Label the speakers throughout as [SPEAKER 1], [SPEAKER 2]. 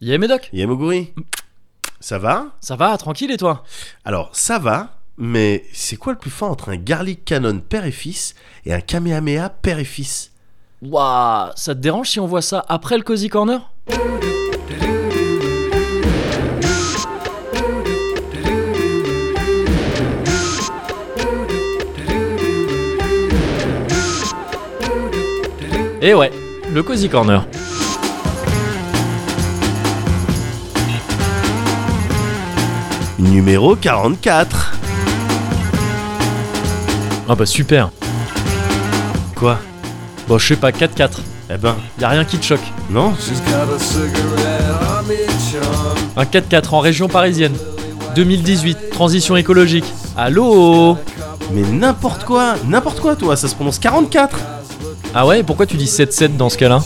[SPEAKER 1] Yé Médoc,
[SPEAKER 2] Yamoguri, ça va
[SPEAKER 1] ça va, tranquille et toi
[SPEAKER 2] Alors, ça va, mais c'est quoi le plus fort entre un garlic canon père et fils et un kamehameha père et fils
[SPEAKER 1] Waouh, ça te dérange si on voit ça après le Cozy Corner Et Eh ouais, le Cozy Corner.
[SPEAKER 2] Numéro 44
[SPEAKER 1] Ah bah super.
[SPEAKER 2] Quoi
[SPEAKER 1] Bon, je sais pas, 4-4.
[SPEAKER 2] Eh ben,
[SPEAKER 1] Y a rien qui te choque.
[SPEAKER 2] non
[SPEAKER 3] She's got a cigarette on each arm.
[SPEAKER 1] Un 4-4 en région parisienne. 2018, transition écologique. Allô
[SPEAKER 2] Mais n'importe quoi N'importe quoi, toi, ça se prononce 44
[SPEAKER 1] Ah ouais, pourquoi tu dis 7-7 dans ce cas-là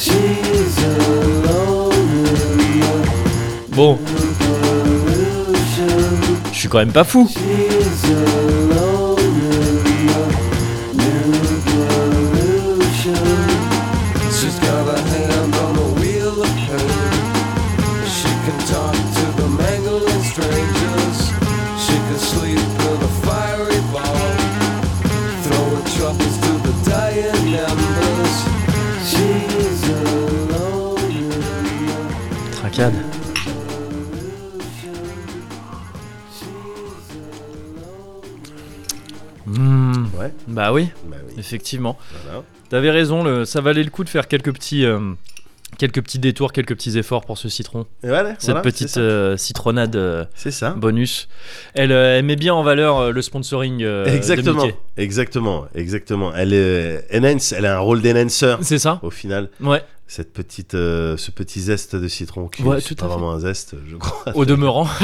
[SPEAKER 3] She's alone in the
[SPEAKER 1] Bon,
[SPEAKER 3] pollution.
[SPEAKER 1] je suis quand même pas fou.
[SPEAKER 3] She's alone in the new pollution. She's got a hand on the wheel of pain. She can talk to the mangling strangers. She can sleep in a fiery ball. Throwing troubles to the dying embers. She's alone in the
[SPEAKER 1] Tracade.
[SPEAKER 2] Ouais,
[SPEAKER 1] bah oui,
[SPEAKER 2] bah oui,
[SPEAKER 1] effectivement.
[SPEAKER 2] voilà.
[SPEAKER 1] T'avais raison, le, ça valait le coup de faire quelques petits, euh, quelques petits détours, quelques petits efforts pour ce citron.
[SPEAKER 2] Et voilà,
[SPEAKER 1] Cette
[SPEAKER 2] voilà,
[SPEAKER 1] petite
[SPEAKER 2] c'est ça.
[SPEAKER 1] euh, citronnade euh,
[SPEAKER 2] C'est ça.
[SPEAKER 1] bonus. Elle, euh, elle met bien en valeur euh, le sponsoring euh, de
[SPEAKER 2] exactement,
[SPEAKER 1] Mickey.
[SPEAKER 2] exactement, exactement. Elle est euh, enhance, elle a un rôle d'enhancer
[SPEAKER 1] C'est ça
[SPEAKER 2] au final.
[SPEAKER 1] Ouais,
[SPEAKER 2] Cette petite, euh, ce petit zeste de citron qui
[SPEAKER 1] Ouais,
[SPEAKER 2] c'est
[SPEAKER 1] tout à
[SPEAKER 2] pas
[SPEAKER 1] fait.
[SPEAKER 2] vraiment un zeste, je crois.
[SPEAKER 1] au demeurant.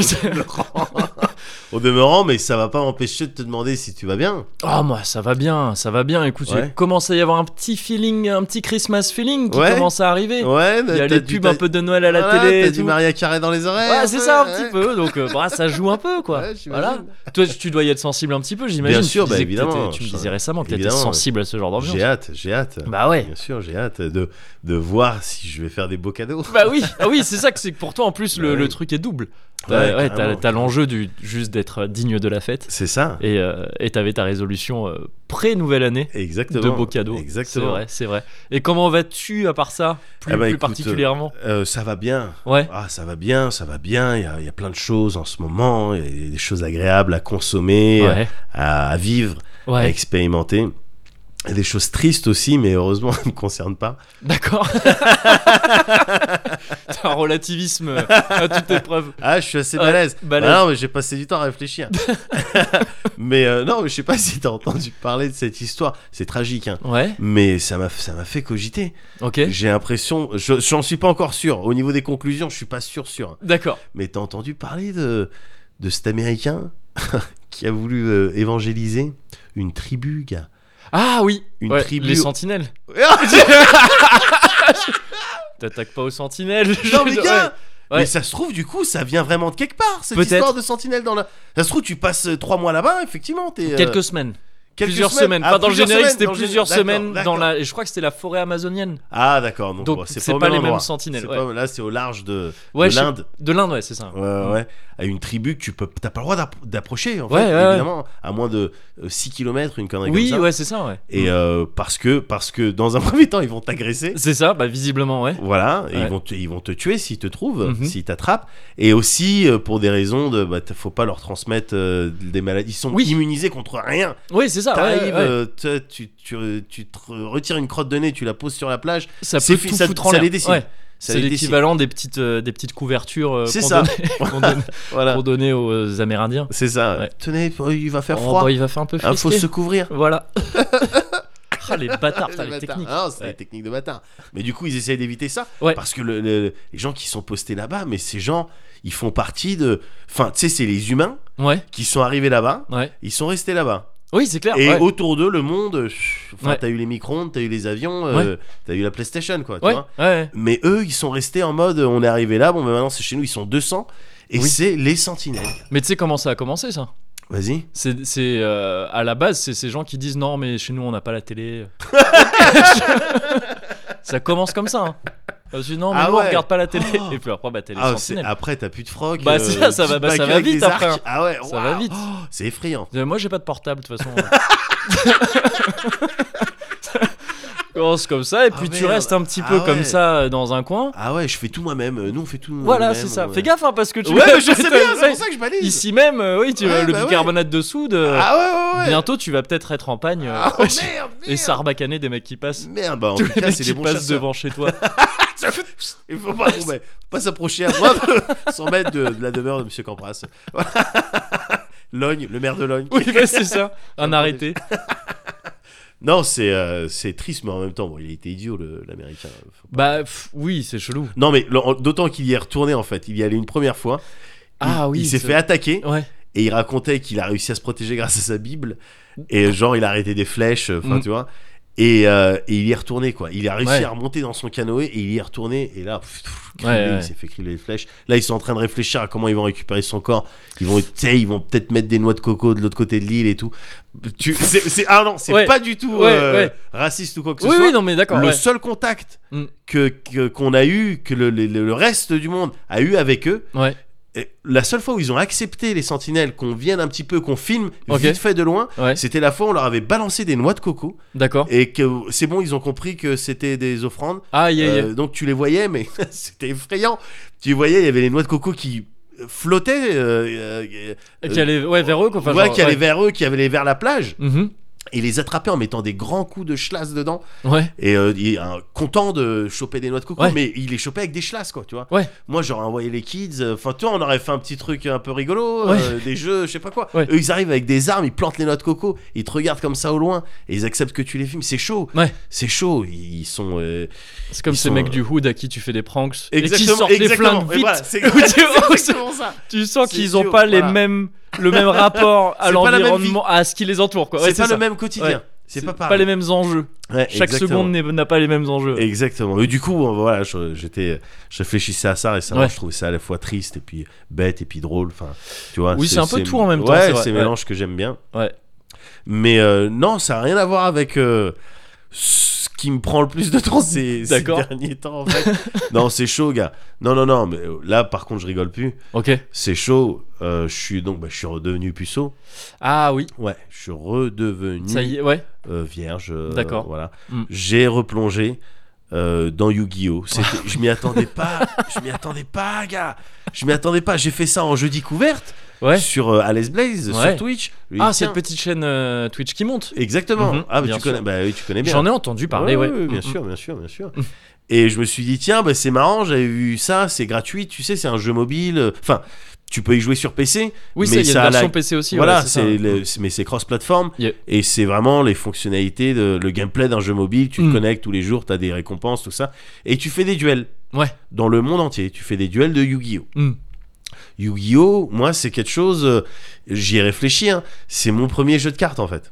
[SPEAKER 2] Au demeurant, mais ça va pas m'empêcher de te demander si tu vas bien.
[SPEAKER 1] Ah moi ça va bien, ça va bien. Écoute,
[SPEAKER 2] Ouais.
[SPEAKER 1] il commence à y avoir un petit feeling, un petit Christmas feeling qui
[SPEAKER 2] Ouais.
[SPEAKER 1] commence à arriver.
[SPEAKER 2] Ouais,
[SPEAKER 1] Il y a les pubs un peu de Noël à la
[SPEAKER 2] Voilà,
[SPEAKER 1] télé.
[SPEAKER 2] Ah, T'as
[SPEAKER 1] et
[SPEAKER 2] du
[SPEAKER 1] tout.
[SPEAKER 2] Maria Carré dans les oreilles.
[SPEAKER 1] Ouais, c'est ça un petit
[SPEAKER 2] ouais.
[SPEAKER 1] peu. Donc euh, bah, ça joue un peu quoi.
[SPEAKER 2] Ouais, j'imagine.
[SPEAKER 1] voilà. Toi tu dois y être sensible un petit peu, j'imagine.
[SPEAKER 2] Bien
[SPEAKER 1] Tu
[SPEAKER 2] sûr,
[SPEAKER 1] disais
[SPEAKER 2] bah,
[SPEAKER 1] que t'étais-
[SPEAKER 2] évidemment,
[SPEAKER 1] Tu me
[SPEAKER 2] je-
[SPEAKER 1] disais récemment que t'étais
[SPEAKER 2] évidemment,
[SPEAKER 1] sensible à ce genre d'ambiance.
[SPEAKER 2] J'ai hâte, j'ai hâte.
[SPEAKER 1] Bah ouais.
[SPEAKER 2] Bien sûr, j'ai hâte de, de voir si je vais faire des beaux cadeaux.
[SPEAKER 1] Bah oui, ah oui, c'est ça que c'est que pour toi en plus le,
[SPEAKER 2] Ouais.
[SPEAKER 1] le truc est double.
[SPEAKER 2] Bah Ouais,
[SPEAKER 1] T'as- ouais, t'as
[SPEAKER 2] carrément.
[SPEAKER 1] t'as l'enjeu du juste d'être euh, digne de la fête
[SPEAKER 2] C'est ça.
[SPEAKER 1] et euh, et t'avais ta résolution euh, pré nouvelle année
[SPEAKER 2] Exactement.
[SPEAKER 1] de beaux cadeaux.
[SPEAKER 2] Exactement.
[SPEAKER 1] C'est vrai, c'est vrai. Et comment vas-tu à part ça Plus,
[SPEAKER 2] Eh ben,
[SPEAKER 1] plus
[SPEAKER 2] écoute,
[SPEAKER 1] particulièrement
[SPEAKER 2] Euh, ça va bien.
[SPEAKER 1] Ouais.
[SPEAKER 2] Ah, ça va bien, ça va bien. Il y a, il y a plein de choses en ce moment. Il y a des choses agréables à consommer,
[SPEAKER 1] Ouais.
[SPEAKER 2] à, à vivre, à
[SPEAKER 1] Ouais.
[SPEAKER 2] expérimenter. Et des choses tristes aussi, mais heureusement, elles ne me concernent pas.
[SPEAKER 1] D'accord. T'as un relativisme euh, à toute épreuve.
[SPEAKER 2] Ah, je suis assez
[SPEAKER 1] Ouais,
[SPEAKER 2] balèze.
[SPEAKER 1] balèze.
[SPEAKER 2] Ah non, mais j'ai passé du temps à réfléchir. mais euh, non, mais je sais pas si t'as entendu parler de cette histoire. C'est tragique, hein.
[SPEAKER 1] Ouais.
[SPEAKER 2] Mais ça m'a ça m'a fait cogiter.
[SPEAKER 1] Ok.
[SPEAKER 2] J'ai l'impression, je- j'en suis pas encore sûr. Au niveau des conclusions, je suis pas sûr sûr.
[SPEAKER 1] D'accord.
[SPEAKER 2] Mais t'as entendu parler de de cet Américain qui a voulu euh, évangéliser une tribu, gars.
[SPEAKER 1] Ah oui.
[SPEAKER 2] Une
[SPEAKER 1] Ouais,
[SPEAKER 2] tribu.
[SPEAKER 1] Les sentinelles. T'attaques pas aux sentinelles.
[SPEAKER 2] Non mais gars,
[SPEAKER 1] Ouais.
[SPEAKER 2] mais ça se trouve du coup, ça vient vraiment de quelque part cette
[SPEAKER 1] Peut-être.
[SPEAKER 2] histoire de sentinelle dans la. Ça se trouve, tu passes euh, trois mois là-bas, effectivement. T'es, euh,
[SPEAKER 1] Quelques semaines,
[SPEAKER 2] quelques
[SPEAKER 1] plusieurs semaines.
[SPEAKER 2] Ah,
[SPEAKER 1] Pas dans le
[SPEAKER 2] plusieurs
[SPEAKER 1] générique,
[SPEAKER 2] semaines,
[SPEAKER 1] c'était
[SPEAKER 2] dans le
[SPEAKER 1] plusieurs
[SPEAKER 2] générique.
[SPEAKER 1] semaines
[SPEAKER 2] D'accord,
[SPEAKER 1] dans la. Et je crois que c'était la forêt amazonienne.
[SPEAKER 2] Ah d'accord, donc,
[SPEAKER 1] Donc,
[SPEAKER 2] bon,
[SPEAKER 1] c'est
[SPEAKER 2] au
[SPEAKER 1] pas
[SPEAKER 2] même
[SPEAKER 1] les mêmes
[SPEAKER 2] endroit.
[SPEAKER 1] sentinelles,
[SPEAKER 2] C'est
[SPEAKER 1] ouais.
[SPEAKER 2] pas- là c'est au large de,
[SPEAKER 1] Ouais,
[SPEAKER 2] de
[SPEAKER 1] je sais-
[SPEAKER 2] l'Inde,
[SPEAKER 1] De l'Inde, ouais, c'est ça.
[SPEAKER 2] ouais, ouais, ouais, à une tribu que tu peux, t'as pas le droit d'app- d'approcher en
[SPEAKER 1] Ouais,
[SPEAKER 2] fait,
[SPEAKER 1] ouais, ouais.
[SPEAKER 2] évidemment, à moins de euh, 6 km une connerie
[SPEAKER 1] Oui,
[SPEAKER 2] comme ça.
[SPEAKER 1] ouais, c'est ça, ouais.
[SPEAKER 2] Et euh, parce que parce que dans un premier temps ils vont t'agresser.
[SPEAKER 1] C'est ça, bah visiblement, ouais.
[SPEAKER 2] Voilà, et
[SPEAKER 1] Ouais.
[SPEAKER 2] ils, vont te, ils vont te tuer s'ils te trouvent,
[SPEAKER 1] Mhm.
[SPEAKER 2] s'ils t'attrapent. Et aussi, euh, pour des raisons de. Bah, t- faut pas leur transmettre euh, des maladies. Ils sont
[SPEAKER 1] Oui.
[SPEAKER 2] immunisés contre rien.
[SPEAKER 1] Oui, c'est ça. Ah ouais,
[SPEAKER 2] T'arrives,
[SPEAKER 1] ouais.
[SPEAKER 2] euh, te- tu, tu, tu te retires une crotte de nez, tu la poses sur la plage.
[SPEAKER 1] Ça
[SPEAKER 2] c'est
[SPEAKER 1] peut
[SPEAKER 2] fi-
[SPEAKER 1] tout
[SPEAKER 2] ça-
[SPEAKER 1] foutre en
[SPEAKER 2] ça
[SPEAKER 1] l'air.
[SPEAKER 2] les dessine.
[SPEAKER 1] Ouais.
[SPEAKER 2] ça
[SPEAKER 1] C'est
[SPEAKER 2] les
[SPEAKER 1] l'équivalent des petites, euh, des petites couvertures euh,
[SPEAKER 2] C'est
[SPEAKER 1] qu'on
[SPEAKER 2] ça.
[SPEAKER 1] donnait, qu'on donnait-
[SPEAKER 2] dessine. Voilà.
[SPEAKER 1] qu'on donnait aux euh, Amérindiens.
[SPEAKER 2] C'est ça.
[SPEAKER 1] Ouais.
[SPEAKER 2] Tenez, euh, il va faire
[SPEAKER 1] Oh,
[SPEAKER 2] froid.
[SPEAKER 1] bah, il va faire un peu
[SPEAKER 2] Il Ah, faut
[SPEAKER 1] frisqué.
[SPEAKER 2] se couvrir.
[SPEAKER 1] Voilà. ah, les bâtards, putain,
[SPEAKER 2] Les
[SPEAKER 1] les
[SPEAKER 2] bâtards.
[SPEAKER 1] techniques.
[SPEAKER 2] Ah, c'est
[SPEAKER 1] Ouais.
[SPEAKER 2] les techniques de bâtard. Mais du coup, ils essayent d'éviter ça.
[SPEAKER 1] Ouais.
[SPEAKER 2] Parce que le- le- les gens qui sont postés là-bas, mais ces gens, ils font partie de. Enfin, tu sais, c'est les humains
[SPEAKER 1] Ouais,
[SPEAKER 2] qui sont arrivés là-bas.
[SPEAKER 1] ouais.
[SPEAKER 2] Ils sont restés là-bas.
[SPEAKER 1] Oui, c'est clair.
[SPEAKER 2] Et
[SPEAKER 1] Ah, ouais.
[SPEAKER 2] autour d'eux, le monde. chut, Enfin,
[SPEAKER 1] Ouais.
[SPEAKER 2] t'as eu les micro-ondes, t'as eu les avions, euh, t'as eu la PlayStation, quoi. tu
[SPEAKER 1] Ouais,
[SPEAKER 2] vois.
[SPEAKER 1] ouais.
[SPEAKER 2] mais eux, ils sont restés en mode on est arrivé là, bon, mais maintenant c'est chez nous, ils sont 200. Et
[SPEAKER 1] Oui.
[SPEAKER 2] c'est les sentinelles.
[SPEAKER 1] Mais tu sais comment ça a commencé, ça
[SPEAKER 2] Vas-y.
[SPEAKER 1] C'est, c'est, euh, à la base, c'est ces gens qui disent non, mais chez nous on n'a pas la télé. ça commence comme ça. hein. Je me suis dit, non, mais
[SPEAKER 2] Ah
[SPEAKER 1] nous,
[SPEAKER 2] ouais.
[SPEAKER 1] on regarde pas la télé.
[SPEAKER 2] Oh.
[SPEAKER 1] Et puis après, bah, télé
[SPEAKER 2] Ah, c'est-
[SPEAKER 1] sentinelle.
[SPEAKER 2] après, t'as plus de froc.
[SPEAKER 1] Bah, c'est ça, ça
[SPEAKER 2] tu
[SPEAKER 1] va-
[SPEAKER 2] te
[SPEAKER 1] bah, ça
[SPEAKER 2] bats
[SPEAKER 1] va
[SPEAKER 2] avec
[SPEAKER 1] vite
[SPEAKER 2] des arcs.
[SPEAKER 1] après.
[SPEAKER 2] Ah ouais,
[SPEAKER 1] Ça va
[SPEAKER 2] waouh.
[SPEAKER 1] vite.
[SPEAKER 2] Oh, c'est effrayant.
[SPEAKER 1] Euh, Moi, j'ai pas de portable, de toute façon. Commence comme ça, et
[SPEAKER 2] Ah,
[SPEAKER 1] puis tu
[SPEAKER 2] merde.
[SPEAKER 1] restes un petit
[SPEAKER 2] Ah
[SPEAKER 1] peu
[SPEAKER 2] ouais.
[SPEAKER 1] comme ça euh, dans un coin.
[SPEAKER 2] Ah ouais, je fais tout moi-même. Euh, Nous, on fait tout.
[SPEAKER 1] Voilà,
[SPEAKER 2] nous-mêmes, euh,
[SPEAKER 1] c'est ça.
[SPEAKER 2] ouais.
[SPEAKER 1] Fais gaffe, hein, parce que tu
[SPEAKER 2] Ouais,
[SPEAKER 1] vas-
[SPEAKER 2] mais je sais bien, c'est pour ça que je balise.
[SPEAKER 1] Ici même, euh, oui, tu
[SPEAKER 2] Ouais,
[SPEAKER 1] vois, le
[SPEAKER 2] bah ouais.
[SPEAKER 1] bicarbonate de soude. euh,
[SPEAKER 2] Ah ouais, ouais, ouais.
[SPEAKER 1] Bientôt, tu vas peut-être être en pagne. euh,
[SPEAKER 2] Ah, oh, merde,
[SPEAKER 1] et
[SPEAKER 2] merde.
[SPEAKER 1] sarbacaner des mecs qui passent.
[SPEAKER 2] Merde, bah en
[SPEAKER 1] Tous
[SPEAKER 2] tout
[SPEAKER 1] les
[SPEAKER 2] cas,
[SPEAKER 1] mecs
[SPEAKER 2] c'est des
[SPEAKER 1] qui
[SPEAKER 2] bons
[SPEAKER 1] passent
[SPEAKER 2] chasseurs.
[SPEAKER 1] devant chez toi.
[SPEAKER 2] Il faut pas, bon, bah, pas s'approcher à moi, 100 mètres de, de la demeure de Monsieur Campras. Voilà. Logne, le maire de Logne.
[SPEAKER 1] Oui, bah, c'est ça. Un
[SPEAKER 2] me
[SPEAKER 1] arrêté.
[SPEAKER 2] Non, c'est euh, c'est triste, mais en même temps, bon, il a été idiot, le- l'américain. Faut pas-
[SPEAKER 1] Bah pff, oui, c'est chelou.
[SPEAKER 2] Non, mais le- d'autant qu'il y est retourné, en fait. Il y allait une première fois. Il-
[SPEAKER 1] Ah oui,
[SPEAKER 2] Il s'est
[SPEAKER 1] c'est-
[SPEAKER 2] fait attaquer
[SPEAKER 1] Ouais.
[SPEAKER 2] et il racontait qu'il a réussi à se protéger grâce à sa Bible. Et genre, il a arrêté des flèches, euh, enfin,
[SPEAKER 1] Mm.
[SPEAKER 2] tu vois. Et, euh, et il y est retourné, quoi. Il a réussi
[SPEAKER 1] Ouais.
[SPEAKER 2] à remonter dans son canoë et il y est retourné. Et là, pff, pff, criblé,
[SPEAKER 1] Ouais, ouais.
[SPEAKER 2] il s'est fait cribler les flèches. Là, ils sont en train de réfléchir à comment ils vont récupérer son corps. Ils vont, tu sais, ils vont peut-être mettre des noix de coco de l'autre côté de l'île et tout. Tu, c'est, c'est- ah non, c'est
[SPEAKER 1] Ouais.
[SPEAKER 2] pas du tout
[SPEAKER 1] Ouais,
[SPEAKER 2] euh,
[SPEAKER 1] ouais.
[SPEAKER 2] raciste ou quoi que ce
[SPEAKER 1] Oui,
[SPEAKER 2] soit.
[SPEAKER 1] oui, non, mais d'accord.
[SPEAKER 2] le
[SPEAKER 1] ouais.
[SPEAKER 2] seul contact
[SPEAKER 1] Mm.
[SPEAKER 2] que, que- qu'on a eu, que le- le- le reste du monde a eu avec eux,
[SPEAKER 1] Ouais.
[SPEAKER 2] et la seule fois où ils ont accepté les sentinelles qu'on vienne un petit peu, qu'on filme
[SPEAKER 1] Ok.
[SPEAKER 2] vite fait de loin,
[SPEAKER 1] Ouais.
[SPEAKER 2] c'était la fois où on leur avait balancé des noix de coco
[SPEAKER 1] D'accord.
[SPEAKER 2] et que c'est bon, ils ont compris que c'était des offrandes.
[SPEAKER 1] Ah, yeah, yeah.
[SPEAKER 2] Euh, donc tu les voyais, mais c'était effrayant. Tu voyais, il y avait les noix de coco qui flottaient, euh, euh,
[SPEAKER 1] Qui allait ouais, vers eux, quoi. Enfin,
[SPEAKER 2] ouais,
[SPEAKER 1] genre,
[SPEAKER 2] qui allaient
[SPEAKER 1] ouais.
[SPEAKER 2] vers eux, qui allaient vers la plage
[SPEAKER 1] Mhm.
[SPEAKER 2] et les attrapaient en mettant des grands coups de chlasse dedans
[SPEAKER 1] Ouais.
[SPEAKER 2] et euh, il est euh, content de choper des noix de coco
[SPEAKER 1] Ouais.
[SPEAKER 2] mais il les chopait avec des chlasses quoi tu vois
[SPEAKER 1] Ouais.
[SPEAKER 2] moi j'aurais envoyé les kids euh, enfin toi on aurait fait un petit truc un peu rigolo
[SPEAKER 1] Ouais.
[SPEAKER 2] euh, des jeux je sais pas quoi
[SPEAKER 1] Ouais.
[SPEAKER 2] eux ils arrivent avec des armes ils plantent les noix de coco ils te regardent comme ça au loin et ils acceptent que tu les filmes c'est chaud
[SPEAKER 1] Ouais.
[SPEAKER 2] c'est chaud ils sont euh,
[SPEAKER 1] C'est comme
[SPEAKER 2] Ils
[SPEAKER 1] ces
[SPEAKER 2] sont,
[SPEAKER 1] mecs
[SPEAKER 2] euh,
[SPEAKER 1] du hood à qui tu fais des pranks et qui
[SPEAKER 2] exactement
[SPEAKER 1] sortent
[SPEAKER 2] exactement
[SPEAKER 1] les flingues
[SPEAKER 2] Et
[SPEAKER 1] vite.
[SPEAKER 2] voilà, c'est
[SPEAKER 1] Ou tu-
[SPEAKER 2] c'est exactement ça
[SPEAKER 1] tu sens
[SPEAKER 2] C'est
[SPEAKER 1] qu'ils ont
[SPEAKER 2] idiot,
[SPEAKER 1] pas les
[SPEAKER 2] voilà.
[SPEAKER 1] mêmes, le même rapport à
[SPEAKER 2] C'est pas la même
[SPEAKER 1] l'environnement, à ce qui les entoure, quoi. Ouais,
[SPEAKER 2] c'est pas
[SPEAKER 1] ça.
[SPEAKER 2] le même quotidien
[SPEAKER 1] Ouais.
[SPEAKER 2] c'est pas
[SPEAKER 1] Pas les
[SPEAKER 2] pareil
[SPEAKER 1] mêmes enjeux.
[SPEAKER 2] Ouais,
[SPEAKER 1] Chaque
[SPEAKER 2] exactement.
[SPEAKER 1] seconde n'est- n'a pas les mêmes enjeux.
[SPEAKER 2] Exactement. Et du coup, bon, voilà, je- j'étais, je réfléchissais à ça récemment.
[SPEAKER 1] Ouais.
[SPEAKER 2] Je trouvais ça à la fois triste et puis bête et puis drôle. Enfin, tu vois.
[SPEAKER 1] Oui, c'est un peu tout en même temps, c'est
[SPEAKER 2] Ouais,
[SPEAKER 1] vrai.
[SPEAKER 2] c'est
[SPEAKER 1] Ouais.
[SPEAKER 2] mélange que j'aime bien.
[SPEAKER 1] Ouais.
[SPEAKER 2] Mais euh, non, ça a rien à voir avec. euh, ce qui me prend le plus de temps ces, ces
[SPEAKER 1] D'accord.
[SPEAKER 2] derniers temps en fait. non c'est chaud gars. Non non non mais euh, là par contre je rigole plus.
[SPEAKER 1] Ok.
[SPEAKER 2] C'est chaud. Euh, je suis donc bah, je suis redevenu puceau.
[SPEAKER 1] Ah oui.
[SPEAKER 2] Ouais je suis redevenu
[SPEAKER 1] Ça y est, ouais.
[SPEAKER 2] euh, vierge. euh,
[SPEAKER 1] D'accord.
[SPEAKER 2] Voilà.
[SPEAKER 1] Mm.
[SPEAKER 2] J'ai replongé euh, dans Yu-Gi-Oh. C'était- je m'y attendais pas. Je m'y attendais pas, gars. Je m'y attendais pas. J'ai fait ça en jeudi couverte
[SPEAKER 1] Ouais.
[SPEAKER 2] sur euh, Alice Blaze sur
[SPEAKER 1] Ouais.
[SPEAKER 2] Twitch. Je lui ai
[SPEAKER 1] Ah,
[SPEAKER 2] dit,
[SPEAKER 1] cette
[SPEAKER 2] tiens,
[SPEAKER 1] petite chaîne euh, Twitch qui monte.
[SPEAKER 2] Exactement.
[SPEAKER 1] Mhm,
[SPEAKER 2] ah, mais
[SPEAKER 1] bien
[SPEAKER 2] tu connais,
[SPEAKER 1] sûr.
[SPEAKER 2] bah, oui, tu connais bien.
[SPEAKER 1] J'en ai entendu parler, ouais.
[SPEAKER 2] Ouais, ouais, bien
[SPEAKER 1] Mm,
[SPEAKER 2] sûr, bien sûr, bien sûr. Et je me suis dit, tiens, bah, c'est marrant, j'avais vu ça, c'est gratuit, tu sais, c'est un jeu mobile. euh, Enfin, tu peux y jouer sur PC,
[SPEAKER 1] Oui,
[SPEAKER 2] Mais
[SPEAKER 1] ça, il y a
[SPEAKER 2] ça a
[SPEAKER 1] une version
[SPEAKER 2] la-
[SPEAKER 1] PC aussi.
[SPEAKER 2] voilà,
[SPEAKER 1] ouais, ça.
[SPEAKER 2] c'est le- c'est- mais c'est cross-platform
[SPEAKER 1] Yeah.
[SPEAKER 2] et c'est vraiment les fonctionnalités, de, le gameplay d'un jeu mobile. Tu te
[SPEAKER 1] Mm.
[SPEAKER 2] connectes tous les jours, t'as des récompenses, tout ça, et tu fais des duels.
[SPEAKER 1] Ouais.
[SPEAKER 2] Dans le monde entier, tu fais des duels de Yu-Gi-Oh.
[SPEAKER 1] Mm.
[SPEAKER 2] Yu-Gi-Oh, moi, c'est quelque chose. euh, J'y ai réfléchi. hein, c'est mon premier jeu de cartes en fait.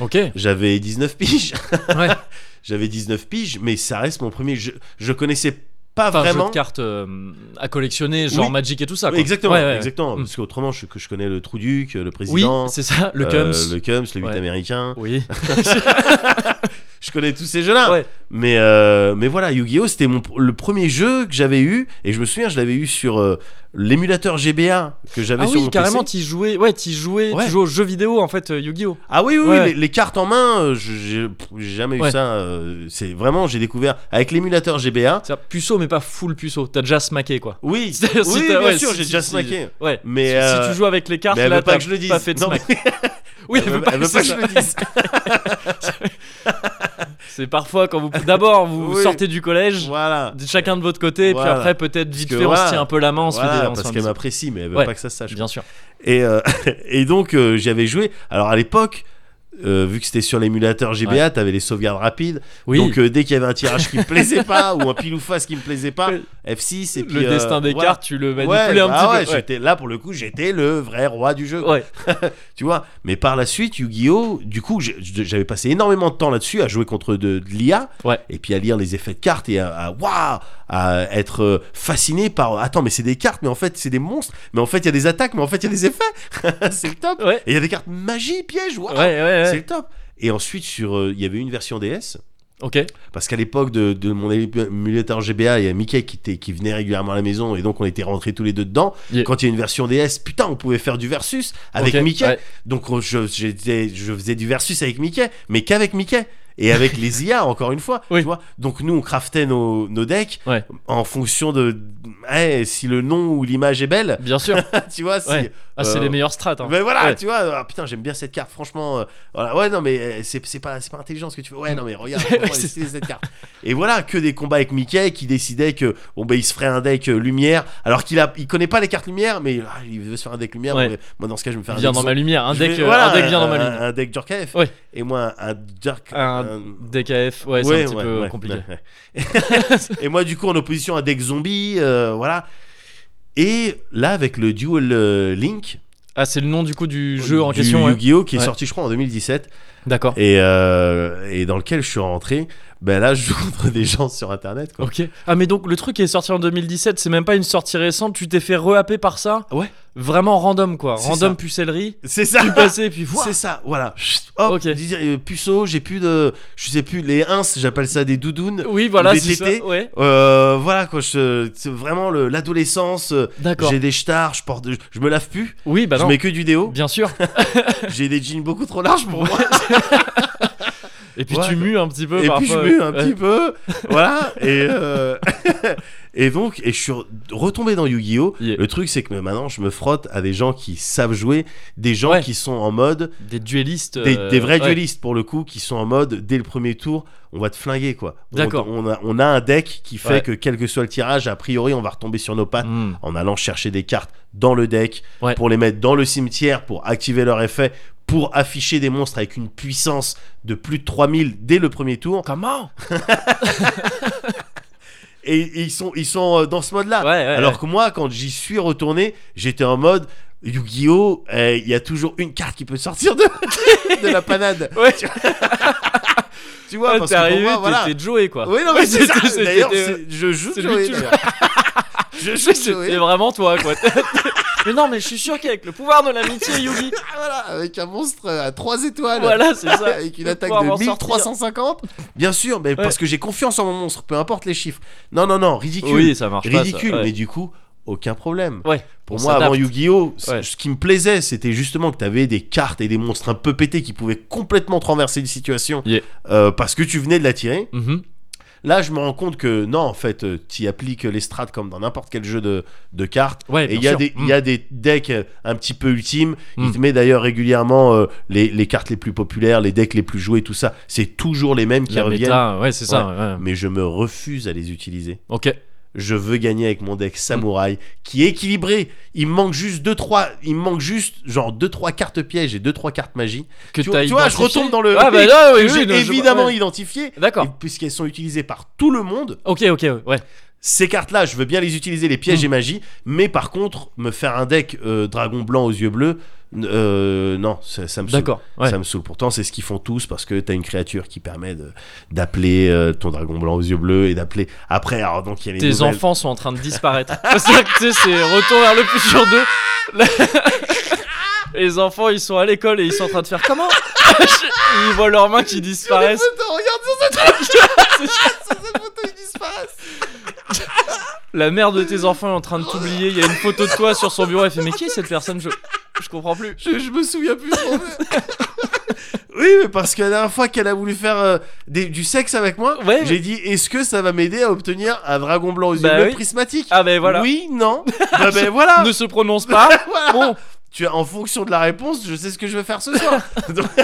[SPEAKER 1] Ok.
[SPEAKER 2] J'avais 19 piges.
[SPEAKER 1] Ouais.
[SPEAKER 2] J'avais 19 piges, mais ça reste mon premier jeu. Je connaissais pas
[SPEAKER 1] Enfin, jeu
[SPEAKER 2] Ah, vraiment.
[SPEAKER 1] de cartes euh, à collectionner, genre
[SPEAKER 2] Oui.
[SPEAKER 1] Magic et tout ça. Quoi.
[SPEAKER 2] Exactement,
[SPEAKER 1] Ouais, ouais.
[SPEAKER 2] exactement.
[SPEAKER 1] Mm.
[SPEAKER 2] Parce qu'autrement, je, que je connais le Trouduc, le
[SPEAKER 1] Oui,
[SPEAKER 2] président,
[SPEAKER 1] c'est ça, le
[SPEAKER 2] euh,
[SPEAKER 1] Cums.
[SPEAKER 2] le Cums, le 8
[SPEAKER 1] Ouais.
[SPEAKER 2] américain.
[SPEAKER 1] Oui.
[SPEAKER 2] je connais tous ces jeux-là.
[SPEAKER 1] Ouais.
[SPEAKER 2] Mais, euh, mais voilà, Yu-Gi-Oh! c'était mon, le premier jeu que j'avais eu. Et je me souviens, je l'avais eu sur euh, l'émulateur GBA que j'avais
[SPEAKER 1] Ah
[SPEAKER 2] sur mon
[SPEAKER 1] oui, carrément,
[SPEAKER 2] PC.
[SPEAKER 1] t'y jouais, ouais, t'y jouais,
[SPEAKER 2] Ouais.
[SPEAKER 1] tu jouais aux jeux vidéo en fait, euh, Yu-Gi-Oh!
[SPEAKER 2] Ah oui, oui,
[SPEAKER 1] Ouais.
[SPEAKER 2] oui, les, les cartes en main, euh, je- j'ai pff, j'ai jamais eu
[SPEAKER 1] Ouais.
[SPEAKER 2] ça. euh, c'est vraiment, j'ai découvert avec l'émulateur GBA.
[SPEAKER 1] C'est-à-dire puceau, mais pas full puceau, t'as déjà smaqué quoi.
[SPEAKER 2] Oui,
[SPEAKER 1] Si t'as-
[SPEAKER 2] oui,
[SPEAKER 1] si
[SPEAKER 2] bien
[SPEAKER 1] t'as- ouais,
[SPEAKER 2] sûr,
[SPEAKER 1] si-
[SPEAKER 2] j'ai
[SPEAKER 1] si-
[SPEAKER 2] déjà
[SPEAKER 1] si-
[SPEAKER 2] snacké.
[SPEAKER 1] Ouais.
[SPEAKER 2] Mais,
[SPEAKER 1] si,
[SPEAKER 2] euh,
[SPEAKER 1] si tu joues avec les cartes,
[SPEAKER 2] mais elle
[SPEAKER 1] là,
[SPEAKER 2] veut pas
[SPEAKER 1] t'as
[SPEAKER 2] que je le dise.
[SPEAKER 1] pas fait de
[SPEAKER 2] Non,
[SPEAKER 1] smack.
[SPEAKER 2] mais-
[SPEAKER 1] Oui,
[SPEAKER 2] elle veut pas, elle veut pas que
[SPEAKER 1] c'est
[SPEAKER 2] je
[SPEAKER 1] ça.
[SPEAKER 2] le dise.
[SPEAKER 1] C'est parfois quand vous. D'abord, vous
[SPEAKER 2] Oui.
[SPEAKER 1] sortez du collège,
[SPEAKER 2] Voilà.
[SPEAKER 1] chacun de votre côté,
[SPEAKER 2] Voilà.
[SPEAKER 1] puis après, peut-être vite
[SPEAKER 2] Parce que
[SPEAKER 1] fait, on
[SPEAKER 2] voilà.
[SPEAKER 1] se tient un peu la main, on se fait
[SPEAKER 2] Voilà,
[SPEAKER 1] des on se
[SPEAKER 2] parce
[SPEAKER 1] fait un
[SPEAKER 2] qu'elle
[SPEAKER 1] petit-
[SPEAKER 2] m'apprécie, mais elle veut
[SPEAKER 1] Ouais.
[SPEAKER 2] pas que ça se sache.
[SPEAKER 1] Bien sûr.
[SPEAKER 2] Et, euh, et donc, euh, j'avais joué. Alors, à l'époque, euh, vu que c'était sur l'émulateur GBA, t'avais les sauvegardes rapides.
[SPEAKER 1] Oui.
[SPEAKER 2] Donc, euh, dès qu'il y avait un tirage qui me plaisait pas, ou un pile ou face qui me plaisait pas,
[SPEAKER 1] Le-
[SPEAKER 2] F6, et puis.
[SPEAKER 1] le
[SPEAKER 2] euh,
[SPEAKER 1] destin des
[SPEAKER 2] voilà.
[SPEAKER 1] cartes, tu le
[SPEAKER 2] Ouais,
[SPEAKER 1] manipulais un
[SPEAKER 2] bah
[SPEAKER 1] petit
[SPEAKER 2] ouais,
[SPEAKER 1] peu.
[SPEAKER 2] j'étais là pour le coup, j'étais le vrai roi du jeu,
[SPEAKER 1] Ouais.
[SPEAKER 2] tu vois. Mais par la suite, Yu-Gi-Oh, du coup, j'ai- j'avais passé énormément de temps là-dessus à jouer contre de, de l'IA,
[SPEAKER 1] Ouais.
[SPEAKER 2] et puis à lire les effets de cartes et à, à- waouh, à être euh, fasciné par attends, mais c'est des cartes, mais en fait c'est des monstres, mais en fait il y a des attaques, mais en fait il y a des effets, c'est le top.
[SPEAKER 1] Ouais.
[SPEAKER 2] Et il y a des cartes magie, piège, waouh,
[SPEAKER 1] Ouais, ouais,
[SPEAKER 2] c'est
[SPEAKER 1] ouais.
[SPEAKER 2] le top. Et ensuite sur, euh, il y avait une version DS
[SPEAKER 1] Ok.
[SPEAKER 2] Parce qu'à l'époque de, de mon émulateur GBA, il y a Mickey qui, était- qui venait régulièrement à la maison et donc on était rentrés tous les deux dedans.
[SPEAKER 1] Yeah.
[SPEAKER 2] Quand il y a une version DS, putain, on pouvait faire du versus avec
[SPEAKER 1] Ok,
[SPEAKER 2] Mickey.
[SPEAKER 1] ouais.
[SPEAKER 2] Donc on- je, j'étais- je faisais du versus avec Mickey, mais qu'avec Mickey. Et avec les IA, encore une fois,
[SPEAKER 1] Oui.
[SPEAKER 2] tu vois. Donc nous, on craftait nos, nos decks
[SPEAKER 1] Ouais.
[SPEAKER 2] en fonction de ouais, si le nom ou l'image est belle,
[SPEAKER 1] Bien sûr.
[SPEAKER 2] tu vois. Si,
[SPEAKER 1] Ouais. Ah, c'est
[SPEAKER 2] euh,
[SPEAKER 1] les meilleures strates. hein.
[SPEAKER 2] mais voilà,
[SPEAKER 1] Ouais.
[SPEAKER 2] tu vois, ah, putain, j'aime bien cette carte, franchement. euh, voilà, ouais, non, mais euh, c'est c'est pas, c'est pas intelligent ce que tu fais. Ouais, non, mais regarde,
[SPEAKER 1] Ouais,
[SPEAKER 2] franchement, elle est
[SPEAKER 1] c'est
[SPEAKER 2] stylée, cette carte. Et voilà, que des combats avec Mickey qui décidait que, bon, bah, il se ferait un deck euh, lumière, alors qu'il a, il connaît pas les cartes lumière, mais ah, il veut se faire un deck lumière.
[SPEAKER 1] Ouais.
[SPEAKER 2] bon, mais moi, dans ce cas, je vais me faire un
[SPEAKER 1] Viens
[SPEAKER 2] deck.
[SPEAKER 1] dans
[SPEAKER 2] zo-
[SPEAKER 1] ma lumière. Un
[SPEAKER 2] Je vais-
[SPEAKER 1] deck, euh,
[SPEAKER 2] voilà,
[SPEAKER 1] un deck vient dans ma
[SPEAKER 2] un-
[SPEAKER 1] lumière.
[SPEAKER 2] Un deck Jork AF.
[SPEAKER 1] Ouais.
[SPEAKER 2] Et moi, un Jork.
[SPEAKER 1] Un deck AF, ouais, c'est
[SPEAKER 2] ouais,
[SPEAKER 1] un petit
[SPEAKER 2] ouais,
[SPEAKER 1] peu
[SPEAKER 2] ouais,
[SPEAKER 1] compliqué.
[SPEAKER 2] ouais, ouais. et moi, du coup, en opposition à deck zombie, euh, voilà. Et là, avec le duel euh, Link,
[SPEAKER 1] Ah, c'est le nom du coup du jeu en
[SPEAKER 2] du
[SPEAKER 1] question. ouais.
[SPEAKER 2] Yu-Gi-Oh qui est
[SPEAKER 1] Ouais.
[SPEAKER 2] sorti je crois en 2017
[SPEAKER 1] D'accord.
[SPEAKER 2] et, euh, et dans lequel je suis rentré ben là je joue contre des gens sur internet quoi
[SPEAKER 1] Ok. Ah, mais donc le truc est sorti en 2017, c'est même pas une sortie récente, tu t'es fait rehapper par ça
[SPEAKER 2] Ouais.
[SPEAKER 1] Vraiment random quoi.
[SPEAKER 2] C'est
[SPEAKER 1] Random
[SPEAKER 2] ça.
[SPEAKER 1] pucellerie.
[SPEAKER 2] c'est ça
[SPEAKER 1] Tu passais et puis
[SPEAKER 2] c'est
[SPEAKER 1] voilà.
[SPEAKER 2] ça voilà Chut, hop
[SPEAKER 1] Ok.
[SPEAKER 2] dis- euh, puceau j'ai plus de je sais plus les ins j'appelle ça des doudounes
[SPEAKER 1] Oui, voilà,
[SPEAKER 2] Des
[SPEAKER 1] c'est ça.
[SPEAKER 2] tétés.
[SPEAKER 1] Ouais.
[SPEAKER 2] Euh, voilà quoi je, c'est vraiment le- l'adolescence euh,
[SPEAKER 1] D'accord.
[SPEAKER 2] j'ai des stars je porte de- je me lave plus
[SPEAKER 1] Oui, bah
[SPEAKER 2] je
[SPEAKER 1] non.
[SPEAKER 2] mets que du déo
[SPEAKER 1] Bien sûr.
[SPEAKER 2] j'ai des jeans beaucoup trop larges pour moi
[SPEAKER 1] Et puis
[SPEAKER 2] Ouais.
[SPEAKER 1] tu mues un petit peu
[SPEAKER 2] et
[SPEAKER 1] parfois.
[SPEAKER 2] puis je mue un
[SPEAKER 1] Ouais.
[SPEAKER 2] petit peu voilà et euh, et donc et je suis retombé dans Yu-Gi-Oh
[SPEAKER 1] Yeah.
[SPEAKER 2] le truc c'est que maintenant je me frotte à des gens qui savent jouer des gens
[SPEAKER 1] Ouais.
[SPEAKER 2] qui sont en mode
[SPEAKER 1] Des duellistes.
[SPEAKER 2] des,
[SPEAKER 1] euh,
[SPEAKER 2] des vrais
[SPEAKER 1] ouais.
[SPEAKER 2] duelistes pour le coup qui sont en mode dès le premier tour on va te flinguer quoi On-
[SPEAKER 1] D'accord.
[SPEAKER 2] on, a, on a un deck qui fait
[SPEAKER 1] Ouais.
[SPEAKER 2] que quel que soit le tirage a priori on va retomber sur nos pattes
[SPEAKER 1] Hmm.
[SPEAKER 2] en allant chercher des cartes dans le deck
[SPEAKER 1] Ouais.
[SPEAKER 2] pour les mettre dans le cimetière pour activer leur effet pour afficher des monstres avec une puissance de plus de 3000 dès le premier tour
[SPEAKER 1] Comment
[SPEAKER 2] et, et ils sont ils sont euh, dans ce mode là
[SPEAKER 1] Ouais, ouais.
[SPEAKER 2] alors que moi quand j'y suis retourné j'étais en mode Yu-Gi-Oh euh, il y a toujours une carte qui peut sortir de, de la panade
[SPEAKER 1] Ouais,
[SPEAKER 2] tu vois parce
[SPEAKER 1] t'es
[SPEAKER 2] que pour
[SPEAKER 1] arrivé,
[SPEAKER 2] moi voilà
[SPEAKER 1] t'étais Joey quoi.
[SPEAKER 2] oui non mais c'est
[SPEAKER 1] c'était-
[SPEAKER 2] ça
[SPEAKER 1] c'était-
[SPEAKER 2] d'ailleurs
[SPEAKER 1] c'était-
[SPEAKER 2] c'est- je joue
[SPEAKER 1] c'est lui
[SPEAKER 2] Joey
[SPEAKER 1] que tu
[SPEAKER 2] d'ailleurs. je joue
[SPEAKER 1] C'était
[SPEAKER 2] Joey
[SPEAKER 1] vraiment toi quoi. mais non, mais je suis sûr qu'avec le pouvoir de l'amitié, Yugi.
[SPEAKER 2] Ah, voilà avec un monstre euh, à 3 étoiles
[SPEAKER 1] voilà, c'est ça.
[SPEAKER 2] avec une
[SPEAKER 1] Le
[SPEAKER 2] attaque
[SPEAKER 1] pouvoir
[SPEAKER 2] de
[SPEAKER 1] m'en sortir.
[SPEAKER 2] 1350 bien sûr mais parce que j'ai confiance en mon monstre peu importe les chiffres non non non ridicule
[SPEAKER 1] Oui, ça marche pas. ça.
[SPEAKER 2] ridicule
[SPEAKER 1] Ouais.
[SPEAKER 2] mais du coup aucun problème
[SPEAKER 1] Ouais.
[SPEAKER 2] Pour
[SPEAKER 1] On
[SPEAKER 2] moi, avant
[SPEAKER 1] s'adapte.
[SPEAKER 2] Yu-Gi-Oh, c-
[SPEAKER 1] Ouais.
[SPEAKER 2] ce qui me plaisait, c'était justement que tu avais des cartes et des monstres un peu pétés qui pouvaient complètement traverser une situation
[SPEAKER 1] Yeah.
[SPEAKER 2] euh, parce que tu venais de la tirer.
[SPEAKER 1] Mhm.
[SPEAKER 2] Là, je me rends compte que non, en fait, tu appliques les strats comme dans n'importe quel jeu de, de cartes.
[SPEAKER 1] Ouais, bien
[SPEAKER 2] Et il y, a
[SPEAKER 1] sûr. Hmm.
[SPEAKER 2] des- il y a des decks euh, un petit peu ultimes.
[SPEAKER 1] Mm.
[SPEAKER 2] Il te met d'ailleurs régulièrement euh, les, les cartes les plus populaires, les decks les plus joués, tout ça. C'est toujours les mêmes qui
[SPEAKER 1] La
[SPEAKER 2] reviennent.
[SPEAKER 1] méta, ouais, c'est ça. ouais.
[SPEAKER 2] Mais je me refuse à les utiliser
[SPEAKER 1] Ok.
[SPEAKER 2] je veux gagner avec mon
[SPEAKER 1] Mm.
[SPEAKER 2] deck samouraï qui est équilibré. Il me manque juste 2 3 il me manque juste genre 2 3 cartes pièges et 2 3 cartes magie.
[SPEAKER 1] Que
[SPEAKER 2] Tu,
[SPEAKER 1] t'as
[SPEAKER 2] tu vois, je
[SPEAKER 1] identifié.
[SPEAKER 2] retombe dans le
[SPEAKER 1] Ah bah là, oui, oui,
[SPEAKER 2] que j'ai
[SPEAKER 1] non, je-
[SPEAKER 2] évidemment
[SPEAKER 1] ouais.
[SPEAKER 2] identifié
[SPEAKER 1] D'accord.
[SPEAKER 2] et puisqu'elles sont utilisées par tout le monde.
[SPEAKER 1] Ok, ok, ouais. ouais.
[SPEAKER 2] Ces cartes-là, je veux bien les utiliser les pièges
[SPEAKER 1] Mm.
[SPEAKER 2] et magie, mais par contre, me faire un deck euh, dragon blanc aux yeux bleus euh, non, ça, ça me saoule.
[SPEAKER 1] D'accord. Ouais.
[SPEAKER 2] Ça me saoule. Pourtant, c'est ce qu'ils font tous parce que t'as une créature qui permet de- d'appeler euh, ton dragon blanc aux yeux bleus et d'appeler. Après, alors donc il y a les
[SPEAKER 1] Tes
[SPEAKER 2] nouvelles-
[SPEAKER 1] enfants sont en train de disparaître. C'est-à-dire que, tu sais, c'est retour vers le futur 2. Les enfants, ils sont à l'école et ils sont en train de faire comment Ils voient leurs mains qui disparaissent.
[SPEAKER 2] regarde
[SPEAKER 1] C'est-
[SPEAKER 2] ils disparaissent.
[SPEAKER 1] La mère de tes enfants est en train de t'oublier. Il y a une photo de toi sur son bureau. Elle fait Mais qui est cette personne je... je comprends plus.
[SPEAKER 2] Je, je me souviens plus. de son nom. oui, mais parce que la dernière fois qu'elle a voulu faire euh, des- du sexe avec moi,
[SPEAKER 1] Ouais.
[SPEAKER 2] j'ai dit est-ce que ça va m'aider à obtenir un dragon blanc aux yeux
[SPEAKER 1] Bah
[SPEAKER 2] bleus
[SPEAKER 1] oui.
[SPEAKER 2] prismatique
[SPEAKER 1] Ah ben voilà.
[SPEAKER 2] Oui, non. bah ben voilà.
[SPEAKER 1] Ne se prononce pas.
[SPEAKER 2] Voilà.
[SPEAKER 1] Bon,
[SPEAKER 2] Tu as en fonction de la réponse, je sais ce que je vais faire ce soir. Donc-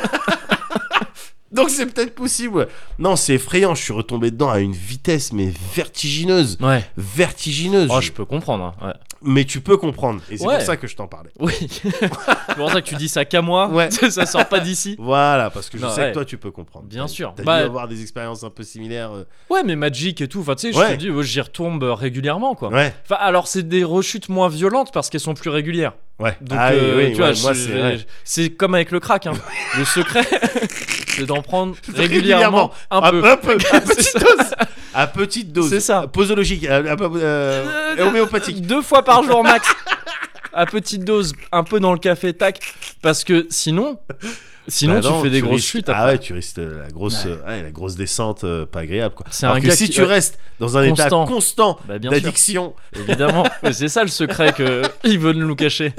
[SPEAKER 2] Donc c'est peut-être possible. Non, c'est effrayant. Je suis retombé dedans à une vitesse mais vertigineuse,
[SPEAKER 1] ouais.
[SPEAKER 2] vertigineuse.
[SPEAKER 1] Oh, je peux comprendre. hein, Ouais.
[SPEAKER 2] Mais tu peux comprendre. Et c'est
[SPEAKER 1] Ouais.
[SPEAKER 2] pour ça que je t'en parlais.
[SPEAKER 1] Oui. c'est pour ça que tu dis ça qu'à moi.
[SPEAKER 2] Ouais.
[SPEAKER 1] ça sort pas d'ici.
[SPEAKER 2] Voilà, parce que je
[SPEAKER 1] Non,
[SPEAKER 2] sais
[SPEAKER 1] ouais.
[SPEAKER 2] que toi tu peux comprendre.
[SPEAKER 1] Bien
[SPEAKER 2] T'as-
[SPEAKER 1] sûr.
[SPEAKER 2] T'as
[SPEAKER 1] Bah-
[SPEAKER 2] dû avoir des expériences un peu similaires. euh.
[SPEAKER 1] Ouais, mais Magic et tout. Enfin, tu sais, je
[SPEAKER 2] Ouais.
[SPEAKER 1] te dis, ouais, j'y retombe euh, régulièrement, quoi.
[SPEAKER 2] Ouais,
[SPEAKER 1] Enfin, alors c'est des rechutes moins violentes parce qu'elles sont plus régulières.
[SPEAKER 2] ouais.
[SPEAKER 1] Donc,
[SPEAKER 2] Ah oui,
[SPEAKER 1] euh,
[SPEAKER 2] oui,
[SPEAKER 1] tu
[SPEAKER 2] ouais,
[SPEAKER 1] vois, je-
[SPEAKER 2] moi c'est ouais.
[SPEAKER 1] je- c'est comme avec le crack. hein. le secret, c'est d'en prendre
[SPEAKER 2] Régulièrement.
[SPEAKER 1] régulièrement, un peu.
[SPEAKER 2] Ah, Un peu, à petite
[SPEAKER 1] C'est ça.
[SPEAKER 2] dose. À petite dose.
[SPEAKER 1] C'est ça.
[SPEAKER 2] Posologique, à- à- euh, et homéopathique.
[SPEAKER 1] Deux fois par jour max. À petite dose, un peu dans le café, tac. Parce que sinon, Sinon,
[SPEAKER 2] Bah
[SPEAKER 1] tu
[SPEAKER 2] non,
[SPEAKER 1] fais des grosses
[SPEAKER 2] risques-
[SPEAKER 1] chutes.
[SPEAKER 2] Ah
[SPEAKER 1] après.
[SPEAKER 2] ouais, tu risques euh, la grosse,
[SPEAKER 1] Ouais.
[SPEAKER 2] euh, ouais, la grosse descente euh, pas agréable quoi.
[SPEAKER 1] C'est
[SPEAKER 2] Alors
[SPEAKER 1] un
[SPEAKER 2] que
[SPEAKER 1] gars
[SPEAKER 2] si
[SPEAKER 1] qui-
[SPEAKER 2] tu
[SPEAKER 1] ouais.
[SPEAKER 2] restes dans un
[SPEAKER 1] Constant.
[SPEAKER 2] état constant
[SPEAKER 1] Bah, bien sûr,
[SPEAKER 2] d'addiction,
[SPEAKER 1] évidemment. Mais c'est ça le secret que ils veulent nous cacher.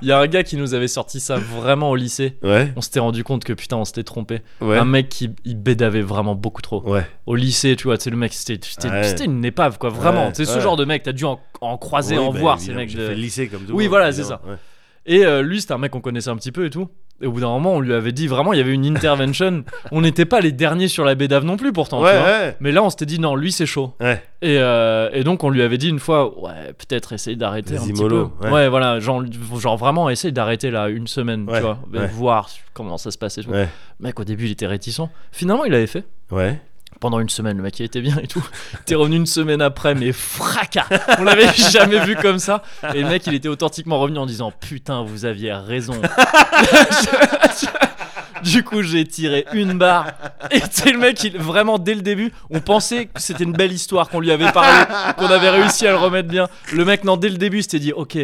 [SPEAKER 1] Il y a un gars qui nous avait sorti ça vraiment au lycée.
[SPEAKER 2] ouais,
[SPEAKER 1] On s'était rendu compte que putain, on s'était trompé.
[SPEAKER 2] ouais,
[SPEAKER 1] Un mec qui il bédavait vraiment beaucoup trop.
[SPEAKER 2] ouais,
[SPEAKER 1] Au lycée, tu vois, c'est le mec, c'était c'était-
[SPEAKER 2] Ouais.
[SPEAKER 1] c'était une épave, quoi, vraiment.
[SPEAKER 2] Ouais,
[SPEAKER 1] C'est ce
[SPEAKER 2] ouais.
[SPEAKER 1] genre de mec, t'as dû en, en croiser,
[SPEAKER 2] Oui,
[SPEAKER 1] en
[SPEAKER 2] bah,
[SPEAKER 1] voir ces
[SPEAKER 2] évidemment,
[SPEAKER 1] mecs.
[SPEAKER 2] j'ai
[SPEAKER 1] de-
[SPEAKER 2] fait le lycée comme tout.
[SPEAKER 1] Oui,
[SPEAKER 2] le monde,
[SPEAKER 1] voilà, c'est
[SPEAKER 2] évidemment, ouais.
[SPEAKER 1] Et euh, lui, c'était un mec qu'on connaissait un petit peu et tout. Et au bout d'un moment, on lui avait dit vraiment, il y avait une intervention. on n'était pas les derniers sur la bédave non plus, pourtant. tu
[SPEAKER 2] Ouais,
[SPEAKER 1] vois.
[SPEAKER 2] ouais,
[SPEAKER 1] Mais là, on s'était dit non, lui c'est chaud.
[SPEAKER 2] ouais.
[SPEAKER 1] Et, euh, et donc, on lui avait dit une fois, ouais, peut-être essaye d'arrêter un
[SPEAKER 2] Vas-y,
[SPEAKER 1] petit
[SPEAKER 2] mollo,
[SPEAKER 1] peu.
[SPEAKER 2] ouais.
[SPEAKER 1] voilà, genre, genre vraiment essaye d'arrêter là une semaine,
[SPEAKER 2] Ouais,
[SPEAKER 1] tu vois,
[SPEAKER 2] ouais.
[SPEAKER 1] voir comment ça se passe et tout.
[SPEAKER 2] Ouais.
[SPEAKER 1] Mec, au début, il était réticent. Finalement, il avait fait
[SPEAKER 2] Ouais.
[SPEAKER 1] pendant une semaine, le mec il était bien et tout. T'es revenu une semaine après, mais fracas On l'avait jamais vu comme ça. Et le mec il était authentiquement revenu en disant Putain, vous aviez raison. du coup, j'ai tiré une barre. Et c'est le mec, il, vraiment dès le début, on pensait que c'était une belle histoire qu'on lui avait parlé, qu'on avait réussi à le remettre bien. Le mec, non, dès le début, il s'était dit Ok,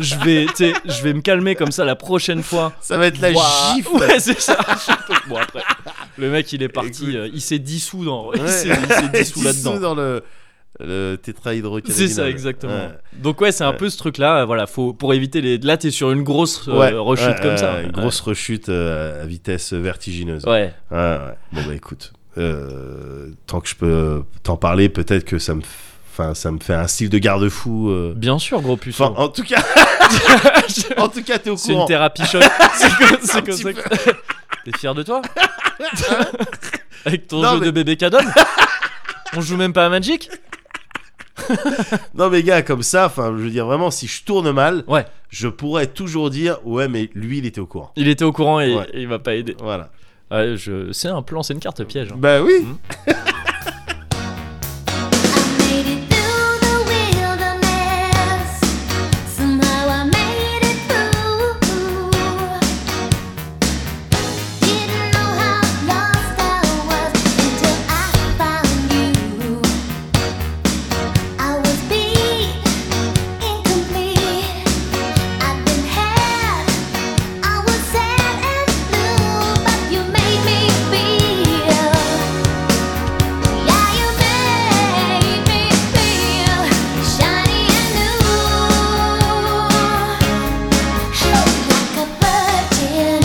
[SPEAKER 1] je vais, tu sais, je vais me calmer comme ça la prochaine fois.
[SPEAKER 2] Ça va être la
[SPEAKER 1] Ouah.
[SPEAKER 2] gifle.
[SPEAKER 1] Ouais, c'est ça. bon, après, le mec, il est parti,
[SPEAKER 2] Écoute.
[SPEAKER 1] euh, il s'est dissous dans, il
[SPEAKER 2] Ouais.
[SPEAKER 1] s'est il s'est dissous
[SPEAKER 2] Dissous
[SPEAKER 1] là-dedans.
[SPEAKER 2] dans le, le tétrahydrocannabinol.
[SPEAKER 1] C'est ça, exactement.
[SPEAKER 2] Ouais.
[SPEAKER 1] Donc, ouais, c'est un
[SPEAKER 2] Ouais.
[SPEAKER 1] peu ce truc-là. euh, Voilà, faut, pour éviter les. Là, t'es sur une grosse euh,
[SPEAKER 2] Ouais,
[SPEAKER 1] rechute
[SPEAKER 2] ouais,
[SPEAKER 1] comme
[SPEAKER 2] ouais,
[SPEAKER 1] ça.
[SPEAKER 2] Une grosse rechute euh, à vitesse vertigineuse.
[SPEAKER 1] Ouais. Ouais.
[SPEAKER 2] Ouais, ouais. Bon bah écoute, euh, tant que je peux t'en parler, peut-être que ça me, f- enfin ça me fait un style de garde-fou. euh.
[SPEAKER 1] Bien sûr, gros puceau.
[SPEAKER 2] Enfin, en tout cas, en tout cas, t'es au
[SPEAKER 1] c'est une
[SPEAKER 2] courant.
[SPEAKER 1] thérapie choc. c'est comme, c'est
[SPEAKER 2] Un
[SPEAKER 1] comme
[SPEAKER 2] petit
[SPEAKER 1] ça que. T'es fier de toi Avec ton
[SPEAKER 2] Non,
[SPEAKER 1] jeu
[SPEAKER 2] mais-
[SPEAKER 1] de bébé cadeau On joue même pas à Magic
[SPEAKER 2] Non mais gars, comme ça, enfin, je veux dire vraiment, si je tourne mal,
[SPEAKER 1] Ouais.
[SPEAKER 2] je pourrais toujours dire ouais, mais lui, il était au courant.
[SPEAKER 1] Il était au courant et,
[SPEAKER 2] Ouais.
[SPEAKER 1] et il m'a pas aidé.
[SPEAKER 2] Voilà.
[SPEAKER 1] Ouais, je... C'est un plan, c'est une carte piège. hein.
[SPEAKER 2] Bah oui.
[SPEAKER 4] I made it through the wilderness. Somehow I made it through. Didn't know how lost I was until I found you. I was beat, incomplete. I've been had. I was sad and blue, but you made me feel. Yeah, you made me feel shiny and new, like a virgin,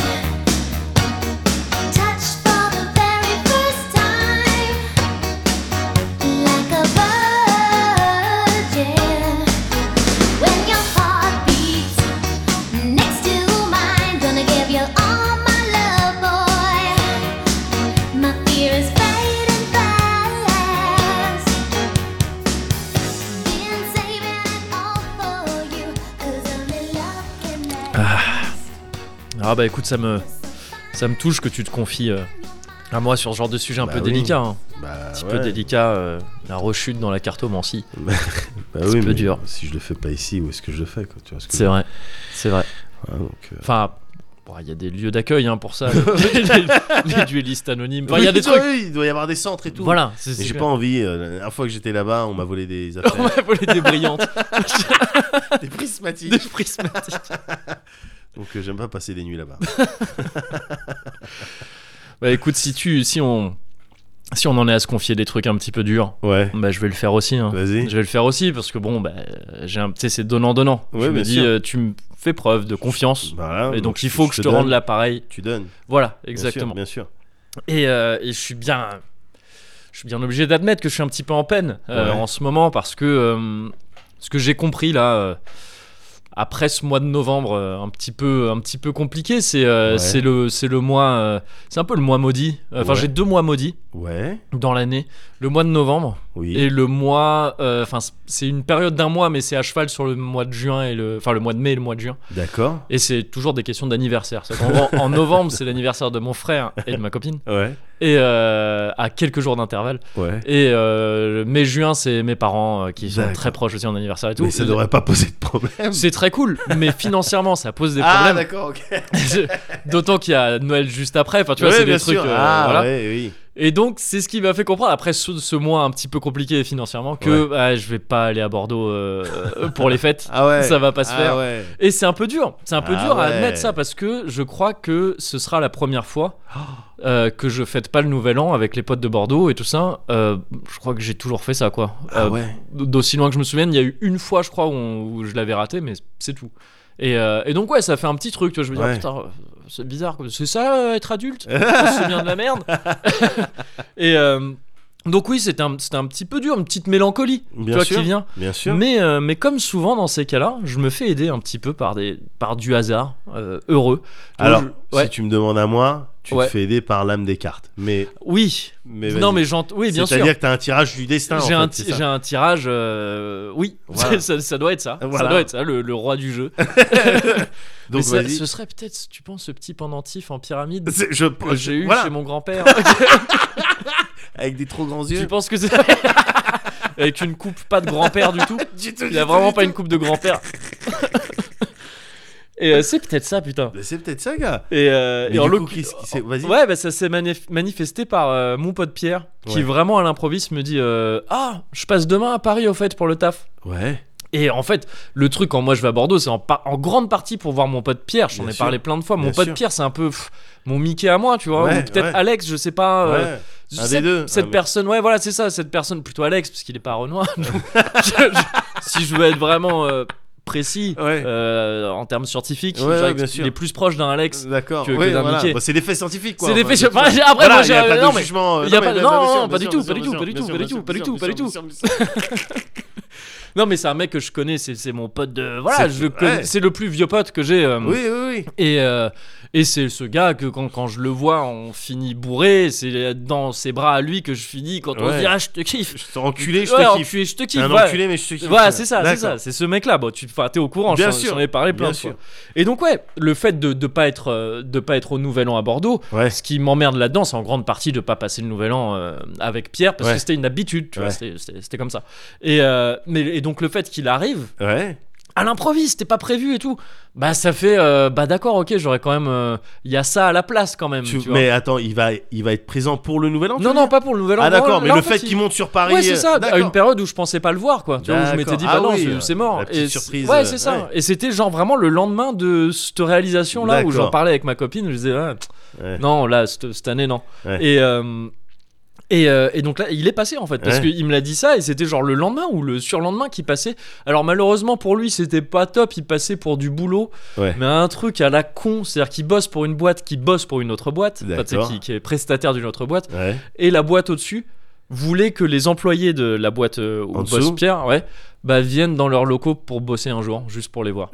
[SPEAKER 4] touched for the very first time, like a virgin. When your heart beats next to mine, gonna give you all my love, boy. My fear is fading fast. Been saving it all for you, 'cause only love can last.
[SPEAKER 1] Ah bah écoute, ça me, ça me touche que tu te confies euh, à moi sur ce genre de sujet un
[SPEAKER 2] Bah
[SPEAKER 1] peu
[SPEAKER 2] oui.
[SPEAKER 1] délicat. hein.
[SPEAKER 2] Bah,
[SPEAKER 1] Un petit
[SPEAKER 2] ouais.
[SPEAKER 1] peu délicat, euh, la rechute dans la cartomancie.
[SPEAKER 2] Bah
[SPEAKER 1] C'est
[SPEAKER 2] oui,
[SPEAKER 1] peu
[SPEAKER 2] mais
[SPEAKER 1] dur.
[SPEAKER 2] Si je le fais pas ici, où est-ce que je le fais quoi Tu vois ce que
[SPEAKER 1] C'est vrai, c'est vrai.
[SPEAKER 2] Ouais, donc, euh,
[SPEAKER 1] Enfin, bon, il y a des lieux d'accueil hein, pour ça, les, les- les duellistes anonymes. Enfin, il y a
[SPEAKER 2] oui,
[SPEAKER 1] des trucs.
[SPEAKER 2] oui, il doit y avoir des centres et tout.
[SPEAKER 1] Voilà, c'est
[SPEAKER 2] Mais
[SPEAKER 1] c'est
[SPEAKER 2] j'ai
[SPEAKER 1] clair.
[SPEAKER 2] pas envie. euh, la dernière fois que j'étais là-bas, on m'a volé des
[SPEAKER 1] On
[SPEAKER 2] affaires,
[SPEAKER 1] m'a volé des brillantes,
[SPEAKER 2] des prismatiques.
[SPEAKER 1] des prismatiques.
[SPEAKER 2] Donc euh, j'aime pas passer des nuits là-bas.
[SPEAKER 1] Bah écoute, si tu, si on, si on en est à se confier des trucs un petit peu durs,
[SPEAKER 2] Ouais.
[SPEAKER 1] bah je vais le faire aussi. hein.
[SPEAKER 2] Vas-y.
[SPEAKER 1] Je vais le faire aussi parce que bon, bah, j'ai un, tu sais, c'est donnant donnant.
[SPEAKER 2] Ouais,
[SPEAKER 1] je me
[SPEAKER 2] bien
[SPEAKER 1] dis,
[SPEAKER 2] sûr.
[SPEAKER 1] euh, tu me fais preuve de confiance.
[SPEAKER 2] Voilà,
[SPEAKER 1] Et donc, il faut que je te rende
[SPEAKER 2] donne.
[SPEAKER 1] l'appareil.
[SPEAKER 2] Tu donnes.
[SPEAKER 1] Voilà,
[SPEAKER 2] Bien sûr,
[SPEAKER 1] exactement.
[SPEAKER 2] Bien sûr.
[SPEAKER 1] Et, euh, et je suis bien, je suis bien obligé d'admettre que je suis un petit peu en peine euh,
[SPEAKER 2] Ouais.
[SPEAKER 1] en ce moment parce que euh, ce que j'ai compris là. euh, après ce mois de novembre, euh, un petit peu, un petit peu compliqué, c'est euh,
[SPEAKER 2] Ouais.
[SPEAKER 1] c'est le, c'est le mois, euh, c'est un peu le mois maudit. Enfin,
[SPEAKER 2] Ouais.
[SPEAKER 1] j'ai deux mois maudits
[SPEAKER 2] Ouais.
[SPEAKER 1] dans l'année, le mois de novembre
[SPEAKER 2] Oui.
[SPEAKER 1] et le mois, euh, enfin c- c'est une période d'un mois, mais c'est à cheval sur le mois de juin et le, enfin le mois de mai et le mois de juin.
[SPEAKER 2] D'accord.
[SPEAKER 1] Et c'est toujours des questions d'anniversaire. C'est-à-dire qu'en gros, En, novembre, c'est l'anniversaire de mon frère et de ma copine,
[SPEAKER 2] Ouais.
[SPEAKER 1] et euh, à quelques jours d'intervalle.
[SPEAKER 2] Ouais.
[SPEAKER 1] Et euh, mai-juin, c'est mes parents euh, qui sont
[SPEAKER 2] D'accord.
[SPEAKER 1] très proches aussi en anniversaire et tout.
[SPEAKER 2] Mais ça devrait pas poser de problème.
[SPEAKER 1] C'est très cool, mais financièrement, ça pose des
[SPEAKER 2] ah
[SPEAKER 1] problèmes.
[SPEAKER 2] d'accord. Ok.
[SPEAKER 1] D'autant qu'il y a Noël juste après. Enfin, tu vois,
[SPEAKER 2] Ouais,
[SPEAKER 1] c'est
[SPEAKER 2] bien
[SPEAKER 1] des trucs.
[SPEAKER 2] sûr.
[SPEAKER 1] euh,
[SPEAKER 2] ah
[SPEAKER 1] voilà.
[SPEAKER 2] ouais, oui.
[SPEAKER 1] Et donc, c'est ce qui m'a fait comprendre, après ce, ce mois un petit peu compliqué financièrement, que ah, je vais pas aller à Bordeaux euh, euh, pour les fêtes.
[SPEAKER 2] Ah ouais.
[SPEAKER 1] Ça va pas se
[SPEAKER 2] ah
[SPEAKER 1] faire. Euh,
[SPEAKER 2] ouais.
[SPEAKER 1] Et c'est un peu dur, c'est un peu
[SPEAKER 2] Ah
[SPEAKER 1] dur à
[SPEAKER 2] ouais.
[SPEAKER 1] admettre ça parce que je crois que ce sera la première fois euh, que je fête pas le nouvel an avec les potes de Bordeaux et tout ça. Euh, je crois que j'ai toujours fait ça quoi.
[SPEAKER 2] Ah
[SPEAKER 1] Euh,
[SPEAKER 2] ouais.
[SPEAKER 1] D'aussi loin que je me souvienne, il y a eu une fois je crois où, on- où je l'avais raté, mais c'est tout. Et, euh, et donc ouais, ça fait un petit truc, tu vois, je me dis
[SPEAKER 2] Ouais.
[SPEAKER 1] ah, putain, euh, c'est bizarre, quoi. c'est ça euh, être adulte, c'est bien de la merde. et euh, donc oui, c'était un, c'était un petit peu dur, une petite mélancolie, tu
[SPEAKER 2] Bien
[SPEAKER 1] vois,
[SPEAKER 2] sûr.
[SPEAKER 1] qui vient.
[SPEAKER 2] Bien sûr.
[SPEAKER 1] Mais, euh, mais comme souvent dans ces cas-là, je me fais aider un petit peu par, des, par du hasard euh, heureux. Donc,
[SPEAKER 2] Alors,
[SPEAKER 1] je- ouais.
[SPEAKER 2] si tu me demandes à moi, tu
[SPEAKER 1] Ouais.
[SPEAKER 2] te fais aider par l'âme des cartes. Mais,
[SPEAKER 1] oui,
[SPEAKER 2] mais
[SPEAKER 1] non
[SPEAKER 2] vas-y.
[SPEAKER 1] mais j'en- oui bien sûr.
[SPEAKER 2] C'est-à-dire que t'as un tirage du destin.
[SPEAKER 1] J'ai
[SPEAKER 2] en
[SPEAKER 1] un,
[SPEAKER 2] fait,
[SPEAKER 1] ti-
[SPEAKER 2] c'est ça.
[SPEAKER 1] j'ai un tirage, euh, oui,
[SPEAKER 2] Voilà.
[SPEAKER 1] ça, ça doit être ça, ça
[SPEAKER 2] Voilà.
[SPEAKER 1] doit être ça, le, le roi du jeu. Mais
[SPEAKER 2] Donc
[SPEAKER 1] ça-
[SPEAKER 2] vas-y.
[SPEAKER 1] ce serait peut-être, tu penses, ce petit pendentif en pyramide
[SPEAKER 2] C'est- Je
[SPEAKER 1] que j'ai eu
[SPEAKER 2] voilà,
[SPEAKER 1] chez mon grand-père.
[SPEAKER 2] avec des trop grands
[SPEAKER 1] tu
[SPEAKER 2] yeux.
[SPEAKER 1] penses que c'est avec une coupe pas de grand-père du tout Il a vraiment pas une coupe de grand-père. Et euh, c'est peut-être ça, putain.
[SPEAKER 2] Mais C'est peut-être ça, gars.
[SPEAKER 1] Et, euh,
[SPEAKER 2] Mais
[SPEAKER 1] et en
[SPEAKER 2] du coup,
[SPEAKER 1] l'oc-
[SPEAKER 2] qu'est-ce qui s'est- Vas-y.
[SPEAKER 1] Ouais, bah, ça s'est manif- manifesté par euh, mon pote Pierre, qui
[SPEAKER 2] Ouais.
[SPEAKER 1] vraiment à l'improviste me dit euh, Ah, je passe demain à Paris au fait pour le taf.
[SPEAKER 2] Ouais.
[SPEAKER 1] Et en fait, le truc quand moi je vais à Bordeaux, c'est en, par- en grande partie pour voir mon pote Pierre. J'en
[SPEAKER 2] Bien
[SPEAKER 1] ai
[SPEAKER 2] sûr.
[SPEAKER 1] parlé plein de fois. Mon
[SPEAKER 2] Bien
[SPEAKER 1] pote
[SPEAKER 2] sûr.
[SPEAKER 1] Pierre, c'est un peu pff, mon Mickey à moi, tu vois.
[SPEAKER 2] Ouais,
[SPEAKER 1] ou peut-être
[SPEAKER 2] ouais.
[SPEAKER 1] Alex, je sais pas. euh,
[SPEAKER 2] ouais. Un
[SPEAKER 1] cette,
[SPEAKER 2] des deux.
[SPEAKER 1] cette
[SPEAKER 2] Ah, mais-
[SPEAKER 1] personne, ouais, voilà, c'est ça, cette personne, plutôt Alex, parce qu'il est pas Renoir. Je- je- si je veux être vraiment euh, précis
[SPEAKER 2] Ouais.
[SPEAKER 1] euh, en termes scientifiques,
[SPEAKER 2] Ouais,
[SPEAKER 1] je dirais
[SPEAKER 2] ouais,
[SPEAKER 1] que
[SPEAKER 2] bien
[SPEAKER 1] il
[SPEAKER 2] sûr.
[SPEAKER 1] est plus proche d'un Alex.
[SPEAKER 2] D'accord.
[SPEAKER 1] que- que
[SPEAKER 2] ouais,
[SPEAKER 1] d'un
[SPEAKER 2] voilà.
[SPEAKER 1] Mickey.
[SPEAKER 2] Bah, c'est des faits scientifiques, quoi.
[SPEAKER 1] C'est des
[SPEAKER 2] Enfin,
[SPEAKER 1] faits.
[SPEAKER 2] bien sûr.
[SPEAKER 1] après,
[SPEAKER 2] Voilà,
[SPEAKER 1] moi,
[SPEAKER 2] il y a
[SPEAKER 1] j'ai-
[SPEAKER 2] pas
[SPEAKER 1] non,
[SPEAKER 2] de
[SPEAKER 1] mais-
[SPEAKER 2] jugement. euh,
[SPEAKER 1] il y a
[SPEAKER 2] mais-
[SPEAKER 1] pas de-
[SPEAKER 2] mais-
[SPEAKER 1] non,
[SPEAKER 2] bien sûr,
[SPEAKER 1] non, pas
[SPEAKER 2] bien
[SPEAKER 1] du
[SPEAKER 2] sûr,
[SPEAKER 1] tout, pas
[SPEAKER 2] bien
[SPEAKER 1] du
[SPEAKER 2] sûr,
[SPEAKER 1] tout, pas du
[SPEAKER 2] bien
[SPEAKER 1] tout,
[SPEAKER 2] sûr,
[SPEAKER 1] pas du
[SPEAKER 2] bien
[SPEAKER 1] tout, pas du
[SPEAKER 2] sûr,
[SPEAKER 1] tout, pas
[SPEAKER 2] bien
[SPEAKER 1] du tout.
[SPEAKER 2] sûr, bien sûr, bien sûr.
[SPEAKER 1] Non, mais c'est un mec que je connais, c'est c'est mon pote de. Voilà,
[SPEAKER 2] C'est-
[SPEAKER 1] je le connais-
[SPEAKER 2] ouais.
[SPEAKER 1] c'est le plus vieux pote que j'ai. euh,
[SPEAKER 2] Oui, oui, oui.
[SPEAKER 1] Et, euh, et c'est ce gars que quand, quand je le vois, on finit bourré. C'est dans ses bras à lui que je finis quand on
[SPEAKER 2] Ouais.
[SPEAKER 1] se dit Ah, je te kiffe.
[SPEAKER 2] Je t'ai enculé, je
[SPEAKER 1] Ouais,
[SPEAKER 2] te kiffe.
[SPEAKER 1] enculé, je te
[SPEAKER 2] T'es
[SPEAKER 1] kiffe.
[SPEAKER 2] un
[SPEAKER 1] ouais.
[SPEAKER 2] enculé, mais je te kiffe.
[SPEAKER 1] Voilà, c'est ça, c'est
[SPEAKER 2] D'accord.
[SPEAKER 1] ça, c'est ce mec-là. Bon, tu, enfin, t'es au courant,
[SPEAKER 2] Bien
[SPEAKER 1] je t'en-
[SPEAKER 2] sûr.
[SPEAKER 1] j'en ai parlé plein
[SPEAKER 2] Bien
[SPEAKER 1] de
[SPEAKER 2] sûr.
[SPEAKER 1] fois. Et donc ouais, le fait de de pas être euh, de pas être au Nouvel An à Bordeaux,
[SPEAKER 2] Ouais.
[SPEAKER 1] ce qui m'emmerde là-dedans, c'est en grande partie de pas passer le Nouvel An euh, avec Pierre parce que
[SPEAKER 2] Ouais.
[SPEAKER 1] c'était une habitude, tu vois,
[SPEAKER 2] Ouais.
[SPEAKER 1] c'était- c'était c'était comme ça. Et euh, mais et donc le fait qu'il arrive
[SPEAKER 2] Ouais.
[SPEAKER 1] à l'improviste, c'était pas prévu et tout, bah ça fait euh, bah d'accord, ok, j'aurais quand même euh, il y a ça à la place quand même.
[SPEAKER 2] Tu-
[SPEAKER 1] Tu, vois.
[SPEAKER 2] mais attends, il va, il va être présent pour le nouvel an tu
[SPEAKER 1] non
[SPEAKER 2] veux
[SPEAKER 1] non
[SPEAKER 2] dire
[SPEAKER 1] pas pour le Nouvel An.
[SPEAKER 2] Ah
[SPEAKER 1] Non,
[SPEAKER 2] d'accord,
[SPEAKER 1] là,
[SPEAKER 2] mais
[SPEAKER 1] en
[SPEAKER 2] le
[SPEAKER 1] fait,
[SPEAKER 2] fait
[SPEAKER 1] il-
[SPEAKER 2] qu'il monte sur Paris. euh,
[SPEAKER 1] Ouais, c'est ça, à
[SPEAKER 2] d'accord.
[SPEAKER 1] une période où je pensais pas le voir, quoi. Tu vois, où je m'étais dit, bah non,
[SPEAKER 2] D'accord. Ah oui,
[SPEAKER 1] c'est- c'est mort.
[SPEAKER 2] la petite
[SPEAKER 1] Et
[SPEAKER 2] surprise,
[SPEAKER 1] c'est- Ouais,
[SPEAKER 2] euh,
[SPEAKER 1] c'est ça.
[SPEAKER 2] ouais.
[SPEAKER 1] Et c'était genre vraiment le lendemain de cette réalisation-là où
[SPEAKER 2] D'accord.
[SPEAKER 1] j'en parlais avec ma copine. Je disais, ah,
[SPEAKER 2] Ouais.
[SPEAKER 1] non, là, cette, cette année, non.
[SPEAKER 2] Ouais.
[SPEAKER 1] Et. euh, et, euh, et donc là, il est passé en fait, parce
[SPEAKER 2] Ouais.
[SPEAKER 1] qu'il me l'a dit ça, et c'était genre le lendemain ou le surlendemain qui passait. Alors malheureusement pour lui, c'était pas top, il passait pour du boulot,
[SPEAKER 2] Ouais.
[SPEAKER 1] mais un truc à la con, c'est-à-dire qu'il bosse pour une boîte, qui bosse pour une autre boîte, enfin, tu sais,
[SPEAKER 2] D'accord.
[SPEAKER 1] qui, qui est prestataire d'une autre boîte,
[SPEAKER 2] Ouais.
[SPEAKER 1] et la boîte au-dessus voulait que les employés de la boîte euh, où
[SPEAKER 2] En
[SPEAKER 1] bosse
[SPEAKER 2] dessous
[SPEAKER 1] Pierre ouais, bah, viennent dans leurs locaux pour bosser un jour, juste pour les voir.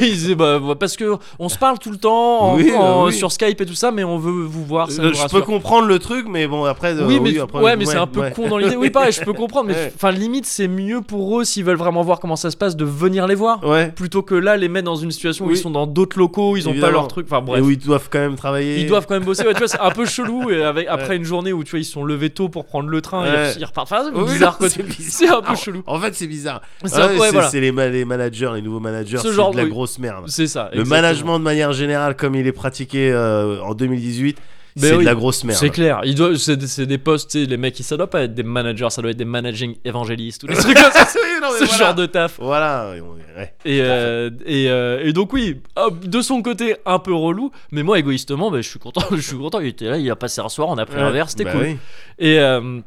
[SPEAKER 1] Ils disaient, bah, bah, parce que on se parle tout le temps en-
[SPEAKER 2] Oui, bah
[SPEAKER 1] en-
[SPEAKER 2] oui.
[SPEAKER 1] sur Skype et tout ça, mais on veut vous voir. Ça
[SPEAKER 2] Euh,
[SPEAKER 1] nous
[SPEAKER 2] je peux
[SPEAKER 1] rassure.
[SPEAKER 2] comprendre le truc, mais bon après. euh,
[SPEAKER 1] Oui, mais,
[SPEAKER 2] après,
[SPEAKER 1] ouais, mais c'est un peu
[SPEAKER 2] ouais.
[SPEAKER 1] con dans l'idée. Oui, pareil, je peux comprendre. Mais
[SPEAKER 2] Ouais.
[SPEAKER 1] enfin, limite, c'est mieux pour eux s'ils veulent vraiment voir comment ça se passe de venir les voir
[SPEAKER 2] Ouais.
[SPEAKER 1] plutôt que là les mettre dans une situation où
[SPEAKER 2] Oui.
[SPEAKER 1] ils sont dans d'autres locaux, où ils ont pas
[SPEAKER 2] Évidemment.
[SPEAKER 1] leur truc. Enfin bref.
[SPEAKER 2] Et où ils doivent quand même travailler.
[SPEAKER 1] Ils doivent quand même bosser, ouais, tu vois, c'est un peu chelou. Et avec, après une journée où tu vois, ils sont levés tôt pour prendre le train,
[SPEAKER 2] Ouais.
[SPEAKER 1] ils, ils repartent. Enfin, c'est
[SPEAKER 2] Oui,
[SPEAKER 1] bizarre,
[SPEAKER 2] non,
[SPEAKER 1] quoi.
[SPEAKER 2] c'est bizarre.
[SPEAKER 1] C'est un peu chelou.
[SPEAKER 2] En fait, c'est bizarre.
[SPEAKER 1] C'est un
[SPEAKER 2] Ah Ouais,
[SPEAKER 1] peu- ouais,
[SPEAKER 2] c'est-
[SPEAKER 1] voilà.
[SPEAKER 2] c'est les, ma- les managers, les nouveaux managers,
[SPEAKER 1] Ce
[SPEAKER 2] c'est
[SPEAKER 1] genre,
[SPEAKER 2] de la
[SPEAKER 1] oui.
[SPEAKER 2] grosse merde.
[SPEAKER 1] C'est ça.
[SPEAKER 2] Le
[SPEAKER 1] exactement.
[SPEAKER 2] management de manière générale, comme il est pratiqué euh, en 2018,
[SPEAKER 1] Ben
[SPEAKER 2] c'est
[SPEAKER 1] oui.
[SPEAKER 2] de la grosse merde.
[SPEAKER 1] C'est clair. Il doit, c'est, des- c'est des postes, tu sais, les mecs, ça doit pas être des managers, ça doit être des managing évangélistes ou des trucs comme ça.
[SPEAKER 2] Ah Oui, non, mais
[SPEAKER 1] Ce
[SPEAKER 2] voilà.
[SPEAKER 1] genre de taf.
[SPEAKER 2] Voilà. on- ouais.
[SPEAKER 1] Et, euh, et, euh, et donc, oui, hop, de son côté, un peu relou. Mais moi, égoïstement, ben, je suis content. Je suis content. Il était là, il a passé un soir, on a pris un verre, c'était
[SPEAKER 2] Bah
[SPEAKER 1] cool.
[SPEAKER 2] oui.
[SPEAKER 1] Et, euh,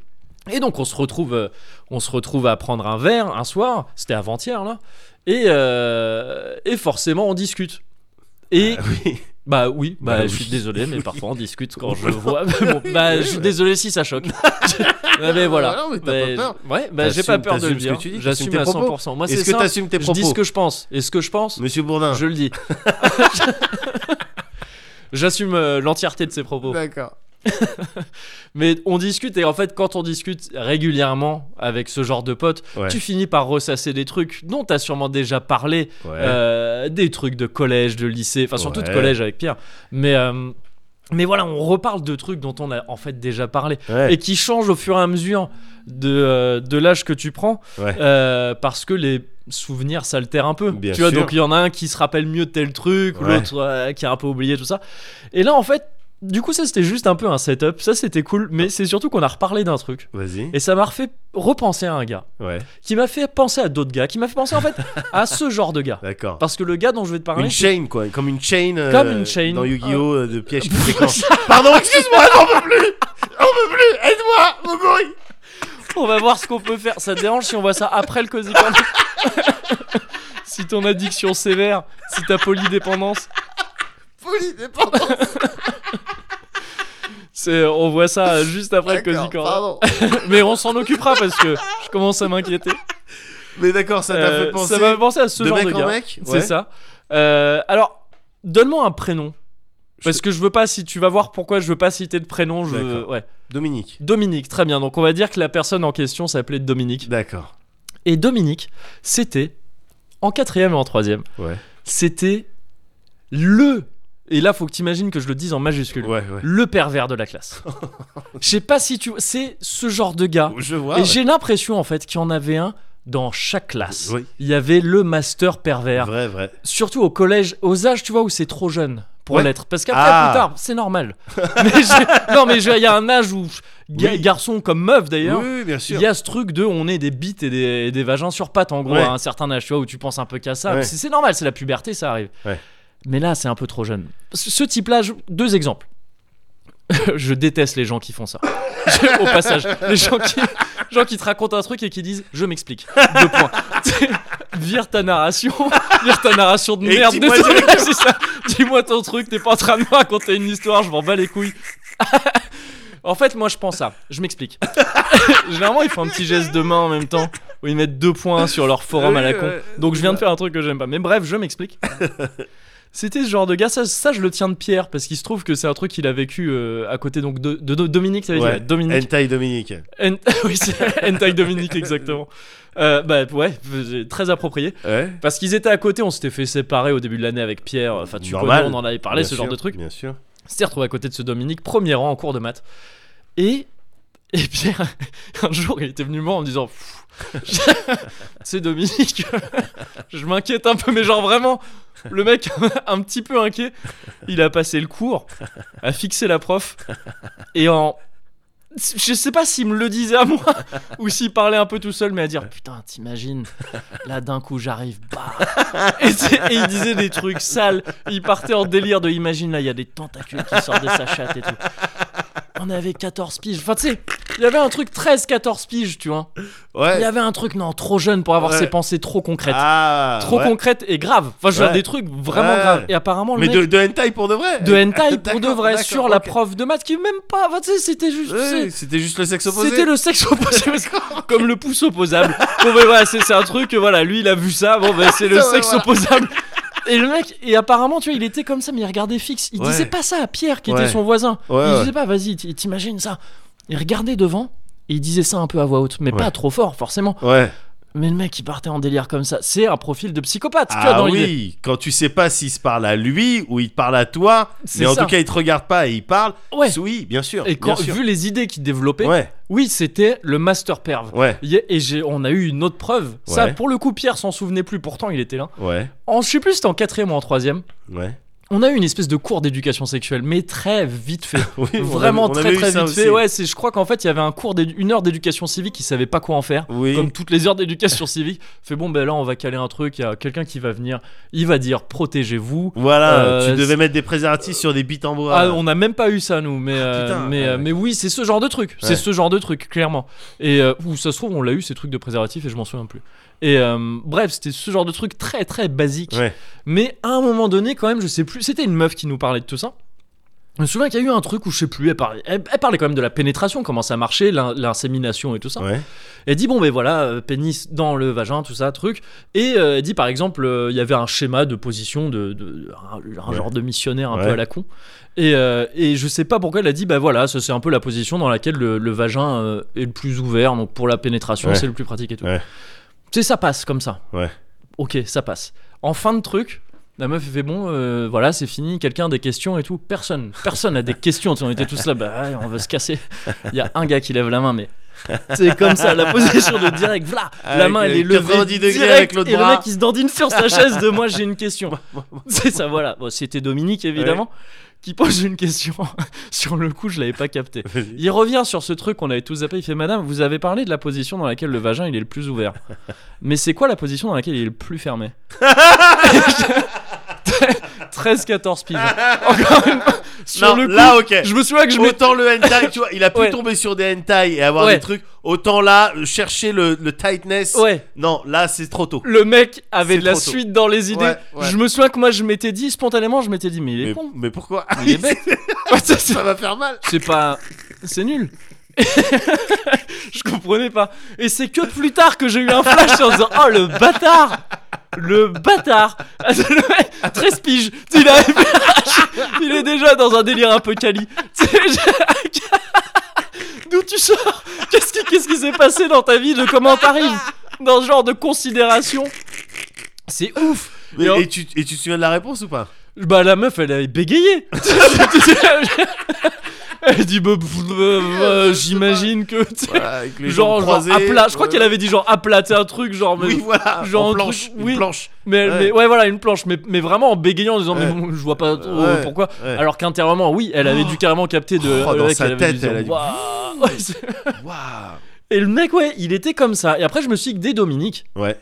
[SPEAKER 1] et donc on se retrouve, euh, on se retrouve à prendre un verre un soir. C'était avant-hier là. Et, euh, et forcément on discute. Et
[SPEAKER 2] Ah oui.
[SPEAKER 1] bah oui, bah,
[SPEAKER 2] Bah
[SPEAKER 1] je suis
[SPEAKER 2] oui.
[SPEAKER 1] désolé, mais
[SPEAKER 2] Oui.
[SPEAKER 1] parfois on discute quand
[SPEAKER 2] Oui,
[SPEAKER 1] je
[SPEAKER 2] voilà.
[SPEAKER 1] vois. mais bon, bah
[SPEAKER 2] Oui,
[SPEAKER 1] je suis
[SPEAKER 2] ouais.
[SPEAKER 1] désolé si ça choque. Ouais, mais voilà.
[SPEAKER 2] Ah Non, mais t'as
[SPEAKER 1] Mais-
[SPEAKER 2] pas peur.
[SPEAKER 1] Ouais, bah j'ai
[SPEAKER 2] T'assumes-
[SPEAKER 1] pas peur de le
[SPEAKER 2] t'assumes ce que
[SPEAKER 1] dire.
[SPEAKER 2] tu dis, t'assumes
[SPEAKER 1] J'assume
[SPEAKER 2] tes
[SPEAKER 1] à
[SPEAKER 2] propos.
[SPEAKER 1] 100%. Moi c'est
[SPEAKER 2] Est-ce que
[SPEAKER 1] simple.
[SPEAKER 2] t'assumes tes
[SPEAKER 1] Je
[SPEAKER 2] propos
[SPEAKER 1] dis ce que je pense. Et ce que je pense,
[SPEAKER 2] Monsieur Bourdin.
[SPEAKER 1] je le dis. J'assume euh, l'entièreté de ses propos.
[SPEAKER 2] D'accord.
[SPEAKER 1] Mais on discute et en fait quand on discute régulièrement avec ce genre de potes,
[SPEAKER 2] Ouais.
[SPEAKER 1] tu finis par ressasser des trucs dont t'as sûrement déjà parlé,
[SPEAKER 2] Ouais.
[SPEAKER 1] euh, des trucs de collège, de lycée, enfin surtout de
[SPEAKER 2] Ouais.
[SPEAKER 1] collège avec Pierre. Mais euh, mais voilà, on reparle de trucs dont on a en fait déjà parlé
[SPEAKER 2] Ouais.
[SPEAKER 1] et qui changent au fur et à mesure de, euh, de l'âge que tu prends
[SPEAKER 2] Ouais.
[SPEAKER 1] euh, parce que les souvenirs s'altèrent un peu.
[SPEAKER 2] Bien
[SPEAKER 1] tu vois,
[SPEAKER 2] sûr.
[SPEAKER 1] donc il y en a un qui se rappelle mieux de tel truc ou
[SPEAKER 2] Ouais.
[SPEAKER 1] l'autre euh, qui a un peu oublié tout ça. Et là, en fait, Du coup, ça c'était juste un peu un setup, ça c'était cool, mais c'est surtout qu'on a reparlé d'un truc.
[SPEAKER 2] Vas-y.
[SPEAKER 1] Et ça m'a refait repenser à un gars,
[SPEAKER 2] Ouais,
[SPEAKER 1] qui m'a fait penser à d'autres gars, qui m'a fait penser en fait à ce genre de gars.
[SPEAKER 2] d'accord.
[SPEAKER 1] Parce que le gars dont je vais te parler.
[SPEAKER 2] Une
[SPEAKER 1] c'est-
[SPEAKER 2] chain, quoi. Comme une chain. euh,
[SPEAKER 1] Comme une Ah. chain.
[SPEAKER 2] Dans Yu-Gi-Oh! euh, de piège de séquence. Pardon, excuse-moi, j'en peux plus J'en peux plus Aide-moi, mon gorille
[SPEAKER 1] On va voir ce qu'on peut faire. Ça te dérange si on voit ça après le Cozy Corner Si ton addiction sévère, si ta polydépendance,
[SPEAKER 2] Folie, dépendance
[SPEAKER 1] c'est, on voit ça juste après le Cozy Corner.
[SPEAKER 2] D'accord, pardon.
[SPEAKER 1] Mais on s'en occupera parce que je commence à m'inquiéter.
[SPEAKER 2] Mais d'accord, ça t'a
[SPEAKER 1] Euh,
[SPEAKER 2] fait penser.
[SPEAKER 1] ça m'a fait penser à ce
[SPEAKER 2] de
[SPEAKER 1] genre
[SPEAKER 2] mec
[SPEAKER 1] de
[SPEAKER 2] en
[SPEAKER 1] gars.
[SPEAKER 2] mec
[SPEAKER 1] C'est
[SPEAKER 2] Ouais.
[SPEAKER 1] ça. Euh, alors, donne-moi un prénom. Parce que je veux pas, si tu vas voir pourquoi je veux pas citer de prénom, je veux-
[SPEAKER 2] D'accord.
[SPEAKER 1] ouais.
[SPEAKER 2] Dominique.
[SPEAKER 1] Dominique, très bien. Donc on va dire que la personne en question s'appelait Dominique.
[SPEAKER 2] D'accord.
[SPEAKER 1] Et Dominique, c'était en quatrième et en troisième.
[SPEAKER 2] Ouais.
[SPEAKER 1] C'était le. Et là, faut que t'imagines que je le dise en majuscule.
[SPEAKER 2] Ouais, ouais.
[SPEAKER 1] Le pervers de la classe. Je sais pas si tu. C'est ce genre de gars.
[SPEAKER 2] Je vois.
[SPEAKER 1] Ah. et
[SPEAKER 2] ouais.
[SPEAKER 1] j'ai l'impression en fait qu'il y en avait un dans chaque classe.
[SPEAKER 2] Oui.
[SPEAKER 1] Il y avait le master pervers.
[SPEAKER 2] Vrai, vrai.
[SPEAKER 1] surtout au collège, aux âges, tu vois, où c'est trop jeune pour
[SPEAKER 2] Ouais.
[SPEAKER 1] l'être. Parce qu'après,
[SPEAKER 2] Ah.
[SPEAKER 1] plus tard, c'est normal. Mais je- non, mais je- il y a un âge où, ga-
[SPEAKER 2] Oui.
[SPEAKER 1] garçon comme meuf
[SPEAKER 2] Oui,
[SPEAKER 1] d'ailleurs,
[SPEAKER 2] oui, bien
[SPEAKER 1] il
[SPEAKER 2] sûr.
[SPEAKER 1] y a ce truc de on est des bites et des, et des vagins sur pattes, en gros,
[SPEAKER 2] Ouais.
[SPEAKER 1] à un certain âge, tu vois, où tu penses un peu qu'à ça.
[SPEAKER 2] Ouais.
[SPEAKER 1] C'est c'est normal, c'est la puberté, ça arrive.
[SPEAKER 2] Ouais.
[SPEAKER 1] Mais là, c'est un peu trop jeune. Ce ce type-là, je- deux exemples. je déteste les gens qui font ça. Je- Au passage, les gens qui, gens qui te racontent un truc et qui disent je m'explique. Deux points. Vire ta narration, vire ta narration de
[SPEAKER 2] Et
[SPEAKER 1] merde.
[SPEAKER 2] dis-moi
[SPEAKER 1] de- c'est ça. Dis-moi ton truc, t'es pas en train de me raconter une histoire, je m'en bats les couilles. en fait, moi je pense ça, je m'explique. Généralement, ils font un petit geste de main en même temps où ils mettent deux points sur leur forum à la
[SPEAKER 2] Oui,
[SPEAKER 1] con.
[SPEAKER 2] ouais,
[SPEAKER 1] Donc je viens de faire un truc que j'aime pas. Mais bref, je m'explique. C'était ce genre de gars, ça, ça, je le tiens de Pierre parce qu'il se trouve que c'est un truc qu'il a vécu euh, à côté donc de, de- de Dominique, ça veut
[SPEAKER 2] Ouais.
[SPEAKER 1] dire Dominique.
[SPEAKER 2] Hentai Dominique.
[SPEAKER 1] N- oui, c'est Hentai Dominique, exactement. Euh, bah ouais, euh, très approprié.
[SPEAKER 2] Ouais.
[SPEAKER 1] Parce qu'ils étaient à côté, on s'était fait séparer au début de l'année avec Pierre. Enfin, tu
[SPEAKER 2] Normal.
[SPEAKER 1] connais, on en avait parlé,
[SPEAKER 2] Bien
[SPEAKER 1] ce genre
[SPEAKER 2] sûr,
[SPEAKER 1] de truc.
[SPEAKER 2] Bien sûr.
[SPEAKER 1] On s'était retrouvé à côté de ce Dominique, premier rang en cours de maths. Et. Et Pierre, un jour, il était venu me voir en me disant Pfff, je- C'est Dominique, je m'inquiète un peu, mais genre vraiment, le mec, un petit peu inquiet, il a passé le cours, a fixé la prof, et en. Je sais pas s'il me le disait à moi ou s'il parlait un peu tout seul, mais à dire Putain, t'imagines, là d'un coup j'arrive, bah et, c'est- et il disait des trucs sales, il partait en délire de Imagine, là il y a des tentacules qui sortent de sa chatte et tout. On avait 14 piges, enfin tu sais, il y avait un truc 13-14 piges, tu vois. Il y
[SPEAKER 2] Ouais.
[SPEAKER 1] avait un truc, non, trop jeune pour avoir
[SPEAKER 2] Ouais.
[SPEAKER 1] ses pensées trop concrètes.
[SPEAKER 2] Ah,
[SPEAKER 1] trop
[SPEAKER 2] ouais.
[SPEAKER 1] concrètes et graves. Enfin, je veux dire,
[SPEAKER 2] Ouais.
[SPEAKER 1] des trucs vraiment
[SPEAKER 2] Ouais.
[SPEAKER 1] graves. Et apparemment, le
[SPEAKER 2] Mais
[SPEAKER 1] mec
[SPEAKER 2] de, de hentai pour de vrai.
[SPEAKER 1] de hentai pour de
[SPEAKER 2] D'accord,
[SPEAKER 1] vrai
[SPEAKER 2] d'accord,
[SPEAKER 1] sur la
[SPEAKER 2] ok.
[SPEAKER 1] prof de maths qui est même pas. Enfin, tu sais, c'était juste.
[SPEAKER 2] Ouais,
[SPEAKER 1] c'est-
[SPEAKER 2] C'était juste le sexe opposé.
[SPEAKER 1] C'était le sexe opposé, parce que- comme le pouce opposable. Bon, ben voilà, c'est c'est un truc, voilà, lui il a vu ça, bon, ben c'est le
[SPEAKER 2] Ouais,
[SPEAKER 1] sexe
[SPEAKER 2] voilà.
[SPEAKER 1] opposable. Et le mec, et apparemment, tu vois, il était comme ça, mais il regardait fixe. Il
[SPEAKER 2] Ouais.
[SPEAKER 1] disait pas ça à Pierre, qui
[SPEAKER 2] Ouais.
[SPEAKER 1] était son voisin.
[SPEAKER 2] Ouais,
[SPEAKER 1] il
[SPEAKER 2] ouais.
[SPEAKER 1] disait pas, vas-y, t- t'imagines ça. Il regardait devant, et il disait ça un peu à voix haute, mais
[SPEAKER 2] Ouais.
[SPEAKER 1] pas trop fort, forcément.
[SPEAKER 2] Ouais.
[SPEAKER 1] Mais le mec, il partait en délire comme ça. C'est un profil de psychopathe, tu vois,
[SPEAKER 2] ah
[SPEAKER 1] dans l'idée.
[SPEAKER 2] oui, quand tu sais pas s'il se parle à lui ou il te parle à toi,
[SPEAKER 1] C'est
[SPEAKER 2] mais en
[SPEAKER 1] ça.
[SPEAKER 2] tout cas il te regarde pas et il parle,
[SPEAKER 1] Ouais.
[SPEAKER 2] oui, bien sûr.
[SPEAKER 1] Et quand,
[SPEAKER 2] bien sûr.
[SPEAKER 1] vu les idées qu'il développait,
[SPEAKER 2] Ouais,
[SPEAKER 1] oui, c'était le master perve.
[SPEAKER 2] ouais,
[SPEAKER 1] Yeah, Et j'ai- on a eu une autre preuve. Ça,
[SPEAKER 2] Ouais.
[SPEAKER 1] pour le coup, Pierre s'en souvenait plus, pourtant il était là.
[SPEAKER 2] ouais,
[SPEAKER 1] En, je sais plus si c'était en quatrième ou en troisième.
[SPEAKER 2] ouais.
[SPEAKER 1] On a eu une espèce de cours d'éducation sexuelle, mais très vite fait.
[SPEAKER 2] Oui, on
[SPEAKER 1] Vraiment
[SPEAKER 2] avait- on
[SPEAKER 1] très
[SPEAKER 2] avait eu
[SPEAKER 1] très
[SPEAKER 2] ça
[SPEAKER 1] vite fait.
[SPEAKER 2] aussi.
[SPEAKER 1] Ouais, c'est, je crois qu'en fait, il y avait un cours d'édu- une heure d'éducation civique qui savait pas quoi en faire.
[SPEAKER 2] Oui.
[SPEAKER 1] Comme toutes les heures d'éducation civique, fait bon, ben là, on va caler un truc. Il y a quelqu'un qui va venir. Il va dire protégez-vous.
[SPEAKER 2] Voilà,
[SPEAKER 1] Euh,
[SPEAKER 2] tu devais
[SPEAKER 1] c'est-
[SPEAKER 2] mettre des préservatifs sur des bites en bois.
[SPEAKER 1] Ah, on n'a même pas eu ça nous, mais euh,
[SPEAKER 2] euh, Ah, putain,
[SPEAKER 1] mais,
[SPEAKER 2] ouais,
[SPEAKER 1] euh,
[SPEAKER 2] ouais.
[SPEAKER 1] mais oui, c'est ce genre de truc, c'est
[SPEAKER 2] Ouais.
[SPEAKER 1] ce genre de truc clairement. Et euh, où ça se trouve, on l'a eu ces trucs de préservatif et je m'en souviens plus. Et euh, bref, c'était ce genre de truc très très basique.
[SPEAKER 2] Ouais.
[SPEAKER 1] Mais à un moment donné, quand même, je sais plus, c'était une meuf qui nous parlait de tout ça. Je me souviens qu'il y a eu un truc où je sais plus, elle parlait, elle, elle parlait quand même de la pénétration, comment ça marchait, l'in- l'insémination et tout ça.
[SPEAKER 2] Ouais.
[SPEAKER 1] Elle dit bon ben voilà euh, pénis dans le vagin tout ça truc et euh, elle dit par exemple euh, il y avait un schéma de position de, de- un, un
[SPEAKER 2] Ouais.
[SPEAKER 1] genre de missionnaire un
[SPEAKER 2] Ouais.
[SPEAKER 1] peu à la con et, euh, et je sais pas pourquoi elle a dit bah voilà ça c'est un peu la position dans laquelle le, le vagin euh, est le plus ouvert donc pour la pénétration
[SPEAKER 2] Ouais.
[SPEAKER 1] c'est le plus pratique et tout
[SPEAKER 2] Ouais.
[SPEAKER 1] tu sais ça passe comme ça
[SPEAKER 2] Ouais.
[SPEAKER 1] ok ça passe en fin de truc la meuf elle fait bon euh, voilà c'est fini quelqu'un a des questions et tout personne personne a des questions Tu sais, on était tous là bah ouais, on veut se casser il y a un gars qui lève la main mais C'est comme ça, la position de direct. Voilà, la
[SPEAKER 2] Avec
[SPEAKER 1] main elle
[SPEAKER 2] les
[SPEAKER 1] est levée
[SPEAKER 2] 90 degrés
[SPEAKER 1] direct,
[SPEAKER 2] avec l'autre
[SPEAKER 1] et
[SPEAKER 2] bras.
[SPEAKER 1] le mec il se dandine sur sa chaise de moi j'ai une question. C'est ça, voilà. Bon, c'était Dominique évidemment qui pose une question. sur le coup, je l'avais pas capté.
[SPEAKER 2] Vas-y.
[SPEAKER 1] Il revient sur ce truc qu'on avait tous zappé. Il fait Madame, vous avez parlé de la position dans laquelle le vagin il est le plus ouvert. Mais c'est quoi la position dans laquelle il est le plus fermé 13-14 piges. Encore une fois, sur
[SPEAKER 2] Non,
[SPEAKER 1] le coup,
[SPEAKER 2] là, ok.
[SPEAKER 1] je me souviens que je m'étais.
[SPEAKER 2] Autant le hentai, tu vois, il a pu
[SPEAKER 1] Ouais.
[SPEAKER 2] tomber sur des hentai et avoir
[SPEAKER 1] Ouais.
[SPEAKER 2] des trucs. Autant là, euh, chercher le, le tightness.
[SPEAKER 1] Ouais.
[SPEAKER 2] Non, là, c'est trop tôt.
[SPEAKER 1] le mec avait
[SPEAKER 2] C'est
[SPEAKER 1] de la
[SPEAKER 2] trop tôt.
[SPEAKER 1] suite dans les idées.
[SPEAKER 2] Ouais, ouais.
[SPEAKER 1] Je me souviens que moi je m'étais dit spontanément, je m'étais dit mais il est
[SPEAKER 2] Mais,
[SPEAKER 1] con,
[SPEAKER 2] mais pourquoi
[SPEAKER 1] il est bête. Ouais, ça, c'est-
[SPEAKER 2] Ça va faire mal.
[SPEAKER 1] c'est pas, c'est nul. je comprenais pas. Et c'est que plus tard que j'ai eu un flash en disant oh le bâtard, le bâtard, Ah, c'est le mec, 13 piges. Il, a- il est déjà dans un délire un peu cali. Tu sais, je- D'où tu sors Qu'est-ce qui qu'est-ce qui s'est passé dans ta vie De comment t'arrives dans ce genre de considération C'est ouf.
[SPEAKER 2] Mais-
[SPEAKER 1] Et en-
[SPEAKER 2] et, tu, et tu te souviens de la réponse ou pas
[SPEAKER 1] Bah la meuf elle avait bégayé Elle dit bah, pff, euh, euh, j'imagine que tu sais,
[SPEAKER 2] Voilà, avec les
[SPEAKER 1] genre,
[SPEAKER 2] jambes
[SPEAKER 1] genre
[SPEAKER 2] croisées,
[SPEAKER 1] à plat je crois
[SPEAKER 2] euh,
[SPEAKER 1] qu'elle avait dit genre à plat c'est un truc genre mais,
[SPEAKER 2] Oui, voilà.
[SPEAKER 1] genre
[SPEAKER 2] en
[SPEAKER 1] un
[SPEAKER 2] planche.
[SPEAKER 1] truc-
[SPEAKER 2] une
[SPEAKER 1] oui.
[SPEAKER 2] planche.
[SPEAKER 1] mais,
[SPEAKER 2] ouais.
[SPEAKER 1] mais- ouais, voilà une planche mais, mais vraiment en bégayant en disant mais
[SPEAKER 2] Ouais.
[SPEAKER 1] bon, je vois pas trop
[SPEAKER 2] Ouais,
[SPEAKER 1] pourquoi
[SPEAKER 2] ouais.
[SPEAKER 1] alors qu'intérieurement oui elle avait
[SPEAKER 2] Oh.
[SPEAKER 1] dû carrément capter de
[SPEAKER 2] Oh,
[SPEAKER 1] le
[SPEAKER 2] dans
[SPEAKER 1] mec,
[SPEAKER 2] sa
[SPEAKER 1] elle avait dû
[SPEAKER 2] tête,
[SPEAKER 1] dire,
[SPEAKER 2] elle a dû-
[SPEAKER 1] Waouh. Ouais, c'est-
[SPEAKER 2] Waouh.
[SPEAKER 1] et le mec ouais il était comme ça et après je me suis dit que dès Dominique
[SPEAKER 2] Ouais.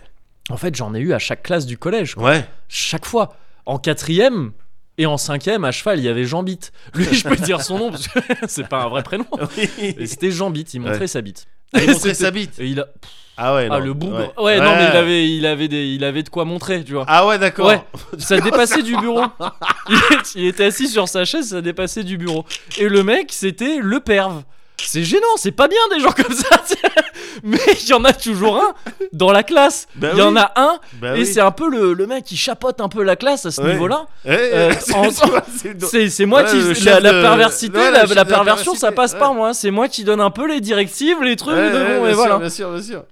[SPEAKER 1] en fait j'en ai eu à chaque classe du collège
[SPEAKER 2] Ouais.
[SPEAKER 1] chaque fois. En quatrième et en cinquième, à cheval, il y avait Jean Bit. Lui, je peux dire son nom parce que c'est pas un vrai prénom. Et
[SPEAKER 2] Oui.
[SPEAKER 1] c'était Jean Bit, il montrait
[SPEAKER 2] Ouais. Ah,
[SPEAKER 1] sa bite.
[SPEAKER 2] Il montrait
[SPEAKER 1] C'était-
[SPEAKER 2] sa bite.
[SPEAKER 1] Et il a...
[SPEAKER 2] Ah ouais.
[SPEAKER 1] Ah,
[SPEAKER 2] non.
[SPEAKER 1] le bougre. Ouais, non, mais il avait, il, avait des... il avait de quoi montrer, tu vois.
[SPEAKER 2] Ah ouais, d'accord.
[SPEAKER 1] Ouais. ça dépassait du bureau. Il, est- il était assis sur sa chaise, ça dépassait du bureau. Et le mec, c'était le perve. C'est gênant, c'est pas bien des gens comme ça. tu sais. Mais il y en a toujours un dans la classe.
[SPEAKER 2] Bah
[SPEAKER 1] il y en
[SPEAKER 2] oui.
[SPEAKER 1] a un,
[SPEAKER 2] Bah
[SPEAKER 1] et
[SPEAKER 2] oui.
[SPEAKER 1] c'est un peu le, le mec qui chapote un peu la classe à ce
[SPEAKER 2] Ouais.
[SPEAKER 1] niveau-là.
[SPEAKER 2] Eh,
[SPEAKER 1] euh,
[SPEAKER 2] c'est-
[SPEAKER 1] en-
[SPEAKER 2] tu vois, c'est le-
[SPEAKER 1] C'est c'est moi
[SPEAKER 2] Ouais,
[SPEAKER 1] qui.
[SPEAKER 2] le
[SPEAKER 1] La,
[SPEAKER 2] chef
[SPEAKER 1] la
[SPEAKER 2] de-
[SPEAKER 1] perversité,
[SPEAKER 2] Ouais, le
[SPEAKER 1] la,
[SPEAKER 2] chef
[SPEAKER 1] la
[SPEAKER 2] de la
[SPEAKER 1] perversion, ça
[SPEAKER 2] perversité,
[SPEAKER 1] passe
[SPEAKER 2] ouais.
[SPEAKER 1] par moi. C'est moi qui donne un peu les directives, les trucs.
[SPEAKER 2] Ouais,
[SPEAKER 1] de
[SPEAKER 2] ouais,
[SPEAKER 1] bon, et
[SPEAKER 2] bien sûr,
[SPEAKER 1] voilà.
[SPEAKER 2] Bien sûr, bien sûr.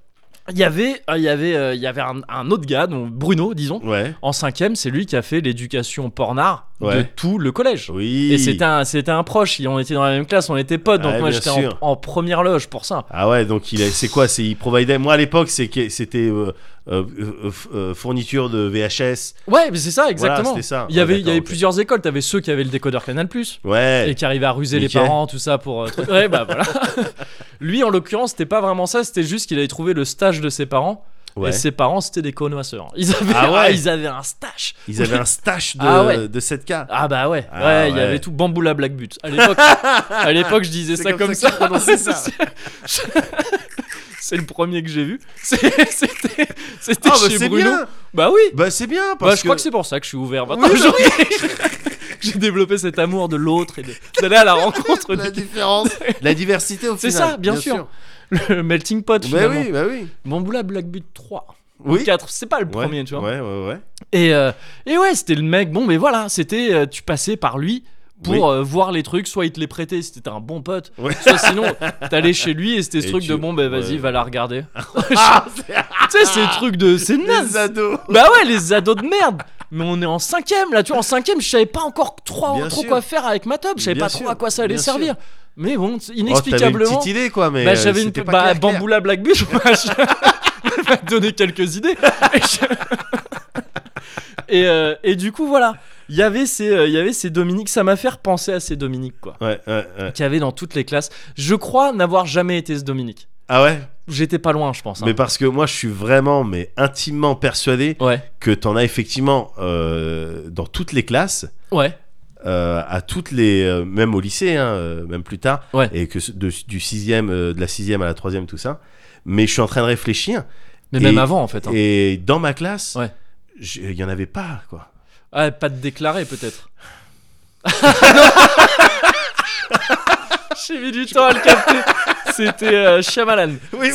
[SPEAKER 1] Il y avait, euh, il y avait, euh, il y avait un, un autre gars, donc Bruno, disons,
[SPEAKER 2] Ouais.
[SPEAKER 1] en cinquième, c'est lui qui a fait l'éducation pornard de
[SPEAKER 2] Ouais.
[SPEAKER 1] tout le collège.
[SPEAKER 2] Oui.
[SPEAKER 1] Et c'était un, c'était un proche. On était dans la même classe, on était potes. Donc
[SPEAKER 2] Ouais,
[SPEAKER 1] moi,
[SPEAKER 2] bien
[SPEAKER 1] j'étais en,
[SPEAKER 2] sûr.
[SPEAKER 1] en première loge pour ça.
[SPEAKER 2] Ah ouais, donc il a- c'est quoi C'est il providait. Moi à l'époque, c'est que- c'était euh, euh, euh, f- euh, fourniture de VHS.
[SPEAKER 1] Ouais, mais c'est ça, exactement.
[SPEAKER 2] c'était ça.
[SPEAKER 1] Il y
[SPEAKER 2] Ouais,
[SPEAKER 1] avait, il y
[SPEAKER 2] d'accord,
[SPEAKER 1] avait
[SPEAKER 2] ok.
[SPEAKER 1] plusieurs écoles. T'avais ceux qui avaient le décodeur Canal Plus. et
[SPEAKER 2] Ouais.
[SPEAKER 1] qui arrivait à ruser
[SPEAKER 2] Mickey.
[SPEAKER 1] les parents, tout ça pour. euh, truc- ouais, bah voilà. Lui, en l'occurrence, c'était pas vraiment ça, c'était juste qu'il avait trouvé le stage de ses parents.
[SPEAKER 2] ouais.
[SPEAKER 1] Et ses parents, c'était des connoisseurs. Ils avaient,
[SPEAKER 2] Ah ouais.
[SPEAKER 1] ils avaient un stage.
[SPEAKER 2] Ils avaient un stash de,
[SPEAKER 1] Ah ouais.
[SPEAKER 2] de 7K.
[SPEAKER 1] Ah bah ouais,
[SPEAKER 2] Ah
[SPEAKER 1] ouais, il y
[SPEAKER 2] ouais.
[SPEAKER 1] avait tout Bamboula Black But. À l'époque, à l'époque, je disais
[SPEAKER 2] C'est
[SPEAKER 1] ça
[SPEAKER 2] comme
[SPEAKER 1] comme
[SPEAKER 2] ça
[SPEAKER 1] ça.
[SPEAKER 2] que je prononçais ça.
[SPEAKER 1] C'est- C'est le premier que j'ai vu. C'est- C'était c'était
[SPEAKER 2] Ah, bah
[SPEAKER 1] chez
[SPEAKER 2] c'est
[SPEAKER 1] Bruno.
[SPEAKER 2] bien.
[SPEAKER 1] Bah oui.
[SPEAKER 2] Bah c'est bien
[SPEAKER 1] Bah,
[SPEAKER 2] parce
[SPEAKER 1] je crois que c'est pour ça que je suis ouvert maintenant.
[SPEAKER 2] Oui, bah
[SPEAKER 1] aujourd'hui. J'ai développé cet amour de l'autre et de- d'aller à la rencontre
[SPEAKER 2] la
[SPEAKER 1] du
[SPEAKER 2] différence, la diversité au
[SPEAKER 1] C'est
[SPEAKER 2] final.
[SPEAKER 1] ça, bien sûr. le melting pot
[SPEAKER 2] Bah
[SPEAKER 1] finalement.
[SPEAKER 2] oui, bah oui.
[SPEAKER 1] Bamboula Black But 3.
[SPEAKER 2] Oui.
[SPEAKER 1] 4, c'est pas le
[SPEAKER 2] Ouais,
[SPEAKER 1] premier, tu vois.
[SPEAKER 2] Ouais, ouais, ouais.
[SPEAKER 1] Et, euh, et ouais, c'était le mec. Bon, mais voilà, c'était. euh, tu passais par lui pour
[SPEAKER 2] Oui.
[SPEAKER 1] euh, voir les trucs. Soit il te les prêtait si t'étais un bon pote.
[SPEAKER 2] Ouais.
[SPEAKER 1] Soit sinon, t'allais chez lui et c'était ce
[SPEAKER 2] Et
[SPEAKER 1] truc
[SPEAKER 2] tu-
[SPEAKER 1] de bon, bah vas-y,
[SPEAKER 2] ouais.
[SPEAKER 1] va la regarder.
[SPEAKER 2] Ah, c'est
[SPEAKER 1] tu sais, c'est le truc de. C'est naze.
[SPEAKER 2] les ados.
[SPEAKER 1] Bah ouais, les ados de merde. Mais on est en cinquième là, tu vois. En cinquième, je savais pas encore trop,
[SPEAKER 2] Bien
[SPEAKER 1] trop
[SPEAKER 2] sûr.
[SPEAKER 1] quoi faire avec ma table. Je savais
[SPEAKER 2] Bien
[SPEAKER 1] pas
[SPEAKER 2] sûr,
[SPEAKER 1] trop à quoi ça allait
[SPEAKER 2] bien
[SPEAKER 1] servir. Mais bon,
[SPEAKER 2] Oh, t'avais une
[SPEAKER 1] inexplicablement.
[SPEAKER 2] petite idée quoi, mais.
[SPEAKER 1] Bah,
[SPEAKER 2] euh,
[SPEAKER 1] j'avais une
[SPEAKER 2] c'était pas
[SPEAKER 1] bah,
[SPEAKER 2] clair, clair.
[SPEAKER 1] bamboula black bitch. Elle m'a donné quelques idées. Et, je- et, euh, et du coup, voilà. Il y avait ces, euh, il y avait ces Dominique. Ça m'a fait penser à ces Dominique, quoi.
[SPEAKER 2] Ouais, ouais, ouais.
[SPEAKER 1] Qu'il y avait dans toutes les classes. Je crois n'avoir jamais été ce Dominique.
[SPEAKER 2] Ah ouais
[SPEAKER 1] J'étais pas loin, je pense. hein.
[SPEAKER 2] Mais parce que moi, je suis vraiment, mais intimement persuadé
[SPEAKER 1] Ouais,
[SPEAKER 2] que t'en as effectivement euh, dans toutes les classes,
[SPEAKER 1] ouais,
[SPEAKER 2] euh, à toutes les, euh, même au lycée, hein, euh, même plus tard,
[SPEAKER 1] Ouais.
[SPEAKER 2] et que ce- de, du sixième, euh, de la sixième à la troisième, tout ça. Mais je suis en train de réfléchir,
[SPEAKER 1] mais
[SPEAKER 2] Et-
[SPEAKER 1] même avant en fait. hein.
[SPEAKER 2] et dans ma classe,
[SPEAKER 1] Ouais.
[SPEAKER 2] je- il y en avait pas, quoi.
[SPEAKER 1] Ah, pas de déclarer peut-être. J'ai mis du temps à le capter. C'était euh, Shyamalan.
[SPEAKER 2] Oui,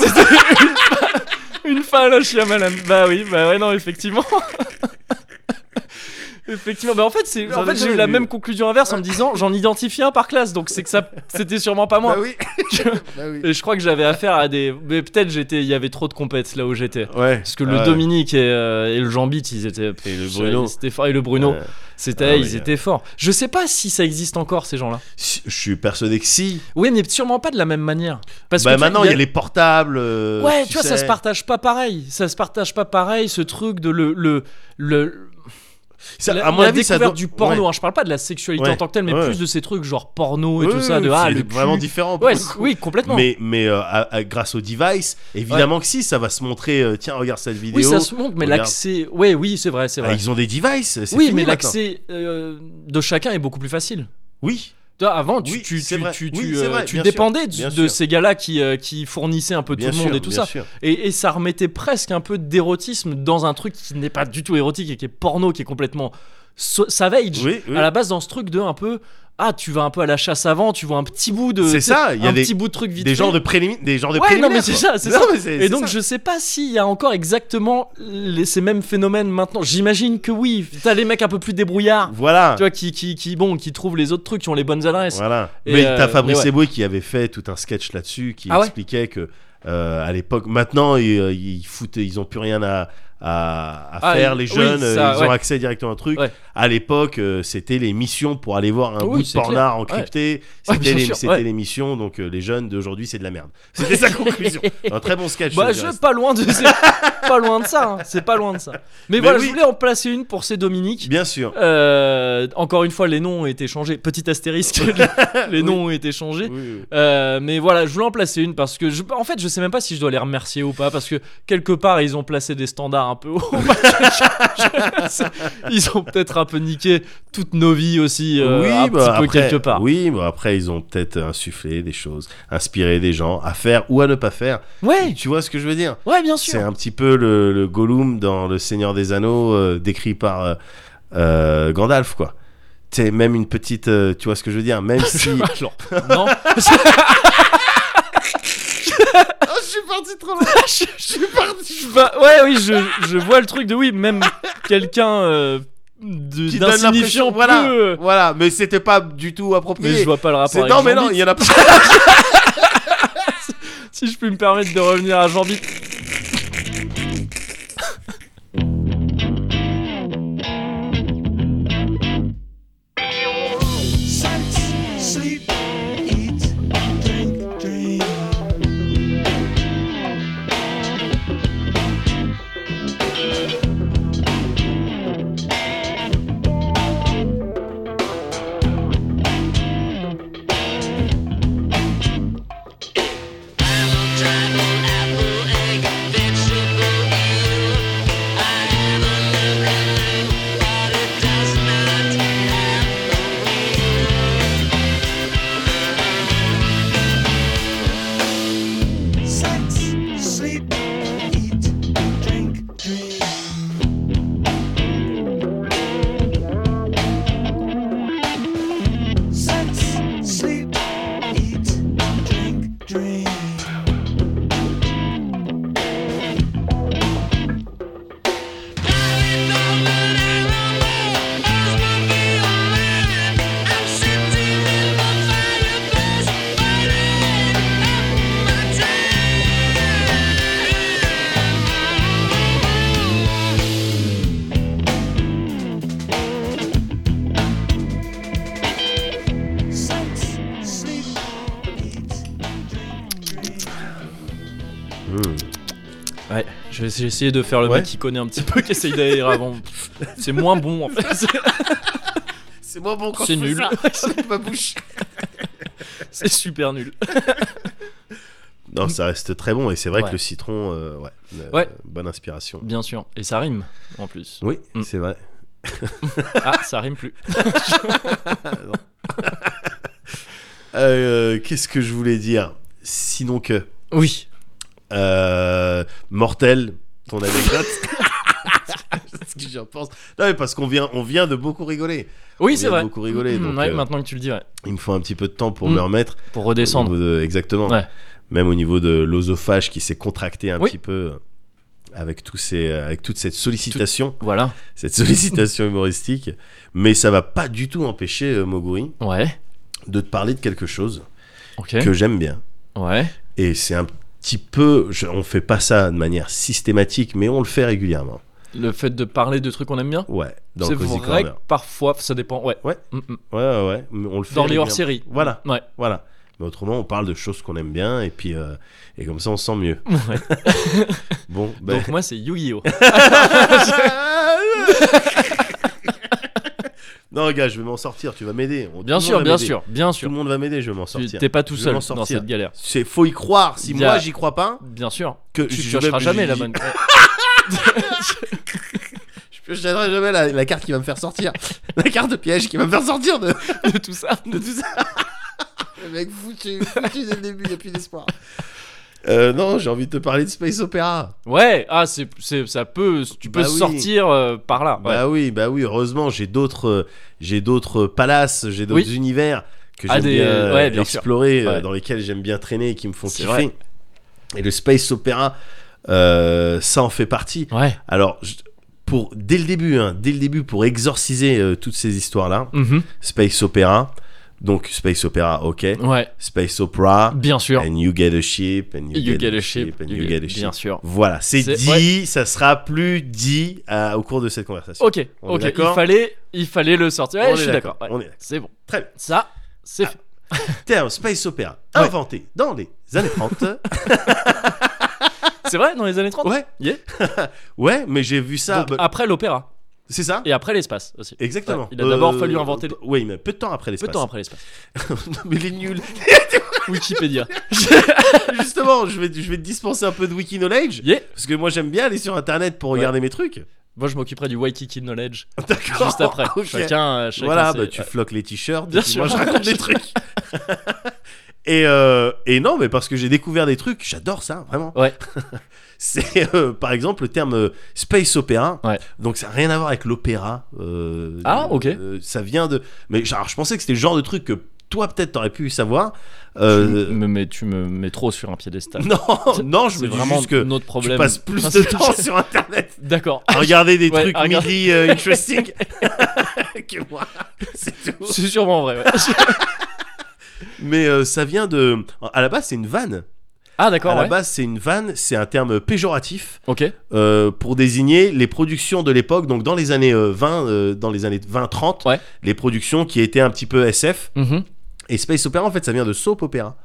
[SPEAKER 1] Une fin à la Shyamalan. Bah oui, bah ouais, non, effectivement. effectivement, bah en fait, c'est, en fait j'ai eu la même conclusion inverse en me disant j'en identifie un par classe, donc c'est que ça, c'était sûrement pas moi.
[SPEAKER 2] oui. bah oui.
[SPEAKER 1] Et je crois que j'avais affaire à des. Mais peut-être j'étais, il y avait trop de compètes là où j'étais.
[SPEAKER 2] Ouais.
[SPEAKER 1] euh, Parce que le Dominique et, euh, et le Jean Bit, ils étaient.
[SPEAKER 2] Et le Bruno.
[SPEAKER 1] C'était fort. Et le Bruno. C'était,
[SPEAKER 2] Ah
[SPEAKER 1] ils
[SPEAKER 2] oui.
[SPEAKER 1] étaient forts. Je sais pas si ça existe encore ces gens-là.
[SPEAKER 2] Si- Je suis persuadé que si.
[SPEAKER 1] Oui, mais sûrement pas de la même manière. Parce
[SPEAKER 2] Bah
[SPEAKER 1] que tu-
[SPEAKER 2] maintenant, il y, a les portables. euh,
[SPEAKER 1] Ouais, tu vois, ça
[SPEAKER 2] sais.
[SPEAKER 1] se partage pas pareil. Ça se partage pas pareil, ce truc de le. le, le
[SPEAKER 2] Ça,
[SPEAKER 1] la,
[SPEAKER 2] à mon
[SPEAKER 1] la
[SPEAKER 2] avis, ça
[SPEAKER 1] découverte
[SPEAKER 2] doit-
[SPEAKER 1] du porno.
[SPEAKER 2] Ouais.
[SPEAKER 1] hein. Je parle pas de la sexualité
[SPEAKER 2] Ouais.
[SPEAKER 1] en tant que telle, mais
[SPEAKER 2] Ouais.
[SPEAKER 1] plus de ces trucs genre porno et
[SPEAKER 2] Oui,
[SPEAKER 1] tout
[SPEAKER 2] oui,
[SPEAKER 1] ça. De,
[SPEAKER 2] oui,
[SPEAKER 1] ah,
[SPEAKER 2] c'est
[SPEAKER 1] le cul.
[SPEAKER 2] vraiment différent. pour
[SPEAKER 1] Ouais,
[SPEAKER 2] le
[SPEAKER 1] c'est-
[SPEAKER 2] coup.
[SPEAKER 1] oui, complètement.
[SPEAKER 2] Mais, mais euh, à- à- grâce au device, évidemment que si, ça va se montrer. euh, Tiens, regarde cette vidéo.
[SPEAKER 1] oui, ça se montre, mais
[SPEAKER 2] regarde.
[SPEAKER 1] l'accès. Ouais, oui, c'est vrai, c'est
[SPEAKER 2] Ah,
[SPEAKER 1] vrai.
[SPEAKER 2] ils ont des devices. c'est
[SPEAKER 1] oui,
[SPEAKER 2] fini
[SPEAKER 1] mais
[SPEAKER 2] maintenant.
[SPEAKER 1] l'accès euh, de chacun est beaucoup plus facile.
[SPEAKER 2] Oui.
[SPEAKER 1] Tu vois, avant, tu,
[SPEAKER 2] Oui,
[SPEAKER 1] tu,
[SPEAKER 2] c'est
[SPEAKER 1] tu-
[SPEAKER 2] vrai.
[SPEAKER 1] tu-
[SPEAKER 2] Oui,
[SPEAKER 1] tu,
[SPEAKER 2] c'est
[SPEAKER 1] euh,
[SPEAKER 2] vrai,
[SPEAKER 1] tu
[SPEAKER 2] bien sûr,
[SPEAKER 1] dépendais de-
[SPEAKER 2] bien
[SPEAKER 1] de
[SPEAKER 2] sûr.
[SPEAKER 1] ces gars-là qui, euh, qui fournissaient un peu tout
[SPEAKER 2] Bien
[SPEAKER 1] le
[SPEAKER 2] sûr,
[SPEAKER 1] monde et tout
[SPEAKER 2] bien
[SPEAKER 1] ça.
[SPEAKER 2] sûr.
[SPEAKER 1] Et, et ça remettait presque un peu d'érotisme dans un truc qui n'est pas du tout érotique et qui est porno, qui est complètement so- savage.
[SPEAKER 2] Oui, oui.
[SPEAKER 1] À la base, dans ce truc de un peu. Ah, tu vas un peu à la chasse avant, tu vois un petit bout de.
[SPEAKER 2] C'est ça, il y a
[SPEAKER 1] un
[SPEAKER 2] des-
[SPEAKER 1] petit bout de truc vite
[SPEAKER 2] Des
[SPEAKER 1] fait.
[SPEAKER 2] genres de préliminaires. Des genres de
[SPEAKER 1] Ouais, non,
[SPEAKER 2] préliminaires,
[SPEAKER 1] mais c'est
[SPEAKER 2] quoi.
[SPEAKER 1] ça, c'est
[SPEAKER 2] Non,
[SPEAKER 1] ça.
[SPEAKER 2] mais c'est-
[SPEAKER 1] Et
[SPEAKER 2] c'est
[SPEAKER 1] donc,
[SPEAKER 2] ça.
[SPEAKER 1] je sais pas s'il y a encore exactement les- ces mêmes phénomènes maintenant. J'imagine que oui. T'as les mecs un peu plus débrouillards,
[SPEAKER 2] Voilà.
[SPEAKER 1] tu vois, qui, qui, qui, bon, qui trouvent les autres trucs, qui ont les bonnes adresses.
[SPEAKER 2] Voilà.
[SPEAKER 1] Et,
[SPEAKER 2] mais
[SPEAKER 1] euh,
[SPEAKER 2] t'as Fabrice
[SPEAKER 1] mais ouais.
[SPEAKER 2] Eboué qui avait fait tout un sketch là-dessus, qui
[SPEAKER 1] Ah ouais
[SPEAKER 2] expliquait que euh, à l'époque, maintenant ils, euh, ils foutent, ils ont plus rien à, à, à
[SPEAKER 1] Ah,
[SPEAKER 2] faire.
[SPEAKER 1] ils-
[SPEAKER 2] Les
[SPEAKER 1] oui,
[SPEAKER 2] jeunes, euh,
[SPEAKER 1] ça,
[SPEAKER 2] ils ont
[SPEAKER 1] ouais.
[SPEAKER 2] accès directement à un truc.
[SPEAKER 1] Ouais.
[SPEAKER 2] À l'époque, euh, c'était les missions pour aller voir un
[SPEAKER 1] Oui,
[SPEAKER 2] bout de
[SPEAKER 1] c'est clair.
[SPEAKER 2] pornard encrypté. C'était
[SPEAKER 1] bien
[SPEAKER 2] les,
[SPEAKER 1] sûr,
[SPEAKER 2] c'était
[SPEAKER 1] ouais.
[SPEAKER 2] les missions. Donc euh, les jeunes d'aujourd'hui, c'est de la merde. C'était sa conclusion. un très bon sketch.
[SPEAKER 1] Bah,
[SPEAKER 2] ça,
[SPEAKER 1] je
[SPEAKER 2] dirais.
[SPEAKER 1] pas loin de c'est pas loin de ça, hein. c'est pas loin de ça. Mais,
[SPEAKER 2] Mais
[SPEAKER 1] voilà,
[SPEAKER 2] oui.
[SPEAKER 1] je voulais en placer une pour ces Dominique.
[SPEAKER 2] Bien sûr.
[SPEAKER 1] Euh, encore une fois, les noms ont été changés. Petit astérisque, les noms ont été changés.
[SPEAKER 2] Oui, oui.
[SPEAKER 1] Euh, mais voilà, je voulais en placer une parce que je, en fait, je sais même pas si je dois les remercier ou pas parce que quelque part ils ont placé des standards un peu hauts. Je- je- ils ont peut-être un peu niqué toutes nos vies aussi, euh,
[SPEAKER 2] oui,
[SPEAKER 1] un
[SPEAKER 2] bah,
[SPEAKER 1] petit peu
[SPEAKER 2] après,
[SPEAKER 1] quelque part.
[SPEAKER 2] Oui, bah, après, ils ont peut-être insufflé des choses, inspiré des gens à faire ou à ne pas faire.
[SPEAKER 1] Ouais,
[SPEAKER 2] Tu vois ce que je veux dire
[SPEAKER 1] ouais, bien
[SPEAKER 2] C'est
[SPEAKER 1] sûr.
[SPEAKER 2] un petit peu le, le Gollum dans Le Seigneur des Anneaux euh, décrit par euh, euh, Gandalf, quoi. C'est même une petite, euh, tu vois ce que je veux dire, même si.
[SPEAKER 1] Genre, non.
[SPEAKER 2] Oh, je suis parti trop loin.
[SPEAKER 1] je, suis parti. ouais, oui, je, je vois le truc de oui, même quelqu'un euh, de-
[SPEAKER 2] Qui donne
[SPEAKER 1] d'insignifiant
[SPEAKER 2] l'impression,
[SPEAKER 1] peut.
[SPEAKER 2] voilà,
[SPEAKER 1] euh,
[SPEAKER 2] voilà, mais c'était pas du tout approprié.
[SPEAKER 1] Mais je vois pas le
[SPEAKER 2] C'est-
[SPEAKER 1] rapport. Avec
[SPEAKER 2] non, mais
[SPEAKER 1] Jean
[SPEAKER 2] non,
[SPEAKER 1] Bit.
[SPEAKER 2] il y en a pas. hein.
[SPEAKER 1] Si je peux me permettre de revenir à Jean Bit.
[SPEAKER 3] Sex, sleep, eat, drink, dream. Sex, sleep, eat, drink, dream. Sex, sleep, eat, drink, dream. Sex, sleep, eat,
[SPEAKER 2] Hmm.
[SPEAKER 1] Ouais, je vais- j'ai essayé de faire le
[SPEAKER 2] Ouais.
[SPEAKER 1] mec qui connaît un petit peu, qui essaye d'aller avant. C'est moins bon en fait.
[SPEAKER 2] C'est moi bon quand
[SPEAKER 1] C'est
[SPEAKER 2] je fais
[SPEAKER 1] nul.
[SPEAKER 2] ça avec ma bouche.
[SPEAKER 1] C'est super nul.
[SPEAKER 2] Non, ça reste très bon et c'est vrai
[SPEAKER 1] Ouais.
[SPEAKER 2] que le citron, euh, ouais, euh,
[SPEAKER 1] Ouais.
[SPEAKER 2] bonne inspiration.
[SPEAKER 1] Bien sûr. Et ça rime en plus.
[SPEAKER 2] Oui,
[SPEAKER 1] Mm.
[SPEAKER 2] c'est vrai.
[SPEAKER 1] Ah, ça rime plus.
[SPEAKER 2] Euh, Qu'est-ce que je voulais dire Sinon que.
[SPEAKER 1] Oui.
[SPEAKER 2] Euh, mortel, ton anecdote. C'est ce que j'en pense. Non, mais parce qu'on vient, on vient de beaucoup rigoler.
[SPEAKER 1] Oui,
[SPEAKER 2] On
[SPEAKER 1] c'est
[SPEAKER 2] a
[SPEAKER 1] vrai. Mmh,
[SPEAKER 2] beaucoup rigolé, donc,
[SPEAKER 1] ouais,
[SPEAKER 2] euh,
[SPEAKER 1] maintenant que tu le dis, ouais. Mmh.
[SPEAKER 2] Il me faut un petit peu de temps pour
[SPEAKER 1] Mm.
[SPEAKER 2] me remettre.
[SPEAKER 1] Pour
[SPEAKER 2] au
[SPEAKER 1] redescendre.
[SPEAKER 2] niveau de- exactement.
[SPEAKER 1] Ouais.
[SPEAKER 2] Même au niveau de l'osophage qui s'est contracté un
[SPEAKER 1] Oui.
[SPEAKER 2] petit peu euh, avec, tous ces, euh, avec toute cette sollicitation,
[SPEAKER 1] Voilà.
[SPEAKER 2] cette sollicitation humoristique. Mais ça va pas du tout empêcher euh, Moguri
[SPEAKER 1] Ouais.
[SPEAKER 2] de te parler de quelque chose
[SPEAKER 1] Ok.
[SPEAKER 2] que j'aime bien.
[SPEAKER 1] Ouais.
[SPEAKER 2] Et c'est un petit peu, je- on fait pas ça de manière systématique, mais on le fait régulièrement.
[SPEAKER 1] Le fait de parler de trucs qu'on aime bien.
[SPEAKER 2] Ouais, dans
[SPEAKER 1] C'est vrai
[SPEAKER 2] Cozy
[SPEAKER 1] que
[SPEAKER 2] Corner.
[SPEAKER 1] parfois, ça dépend. Ouais.
[SPEAKER 2] Ouais.
[SPEAKER 1] Mm, mm.
[SPEAKER 2] Ouais, ouais, ouais. Mais on le fait
[SPEAKER 1] Dans les
[SPEAKER 2] régulièrement.
[SPEAKER 1] hors-séries.
[SPEAKER 2] Voilà,
[SPEAKER 1] Ouais.
[SPEAKER 2] voilà. Mais autrement, on parle de choses qu'on aime bien et puis euh, et comme ça, on se sent mieux. bon, ben.
[SPEAKER 1] Donc moi, c'est Yu-Gi-Oh.
[SPEAKER 2] non, gars, je vais m'en sortir. Tu vas m'aider. On-
[SPEAKER 1] Bien
[SPEAKER 2] tout le
[SPEAKER 1] sûr,
[SPEAKER 2] monde va
[SPEAKER 1] bien
[SPEAKER 2] m'aider.
[SPEAKER 1] sûr, bien
[SPEAKER 2] Tout
[SPEAKER 1] sûr.
[SPEAKER 2] le monde va m'aider. Je vais m'en
[SPEAKER 1] Tu
[SPEAKER 2] sortir.
[SPEAKER 1] t'es pas tout
[SPEAKER 2] Je vais
[SPEAKER 1] seul
[SPEAKER 2] m'en
[SPEAKER 1] dans
[SPEAKER 2] sortir.
[SPEAKER 1] cette galère.
[SPEAKER 2] C'est faut y croire. Si
[SPEAKER 1] Il y a-
[SPEAKER 2] moi, j'y crois pas,
[SPEAKER 1] Bien sûr.
[SPEAKER 2] que
[SPEAKER 1] Tu
[SPEAKER 2] je
[SPEAKER 1] chercheras
[SPEAKER 2] je-
[SPEAKER 1] jamais la
[SPEAKER 2] je-
[SPEAKER 1] bonne.
[SPEAKER 2] Je chercherai jamais la, la carte qui va me faire sortir. la carte de piège qui va me faire sortir de,
[SPEAKER 1] de tout ça.
[SPEAKER 2] de tout ça. Le mec foutu, foutu dès le début, il n'y a plus d'espoir. Euh, non, j'ai envie de te parler de Space Opera.
[SPEAKER 1] Ouais. Ah, c'est, c'est- ça peut. Tu peux
[SPEAKER 2] Bah oui.
[SPEAKER 1] sortir euh, par là. Ouais.
[SPEAKER 2] Bah oui, bah oui, heureusement, j'ai d'autres euh, j'ai d'autres palaces, j'ai d'autres
[SPEAKER 1] Oui.
[SPEAKER 2] univers que j'aime
[SPEAKER 1] Ah, des-
[SPEAKER 2] bien, euh,
[SPEAKER 1] ouais, bien sûr.
[SPEAKER 2] explorer, euh,
[SPEAKER 1] Ouais.
[SPEAKER 2] dans lesquels j'aime bien traîner et qui me font
[SPEAKER 1] C'est
[SPEAKER 2] kiffer.
[SPEAKER 1] vrai.
[SPEAKER 2] Et le Space Opera, euh, ça en fait partie.
[SPEAKER 1] Ouais.
[SPEAKER 2] Alors, je- pour, dès le début, hein, dès le début, pour exorciser euh, toutes ces histoires-là,
[SPEAKER 1] Mhm.
[SPEAKER 2] Space Opera, donc Space Opera, ok.
[SPEAKER 1] Ouais.
[SPEAKER 2] Space Opera,
[SPEAKER 1] Bien sûr.
[SPEAKER 2] and you get a ship, and you,
[SPEAKER 1] You
[SPEAKER 2] get,
[SPEAKER 1] get a ship.
[SPEAKER 2] and
[SPEAKER 1] you get- Bien sûr.
[SPEAKER 2] Voilà, c'est
[SPEAKER 1] C'est-
[SPEAKER 2] dit, ça sera plus dit euh, au cours de cette conversation.
[SPEAKER 1] Ok.
[SPEAKER 2] On est
[SPEAKER 1] Ok. Il
[SPEAKER 2] d'accord
[SPEAKER 1] fallait, il fallait le sortir. Ouais,
[SPEAKER 2] On
[SPEAKER 1] je
[SPEAKER 2] est
[SPEAKER 1] suis d'accord. ouais.
[SPEAKER 2] On est d'accord.
[SPEAKER 1] C'est bon.
[SPEAKER 2] Très bien.
[SPEAKER 1] Ça, c'est fait.
[SPEAKER 2] Terme Space Opera,
[SPEAKER 1] Ouais.
[SPEAKER 2] inventé dans les années 30.
[SPEAKER 1] C'est vrai dans les années 30.
[SPEAKER 2] Ah. ouais,
[SPEAKER 1] Yeah.
[SPEAKER 2] ouais, mais j'ai vu ça.
[SPEAKER 1] Donc,
[SPEAKER 2] bah,
[SPEAKER 1] après l'opéra
[SPEAKER 2] C'est ça
[SPEAKER 1] et après l'espace aussi.
[SPEAKER 2] Exactement. Euh, bah,
[SPEAKER 1] Ouais, il a d'abord fallu inventer les-
[SPEAKER 2] Oui, mais peu de temps après
[SPEAKER 1] Peu
[SPEAKER 2] l'espace.
[SPEAKER 1] de temps après l'espace.
[SPEAKER 2] mais les nuls.
[SPEAKER 1] Wikipédia.
[SPEAKER 2] Justement, je vais, je vais te dispenser un peu de wiki knowledge.
[SPEAKER 1] yeah.
[SPEAKER 2] Parce que moi, j'aime bien aller sur internet pour
[SPEAKER 1] Ouais.
[SPEAKER 2] regarder mes trucs.
[SPEAKER 1] Moi, je m'occuperai du Waikiki knowledge
[SPEAKER 2] D'accord.
[SPEAKER 1] juste après.
[SPEAKER 2] Ok.
[SPEAKER 1] Chacun, euh, chacun
[SPEAKER 2] voilà,
[SPEAKER 1] ses-
[SPEAKER 2] bah, tu floques les t-shirts.
[SPEAKER 1] Bien
[SPEAKER 2] et puis
[SPEAKER 1] sûr.
[SPEAKER 2] Moi, je raconte des trucs. et, euh, et non, mais parce que j'ai découvert des trucs, j'adore ça, vraiment.
[SPEAKER 1] Ouais.
[SPEAKER 2] c'est euh, par exemple le terme euh, space opéra.
[SPEAKER 1] Ouais.
[SPEAKER 2] Donc ça n'a rien à voir avec l'opéra. euh,
[SPEAKER 1] Ah, ok.
[SPEAKER 2] euh, ça vient de. Mais genre, je pensais que c'était le genre de truc que toi, peut-être, t'aurais pu savoir. Euh,
[SPEAKER 1] Tu me mets, tu me mets trop sur un piédestal.
[SPEAKER 2] Non, non, je
[SPEAKER 1] C'est
[SPEAKER 2] me dis
[SPEAKER 1] vraiment
[SPEAKER 2] juste que
[SPEAKER 1] notre
[SPEAKER 2] tu
[SPEAKER 1] problème.
[SPEAKER 2] passes plus de temps sur internet
[SPEAKER 1] D'accord.
[SPEAKER 2] à regarder des
[SPEAKER 1] Ouais,
[SPEAKER 2] trucs
[SPEAKER 1] à regarder-
[SPEAKER 2] midi euh, interesting que moi. C'est tout.
[SPEAKER 1] C'est sûrement vrai. ouais.
[SPEAKER 2] Mais euh, ça vient de. À la base, c'est une vanne.
[SPEAKER 1] Ah
[SPEAKER 2] À
[SPEAKER 1] d'accord.
[SPEAKER 2] la
[SPEAKER 1] Ouais.
[SPEAKER 2] base, c'est une vanne, c'est un terme péjoratif
[SPEAKER 1] Ok.
[SPEAKER 2] euh, pour désigner les productions de l'époque, donc dans les années euh, 20, euh, dans les années 20-30,
[SPEAKER 1] Ouais.
[SPEAKER 2] les productions qui étaient un petit peu SF.
[SPEAKER 1] Mhm.
[SPEAKER 2] Et Space Opera, en fait, ça vient de soap opera.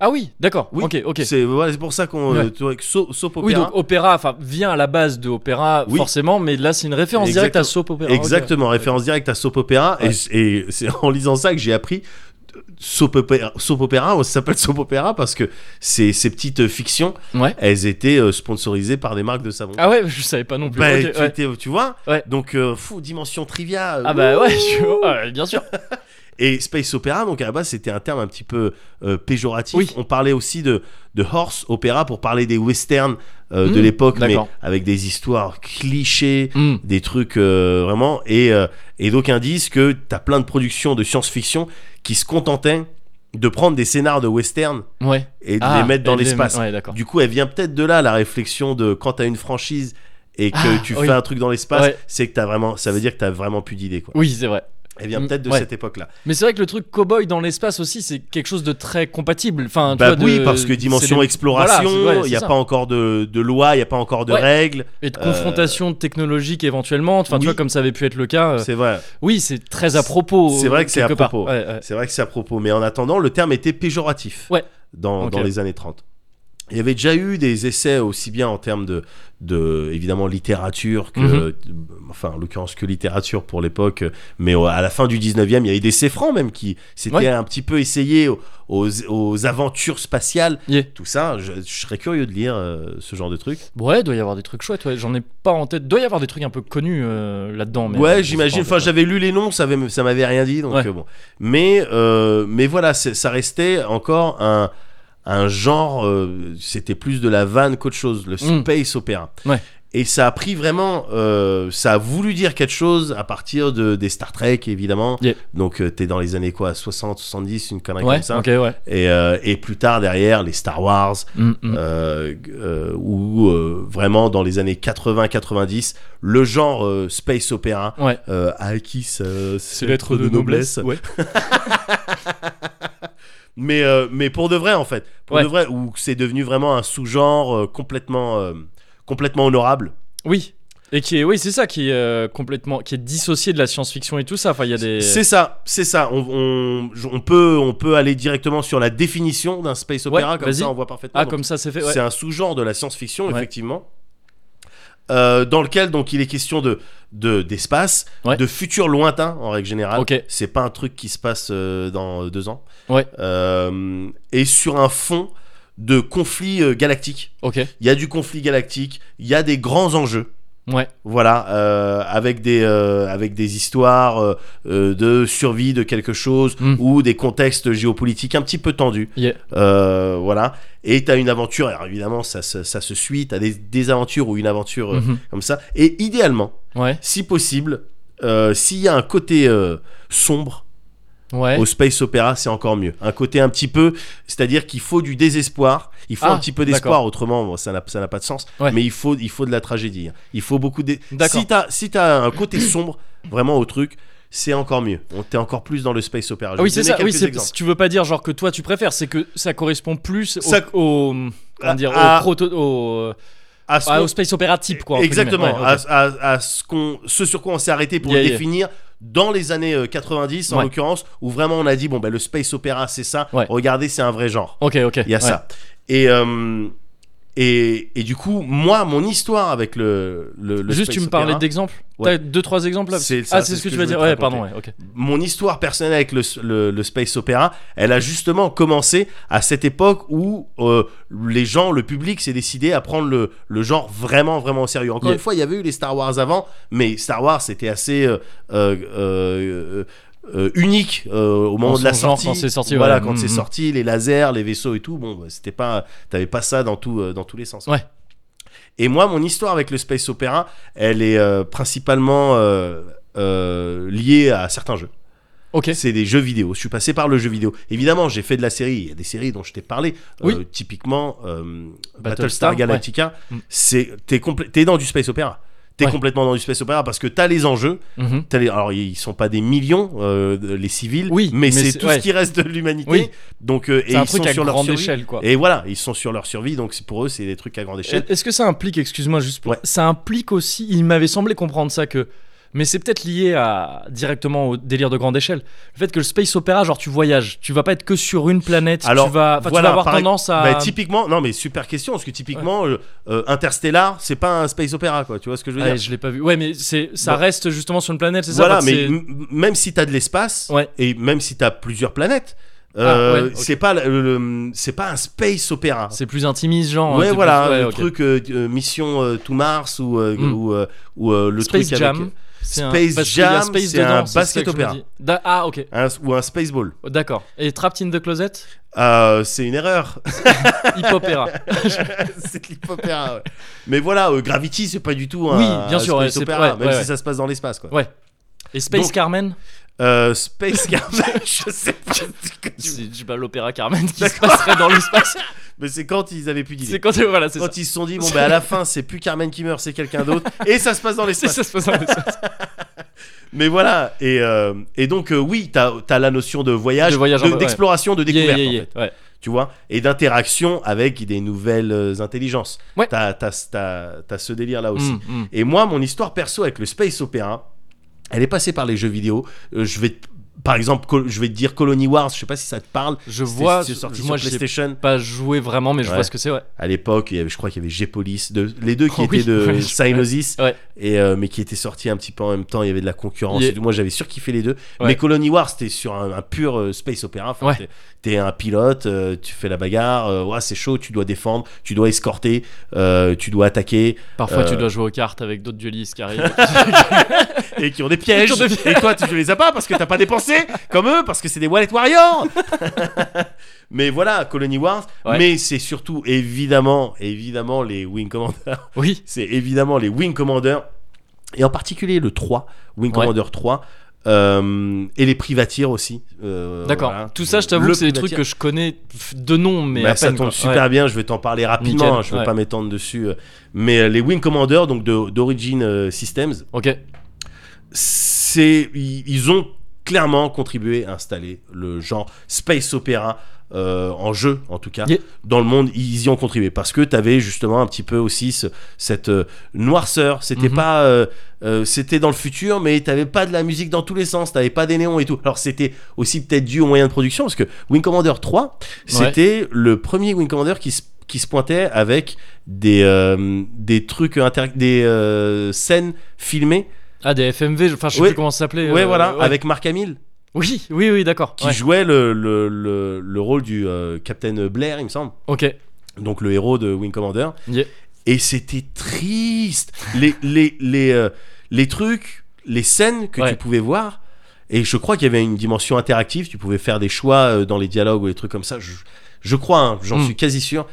[SPEAKER 1] Ah oui. D'accord.
[SPEAKER 2] Oui.
[SPEAKER 1] Ok. Ok.
[SPEAKER 2] C'est voilà, c'est pour ça qu'on. euh,
[SPEAKER 1] Ouais.
[SPEAKER 2] tu vois, que so- soap opera.
[SPEAKER 1] Oui, donc opéra, enfin, vient à la base de opéra,
[SPEAKER 2] Oui.
[SPEAKER 1] forcément, mais là, c'est une référence directe à soap opéra.
[SPEAKER 2] Exactement, référence directe à soap opera. Et- Et, c'est en lisant ça que j'ai appris soap opera, soap opera, ça s'appelle soap opera parce que ces, ces petites fictions,
[SPEAKER 1] Ok. Ouais.
[SPEAKER 2] elles étaient euh, sponsorisées par des marques de savon.
[SPEAKER 1] Ah ouais, je savais pas non plus.
[SPEAKER 2] Bah,
[SPEAKER 1] Ok,
[SPEAKER 2] tu,
[SPEAKER 1] ouais.
[SPEAKER 2] t'es- tu vois
[SPEAKER 1] Ouais.
[SPEAKER 2] Donc, euh, fou, dimension trivia. euh,
[SPEAKER 1] Ah bah
[SPEAKER 2] ouh.
[SPEAKER 1] ouais, je- ah
[SPEAKER 2] euh,
[SPEAKER 1] ouais, bien sûr.
[SPEAKER 2] Et Space Opera, donc à la base, c'était un terme un petit peu euh, péjoratif.
[SPEAKER 1] Oui.
[SPEAKER 2] On parlait aussi de, de Horse Opera pour parler des westerns euh, de
[SPEAKER 1] Mmh,
[SPEAKER 2] l'époque, mais
[SPEAKER 1] d'accord.
[SPEAKER 2] avec des histoires clichés,
[SPEAKER 1] Hmm.
[SPEAKER 2] des trucs euh, vraiment. Et, euh, et donc, indice que t'as plein de productions de science-fiction qui se contentaient de prendre des scénars de western
[SPEAKER 1] Ouais.
[SPEAKER 2] et de
[SPEAKER 1] Ah,
[SPEAKER 2] les mettre dans
[SPEAKER 1] elle les met-
[SPEAKER 2] l'espace.
[SPEAKER 1] Ouais, d'accord.
[SPEAKER 2] Du coup, elle vient peut-être de là, la réflexion de quand t'as une franchise et que
[SPEAKER 1] Ah,
[SPEAKER 2] tu
[SPEAKER 1] oui.
[SPEAKER 2] fais un truc dans l'espace,
[SPEAKER 1] Ouais.
[SPEAKER 2] c'est que t'as vraiment, ça veut dire que t'as vraiment plus d'idées, quoi.
[SPEAKER 1] Oui, c'est vrai.
[SPEAKER 2] Elle vient
[SPEAKER 1] Mm,
[SPEAKER 2] peut-être de
[SPEAKER 1] ouais.
[SPEAKER 2] cette époque-là.
[SPEAKER 1] Mais c'est vrai que le truc cowboy dans l'espace aussi, c'est quelque chose de très compatible. Enfin, tu
[SPEAKER 2] Bah
[SPEAKER 1] vois,
[SPEAKER 2] oui,
[SPEAKER 1] de-
[SPEAKER 2] parce que dimension
[SPEAKER 1] c'est des-
[SPEAKER 2] exploration, il
[SPEAKER 1] Voilà, c'est- ouais,
[SPEAKER 2] n'y a
[SPEAKER 1] c'est ça.
[SPEAKER 2] pas encore de, de loi, il n'y a pas encore de
[SPEAKER 1] Ouais.
[SPEAKER 2] règles.
[SPEAKER 1] et de
[SPEAKER 2] euh,
[SPEAKER 1] confrontation technologique éventuellement. Enfin,
[SPEAKER 2] oui.
[SPEAKER 1] tu vois, comme ça avait pu être le cas. euh,
[SPEAKER 2] C'est vrai.
[SPEAKER 1] Oui, c'est très à propos. euh,
[SPEAKER 2] C'est vrai que c'est à
[SPEAKER 1] quelque part.
[SPEAKER 2] propos.
[SPEAKER 1] Ouais, ouais.
[SPEAKER 2] C'est vrai que c'est à propos. Mais en attendant, le terme était péjoratif
[SPEAKER 1] Ouais.
[SPEAKER 2] dans,
[SPEAKER 1] Ok.
[SPEAKER 2] dans les années 30. Il y avait déjà eu des essais aussi bien en termes de, de évidemment littérature que euh,
[SPEAKER 1] Mhm.
[SPEAKER 2] enfin en l'occurrence que littérature pour l'époque mais au- à la fin du 19e il y a eu des essais francs même qui s'étaient
[SPEAKER 1] Ouais.
[SPEAKER 2] un petit peu essayés aux, aux- aux aventures spatiales
[SPEAKER 1] Yeah.
[SPEAKER 2] tout ça je, je serais curieux de lire euh, ce genre de truc
[SPEAKER 1] Ouais, doit y avoir des trucs chouettes. Ouais, j'en ai pas en tête. Doit y avoir des trucs un peu connus euh, là-dedans. mais-
[SPEAKER 2] ouais
[SPEAKER 1] mais
[SPEAKER 2] j'imagine
[SPEAKER 1] c'est pas en
[SPEAKER 2] enfin
[SPEAKER 1] tête,
[SPEAKER 2] j'avais lu les noms ça avait- ça m'avait rien dit donc
[SPEAKER 1] Ouais.
[SPEAKER 2] euh, bon mais euh, mais voilà c'est- ça restait encore un un genre euh, c'était plus de la vanne qu'autre chose le
[SPEAKER 1] Mm.
[SPEAKER 2] space opéra
[SPEAKER 1] Ouais.
[SPEAKER 2] et ça a pris vraiment euh, ça a voulu dire quelque chose à partir de des Star Trek évidemment
[SPEAKER 1] Yeah.
[SPEAKER 2] donc euh, t'es dans les années quoi 60 70 une connerie
[SPEAKER 1] ouais.
[SPEAKER 2] comme ça
[SPEAKER 1] ok, ouais.
[SPEAKER 2] et, euh, et plus tard derrière les Star Wars
[SPEAKER 1] Mm, mm.
[SPEAKER 2] euh, euh, où euh, vraiment dans les années 80-90, le genre euh, space opéra
[SPEAKER 1] Ouais.
[SPEAKER 2] euh, a acquis sa-
[SPEAKER 1] C'est
[SPEAKER 2] ses
[SPEAKER 1] l'être de, noblesse. Ouais.
[SPEAKER 2] Mais, euh, mais pour de vrai, en fait, pour
[SPEAKER 1] Ouais.
[SPEAKER 2] de vrai, où c'est devenu vraiment un sous-genre euh, complètement, euh, complètement honorable.
[SPEAKER 1] Oui. Et qui est, oui, c'est ça, qui est euh, complètement, qui est dissocié de la science-fiction et tout ça. Enfin, il y a des.
[SPEAKER 2] C'est ça, c'est ça. On, on, je- on peut, on peut aller directement sur la définition d'un space opéra,
[SPEAKER 1] Ouais,
[SPEAKER 2] comme
[SPEAKER 1] vas-y.
[SPEAKER 2] ça on voit parfaitement.
[SPEAKER 1] Ah,
[SPEAKER 2] Donc,
[SPEAKER 1] comme ça, c'est fait. ouais.
[SPEAKER 2] C'est un sous-genre de la science-fiction,
[SPEAKER 1] Ouais.
[SPEAKER 2] effectivement. Euh, dans lequel donc il est question de de- d'espace,
[SPEAKER 1] Ouais.
[SPEAKER 2] de futur lointain en règle générale.
[SPEAKER 1] Ok.
[SPEAKER 2] C'est pas un truc qui se passe euh, dans deux ans.
[SPEAKER 1] Ouais.
[SPEAKER 2] Euh, et sur un fond de conflits euh, galactiques.
[SPEAKER 1] Ok.
[SPEAKER 2] Il y a du conflit galactique, il y a des grands enjeux.
[SPEAKER 1] Ouais.
[SPEAKER 2] Voilà, euh, avec des euh, avec des histoires euh, euh, de survie de quelque chose
[SPEAKER 1] Mm.
[SPEAKER 2] ou des contextes géopolitiques un petit peu tendus.
[SPEAKER 1] Yeah.
[SPEAKER 2] Euh, voilà, et t'as une aventure. Alors évidemment, ça, se- ça se suit. T'as des, des aventures ou une aventure euh,
[SPEAKER 1] Mhm.
[SPEAKER 2] comme ça. Et idéalement,
[SPEAKER 1] Ouais.
[SPEAKER 2] si possible, euh, s'il y a un côté euh, sombre
[SPEAKER 1] Ouais.
[SPEAKER 2] au space opéra, c'est encore mieux. Un côté un petit peu, c'est-à-dire qu'il faut du désespoir. Il faut
[SPEAKER 1] Ah,
[SPEAKER 2] un petit peu d'espoir, autrement bon, ça n'a ça n'a pas de sens.
[SPEAKER 1] Ouais.
[SPEAKER 2] Mais il faut, il faut de la tragédie. hein. Il faut beaucoup de.
[SPEAKER 1] D'accord.
[SPEAKER 2] Si t'as, si t'as un côté sombre, vraiment au truc, c'est encore mieux. On t'es encore plus dans le space opéra. Je
[SPEAKER 1] Ah oui,
[SPEAKER 2] vais
[SPEAKER 1] c'est
[SPEAKER 2] donner
[SPEAKER 1] ça. Oui,
[SPEAKER 2] quelques
[SPEAKER 1] c'est-
[SPEAKER 2] exemples.
[SPEAKER 1] tu veux pas dire genre que toi tu préfères, c'est que ça correspond plus au,
[SPEAKER 2] Ça- Ah,
[SPEAKER 1] au comment dire,
[SPEAKER 2] à-
[SPEAKER 1] au proto, au,
[SPEAKER 2] À ce
[SPEAKER 1] ah,
[SPEAKER 2] qu'on-
[SPEAKER 1] au space opéra type quoi. entre
[SPEAKER 2] Exactement. Ah,
[SPEAKER 1] guillemets. Ouais,
[SPEAKER 2] à,
[SPEAKER 1] ok.
[SPEAKER 2] à- à ce qu'on, ce sur quoi on s'est arrêté pour
[SPEAKER 1] Yeah,
[SPEAKER 2] le
[SPEAKER 1] yeah.
[SPEAKER 2] définir. Dans les années euh, 90, en
[SPEAKER 1] Ouais.
[SPEAKER 2] l'occurrence, où vraiment on a dit bon ben le space opéra c'est ça.
[SPEAKER 1] Ouais.
[SPEAKER 2] Regardez, c'est un vrai genre.
[SPEAKER 1] Ok, ok.
[SPEAKER 2] Il y a ça. Et, euh, et, et du coup, moi, mon histoire avec le. le, le
[SPEAKER 1] Juste,
[SPEAKER 2] space
[SPEAKER 1] tu me parlais
[SPEAKER 2] opéra,
[SPEAKER 1] d'exemples. T'as
[SPEAKER 2] Ouais.
[SPEAKER 1] deux trois exemples là.
[SPEAKER 2] C'est ça,
[SPEAKER 1] Ah,
[SPEAKER 2] c'est
[SPEAKER 1] c'est ce
[SPEAKER 2] ce
[SPEAKER 1] que,
[SPEAKER 2] que
[SPEAKER 1] tu
[SPEAKER 2] je
[SPEAKER 1] vas
[SPEAKER 2] voulais
[SPEAKER 1] dire.
[SPEAKER 2] te
[SPEAKER 1] Ouais, pardon.
[SPEAKER 2] raconter.
[SPEAKER 1] ouais, ok.
[SPEAKER 2] Mon histoire personnelle avec le, le, le Space Opera, elle a justement commencé à cette époque où euh, les gens, le public s'est décidé à prendre le, le genre vraiment, vraiment au sérieux. Encore
[SPEAKER 1] Yeah.
[SPEAKER 2] une fois, il y avait eu les Star Wars avant, mais Star Wars c'était assez. euh, euh, euh, euh, unique euh, au moment
[SPEAKER 1] Dans
[SPEAKER 2] de la
[SPEAKER 1] son genre,
[SPEAKER 2] sortie
[SPEAKER 1] quand c'est sorti,
[SPEAKER 2] voilà
[SPEAKER 1] ouais.
[SPEAKER 2] quand
[SPEAKER 1] Mhm.
[SPEAKER 2] c'est sorti les lasers les vaisseaux et tout bon bah, c'était pas t'avais pas ça dans tout euh, dans tous les sens
[SPEAKER 1] Ouais.
[SPEAKER 2] et moi mon histoire avec le space opéra elle est euh, principalement euh, euh, liée à certains jeux
[SPEAKER 1] Ok.
[SPEAKER 2] c'est des jeux vidéo. Je suis passé par le jeu vidéo. Évidemment, j'ai fait de la série. Il y a des séries dont je t'ai parlé. Euh,
[SPEAKER 1] Oui.
[SPEAKER 2] typiquement, euh, Battlestar
[SPEAKER 1] Battlestar,
[SPEAKER 2] Galactica.
[SPEAKER 1] ouais. Mm.
[SPEAKER 2] C'est t'es complè- t'es dans du space opéra. T'es
[SPEAKER 1] Ouais.
[SPEAKER 2] complètement dans du space opéra parce que t'as les enjeux.
[SPEAKER 1] Mhm.
[SPEAKER 2] t'as les- alors ils sont pas des millions euh, de- les civils.
[SPEAKER 1] Oui,
[SPEAKER 2] Mais,
[SPEAKER 1] mais
[SPEAKER 2] c'est
[SPEAKER 1] c'est-
[SPEAKER 2] tout ce
[SPEAKER 1] ouais.
[SPEAKER 2] qui reste de l'humanité.
[SPEAKER 1] Oui.
[SPEAKER 2] Donc euh, et
[SPEAKER 1] C'est un
[SPEAKER 2] ils
[SPEAKER 1] truc
[SPEAKER 2] sont
[SPEAKER 1] à
[SPEAKER 2] sur leur
[SPEAKER 1] grande
[SPEAKER 2] survie.
[SPEAKER 1] échelle quoi.
[SPEAKER 2] Et voilà, ils sont sur leur survie. Donc c'est- pour eux, c'est des trucs à grande échelle.
[SPEAKER 1] Est-ce que ça implique, excuse-moi, juste pour-
[SPEAKER 2] Ouais.
[SPEAKER 1] ça implique aussi, il m'avait semblé comprendre ça que, mais c'est peut-être lié à directement au délire de grande échelle, le fait que le space opéra, genre tu voyages, tu vas pas être que sur une planète,
[SPEAKER 2] Alors,
[SPEAKER 1] tu vas, enfin, tu
[SPEAKER 2] voilà,
[SPEAKER 1] vas avoir
[SPEAKER 2] par ex-
[SPEAKER 1] tendance à,
[SPEAKER 2] Bah, typiquement, non mais super question parce que typiquement, euh, euh, Interstellar, c'est pas un space opéra quoi. Tu vois ce que je veux
[SPEAKER 1] Ouais,
[SPEAKER 2] dire
[SPEAKER 1] je l'ai pas vu, ouais, mais c'est, ça
[SPEAKER 2] Bah.
[SPEAKER 1] reste justement sur une planète, c'est
[SPEAKER 2] voilà,
[SPEAKER 1] ça,
[SPEAKER 2] mais
[SPEAKER 1] c'est-
[SPEAKER 2] m- m- même si t'as de l'espace
[SPEAKER 1] Ouais. Ah,
[SPEAKER 2] et même si t'as plusieurs planètes, euh,
[SPEAKER 1] ouais, ok.
[SPEAKER 2] c'est pas le- le- c'est pas un space opéra.
[SPEAKER 1] c'est plus intimiste, genre,
[SPEAKER 2] Ouais,
[SPEAKER 1] c'est plus-
[SPEAKER 2] voilà,
[SPEAKER 1] ouais,
[SPEAKER 2] le
[SPEAKER 1] ok.
[SPEAKER 2] truc euh, euh, mission euh, to Mars ou euh,
[SPEAKER 1] Mm.
[SPEAKER 2] ou, euh, ou, euh, le
[SPEAKER 1] Space
[SPEAKER 2] truc
[SPEAKER 1] Jam,
[SPEAKER 2] avec
[SPEAKER 1] c'est un-
[SPEAKER 2] Space
[SPEAKER 1] parce qu'il y a
[SPEAKER 2] Jam,
[SPEAKER 1] space
[SPEAKER 2] c'est un
[SPEAKER 1] dedans, c'est ça
[SPEAKER 2] basket
[SPEAKER 1] que je me
[SPEAKER 2] opéra.
[SPEAKER 1] dis. Da- ah ok,
[SPEAKER 2] un- ou un spaceball.
[SPEAKER 1] d'accord. Et Trapped in the Closet,
[SPEAKER 2] Euh, c'est une erreur.
[SPEAKER 1] hip opéra.
[SPEAKER 2] c'est de l'hip-opéra. ouais. Mais voilà, euh, Gravity, c'est pas du tout un,
[SPEAKER 1] Oui, bien
[SPEAKER 2] un
[SPEAKER 1] sûr, ouais,
[SPEAKER 2] space
[SPEAKER 1] c'est-
[SPEAKER 2] opéra,
[SPEAKER 1] ouais,
[SPEAKER 2] même
[SPEAKER 1] ouais,
[SPEAKER 2] si
[SPEAKER 1] ouais.
[SPEAKER 2] ça se passe dans l'espace quoi.
[SPEAKER 1] Ouais. Et Space
[SPEAKER 2] Donc-
[SPEAKER 1] Carmen,
[SPEAKER 2] Euh, space Carmen, je sais pas. ce que tu-
[SPEAKER 1] c'est je sais pas l'opéra Carmen qui se passerait dans l'espace.
[SPEAKER 2] Mais c'est quand ils avaient plus d'idées.
[SPEAKER 1] C'est quand voilà, c'est ça.
[SPEAKER 2] quand ils se sont dit bon ben à la fin c'est plus Carmen qui meurt c'est quelqu'un d'autre et ça se passe dans
[SPEAKER 1] C'est
[SPEAKER 2] l'espace
[SPEAKER 1] ça se passe dans l'espace.
[SPEAKER 2] mais voilà et, euh, et donc euh, oui t'as as la notion de voyage
[SPEAKER 1] De voyage,
[SPEAKER 2] de-
[SPEAKER 1] ouais.
[SPEAKER 2] d'exploration de
[SPEAKER 1] Yeah,
[SPEAKER 2] découverte
[SPEAKER 1] yeah,
[SPEAKER 2] en
[SPEAKER 1] yeah,
[SPEAKER 2] fait
[SPEAKER 1] ouais.
[SPEAKER 2] tu vois et d'interaction avec des nouvelles euh, intelligences
[SPEAKER 1] Ouais.
[SPEAKER 2] t'as t'as- t'as- t'as ce délire là aussi
[SPEAKER 1] Mm, mm.
[SPEAKER 2] et moi mon histoire perso avec le space opéra elle est passée par les jeux vidéo Euh, je vais te- par exemple col- je vais te dire Colony Wars je sais pas si ça te parle
[SPEAKER 1] Je
[SPEAKER 2] C'était-
[SPEAKER 1] vois,
[SPEAKER 2] c'est sorti
[SPEAKER 1] moi
[SPEAKER 2] sur
[SPEAKER 1] j'ai
[SPEAKER 2] PlayStation
[SPEAKER 1] pas joué vraiment, mais je
[SPEAKER 2] Ouais.
[SPEAKER 1] vois ce que c'est, ouais.
[SPEAKER 2] à l'époque il y avait- je crois qu'il y avait G-Police deux- les deux qui
[SPEAKER 1] Oh oui,
[SPEAKER 2] étaient de
[SPEAKER 1] ouais, je-
[SPEAKER 2] Cyanosis
[SPEAKER 1] ouais.
[SPEAKER 2] et euh, mais qui étaient sortis un petit peu en même temps il y avait de la concurrence
[SPEAKER 1] Yeah.
[SPEAKER 2] et tout. moi j'avais surkiffé les deux
[SPEAKER 1] Ouais.
[SPEAKER 2] mais Colony War c'était sur un, un pur euh, space opéra Enfin,
[SPEAKER 1] Ouais.
[SPEAKER 2] t'es- t'es un pilote euh, tu fais la bagarre euh, ouah, c'est chaud tu dois défendre tu dois escorter euh, tu dois attaquer
[SPEAKER 1] Parfois
[SPEAKER 2] Euh,
[SPEAKER 1] tu dois jouer aux cartes avec d'autres duelistes qui arrivent.
[SPEAKER 2] et qui ont des pièges
[SPEAKER 1] Qui ont des
[SPEAKER 2] et toi tu les as pas parce que t'as pas dépensé comme eux parce que c'est des wallet warriors mais voilà Colony Wars
[SPEAKER 1] Ouais.
[SPEAKER 2] mais c'est surtout évidemment évidemment les Wing Commander
[SPEAKER 1] oui.
[SPEAKER 2] c'est évidemment les Wing Commander, et en particulier le 3, Wing
[SPEAKER 1] Ouais.
[SPEAKER 2] Commander 3, euh, et les Privateers aussi. euh,
[SPEAKER 1] D'accord.
[SPEAKER 2] voilà.
[SPEAKER 1] Tout ça, je t'avoue
[SPEAKER 2] Le
[SPEAKER 1] que c'est des trucs
[SPEAKER 2] Privateer.
[SPEAKER 1] que je connais pff, de nom, mais
[SPEAKER 2] Bah,
[SPEAKER 1] à
[SPEAKER 2] ça
[SPEAKER 1] peine,
[SPEAKER 2] tombe
[SPEAKER 1] quoi.
[SPEAKER 2] super
[SPEAKER 1] Ouais.
[SPEAKER 2] bien, je vais t'en parler rapidement,
[SPEAKER 1] Nickel,
[SPEAKER 2] hein, je ne
[SPEAKER 1] ouais.
[SPEAKER 2] vais pas m'étendre dessus. euh, Mais euh, les Wing Commander, donc de- d'Origin euh, Systems,
[SPEAKER 1] Ok.
[SPEAKER 2] c'est ils ils ont clairement contribué à installer le genre space opéra euh, en jeu, en tout cas,
[SPEAKER 1] Yeah.
[SPEAKER 2] dans le monde, ils y ont contribué. Parce que tu avais justement un petit peu aussi ce- cette euh, noirceur. C'était
[SPEAKER 1] Mhm.
[SPEAKER 2] pas. euh, euh, c'était dans le futur, mais t'avais pas de la musique dans tous les sens, t'avais pas des néons et tout. Alors c'était aussi peut-être dû aux moyens de production, parce que Wing Commander 3, c'était le premier Wing Commander qui se, qui se pointait avec des, euh, des trucs, inter- des euh, scènes filmées.
[SPEAKER 1] Ah, des FMV, je- enfin, je sais
[SPEAKER 2] Ouais.
[SPEAKER 1] plus comment ça s'appelait.
[SPEAKER 2] ouais,
[SPEAKER 1] euh,
[SPEAKER 2] voilà, avec Marc Hamill,
[SPEAKER 1] Oui, oui, oui, d'accord.
[SPEAKER 2] qui
[SPEAKER 1] ouais.
[SPEAKER 2] jouait le, le, le, le rôle du euh, Captain Blair, il me semble.
[SPEAKER 1] Ok.
[SPEAKER 2] donc le héros de Wing Commander.
[SPEAKER 1] Yeah.
[SPEAKER 2] Et c'était triste. Les, les, les, euh, les trucs, les scènes que
[SPEAKER 1] Ouais.
[SPEAKER 2] tu pouvais voir. Et je crois qu'il y avait une dimension interactive. Tu pouvais faire des choix euh, dans les dialogues ou les trucs comme ça. Je, je crois, hein, j'en
[SPEAKER 1] Mm.
[SPEAKER 2] suis quasi sûr.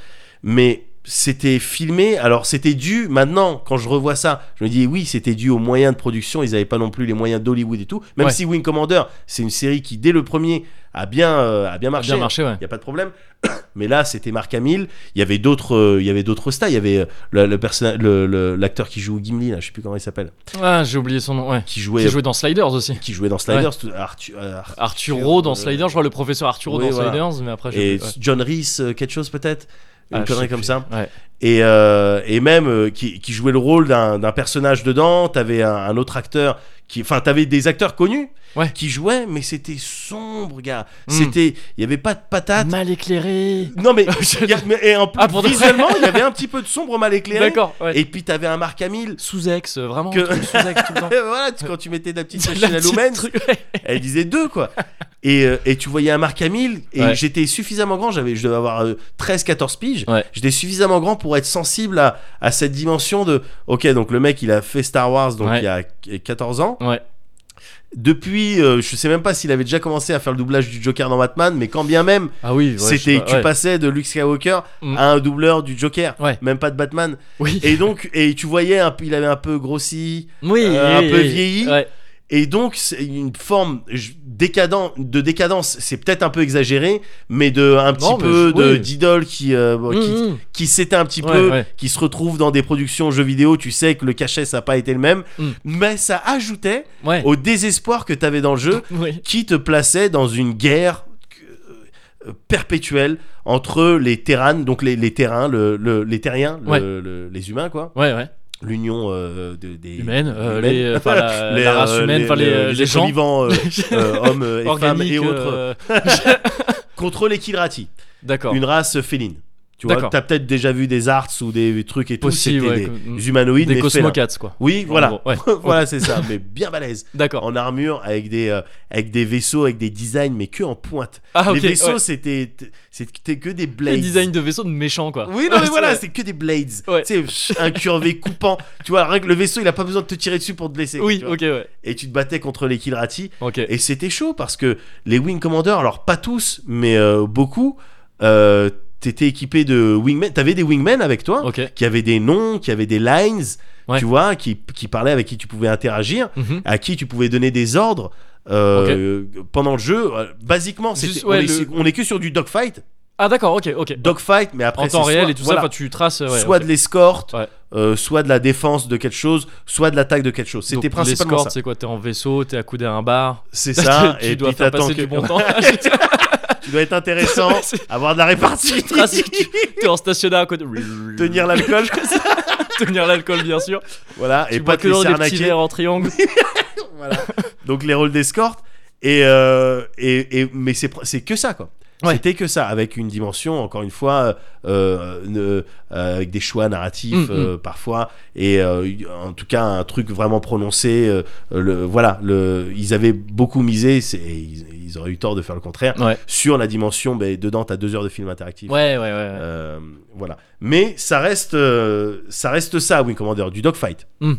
[SPEAKER 2] Mais c'était filmé. Alors c'était dû, maintenant, quand je revois ça, je me dis oui, c'était dû aux moyens de production. Ils n'avaient pas non plus les moyens d'Hollywood et tout. Même
[SPEAKER 1] Ouais.
[SPEAKER 2] si Wing Commander, c'est une série qui, dès le premier, a bien, euh, a bien marché.
[SPEAKER 1] Bien marché, ouais.
[SPEAKER 2] Il n'y a pas de problème. Mais là, c'était Marc Hamill. Il y avait d'autres, euh, il y avait d'autres stars. Il y avait euh, le, le personnage, le- le- l'acteur qui joue Gimli, là, je sais plus comment il s'appelle,
[SPEAKER 1] Ah, j'ai oublié son nom, ouais.
[SPEAKER 2] qui
[SPEAKER 1] Qui
[SPEAKER 2] jouait,
[SPEAKER 1] jouait dans Sliders aussi.
[SPEAKER 2] qui jouait dans Sliders, tout- Arthur, euh, Ar-
[SPEAKER 1] Arturo dans
[SPEAKER 2] euh,
[SPEAKER 1] Sliders, je crois le professeur Arturo
[SPEAKER 2] oui,
[SPEAKER 1] dans
[SPEAKER 2] voilà.
[SPEAKER 1] Sliders, mais après, je
[SPEAKER 2] et
[SPEAKER 1] sais plus, ouais.
[SPEAKER 2] John Rhys, euh, quelque chose peut-être, une
[SPEAKER 1] Ah, je
[SPEAKER 2] connerie
[SPEAKER 1] sais
[SPEAKER 2] comme
[SPEAKER 1] plus.
[SPEAKER 2] ça.
[SPEAKER 1] Ouais.
[SPEAKER 2] Et euh, et même euh, qui, qui jouait le rôle d'un, d'un personnage dedans. T'avais un, un autre acteur qui, enfin, t'avais des acteurs connus
[SPEAKER 1] Ouais.
[SPEAKER 2] qui jouaient, mais c'était sombre, gars.
[SPEAKER 1] Mm.
[SPEAKER 2] C'était, il y avait pas de patate.
[SPEAKER 1] Ah, Mal éclairé.
[SPEAKER 2] Non mais, il y a- mais- et en plus,
[SPEAKER 1] Ah, pour de vrai.
[SPEAKER 2] visuellement, il y avait un petit peu de sombre mal éclairé.
[SPEAKER 1] D'accord, ouais.
[SPEAKER 2] Et puis t'avais un Marc Hamill.
[SPEAKER 1] Sous-ex, euh, vraiment.
[SPEAKER 2] Que-
[SPEAKER 1] un truc Sous-ex tout le temps.
[SPEAKER 2] Et voilà, tu- quand tu mettais de la petite
[SPEAKER 1] C'est
[SPEAKER 2] chez la Lumen,
[SPEAKER 1] ouais.
[SPEAKER 2] elle disait deux quoi. Et, euh, et tu voyais un Marc Hamill et
[SPEAKER 1] Ouais.
[SPEAKER 2] j'étais suffisamment grand, j'avais je devais avoir 13-14 piges.
[SPEAKER 1] Ouais.
[SPEAKER 2] J'étais suffisamment grand pour être sensible à, à cette dimension de OK, donc le mec il a fait Star Wars donc
[SPEAKER 1] Ouais.
[SPEAKER 2] il y a qu- 14 ans.
[SPEAKER 1] Ouais.
[SPEAKER 2] Depuis euh, je sais même pas s'il avait déjà commencé à faire le doublage du Joker dans Batman, mais quand bien même
[SPEAKER 1] Ah oui, ouais, je sais
[SPEAKER 2] c'était
[SPEAKER 1] pas,
[SPEAKER 2] tu
[SPEAKER 1] ouais.
[SPEAKER 2] passais de Luke Skywalker
[SPEAKER 1] Mm.
[SPEAKER 2] à un doubleur du Joker,
[SPEAKER 1] Ouais.
[SPEAKER 2] même pas de Batman.
[SPEAKER 1] Oui,
[SPEAKER 2] Et donc et tu voyais un, peu- il avait un peu grossi,
[SPEAKER 1] oui,
[SPEAKER 2] euh, un
[SPEAKER 1] oui,
[SPEAKER 2] peu
[SPEAKER 1] oui.
[SPEAKER 2] vieilli.
[SPEAKER 1] Ouais.
[SPEAKER 2] Et donc, c'est une forme je- décadent, de décadence, c'est peut-être un peu exagéré, mais de un petit
[SPEAKER 1] Non, mais
[SPEAKER 2] peu
[SPEAKER 1] je-
[SPEAKER 2] de
[SPEAKER 1] oui.
[SPEAKER 2] d'idole qui, euh, bon, qui,
[SPEAKER 1] Mmh, mmh.
[SPEAKER 2] qui s'éteint un petit
[SPEAKER 1] Ouais,
[SPEAKER 2] peu,
[SPEAKER 1] ouais.
[SPEAKER 2] qui se retrouve dans des productions jeux vidéo. Tu sais que le cachet, ça n'a pas été le même,
[SPEAKER 1] Mm.
[SPEAKER 2] mais ça ajoutait
[SPEAKER 1] Ouais.
[SPEAKER 2] au désespoir que tu avais dans le jeu,
[SPEAKER 1] Oui.
[SPEAKER 2] qui te plaçait dans une guerre euh, perpétuelle entre les terranes, donc les, les terrains, le, le- les terriens, le-
[SPEAKER 1] Ouais.
[SPEAKER 2] le- les humains, quoi,
[SPEAKER 1] Ouais, ouais.
[SPEAKER 2] l'union euh, de- des
[SPEAKER 1] Humaine, euh,
[SPEAKER 2] humaines.
[SPEAKER 1] les, enfin, la, la race
[SPEAKER 2] euh,
[SPEAKER 1] humaine, enfin, les, euh, les
[SPEAKER 2] êtres
[SPEAKER 1] gens.
[SPEAKER 2] vivants, euh, euh, hommes euh, et femmes
[SPEAKER 1] organiques
[SPEAKER 2] et autres,
[SPEAKER 1] euh,
[SPEAKER 2] contre les Kilrati,
[SPEAKER 1] D'accord.
[SPEAKER 2] une race féline. Tu vois,
[SPEAKER 1] D'accord.
[SPEAKER 2] t'as peut-être déjà vu des arts ou des trucs et tout,
[SPEAKER 1] Possible,
[SPEAKER 2] c'était
[SPEAKER 1] ouais,
[SPEAKER 2] des
[SPEAKER 1] comme-
[SPEAKER 2] humanoïdes,
[SPEAKER 1] Des
[SPEAKER 2] mais félins.
[SPEAKER 1] cosmocats, quoi.
[SPEAKER 2] Oui,
[SPEAKER 1] En
[SPEAKER 2] voilà,
[SPEAKER 1] gros, ouais.
[SPEAKER 2] voilà, c'est ça, mais bien balèze,
[SPEAKER 1] D'accord.
[SPEAKER 2] en armure, avec des, euh, avec des vaisseaux, avec des designs, mais que en pointe.
[SPEAKER 1] Ah, ok.
[SPEAKER 2] les vaisseaux,
[SPEAKER 1] ouais.
[SPEAKER 2] c'était, c'était que des blades.
[SPEAKER 1] Les designs de vaisseaux de méchants, quoi.
[SPEAKER 2] Oui, non, mais
[SPEAKER 1] Ouais,
[SPEAKER 2] voilà,
[SPEAKER 1] c'est-
[SPEAKER 2] c'est que des blades.
[SPEAKER 1] Ouais.
[SPEAKER 2] Tu sais, incurvé, coupant. Tu vois, rien que le vaisseau, il a pas besoin de te tirer dessus pour te blesser.
[SPEAKER 1] Oui,
[SPEAKER 2] tu vois.
[SPEAKER 1] ok, ouais.
[SPEAKER 2] Et tu te battais contre les Kilrati.
[SPEAKER 1] Ok.
[SPEAKER 2] Et c'était chaud parce que les Wing Commander, alors pas tous, mais euh, beaucoup, euh, t'étais équipé de Wingmen. T'avais des Wingmen avec toi
[SPEAKER 1] Ok.
[SPEAKER 2] qui avaient des noms, qui avaient des lines,
[SPEAKER 1] Ouais.
[SPEAKER 2] tu vois, qui, qui parlaient avec qui tu pouvais interagir,
[SPEAKER 1] Mhm.
[SPEAKER 2] à qui tu pouvais donner des ordres. euh, Pendant le jeu, Euh, basiquement, c'était-
[SPEAKER 1] Juste,
[SPEAKER 2] on,
[SPEAKER 1] ouais,
[SPEAKER 2] est,
[SPEAKER 1] le-
[SPEAKER 2] on est que sur du dogfight,
[SPEAKER 1] Ah, d'accord, ok, ok.
[SPEAKER 2] dogfight, mais après
[SPEAKER 1] en temps
[SPEAKER 2] c'est
[SPEAKER 1] réel
[SPEAKER 2] soit-
[SPEAKER 1] et tout
[SPEAKER 2] voilà,
[SPEAKER 1] ça, enfin, tu traces. ouais,
[SPEAKER 2] soit
[SPEAKER 1] ok.
[SPEAKER 2] de l'escorte,
[SPEAKER 1] Ouais.
[SPEAKER 2] euh, soit de la défense de quelque chose, soit de l'attaque de quelque chose. C'était
[SPEAKER 1] Donc,
[SPEAKER 2] principalement
[SPEAKER 1] l'escorte,
[SPEAKER 2] ça.
[SPEAKER 1] c'est quoi T'es en vaisseau, t'es accoudé à un bar.
[SPEAKER 2] C'est ça.
[SPEAKER 1] tu
[SPEAKER 2] et
[SPEAKER 1] dois
[SPEAKER 2] puis
[SPEAKER 1] faire
[SPEAKER 2] t'attends
[SPEAKER 1] passer
[SPEAKER 2] que
[SPEAKER 1] du bon temps.
[SPEAKER 2] tu dois être intéressant,
[SPEAKER 1] C'est-
[SPEAKER 2] avoir de la répartie,
[SPEAKER 1] Tu traces- tu- T'es en stationnaire à côté.
[SPEAKER 2] tenir l'alcool,
[SPEAKER 1] Tenir l'alcool, bien sûr.
[SPEAKER 2] voilà,
[SPEAKER 1] Tu
[SPEAKER 2] et
[SPEAKER 1] bois
[SPEAKER 2] pas
[SPEAKER 1] que
[SPEAKER 2] te
[SPEAKER 1] dans
[SPEAKER 2] laisser
[SPEAKER 1] des petits
[SPEAKER 2] arnaquer.
[SPEAKER 1] verres en triangle.
[SPEAKER 2] Voilà. Donc les rôles d'escorte et, euh, et, et- mais c'est pr- c'est que ça quoi.
[SPEAKER 1] Ouais.
[SPEAKER 2] C'était que ça, avec une dimension encore une fois, euh, euh, euh, avec des choix narratifs
[SPEAKER 1] Mm,
[SPEAKER 2] euh, parfois, et euh, en tout cas un truc vraiment prononcé. euh, le, voilà, le, ils avaient beaucoup misé, c'est- et ils, ils auraient eu tort de faire le contraire
[SPEAKER 1] Ouais.
[SPEAKER 2] sur la dimension. Ben, dedans, t'as deux heures de film interactif.
[SPEAKER 1] Ouais, ouais, ouais. ouais.
[SPEAKER 2] Euh, voilà. Mais ça reste, euh, ça reste ça, Wing Commander, du dogfight.
[SPEAKER 1] Mm.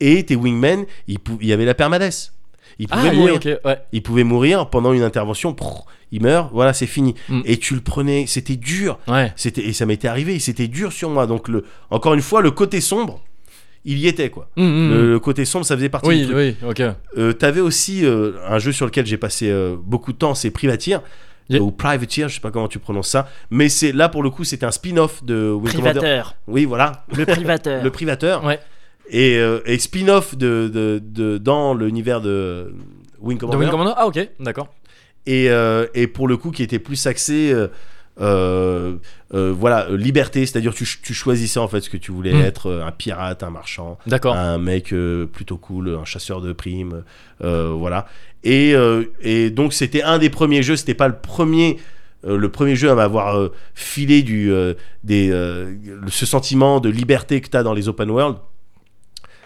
[SPEAKER 2] Et tes wingmen, il, pou- il y avait la permadeath. Il
[SPEAKER 1] Ah,
[SPEAKER 2] pouvait
[SPEAKER 1] yeah,
[SPEAKER 2] mourir.
[SPEAKER 1] ok, ouais.
[SPEAKER 2] Il pouvait mourir pendant une intervention. prrr, il meurt. Voilà, c'est fini.
[SPEAKER 1] Mm.
[SPEAKER 2] Et tu le prenais. C'était dur.
[SPEAKER 1] Ouais.
[SPEAKER 2] C'était et ça m'était arrivé. C'était dur sur moi. Donc le, encore une fois, le côté sombre, il y était quoi.
[SPEAKER 1] Hum, hum, hum.
[SPEAKER 2] Le, le côté sombre, ça faisait partie. du
[SPEAKER 1] Oui,
[SPEAKER 2] truc.
[SPEAKER 1] oui, ok.
[SPEAKER 2] Euh, T'avais aussi euh, un jeu sur lequel j'ai passé euh, beaucoup de temps, c'est Privateer.
[SPEAKER 1] Yeah.
[SPEAKER 2] Euh, Ou Privateer, je sais pas comment tu prononces ça. Mais c'est là pour le coup, c'était un spin-off de Wing Commander. Oui, voilà,
[SPEAKER 1] Le privateur.
[SPEAKER 2] le Privateur.
[SPEAKER 1] Ouais.
[SPEAKER 2] Et, euh, et spin-off de, de, de- dans l'univers de Wing
[SPEAKER 1] De
[SPEAKER 2] Commander.
[SPEAKER 1] Wing Commander Ah, ok, d'accord.
[SPEAKER 2] et, euh, et pour le coup qui était plus axé euh, euh, euh, voilà euh, liberté c'est à dire tu, ch- tu choisissais en fait ce que tu voulais
[SPEAKER 1] Mm.
[SPEAKER 2] être euh, un pirate un marchand
[SPEAKER 1] D'accord.
[SPEAKER 2] un mec euh, plutôt cool un chasseur de primes euh, voilà et, euh, et donc c'était un des premiers jeux c'était pas le premier euh, le premier jeu à m'avoir euh, filé du, euh, des, euh, ce sentiment de liberté que tu as dans les open world.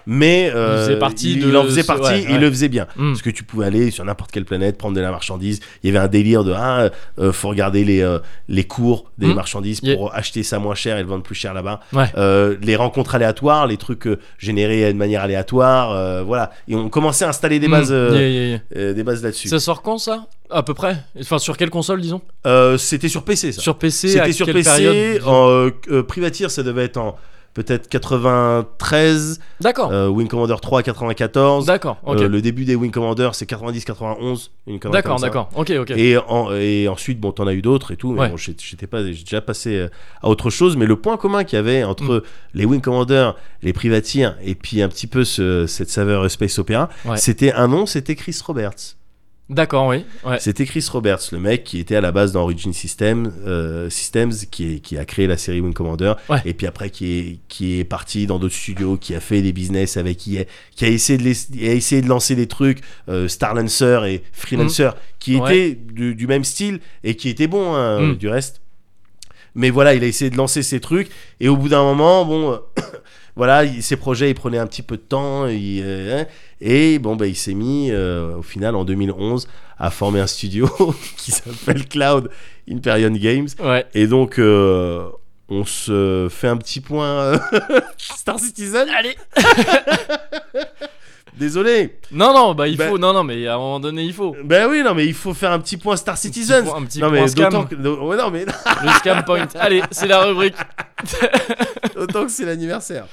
[SPEAKER 2] Mais euh,
[SPEAKER 1] faisait partie
[SPEAKER 2] il,
[SPEAKER 1] de
[SPEAKER 2] il en faisait
[SPEAKER 1] ce-
[SPEAKER 2] partie,
[SPEAKER 1] ouais,
[SPEAKER 2] il
[SPEAKER 1] ouais.
[SPEAKER 2] le faisait bien.
[SPEAKER 1] Mm.
[SPEAKER 2] Parce que tu pouvais aller sur n'importe quelle planète, prendre de la marchandise. Il y avait un délire de ah, euh, faut regarder les, euh, les cours des
[SPEAKER 1] Mm.
[SPEAKER 2] marchandises
[SPEAKER 1] Yeah.
[SPEAKER 2] pour acheter ça moins cher et le vendre plus cher là-bas.
[SPEAKER 1] Ouais.
[SPEAKER 2] Euh, les rencontres aléatoires, les trucs euh, générés de manière aléatoire, euh, voilà. Et on commençait à installer des
[SPEAKER 1] Mm.
[SPEAKER 2] bases, euh,
[SPEAKER 1] Yeah, yeah, yeah.
[SPEAKER 2] euh, des bases là-dessus.
[SPEAKER 1] Ça sort quand ça À peu près Enfin, sur quelle console, disons
[SPEAKER 2] Euh, C'était sur PC, ça.
[SPEAKER 1] Sur PC à
[SPEAKER 2] C'était sur
[SPEAKER 1] quelle
[SPEAKER 2] PC.
[SPEAKER 1] période
[SPEAKER 2] En, euh, euh, Privateer, ça devait être en peut-être 93.
[SPEAKER 1] D'accord.
[SPEAKER 2] euh, Wing Commander 3, 94.
[SPEAKER 1] D'accord. Ok.
[SPEAKER 2] Euh, le début des Wing Commander, c'est 90, 91. une connerie
[SPEAKER 1] D'accord,
[SPEAKER 2] comme ça.
[SPEAKER 1] d'accord. Ok, ok.
[SPEAKER 2] Et, en- et ensuite, bon, t'en as eu d'autres et tout, mais
[SPEAKER 1] Ouais.
[SPEAKER 2] bon, j'ai- j'étais pas, j'ai déjà passé euh, à autre chose. Mais le point commun qu'il y avait entre
[SPEAKER 1] Mm.
[SPEAKER 2] les Wing Commander, les Privateers et puis un petit peu ce- cette saveur euh, Space Opera,
[SPEAKER 1] Ouais.
[SPEAKER 2] c'était un nom, c'était Chris Roberts.
[SPEAKER 1] D'accord, oui. Ouais.
[SPEAKER 2] C'était Chris Roberts, le mec qui était à la base dans Origin System, euh, Systems, qui, est- qui a créé la série Wing Commander,
[SPEAKER 1] Ouais.
[SPEAKER 2] et puis après qui est, qui est parti dans d'autres studios, qui a fait des business avec EA, qui a essayé de, les- a essayé de lancer des trucs, euh, Star Lancer et Freelancer, qui étaient
[SPEAKER 1] Ouais.
[SPEAKER 2] du, du même style et qui étaient bons hein,
[SPEAKER 1] Mm.
[SPEAKER 2] du reste. Mais voilà, il a essayé de lancer ces trucs, et au bout d'un moment, bon, euh, voilà, il- ses projets, ils prenaient un petit peu de temps, il, euh, hein, et bon, bah, il s'est mis, euh, au final, en 2011, à former un studio qui s'appelle Cloud Imperium Games.
[SPEAKER 1] Ouais.
[SPEAKER 2] Et donc, euh, on se fait un petit point euh, Star Citizen.
[SPEAKER 1] Allez.
[SPEAKER 2] Désolé.
[SPEAKER 1] Non, non, bah il
[SPEAKER 2] Bah-
[SPEAKER 1] faut. Non, non, mais à un moment donné, il faut.
[SPEAKER 2] Ben oui, non, mais il faut faire un petit point Star Citizen.
[SPEAKER 1] point- un petit
[SPEAKER 2] non,
[SPEAKER 1] point
[SPEAKER 2] mais
[SPEAKER 1] scam.
[SPEAKER 2] d'autant que, ouais, non, mais
[SPEAKER 1] Le scam point. Allez, c'est la rubrique.
[SPEAKER 2] d'autant que c'est l'anniversaire.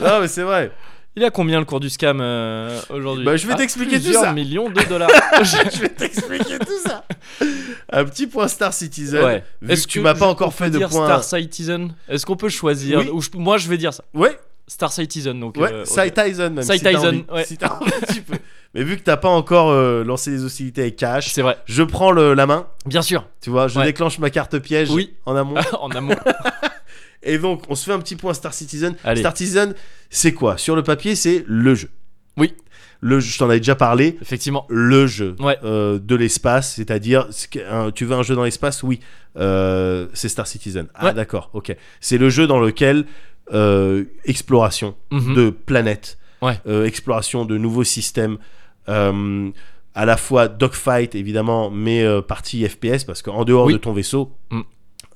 [SPEAKER 2] non, mais c'est vrai.
[SPEAKER 1] Il a combien le cours du scam euh, aujourd'hui
[SPEAKER 2] Bah, je vais
[SPEAKER 1] Ah,
[SPEAKER 2] t'expliquer tout
[SPEAKER 1] plusieurs
[SPEAKER 2] ça.
[SPEAKER 1] millions de dollars.
[SPEAKER 2] Je vais t'expliquer tout ça. Un petit point Star Citizen.
[SPEAKER 1] ouais.
[SPEAKER 2] Vu que tu m'as pas encore fait de
[SPEAKER 1] dire
[SPEAKER 2] point.
[SPEAKER 1] Star Citizen Est-ce qu'on peut choisir
[SPEAKER 2] Oui.
[SPEAKER 1] Ou je- Moi, je vais dire ça.
[SPEAKER 2] Ouais,
[SPEAKER 1] Star Citizen, donc.
[SPEAKER 2] ouais.
[SPEAKER 1] euh,
[SPEAKER 2] Cy
[SPEAKER 1] ok.
[SPEAKER 2] Tyson, même.
[SPEAKER 1] Cy
[SPEAKER 2] si t'as
[SPEAKER 1] Tyson,
[SPEAKER 2] envie.
[SPEAKER 1] ouais.
[SPEAKER 2] Si t'as envie, tu peux. Mais vu que t'as pas encore euh, lancé les hostilités avec Cash,
[SPEAKER 1] C'est vrai.
[SPEAKER 2] je prends le- la main.
[SPEAKER 1] Bien sûr.
[SPEAKER 2] Tu vois, je
[SPEAKER 1] Ouais.
[SPEAKER 2] déclenche ma carte piège
[SPEAKER 1] Oui.
[SPEAKER 2] en amont.
[SPEAKER 1] en amour.
[SPEAKER 2] Et donc, on se fait un petit point Star Citizen.
[SPEAKER 1] Allez.
[SPEAKER 2] Star Citizen, c'est quoi Sur le papier, c'est le jeu.
[SPEAKER 1] Oui.
[SPEAKER 2] Le jeu, je t'en avais déjà parlé.
[SPEAKER 1] Effectivement.
[SPEAKER 2] Le jeu
[SPEAKER 1] Ouais.
[SPEAKER 2] euh, de l'espace, c'est-à-dire, ce qu'est un- tu veux un jeu dans l'espace Oui. Euh, c'est Star Citizen. Ah,
[SPEAKER 1] Ouais.
[SPEAKER 2] d'accord, ok. C'est le jeu dans lequel euh, exploration
[SPEAKER 1] Mhm.
[SPEAKER 2] de planètes,
[SPEAKER 1] Ouais.
[SPEAKER 2] euh, exploration de nouveaux systèmes, euh, à la fois dogfight évidemment, mais euh, partie FPS parce qu'en dehors
[SPEAKER 1] Oui.
[SPEAKER 2] de ton vaisseau,
[SPEAKER 1] Mm.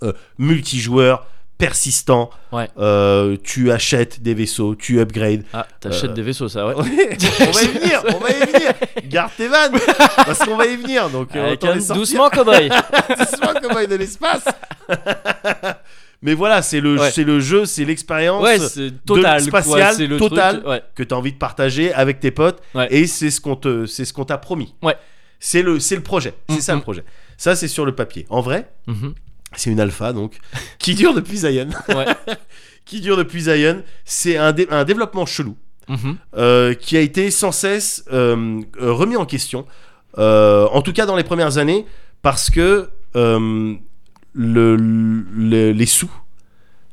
[SPEAKER 2] euh, multijoueur persistant,
[SPEAKER 1] Ouais.
[SPEAKER 2] euh, tu achètes des vaisseaux, tu upgrades.
[SPEAKER 1] Ah,
[SPEAKER 2] Euh,
[SPEAKER 1] t'achètes des vaisseaux, ça, ouais.
[SPEAKER 2] on va y venir, on va y venir. Garde tes vannes parce qu'on va y venir. Donc euh,
[SPEAKER 1] Avec
[SPEAKER 2] autant
[SPEAKER 1] un
[SPEAKER 2] les sortir
[SPEAKER 1] doucement cowboy.
[SPEAKER 2] doucement, cowboy de l'espace. mais voilà, c'est le,
[SPEAKER 1] Ouais.
[SPEAKER 2] c'est le jeu, c'est l'expérience.
[SPEAKER 1] ouais, c'est total. quoi,
[SPEAKER 2] spatial,
[SPEAKER 1] c'est le
[SPEAKER 2] total.
[SPEAKER 1] truc, ouais.
[SPEAKER 2] que tu as envie de partager avec tes potes
[SPEAKER 1] Ouais.
[SPEAKER 2] et c'est ce qu'on te c'est ce qu'on t'a promis.
[SPEAKER 1] Ouais.
[SPEAKER 2] C'est le c'est le projet, c'est
[SPEAKER 1] Mm,
[SPEAKER 2] ça
[SPEAKER 1] mm.
[SPEAKER 2] le projet. Ça c'est sur le papier. En vrai,
[SPEAKER 1] Mhm.
[SPEAKER 2] c'est une alpha donc qui dure depuis Zion.
[SPEAKER 1] Ouais.
[SPEAKER 2] qui dure depuis Zion, c'est un, dé- un développement chelou
[SPEAKER 1] Mhm.
[SPEAKER 2] euh, qui a été sans cesse euh, euh, remis en question euh, en tout cas dans les premières années parce que euh, le- le- les sous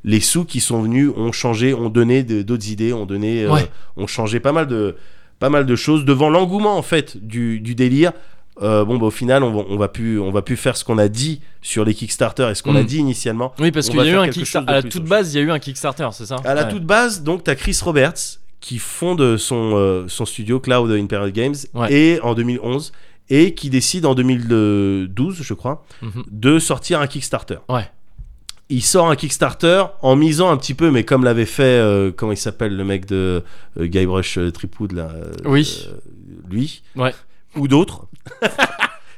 [SPEAKER 2] les sous qui sont venus ont changé, ont donné de- d'autres idées, ont donné, euh,
[SPEAKER 1] Ouais.
[SPEAKER 2] ont changé pas mal de, pas mal de choses devant l'engouement en fait du, du délire. euh, bon bah au final on va, on va plus, on va plus faire ce qu'on a dit sur les Kickstarter et ce qu'on
[SPEAKER 1] Mm.
[SPEAKER 2] a dit initialement.
[SPEAKER 1] Oui, parce
[SPEAKER 2] On
[SPEAKER 1] qu'il
[SPEAKER 2] va
[SPEAKER 1] y a eu
[SPEAKER 2] faire
[SPEAKER 1] un
[SPEAKER 2] quelque chose
[SPEAKER 1] Kickstarter.
[SPEAKER 2] de
[SPEAKER 1] À la
[SPEAKER 2] plus,
[SPEAKER 1] toute
[SPEAKER 2] je
[SPEAKER 1] base, il y a eu un Kickstarter, c'est ça
[SPEAKER 2] À la
[SPEAKER 1] Ouais.
[SPEAKER 2] toute base donc t'as Chris Roberts qui fonde son, euh, son studio Cloud Imperial Games
[SPEAKER 1] Ouais.
[SPEAKER 2] et en 2011 et qui décide en 2012 je crois
[SPEAKER 1] Mhm.
[SPEAKER 2] de sortir un Kickstarter.
[SPEAKER 1] Ouais.
[SPEAKER 2] Il sort un Kickstarter en misant un petit peu, mais comme l'avait fait, euh, comment il s'appelle, le mec de euh, Guybrush euh, Threepwood, là. euh,
[SPEAKER 1] Oui.
[SPEAKER 2] euh, lui.
[SPEAKER 1] Ouais.
[SPEAKER 2] Ou d'autres.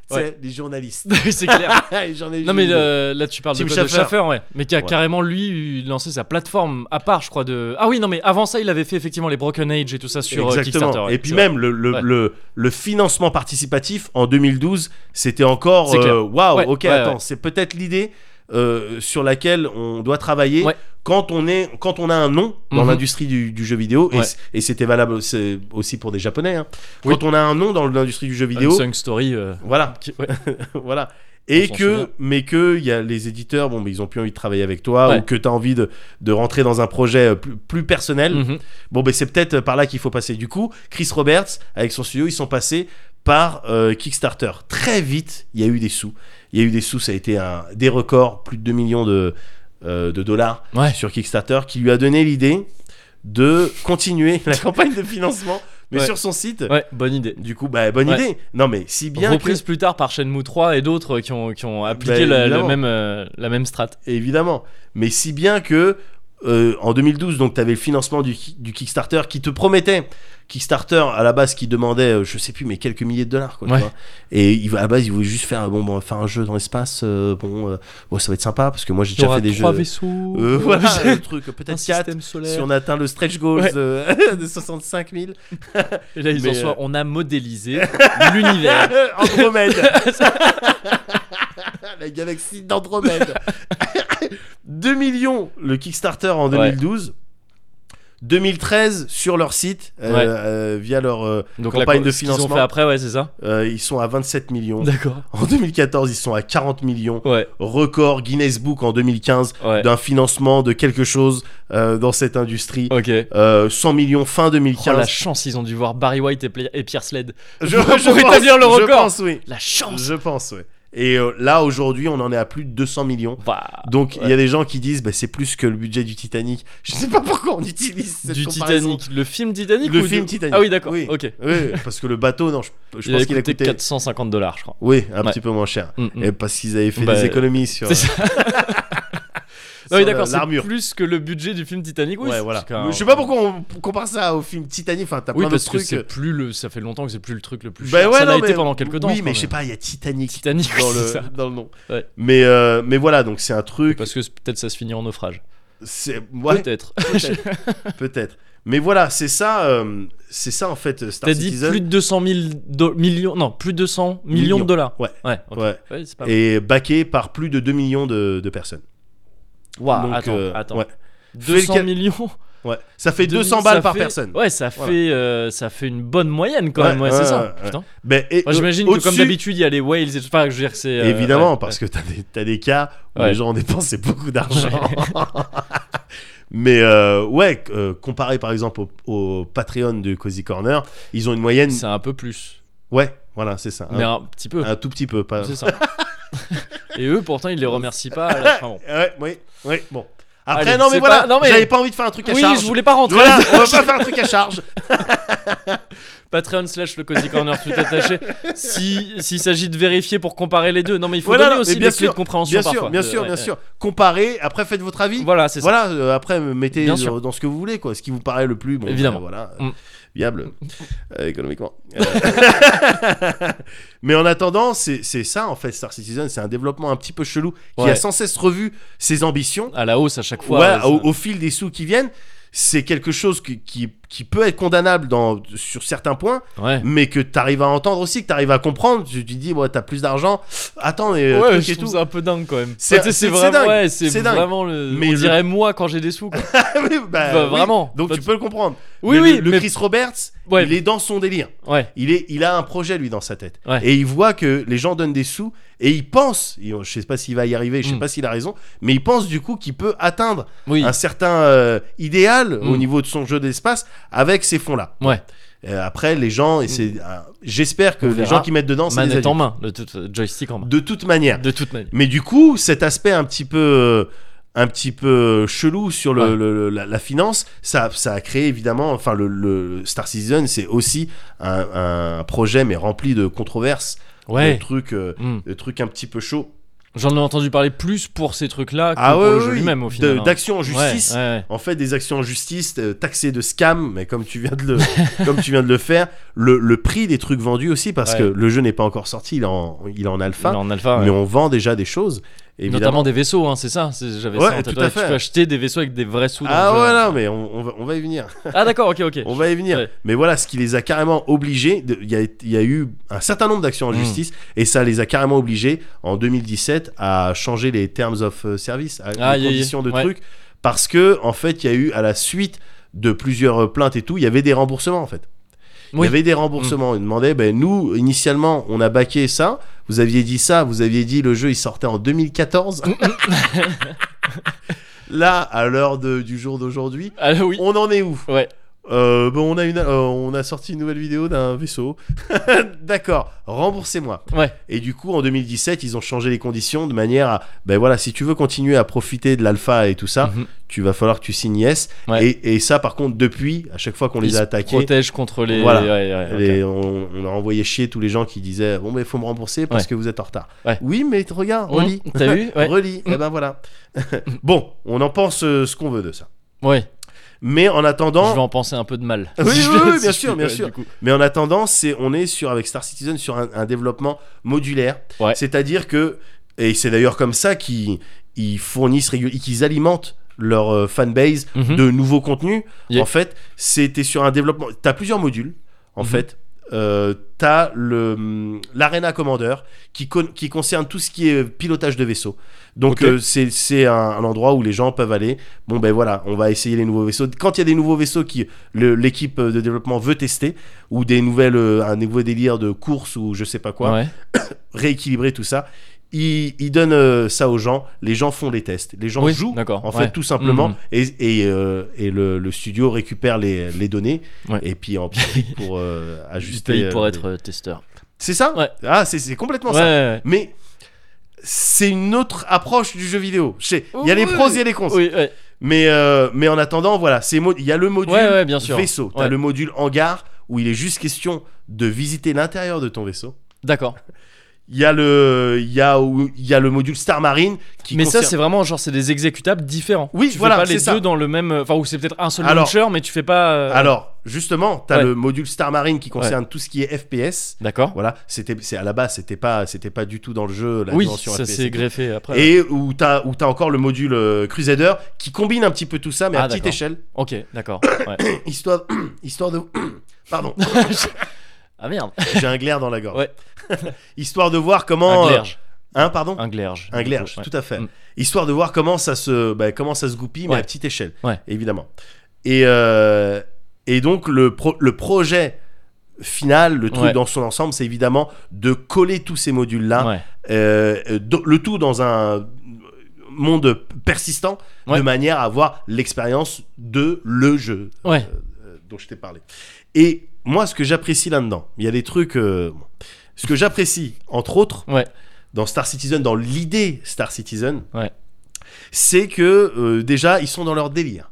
[SPEAKER 2] C'est
[SPEAKER 1] Ouais.
[SPEAKER 2] les journalistes.
[SPEAKER 1] c'est clair.
[SPEAKER 2] Les journalistes.
[SPEAKER 1] Non mais euh, là tu parles
[SPEAKER 2] Tim
[SPEAKER 1] de, quoi, de
[SPEAKER 2] Schafer.
[SPEAKER 1] Schafer, ouais. Mais qui a
[SPEAKER 2] Ouais.
[SPEAKER 1] carrément lui eu lancé sa plateforme à part, je crois. De ah oui, non mais avant ça, il avait fait effectivement les Broken Age et tout ça sur euh,
[SPEAKER 2] Exactement.
[SPEAKER 1] Kickstarter. ouais,
[SPEAKER 2] Et puis
[SPEAKER 1] c'est
[SPEAKER 2] même le, le,
[SPEAKER 1] Ouais.
[SPEAKER 2] le, le financement participatif en 2012, c'était encore
[SPEAKER 1] C'est clair.
[SPEAKER 2] euh, waouh,
[SPEAKER 1] Ouais,
[SPEAKER 2] ok,
[SPEAKER 1] ouais,
[SPEAKER 2] attends,
[SPEAKER 1] ouais.
[SPEAKER 2] c'est peut-être l'idée, euh, sur laquelle on doit travailler
[SPEAKER 1] Ouais.
[SPEAKER 2] quand on est quand on a un nom dans
[SPEAKER 1] Mhm.
[SPEAKER 2] l'industrie du, du jeu vidéo et
[SPEAKER 1] Ouais.
[SPEAKER 2] c- et c'était valable aussi, aussi pour des japonais hein.
[SPEAKER 1] Oui.
[SPEAKER 2] quand on a un nom dans l'industrie du jeu vidéo
[SPEAKER 1] Unsung Story. euh,
[SPEAKER 2] voilà
[SPEAKER 1] qui- ouais.
[SPEAKER 2] voilà et
[SPEAKER 1] On s'en
[SPEAKER 2] que
[SPEAKER 1] souvient.
[SPEAKER 2] mais que il y a les éditeurs bon mais ils ont plus envie de travailler avec toi
[SPEAKER 1] Ouais.
[SPEAKER 2] ou que tu as envie de, de rentrer dans un projet euh, plus, plus personnel
[SPEAKER 1] Mhm.
[SPEAKER 2] Bon, ben c'est peut-être par là qu'il faut passer. Du coup, Chris Roberts, avec son studio, ils sont passés par euh, Kickstarter. Très vite, il y a eu des sous. Il y a eu des sous, ça a été un, des records, plus de 2 millions de, euh, de dollars
[SPEAKER 1] Ouais.
[SPEAKER 2] sur Kickstarter, qui lui a donné l'idée de continuer la campagne de financement, mais
[SPEAKER 1] Ouais.
[SPEAKER 2] sur son site.
[SPEAKER 1] Ouais, bonne idée.
[SPEAKER 2] Du coup, bah, bonne
[SPEAKER 1] Ouais.
[SPEAKER 2] idée. Non, mais si bien que-
[SPEAKER 1] Reprise plus tard par Shenmue 3 et d'autres euh, qui ont, qui ont appliqué la,
[SPEAKER 2] Bah,
[SPEAKER 1] le
[SPEAKER 2] évidemment.
[SPEAKER 1] même, euh, la même strat.
[SPEAKER 2] évidemment. Mais si bien que euh, en 2012, donc tu avais le financement du, ki- du Kickstarter qui te promettait Kickstarter à la base qui demandait, euh, je sais plus, mais quelques milliers de dollars quoi. tu
[SPEAKER 1] Ouais.
[SPEAKER 2] vois. Et il, à la base, ils voulaient juste faire bon, bon, faire un jeu dans l'espace. euh, bon, euh, bon, ça va être sympa parce que moi j'ai
[SPEAKER 1] Il y
[SPEAKER 2] déjà
[SPEAKER 1] aura
[SPEAKER 2] fait des jeux.
[SPEAKER 1] trois vaisseaux.
[SPEAKER 2] Euh, voilà, un truc
[SPEAKER 1] un
[SPEAKER 2] peut-être 4
[SPEAKER 1] système solaire.
[SPEAKER 2] si on atteint le stretch goals euh,
[SPEAKER 1] Ouais.
[SPEAKER 2] de, de 65 000.
[SPEAKER 1] Et là, ils en
[SPEAKER 2] Mais,
[SPEAKER 1] sont.
[SPEAKER 2] euh,
[SPEAKER 1] On a modélisé l'univers.
[SPEAKER 2] Andromède. La galaxie d'Andromède. 2 millions le Kickstarter en
[SPEAKER 1] Ouais.
[SPEAKER 2] 2012. 2013 sur leur site euh,
[SPEAKER 1] Ouais.
[SPEAKER 2] euh, via leur euh,
[SPEAKER 1] Donc
[SPEAKER 2] Campagne
[SPEAKER 1] co-
[SPEAKER 2] de
[SPEAKER 1] ce qu'ils ont
[SPEAKER 2] financement.
[SPEAKER 1] fait après, ouais, c'est ça.
[SPEAKER 2] euh, ils sont à 27 millions.
[SPEAKER 1] D'accord.
[SPEAKER 2] En 2014, ils sont à 40 millions.
[SPEAKER 1] Ouais,
[SPEAKER 2] Record Guinness Book en 2015
[SPEAKER 1] ouais.
[SPEAKER 2] d'un financement de quelque chose euh, dans cette industrie.
[SPEAKER 1] Ok.
[SPEAKER 2] Euh, 100 millions fin
[SPEAKER 1] Oh, la
[SPEAKER 2] 2015.
[SPEAKER 1] chance, ils ont dû voir Barry White et, Pla- et Pierce Slade.
[SPEAKER 2] je,
[SPEAKER 1] Pour
[SPEAKER 2] je
[SPEAKER 1] établir le
[SPEAKER 2] Je
[SPEAKER 1] record.
[SPEAKER 2] pense, oui.
[SPEAKER 1] La chance.
[SPEAKER 2] Je pense, ouais. Et euh, là, aujourd'hui, on en est à plus de 200 millions.
[SPEAKER 1] Bah,
[SPEAKER 2] Donc, il y
[SPEAKER 1] ouais.
[SPEAKER 2] a des gens qui disent, bah, c'est plus que le budget du Titanic. Je sais pas pourquoi on utilise cette
[SPEAKER 1] du
[SPEAKER 2] comparaison.
[SPEAKER 1] Titanic, le film Titanic
[SPEAKER 2] Le
[SPEAKER 1] ou
[SPEAKER 2] film
[SPEAKER 1] du-
[SPEAKER 2] Titanic.
[SPEAKER 1] Ah oui, d'accord.
[SPEAKER 2] Oui.
[SPEAKER 1] Ok.
[SPEAKER 2] Oui, parce que le bateau, non, je, je
[SPEAKER 1] il a
[SPEAKER 2] pense qu'il a
[SPEAKER 1] coûté
[SPEAKER 2] coûté.
[SPEAKER 1] 450 dollars, je crois.
[SPEAKER 2] Oui, un
[SPEAKER 1] Ouais.
[SPEAKER 2] petit peu moins cher.
[SPEAKER 1] Mm, mm.
[SPEAKER 2] Et parce qu'ils avaient fait
[SPEAKER 1] Bah,
[SPEAKER 2] des économies sur, euh,
[SPEAKER 1] C'est ça.
[SPEAKER 2] sur
[SPEAKER 1] Non, oui,
[SPEAKER 2] la-
[SPEAKER 1] d'accord, c'est
[SPEAKER 2] l'armure.
[SPEAKER 1] plus que le budget du film Titanic. Oui,
[SPEAKER 2] Ouais,
[SPEAKER 1] c'est-
[SPEAKER 2] voilà.
[SPEAKER 1] c'est quand même-
[SPEAKER 2] Je sais pas pourquoi on compare ça au film Titanic. Enfin, t'as
[SPEAKER 1] Oui,
[SPEAKER 2] plein
[SPEAKER 1] parce
[SPEAKER 2] d'autres
[SPEAKER 1] que
[SPEAKER 2] trucs. euh.
[SPEAKER 1] c'est plus le. Ça fait longtemps que c'est plus le truc le plus
[SPEAKER 2] Bah
[SPEAKER 1] cher.
[SPEAKER 2] ouais,
[SPEAKER 1] ça l'a
[SPEAKER 2] non,
[SPEAKER 1] été
[SPEAKER 2] mais-
[SPEAKER 1] pendant quelques temps.
[SPEAKER 2] Oui,
[SPEAKER 1] crois,
[SPEAKER 2] mais je sais pas, il y a Titanic
[SPEAKER 1] Titanic,
[SPEAKER 2] dans
[SPEAKER 1] oui, c'est ça.
[SPEAKER 2] le, dans le nom.
[SPEAKER 1] Ouais.
[SPEAKER 2] Mais, euh, mais voilà, donc c'est un truc.
[SPEAKER 1] Parce que c'est- peut-être ça se finit en naufrage.
[SPEAKER 2] C'est. ouais.
[SPEAKER 1] Peut-être.
[SPEAKER 2] Peut-être. Mais voilà, c'est ça, euh, c'est ça en fait euh, Star
[SPEAKER 1] T'as dit
[SPEAKER 2] Citizen.
[SPEAKER 1] plus de 200 000 do- millions. Non, plus de 200 millions de
[SPEAKER 2] Millions.
[SPEAKER 1] dollars.
[SPEAKER 2] Ouais.
[SPEAKER 1] Ouais, ok.
[SPEAKER 2] Ouais.
[SPEAKER 1] Ouais, c'est pas mal.
[SPEAKER 2] Et backé par plus de 2 millions de, de personnes.
[SPEAKER 1] Waouh,
[SPEAKER 2] Donc,
[SPEAKER 1] attends,
[SPEAKER 2] euh,
[SPEAKER 1] attends.
[SPEAKER 2] Ouais, Fais
[SPEAKER 1] 200
[SPEAKER 2] lequel-
[SPEAKER 1] millions
[SPEAKER 2] ouais. Ça fait
[SPEAKER 1] 2000,
[SPEAKER 2] 200
[SPEAKER 1] ça
[SPEAKER 2] balles par
[SPEAKER 1] fait-
[SPEAKER 2] personne.
[SPEAKER 1] Ouais, ça
[SPEAKER 2] Voilà.
[SPEAKER 1] fait, euh, ça fait une bonne moyenne quand
[SPEAKER 2] Ouais,
[SPEAKER 1] même, ouais,
[SPEAKER 2] ouais,
[SPEAKER 1] c'est ça.
[SPEAKER 2] ouais, ouais.
[SPEAKER 1] Putain.
[SPEAKER 2] Ben, et,
[SPEAKER 1] Moi, j'imagine
[SPEAKER 2] euh,
[SPEAKER 1] que comme
[SPEAKER 2] au-dessus,
[SPEAKER 1] d'habitude, il y a les whales et tout. Enfin, je veux dire, c'est. euh,
[SPEAKER 2] Évidemment,
[SPEAKER 1] ouais,
[SPEAKER 2] parce que t'as des, t'as des cas où
[SPEAKER 1] Ouais.
[SPEAKER 2] les gens ont dépensé beaucoup d'argent. Mais euh, ouais, euh, comparé par exemple au, au Patreon de Cozy Corner, ils ont une moyenne.
[SPEAKER 1] ouais. C'est un peu plus.
[SPEAKER 2] Ouais, voilà, c'est ça.
[SPEAKER 1] Mais
[SPEAKER 2] un,
[SPEAKER 1] un petit peu.
[SPEAKER 2] un tout petit peu. Pas...
[SPEAKER 1] C'est ça. et eux, pourtant, ils les remercient pas. à la fin, bon.
[SPEAKER 2] Ouais, oui, oui, bon. Après,
[SPEAKER 1] Allez,
[SPEAKER 2] non, mais
[SPEAKER 1] c'est
[SPEAKER 2] voilà,
[SPEAKER 1] pas- non, mais-
[SPEAKER 2] j'avais pas envie de faire un truc à
[SPEAKER 1] Oui,
[SPEAKER 2] charge.
[SPEAKER 1] je voulais pas rentrer.
[SPEAKER 2] Voilà, on va pas faire un truc à charge.
[SPEAKER 1] Patreon slash le Cozy Corner tout attaché. Si s'il s'agit de vérifier pour comparer les deux. Non, mais il faut
[SPEAKER 2] Voilà,
[SPEAKER 1] donner
[SPEAKER 2] non,
[SPEAKER 1] aussi
[SPEAKER 2] mais bien
[SPEAKER 1] des clés de
[SPEAKER 2] sûr,
[SPEAKER 1] compréhension
[SPEAKER 2] Bien sûr,
[SPEAKER 1] parfois.
[SPEAKER 2] bien
[SPEAKER 1] Euh,
[SPEAKER 2] sûr,
[SPEAKER 1] ouais,
[SPEAKER 2] bien
[SPEAKER 1] ouais.
[SPEAKER 2] sûr. Comparez, après faites votre avis.
[SPEAKER 1] Voilà, c'est ça.
[SPEAKER 2] Voilà, euh, après mettez
[SPEAKER 1] Bien
[SPEAKER 2] dans,
[SPEAKER 1] sûr.
[SPEAKER 2] dans ce que vous voulez, quoi. Ce qui vous paraît le plus, bon,
[SPEAKER 1] Évidemment.
[SPEAKER 2] euh, voilà,
[SPEAKER 1] Mm.
[SPEAKER 2] viable euh, économiquement. Euh, Mais en attendant, c'est c'est ça en fait, Star Citizen, c'est un développement un petit peu chelou qui
[SPEAKER 1] Ouais.
[SPEAKER 2] a sans cesse revu ses ambitions.
[SPEAKER 1] À la hausse à chaque fois.
[SPEAKER 2] Ouais,
[SPEAKER 1] euh,
[SPEAKER 2] au, au fil des sous qui viennent, c'est quelque chose qui, qui, qui peut être condamnable dans, sur certains points,
[SPEAKER 1] Ouais.
[SPEAKER 2] mais que t'arrives à entendre aussi, que t'arrives à comprendre. Tu tu dis, ouais, t'as plus d'argent. Attends, mais euh,
[SPEAKER 1] Ouais,
[SPEAKER 2] truc
[SPEAKER 1] je
[SPEAKER 2] et
[SPEAKER 1] trouve
[SPEAKER 2] tout.
[SPEAKER 1] ça un peu dingue quand même.
[SPEAKER 2] C'est-
[SPEAKER 1] Tu sais,
[SPEAKER 2] c'est- c'est
[SPEAKER 1] vraiment,
[SPEAKER 2] dingue.
[SPEAKER 1] ouais, c'est
[SPEAKER 2] C'est dingue.
[SPEAKER 1] vraiment le.
[SPEAKER 2] Mais
[SPEAKER 1] on
[SPEAKER 2] le-
[SPEAKER 1] dirait moi quand j'ai des sous. quoi.
[SPEAKER 2] Oui, bah,
[SPEAKER 1] Bah,
[SPEAKER 2] oui.
[SPEAKER 1] vraiment.
[SPEAKER 2] Donc
[SPEAKER 1] Bah,
[SPEAKER 2] tu peux le comprendre.
[SPEAKER 1] Oui,
[SPEAKER 2] Mais
[SPEAKER 1] oui,
[SPEAKER 2] le, le
[SPEAKER 1] mais-
[SPEAKER 2] Chris Roberts,
[SPEAKER 1] Ouais.
[SPEAKER 2] il est dans son délire.
[SPEAKER 1] Ouais.
[SPEAKER 2] Il, est, il a un projet lui dans sa tête.
[SPEAKER 1] Ouais.
[SPEAKER 2] Et il voit que les gens donnent des sous et il pense, et je sais pas s'il va y arriver, je sais
[SPEAKER 1] Mm.
[SPEAKER 2] pas s'il a raison, mais il pense du coup qu'il peut atteindre
[SPEAKER 1] Oui.
[SPEAKER 2] un certain euh, idéal
[SPEAKER 1] Mm.
[SPEAKER 2] au niveau de son jeu d'espace avec ces fonds-là.
[SPEAKER 1] Ouais.
[SPEAKER 2] Euh, après, les gens, et c'est, euh, j'espère que
[SPEAKER 1] Hmm. On
[SPEAKER 2] les
[SPEAKER 1] verra.
[SPEAKER 2] gens qui mettent dedans, c'est des
[SPEAKER 1] Manette en
[SPEAKER 2] adultes.
[SPEAKER 1] main, de toute- joystick en main.
[SPEAKER 2] De toute manière.
[SPEAKER 1] De toute manière.
[SPEAKER 2] Mais du coup, cet aspect un petit peu, euh, un petit peu chelou sur le,
[SPEAKER 1] Ouais.
[SPEAKER 2] le- le- la, la finance, ça, ça a créé évidemment. Enfin, le, le Star Citizen, c'est aussi un, un projet mais rempli de controverses,
[SPEAKER 1] Ouais.
[SPEAKER 2] de trucs, euh,
[SPEAKER 1] Hmm.
[SPEAKER 2] de trucs un petit peu chauds.
[SPEAKER 1] J'en ai entendu parler plus pour ces trucs-là que
[SPEAKER 2] Ah
[SPEAKER 1] pour
[SPEAKER 2] ouais,
[SPEAKER 1] le
[SPEAKER 2] ouais,
[SPEAKER 1] jeu
[SPEAKER 2] oui,
[SPEAKER 1] lui-même au
[SPEAKER 2] de-
[SPEAKER 1] final. hein.
[SPEAKER 2] D'actions en justice.
[SPEAKER 1] Ouais, ouais,
[SPEAKER 2] En fait, des actions en justice euh, taxées de scam, mais comme tu viens de le, comme tu viens de le faire, le, le prix des trucs vendus aussi, parce
[SPEAKER 1] Ouais.
[SPEAKER 2] que le jeu n'est pas encore sorti, il est en, il est en
[SPEAKER 1] ouais.
[SPEAKER 2] alpha,
[SPEAKER 1] En alpha. ouais.
[SPEAKER 2] mais on vend déjà des choses. évidemment.
[SPEAKER 1] Notamment des vaisseaux, hein, c'est ça. c'est- J'avais
[SPEAKER 2] Ouais,
[SPEAKER 1] ça en tête.
[SPEAKER 2] tout à
[SPEAKER 1] Ouais, Tu
[SPEAKER 2] fait.
[SPEAKER 1] peux acheter des vaisseaux avec des vrais sous. dans
[SPEAKER 2] Ah
[SPEAKER 1] le jeu. hein.
[SPEAKER 2] voilà, mais on, on va, on va y venir.
[SPEAKER 1] Ah d'accord, ok, ok.
[SPEAKER 2] On va y venir.
[SPEAKER 1] Ouais.
[SPEAKER 2] Mais voilà, ce qui les a carrément obligés, de- il y a, il y a eu un certain nombre d'actions en
[SPEAKER 1] Mm.
[SPEAKER 2] justice, et ça les a carrément obligés en 2017 à changer les terms of euh, service, à,
[SPEAKER 1] Ah,
[SPEAKER 2] les
[SPEAKER 1] y a- y a-
[SPEAKER 2] conditions de
[SPEAKER 1] ouais.
[SPEAKER 2] trucs, parce que en fait, il y a eu à la suite de plusieurs euh, plaintes et tout, il y avait des remboursements en fait. Il
[SPEAKER 1] Oui. Hmm.
[SPEAKER 2] y avait des remboursements. Ils demandaient, ben nous, initialement, on a baqué ça. Vous aviez dit ça, vous aviez dit le jeu, il sortait en 2014. Là, à l'heure de- du jour d'aujourd'hui,
[SPEAKER 1] Ah oui.
[SPEAKER 2] on en est où
[SPEAKER 1] Ouais.
[SPEAKER 2] Euh, bon, on a, une, euh, on a sorti une nouvelle vidéo d'un vaisseau. D'accord, remboursez-moi.
[SPEAKER 1] Ouais.
[SPEAKER 2] Et du coup, en 2017, ils ont changé les conditions de manière à, ben voilà, si tu veux continuer à profiter de l'alpha et tout ça,
[SPEAKER 1] Mhm.
[SPEAKER 2] tu vas falloir que tu signes yes.
[SPEAKER 1] Ouais.
[SPEAKER 2] Et, et ça, par contre, depuis, à chaque fois qu'on les
[SPEAKER 1] Ils
[SPEAKER 2] a
[SPEAKER 1] se
[SPEAKER 2] attaqués,
[SPEAKER 1] Protège contre les.
[SPEAKER 2] Voilà.
[SPEAKER 1] ouais, ouais,
[SPEAKER 2] les-
[SPEAKER 1] ok.
[SPEAKER 2] on, on a envoyé chier tous les gens qui disaient bon mais il faut me rembourser parce
[SPEAKER 1] Ouais.
[SPEAKER 2] que vous êtes en retard.
[SPEAKER 1] Ouais.
[SPEAKER 2] Oui mais regarde, relis,
[SPEAKER 1] Mmh, T'as vu Ouais. Mhm.
[SPEAKER 2] relis. Et ben voilà. bon, on en pense euh, ce qu'on veut de ça.
[SPEAKER 1] Ouais.
[SPEAKER 2] Mais en attendant,
[SPEAKER 1] Je vais en penser un peu de mal.
[SPEAKER 2] Oui,
[SPEAKER 1] Si je-
[SPEAKER 2] oui, oui,
[SPEAKER 1] si
[SPEAKER 2] bien
[SPEAKER 1] je
[SPEAKER 2] sûr,
[SPEAKER 1] peux,
[SPEAKER 2] bien
[SPEAKER 1] ouais,
[SPEAKER 2] sûr.
[SPEAKER 1] du coup.
[SPEAKER 2] Mais en attendant, c'est on est sur avec Star Citizen sur un, un développement modulaire.
[SPEAKER 1] Ouais.
[SPEAKER 2] C'est-à-dire que et c'est d'ailleurs comme ça qu'ils ils fournissent régul- qu'ils alimentent leur euh, fanbase
[SPEAKER 1] Mhm.
[SPEAKER 2] de nouveaux contenus.
[SPEAKER 1] Yeah.
[SPEAKER 2] En fait, c'était sur un développement. T'as plusieurs modules. En
[SPEAKER 1] Mhm.
[SPEAKER 2] fait, Euh, t'as le hum, l'arena commander qui con- qui concerne tout ce qui est pilotage de vaisseaux. Donc
[SPEAKER 1] Ok.
[SPEAKER 2] euh, c'est c'est un, un endroit où les gens peuvent aller. Bon ben voilà, on va essayer les nouveaux vaisseaux. Quand il y a des nouveaux vaisseaux qui le- l'équipe de développement veut tester ou des nouvelles euh, un nouveau délire de course ou je sais pas quoi,
[SPEAKER 1] Ouais.
[SPEAKER 2] rééquilibrer tout ça. Ils ils donnent euh, ça aux gens, les gens font les tests, les gens
[SPEAKER 1] Oui,
[SPEAKER 2] jouent
[SPEAKER 1] d'accord,
[SPEAKER 2] en
[SPEAKER 1] ouais.
[SPEAKER 2] fait tout simplement
[SPEAKER 1] Mhm.
[SPEAKER 2] et, et, euh, et le, le studio récupère les, les données
[SPEAKER 1] Ouais.
[SPEAKER 2] et puis en profite pour euh,
[SPEAKER 1] Je
[SPEAKER 2] ajuster.
[SPEAKER 1] paye pour
[SPEAKER 2] euh,
[SPEAKER 1] être euh, testeur.
[SPEAKER 2] C'est ça
[SPEAKER 1] Ouais.
[SPEAKER 2] Ah c'est c'est complètement
[SPEAKER 1] Ouais.
[SPEAKER 2] ça.
[SPEAKER 1] ouais,
[SPEAKER 2] Mais c'est une autre approche du jeu vidéo. Je sais, Il y a les
[SPEAKER 1] Oui.
[SPEAKER 2] pros, il y a les cons.
[SPEAKER 1] ouais. Oui, ouais.
[SPEAKER 2] Mais, euh, mais en attendant, voilà, c'est mo- il y a le module
[SPEAKER 1] Ouais, ouais, bien sûr.
[SPEAKER 2] vaisseau. T'as
[SPEAKER 1] Ouais.
[SPEAKER 2] le module hangar où il est juste question de visiter l'intérieur de ton vaisseau.
[SPEAKER 1] D'accord.
[SPEAKER 2] Il y a le, il y a où- il y a le module Star Marine qui
[SPEAKER 1] Mais ça,
[SPEAKER 2] concerne-
[SPEAKER 1] c'est vraiment genre c'est des exécutables différents.
[SPEAKER 2] Oui,
[SPEAKER 1] tu
[SPEAKER 2] voilà,
[SPEAKER 1] fais pas
[SPEAKER 2] c'est
[SPEAKER 1] les
[SPEAKER 2] ça.
[SPEAKER 1] deux dans le même. Enfin, ou c'est peut-être un seul
[SPEAKER 2] Alors-
[SPEAKER 1] launcher, mais tu fais pas. euh,
[SPEAKER 2] Alors, justement, t'as
[SPEAKER 1] Ouais.
[SPEAKER 2] le module Star Marine qui concerne tout ce qui est FPS.
[SPEAKER 1] D'accord.
[SPEAKER 2] Voilà, c'était, c'est à la base, c'était pas, c'était pas du tout dans le jeu la
[SPEAKER 1] Oui,
[SPEAKER 2] dimension
[SPEAKER 1] ça
[SPEAKER 2] FPS.
[SPEAKER 1] s'est greffé après.
[SPEAKER 2] Et où t'as, où t'as encore le module euh, Crusader qui combine un petit peu tout ça, mais
[SPEAKER 1] Ah,
[SPEAKER 2] à petite
[SPEAKER 1] d'accord.
[SPEAKER 2] échelle,
[SPEAKER 1] Ok, d'accord. ouais.
[SPEAKER 2] histoire, histoire de, pardon,
[SPEAKER 1] Ah merde.
[SPEAKER 2] j'ai un glaire dans la gorge.
[SPEAKER 1] Ouais.
[SPEAKER 2] histoire de voir comment,
[SPEAKER 1] Un
[SPEAKER 2] euh,
[SPEAKER 1] glerge.
[SPEAKER 2] hein, pardon,
[SPEAKER 1] Un glerge.
[SPEAKER 2] Un glerge,
[SPEAKER 1] Ouais.
[SPEAKER 2] tout à fait.
[SPEAKER 1] Mm.
[SPEAKER 2] Histoire de voir comment ça se, bah, comment ça se goupille, mais
[SPEAKER 1] Ouais.
[SPEAKER 2] à petite échelle,
[SPEAKER 1] Ouais.
[SPEAKER 2] évidemment. Et, euh, et donc, le, pro- le projet final, le truc
[SPEAKER 1] Ouais.
[SPEAKER 2] dans son ensemble, c'est évidemment de coller tous ces modules-là,
[SPEAKER 1] Ouais.
[SPEAKER 2] euh, euh, do- le tout dans un monde persistant,
[SPEAKER 1] Ouais.
[SPEAKER 2] de manière à avoir l'expérience de le jeu
[SPEAKER 1] Ouais.
[SPEAKER 2] euh, dont je t'ai parlé. Et moi, ce que j'apprécie là-dedans, il y a des trucs. euh, bon. ce que j'apprécie, entre autres,
[SPEAKER 1] Ouais.
[SPEAKER 2] dans Star Citizen, dans l'idée Star Citizen,
[SPEAKER 1] Ouais.
[SPEAKER 2] c'est que euh, déjà, ils sont dans leur délire.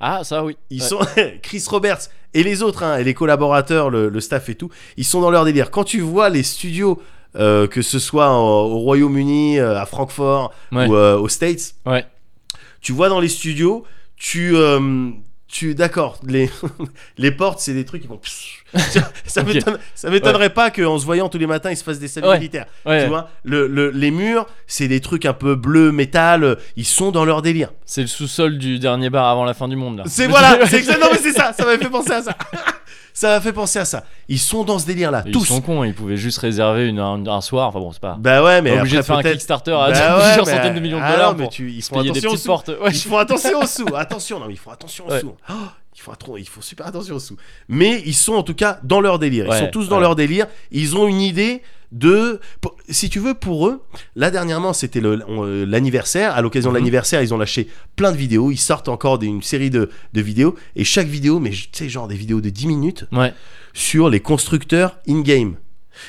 [SPEAKER 1] Ah, ça oui.
[SPEAKER 2] Ils
[SPEAKER 1] Ouais.
[SPEAKER 2] sont Chris Roberts et les autres, hein, et les collaborateurs, le, le staff et tout, ils sont dans leur délire. Quand tu vois les studios, euh, que ce soit en- au Royaume-Uni, euh, à Francfort
[SPEAKER 1] Ouais.
[SPEAKER 2] ou euh, aux States,
[SPEAKER 1] Ouais.
[SPEAKER 2] tu vois dans les studios, tu, euh, tu d'accord, les, les portes, c'est des trucs qui vont. ça ça
[SPEAKER 1] Ok.
[SPEAKER 2] m'étonne- ça m'étonnerait pas qu'en se voyant tous les matins, ils se fassent des saluts
[SPEAKER 1] Ouais.
[SPEAKER 2] militaires.
[SPEAKER 1] Ouais.
[SPEAKER 2] Tu vois, le, le- les murs, c'est des trucs un peu bleu, métal, euh, ils sont dans leur délire.
[SPEAKER 1] C'est le sous-sol du dernier bar avant la fin du monde là.
[SPEAKER 2] C'est voilà, c'est exact- non, mais c'est ça, ça m'a fait penser à ça. ça m'a fait penser à ça. Ils sont dans ce délire là,
[SPEAKER 1] Ils
[SPEAKER 2] tous.
[SPEAKER 1] sont cons, ils pouvaient juste réserver une, un, un soir. Enfin bon, c'est pas.
[SPEAKER 2] Bah ouais, mais
[SPEAKER 1] Pas
[SPEAKER 2] après,
[SPEAKER 1] obligé de faire un
[SPEAKER 2] peut-être-
[SPEAKER 1] Kickstarter à
[SPEAKER 2] Bah ouais,
[SPEAKER 1] plusieurs
[SPEAKER 2] mais-
[SPEAKER 1] centaines de millions de
[SPEAKER 2] ah
[SPEAKER 1] dollars
[SPEAKER 2] non, mais
[SPEAKER 1] pour
[SPEAKER 2] tu- ils font
[SPEAKER 1] payer des
[SPEAKER 2] attention aux
[SPEAKER 1] petites
[SPEAKER 2] sous.
[SPEAKER 1] portes. Ouais.
[SPEAKER 2] Ils font attention aux sous, attention, non, mais ils font attention aux
[SPEAKER 1] Ouais.
[SPEAKER 2] sous. Oh, ils font attention, ils font super attention aux sous. Mais ils sont en tout cas dans leur délire. Ils
[SPEAKER 1] Ouais,
[SPEAKER 2] sont tous dans
[SPEAKER 1] ouais.
[SPEAKER 2] leur délire. Ils ont une idée de, pour- si tu veux, pour eux. Là dernièrement, c'était le- on- euh, l'anniversaire. À l'occasion de
[SPEAKER 1] Mhm.
[SPEAKER 2] l'anniversaire, ils ont lâché plein de vidéos. Ils sortent encore des- une série de, de vidéos et chaque vidéo, mais tu sais, genre des vidéos de 10 minutes
[SPEAKER 1] Ouais.
[SPEAKER 2] sur les constructeurs in-game.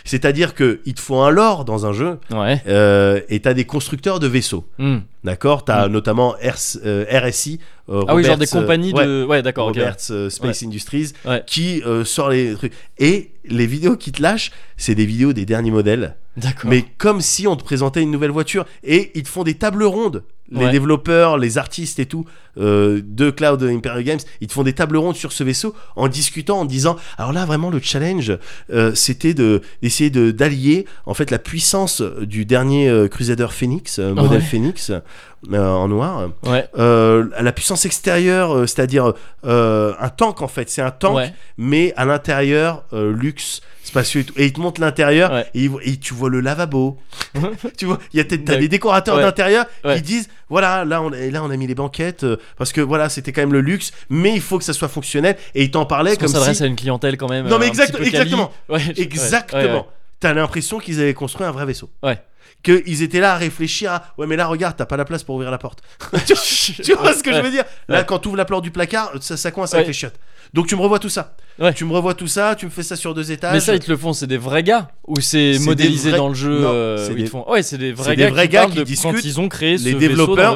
[SPEAKER 2] C'est-à-dire que il te faut un lore dans un jeu
[SPEAKER 1] Ouais.
[SPEAKER 2] euh, et t'as des constructeurs de vaisseaux.
[SPEAKER 1] Hmm.
[SPEAKER 2] D'accord T'as notamment RS, euh, RSI. euh,
[SPEAKER 1] Ah oui, genre
[SPEAKER 2] Roberts,
[SPEAKER 1] des compagnies
[SPEAKER 2] euh, ouais,
[SPEAKER 1] de. Ouais, d'accord. ok.
[SPEAKER 2] Roberts euh, Space Industries
[SPEAKER 1] Ouais.
[SPEAKER 2] qui euh, sort les trucs. Et les vidéos qui te lâchent, c'est des vidéos des derniers modèles.
[SPEAKER 1] D'accord.
[SPEAKER 2] Mais comme si on te présentait une nouvelle voiture. Et ils te font des tables rondes. les
[SPEAKER 1] Ouais.
[SPEAKER 2] développeurs, les artistes et tout euh, de Cloud Imperial Games, ils te font des tables rondes sur ce vaisseau en discutant, en disant alors là vraiment le challenge euh, c'était de d'essayer de d'allier en fait la puissance du dernier euh, Crusader Phoenix, euh, modèle
[SPEAKER 1] Ah Ouais.
[SPEAKER 2] Phoenix euh, en noir,
[SPEAKER 1] Ouais.
[SPEAKER 2] euh, à la puissance extérieure, euh, c'est-à-dire euh, un tank en fait, c'est un tank
[SPEAKER 1] Ouais.
[SPEAKER 2] mais à l'intérieur euh, luxe spacieux et tout et il te montre l'intérieur
[SPEAKER 1] Ouais.
[SPEAKER 2] et, il voit- et tu vois le lavabo tu vois il y a peut-être t'as
[SPEAKER 1] Ouais.
[SPEAKER 2] des décorateurs
[SPEAKER 1] Ouais.
[SPEAKER 2] d'intérieur
[SPEAKER 1] Ouais.
[SPEAKER 2] qui disent voilà là on et là on a mis les banquettes euh, parce que voilà c'était quand même le luxe mais il faut que ça soit fonctionnel et il t'en parlait
[SPEAKER 1] On
[SPEAKER 2] comme
[SPEAKER 1] s'adresse
[SPEAKER 2] si
[SPEAKER 1] à une clientèle quand même.
[SPEAKER 2] Non,
[SPEAKER 1] euh,
[SPEAKER 2] mais
[SPEAKER 1] un
[SPEAKER 2] exact-
[SPEAKER 1] petit peu quali.
[SPEAKER 2] exactement.
[SPEAKER 1] Ouais, je- ouais,
[SPEAKER 2] exactement
[SPEAKER 1] ouais, ouais.
[SPEAKER 2] t'as l'impression qu'ils avaient construit un vrai vaisseau
[SPEAKER 1] Ouais.
[SPEAKER 2] qu'ils étaient là à réfléchir à ouais mais là regarde t'as pas la place pour ouvrir la porte tu tu vois ce que je veux dire là
[SPEAKER 1] Ouais.
[SPEAKER 2] quand t'ouvres la porte du placard ça, ça coince
[SPEAKER 1] Ouais.
[SPEAKER 2] avec les chiottes donc tu me revois tout ça
[SPEAKER 1] Ouais.
[SPEAKER 2] tu me revois tout ça tu me fais ça sur deux étages
[SPEAKER 1] Mais ça, ils te le font, c'est des vrais gars ou c'est
[SPEAKER 2] C'est des
[SPEAKER 1] modélisé
[SPEAKER 2] vrais-
[SPEAKER 1] dans le jeu
[SPEAKER 2] Non,
[SPEAKER 1] euh,
[SPEAKER 2] c'est
[SPEAKER 1] où
[SPEAKER 2] des-
[SPEAKER 1] ils te font... Ouais, c'est des vrais
[SPEAKER 2] des
[SPEAKER 1] gars,
[SPEAKER 2] vrais
[SPEAKER 1] qui,
[SPEAKER 2] gars
[SPEAKER 1] parlent
[SPEAKER 2] qui
[SPEAKER 1] de
[SPEAKER 2] discutent,
[SPEAKER 1] quand ils ont créé ce
[SPEAKER 2] les
[SPEAKER 1] vaisseau
[SPEAKER 2] développeurs,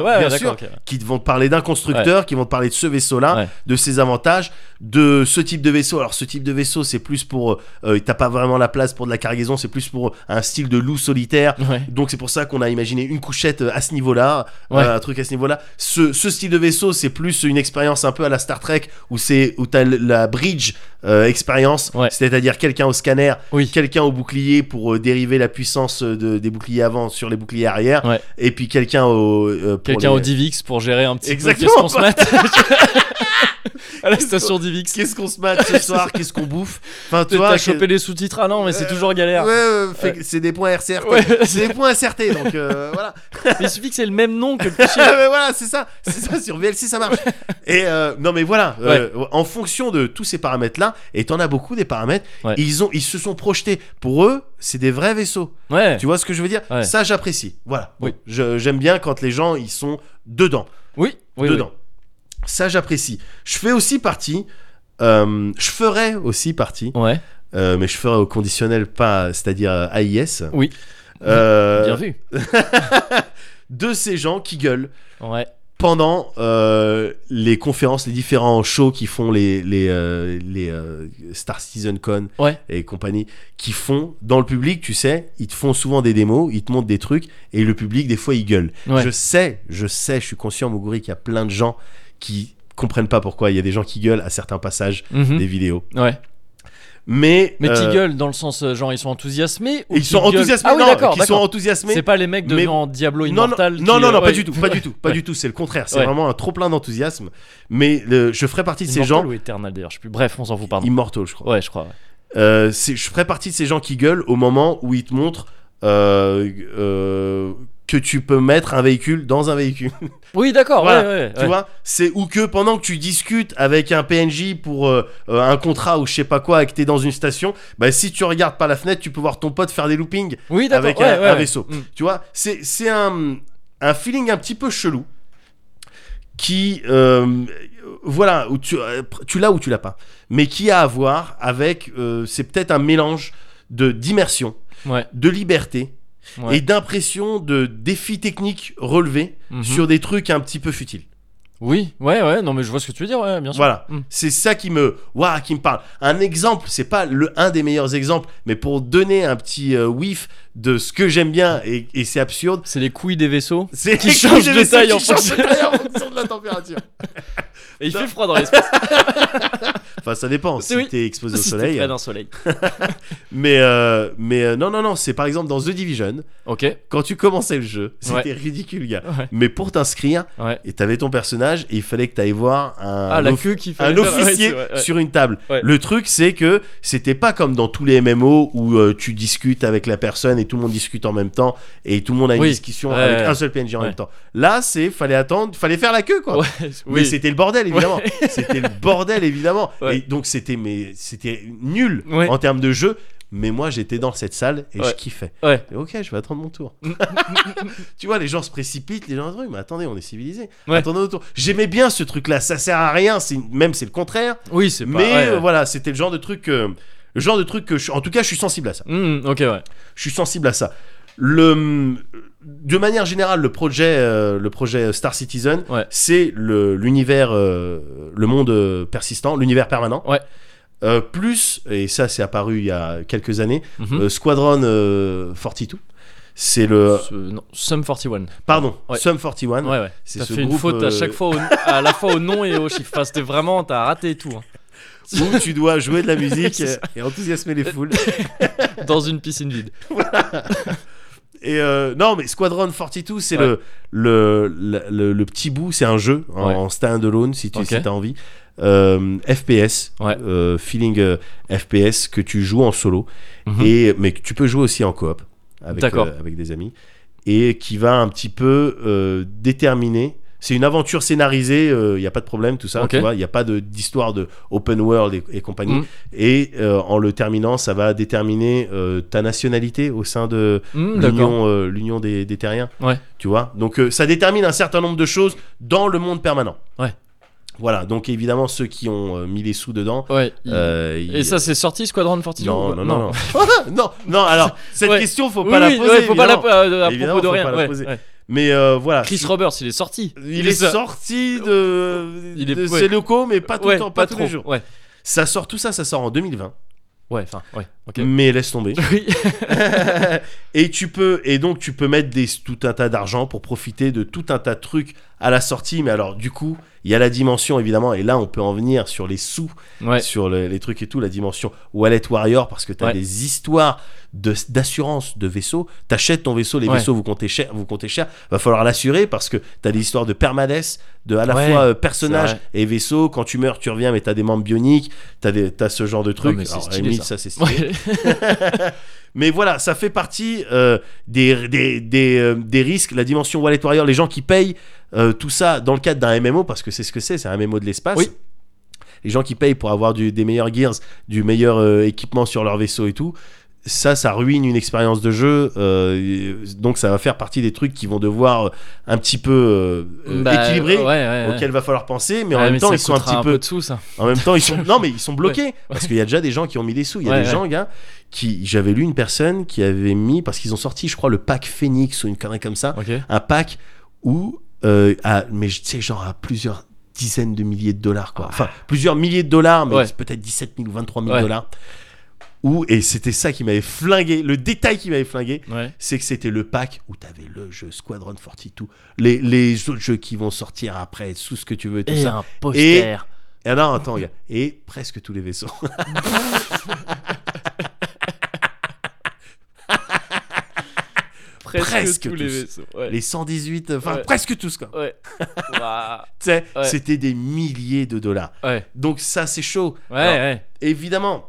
[SPEAKER 1] dans le- ouais,
[SPEAKER 2] bien
[SPEAKER 1] d'accord, ok.
[SPEAKER 2] qui vont te parler d'un constructeur, qui vont te parler de ce vaisseau-là,
[SPEAKER 1] Ouais.
[SPEAKER 2] de ses avantages, de ce type de vaisseau. Alors ce type de vaisseau, c'est plus pour, euh, t'as pas vraiment la place pour de la cargaison, c'est plus pour un style de loup solitaire.
[SPEAKER 1] Ouais.
[SPEAKER 2] Donc c'est pour ça qu'on a imaginé une couchette euh, à ce niveau-là, euh,
[SPEAKER 1] Ouais.
[SPEAKER 2] un truc à ce niveau-là. Ce, ce style de vaisseau, c'est plus une expérience un peu à la Star Trek où c'est où t'as l- la bridge euh, expérience,
[SPEAKER 1] Ouais.
[SPEAKER 2] c'est-à-dire quelqu'un au scanner,
[SPEAKER 1] Oui.
[SPEAKER 2] quelqu'un au bouclier pour euh, dériver la puissance euh, de- des boucliers avant sur les boucliers arrière,
[SPEAKER 1] Ouais.
[SPEAKER 2] et puis quelqu'un au euh, pour
[SPEAKER 1] Quelqu'un
[SPEAKER 2] les-
[SPEAKER 1] au DivX pour gérer un petit peu
[SPEAKER 2] Exactement,
[SPEAKER 1] qu'est-ce qu'on se mate à la station DivX.
[SPEAKER 2] Qu'est-ce qu'on se mate ce soir Qu'est-ce qu'on bouffe Enfin, tu vois,
[SPEAKER 1] T'as
[SPEAKER 2] quel-
[SPEAKER 1] chopé les sous-titres Ah non, mais c'est
[SPEAKER 2] Euh,
[SPEAKER 1] toujours galère.
[SPEAKER 2] Ouais, ouais, fait que c'est des points RCRT.
[SPEAKER 1] Ouais.
[SPEAKER 2] C'est des points RCRT, donc euh, voilà.
[SPEAKER 1] Mais il suffit que c'est le même nom que le fichier.
[SPEAKER 2] Ah, mais voilà, c'est ça, c'est ça sur VLC ça marche. Et euh, non mais voilà, euh, en fonction de tous ces paramètres là, et t'en as beaucoup des paramètres,
[SPEAKER 1] Ouais.
[SPEAKER 2] ils ont, ils se sont projetés. Pour eux, c'est des vrais vaisseaux.
[SPEAKER 1] Ouais.
[SPEAKER 2] Tu vois ce que je veux dire
[SPEAKER 1] Ouais.
[SPEAKER 2] Ça j'apprécie. Voilà. Bon,
[SPEAKER 1] Oui.
[SPEAKER 2] je- j'aime bien quand les gens ils sont dedans,
[SPEAKER 1] Oui, oui,
[SPEAKER 2] dedans. Ça j'apprécie. Je fais aussi partie. euh, je ferai aussi partie,
[SPEAKER 1] oui. Ouais,
[SPEAKER 2] euh, mais je ferai au conditionnel pas, c'est-à-dire euh, AIS.
[SPEAKER 1] Oui.
[SPEAKER 2] Euh,
[SPEAKER 1] bien vu.
[SPEAKER 2] de ces gens qui gueulent
[SPEAKER 1] Ouais.
[SPEAKER 2] pendant euh, les conférences, les différents shows qui font les, les, euh, les euh, Star Citizen Con
[SPEAKER 1] Ouais.
[SPEAKER 2] et compagnie, qui font dans le public, tu sais, ils te font souvent des démos, ils te montrent des trucs et le public, des fois, il gueule.
[SPEAKER 1] Ouais.
[SPEAKER 2] Je sais, je sais, je suis conscient, Muguri, qu'il y a plein de gens qui comprennent pas pourquoi il y a des gens qui gueulent à certains passages
[SPEAKER 1] Mhm.
[SPEAKER 2] des vidéos.
[SPEAKER 1] Ouais.
[SPEAKER 2] Mais,
[SPEAKER 1] Mais qui
[SPEAKER 2] euh,
[SPEAKER 1] gueulent dans le sens euh, genre ils sont enthousiasmés ou
[SPEAKER 2] Ils
[SPEAKER 1] qui
[SPEAKER 2] sont
[SPEAKER 1] gueulent-
[SPEAKER 2] enthousiasmés,
[SPEAKER 1] Ah oui,
[SPEAKER 2] non,
[SPEAKER 1] d'accord,
[SPEAKER 2] qui sont
[SPEAKER 1] d'accord.
[SPEAKER 2] enthousiasmés.
[SPEAKER 1] C'est pas les mecs
[SPEAKER 2] mais-
[SPEAKER 1] devant Diablo
[SPEAKER 2] Non, non,
[SPEAKER 1] Immortal.
[SPEAKER 2] non,
[SPEAKER 1] qui,
[SPEAKER 2] non,
[SPEAKER 1] euh,
[SPEAKER 2] non, pas
[SPEAKER 1] ouais.
[SPEAKER 2] du tout, pas du tout, pas
[SPEAKER 1] Ouais.
[SPEAKER 2] du tout. C'est le contraire. C'est
[SPEAKER 1] Ouais.
[SPEAKER 2] vraiment un trop plein d'enthousiasme. Mais le- je ferai partie de ces gens
[SPEAKER 1] Immortal ou Eternal d'ailleurs, je sais plus. Bref, on s'en fout, pardon.
[SPEAKER 2] Immortal, je crois.
[SPEAKER 1] Ouais, je crois. ouais.
[SPEAKER 2] Euh, c'est- je ferais partie de ces gens qui gueulent au moment où ils te montrent euh, euh, que tu peux mettre un véhicule dans un véhicule.
[SPEAKER 1] Oui, d'accord,
[SPEAKER 2] Voilà,
[SPEAKER 1] ouais, ouais.
[SPEAKER 2] tu
[SPEAKER 1] ouais.
[SPEAKER 2] vois C'est ou que pendant que tu discutes avec un PNJ pour euh, euh, un contrat ou je sais pas quoi et que t'es dans une station, bah si tu regardes par la fenêtre, tu peux voir ton pote faire des loopings.
[SPEAKER 1] Oui, d'accord.
[SPEAKER 2] avec
[SPEAKER 1] ouais,
[SPEAKER 2] un-
[SPEAKER 1] ouais,
[SPEAKER 2] un
[SPEAKER 1] ouais.
[SPEAKER 2] vaisseau.
[SPEAKER 1] Mm.
[SPEAKER 2] Tu vois C'est c'est un, un feeling un petit peu chelou qui euh, voilà où tu, euh, tu l'as ou tu l'as pas mais qui a à voir avec euh, c'est peut-être un mélange de d'immersion
[SPEAKER 1] Ouais.
[SPEAKER 2] de liberté
[SPEAKER 1] Ouais.
[SPEAKER 2] et d'impression de défis techniques relevés
[SPEAKER 1] Mhm.
[SPEAKER 2] sur des trucs un petit peu futiles
[SPEAKER 1] Oui, ouais, ouais, non, mais je vois ce que tu veux dire, ouais, bien sûr.
[SPEAKER 2] voilà
[SPEAKER 1] Mm.
[SPEAKER 2] c'est ça qui me waouh qui me parle un exemple c'est pas le un des meilleurs exemples mais pour donner un petit euh, whiff de ce que j'aime bien et- et c'est absurde
[SPEAKER 1] C'est les couilles des vaisseaux.
[SPEAKER 2] c'est
[SPEAKER 1] Qui change de taille
[SPEAKER 2] qui
[SPEAKER 1] en
[SPEAKER 2] change
[SPEAKER 1] fonction-
[SPEAKER 2] de taille en fonction de la température.
[SPEAKER 1] Et il fait froid dans l'espace.
[SPEAKER 2] Enfin, ça dépend. Si
[SPEAKER 1] Oui.
[SPEAKER 2] t'es exposé au
[SPEAKER 1] si t'es
[SPEAKER 2] soleil.
[SPEAKER 1] près d'un soleil.
[SPEAKER 2] Mais euh, mais euh, non non non, c'est par exemple dans The Division.
[SPEAKER 1] Ok. Ouais.
[SPEAKER 2] Quand tu commençais le jeu,
[SPEAKER 1] Ouais.
[SPEAKER 2] c'était ridicule, gars.
[SPEAKER 1] Ouais.
[SPEAKER 2] Mais pour t'inscrire, et t'avais ton personnage et il fallait que t'ailles voir un,
[SPEAKER 1] Ah, la
[SPEAKER 2] off-
[SPEAKER 1] queue qui fait.
[SPEAKER 2] un
[SPEAKER 1] Ouais,
[SPEAKER 2] officier
[SPEAKER 1] c'est vrai, ouais.
[SPEAKER 2] sur une table.
[SPEAKER 1] Ouais.
[SPEAKER 2] Le truc, c'est que c'était pas comme dans tous les MMO où euh, tu discutes avec la personne et tout le monde discute en même temps et tout le monde a une
[SPEAKER 1] Oui.
[SPEAKER 2] discussion
[SPEAKER 1] Ouais,
[SPEAKER 2] avec
[SPEAKER 1] ouais.
[SPEAKER 2] un seul PNJ en
[SPEAKER 1] Ouais.
[SPEAKER 2] même temps. Là, c'est fallait attendre, fallait faire la queue quoi.
[SPEAKER 1] Ouais,
[SPEAKER 2] Mais
[SPEAKER 1] oui.
[SPEAKER 2] c'était le bordel évidemment. C'était le bordel évidemment.
[SPEAKER 1] Ouais.
[SPEAKER 2] Et donc c'était mais c'était nul
[SPEAKER 1] Ouais.
[SPEAKER 2] en termes de jeu. Mais moi j'étais dans cette salle et
[SPEAKER 1] Ouais.
[SPEAKER 2] je kiffais.
[SPEAKER 1] Ouais. Mm.
[SPEAKER 2] Et ok, je vais attendre mon tour. tu vois, les gens se précipitent, les gens disent mais attendez, on est civilisé.
[SPEAKER 1] Ouais.
[SPEAKER 2] Attendez notre tour. J'aimais bien ce truc-là, ça sert à rien, c'est même c'est le contraire.
[SPEAKER 1] Oui, c'est pas.
[SPEAKER 2] Mais
[SPEAKER 1] ouais,
[SPEAKER 2] euh,
[SPEAKER 1] ouais.
[SPEAKER 2] voilà, c'était le genre de truc, euh, le genre de truc que je- en tout cas, je suis sensible à ça.
[SPEAKER 1] Mm, ok, ouais.
[SPEAKER 2] Je suis sensible à ça. Le, de manière générale, le projet, euh, le projet Star Citizen,
[SPEAKER 1] Ouais.
[SPEAKER 2] c'est le- l'univers, euh, le monde euh, persistant, l'univers permanent.
[SPEAKER 1] Ouais.
[SPEAKER 2] Euh, plus, et ça c'est apparu il y a quelques années,
[SPEAKER 1] Mhm.
[SPEAKER 2] euh, Squadron euh, 42. C'est le.
[SPEAKER 1] Ce- non, Sum 41.
[SPEAKER 2] Pardon,
[SPEAKER 1] Ouais.
[SPEAKER 2] Sum 41.
[SPEAKER 1] Ouais, ouais.
[SPEAKER 2] c'est
[SPEAKER 1] T'as
[SPEAKER 2] ce
[SPEAKER 1] fait une
[SPEAKER 2] groupe,
[SPEAKER 1] faute
[SPEAKER 2] euh,
[SPEAKER 1] à chaque fois, au- à la fois au nom et au chiffre. Enfin, c'était vraiment, t'as raté tout. hein.
[SPEAKER 2] Où tu dois jouer de la musique
[SPEAKER 1] C'est ça.
[SPEAKER 2] et enthousiasmer les foules.
[SPEAKER 1] Dans une piscine vide.
[SPEAKER 2] Et euh, non, mais Squadron 42, c'est
[SPEAKER 1] Ouais.
[SPEAKER 2] le, le, le, le- le petit bout, c'est un jeu en,
[SPEAKER 1] Ouais.
[SPEAKER 2] en stand-alone si tu
[SPEAKER 1] Ok.
[SPEAKER 2] as envie. Euh, FPS,
[SPEAKER 1] Ouais.
[SPEAKER 2] euh, feeling euh, FPS que tu joues en solo,
[SPEAKER 1] Mhm.
[SPEAKER 2] et, mais que tu peux jouer aussi en coop avec,
[SPEAKER 1] D'accord.
[SPEAKER 2] euh, avec des amis, et qui va un petit peu euh, déterminer. C'est une aventure scénarisée, il n'y a pas de problème, tout ça,
[SPEAKER 1] Ok.
[SPEAKER 2] tu vois, il n'y a pas de- d'histoire de open world et, et compagnie.
[SPEAKER 1] Mhm.
[SPEAKER 2] Et euh, en le terminant, ça va déterminer euh, ta nationalité au sein de,
[SPEAKER 1] Hmm, D'accord.
[SPEAKER 2] l'union euh, l'union des, des terriens.
[SPEAKER 1] Ouais.
[SPEAKER 2] Tu vois Donc euh, ça détermine un certain nombre de choses dans le monde permanent.
[SPEAKER 1] Ouais.
[SPEAKER 2] Voilà, donc évidemment ceux qui ont euh, mis les sous dedans.
[SPEAKER 1] Ouais. il-
[SPEAKER 2] euh,
[SPEAKER 1] Et
[SPEAKER 2] ils-
[SPEAKER 1] ça, c'est sorti Squadron 41
[SPEAKER 2] non,
[SPEAKER 1] ou-
[SPEAKER 2] non, non, non. non, non, alors cette
[SPEAKER 1] Ouais.
[SPEAKER 2] question, faut
[SPEAKER 1] Oui,
[SPEAKER 2] pas la
[SPEAKER 1] oui,
[SPEAKER 2] poser.
[SPEAKER 1] ouais, faut pas la
[SPEAKER 2] évidemment.
[SPEAKER 1] euh, à
[SPEAKER 2] Évidemment,
[SPEAKER 1] propos de
[SPEAKER 2] faut
[SPEAKER 1] rien.
[SPEAKER 2] pas la
[SPEAKER 1] ouais,
[SPEAKER 2] poser.
[SPEAKER 1] ouais.
[SPEAKER 2] Mais euh, voilà.
[SPEAKER 1] Chris Roberts, il est sorti.
[SPEAKER 2] il est
[SPEAKER 1] ça.
[SPEAKER 2] sorti de,
[SPEAKER 1] Il est-
[SPEAKER 2] de
[SPEAKER 1] ouais.
[SPEAKER 2] ses locaux, mais pas tout
[SPEAKER 1] ouais,
[SPEAKER 2] le temps, pas, tous
[SPEAKER 1] trop.
[SPEAKER 2] les jours.
[SPEAKER 1] Ouais,
[SPEAKER 2] Ça sort tout ça, ça sort en 2020.
[SPEAKER 1] ouais, enfin, ouais. Ok.
[SPEAKER 2] Mais laisse tomber.
[SPEAKER 1] Oui.
[SPEAKER 2] et tu peux et donc tu peux mettre des, tout un tas d'argent pour profiter de tout un tas de trucs à la sortie mais alors du coup il y a la dimension évidemment et là on peut en venir sur les sous
[SPEAKER 1] Ouais.
[SPEAKER 2] sur le- les trucs et tout la dimension wallet warrior parce que tu as
[SPEAKER 1] Ouais.
[SPEAKER 2] des histoires de- d'assurance de, vaisseaux t'achètes ton vaisseau les
[SPEAKER 1] Ouais.
[SPEAKER 2] vaisseaux vous comptez cher vous comptez cher va falloir l'assurer parce que t'as des histoires de permanence de à la
[SPEAKER 1] Ouais,
[SPEAKER 2] fois euh,
[SPEAKER 1] c'est
[SPEAKER 2] personnage
[SPEAKER 1] vrai.
[SPEAKER 2] et vaisseau quand tu meurs tu reviens mais t'as des membres bioniques t'as des- t'as ce genre de trucs
[SPEAKER 1] mais c'est
[SPEAKER 2] Alors, à la
[SPEAKER 1] stylé,
[SPEAKER 2] limite,
[SPEAKER 1] ça.
[SPEAKER 2] ça c'est stylé.
[SPEAKER 1] Ouais.
[SPEAKER 2] Mais voilà, ça fait partie euh, des, des, des, euh, des risques, la dimension Wallet Warrior, les gens qui payent euh, tout ça dans le cadre d'un MMO, parce que c'est ce que c'est, c'est un MMO de l'espace.
[SPEAKER 1] Oui.
[SPEAKER 2] Les gens qui payent pour avoir du- des meilleurs gears, du meilleur euh, équipement sur leur vaisseau et tout, ça, ça ruine une expérience de jeu. euh, et- donc ça va faire partie des trucs qui vont devoir euh, un petit peu euh, euh,
[SPEAKER 1] Bah,
[SPEAKER 2] équilibrer.
[SPEAKER 1] Ouais, ouais, ouais.
[SPEAKER 2] auxquels va falloir penser, mais en
[SPEAKER 1] Ouais,
[SPEAKER 2] même temps
[SPEAKER 1] ça
[SPEAKER 2] ils sont un
[SPEAKER 1] coûtera
[SPEAKER 2] petit peu
[SPEAKER 1] de sous, ça.
[SPEAKER 2] en même temps, ils sont non mais ils sont bloqués parce qu'il y a déjà des gens qui ont mis des sous. Il y a
[SPEAKER 1] Ouais,
[SPEAKER 2] des
[SPEAKER 1] ouais.
[SPEAKER 2] gens, gars, qui j'avais lu une personne qui avait mis parce qu'ils ont sorti, je crois, le pack Phoenix ou une connerie comme ça,
[SPEAKER 1] Ok.
[SPEAKER 2] un pack où euh, à- mais je- tu sais genre à plusieurs dizaines de milliers de dollars quoi. Enfin plusieurs milliers de dollars, mais
[SPEAKER 1] Ouais.
[SPEAKER 2] c'est peut-être 17 000 ou 23 000
[SPEAKER 1] Ouais.
[SPEAKER 2] dollars. Où et c'était ça qui m'avait flingué, le détail qui m'avait flingué,
[SPEAKER 1] Ouais.
[SPEAKER 2] c'est que c'était le pack où t'avais le jeu Squadron 42, les, les autres jeux qui vont sortir après, tout ce que tu veux, tout ça.
[SPEAKER 1] un
[SPEAKER 2] poster. Et alors, attends, gars. Et presque tous les vaisseaux.
[SPEAKER 1] presque,
[SPEAKER 2] presque
[SPEAKER 1] tous, les
[SPEAKER 2] tous.
[SPEAKER 1] vaisseaux. Ouais.
[SPEAKER 2] Les 118, enfin,
[SPEAKER 1] Ouais.
[SPEAKER 2] presque tous, quoi.
[SPEAKER 1] Ouais. Ouah.
[SPEAKER 2] Tu sais,
[SPEAKER 1] Ouais.
[SPEAKER 2] c'était des milliers de dollars.
[SPEAKER 1] ouais.
[SPEAKER 2] Donc, ça, c'est chaud.
[SPEAKER 1] Ouais,
[SPEAKER 2] Alors,
[SPEAKER 1] ouais.
[SPEAKER 2] Évidemment,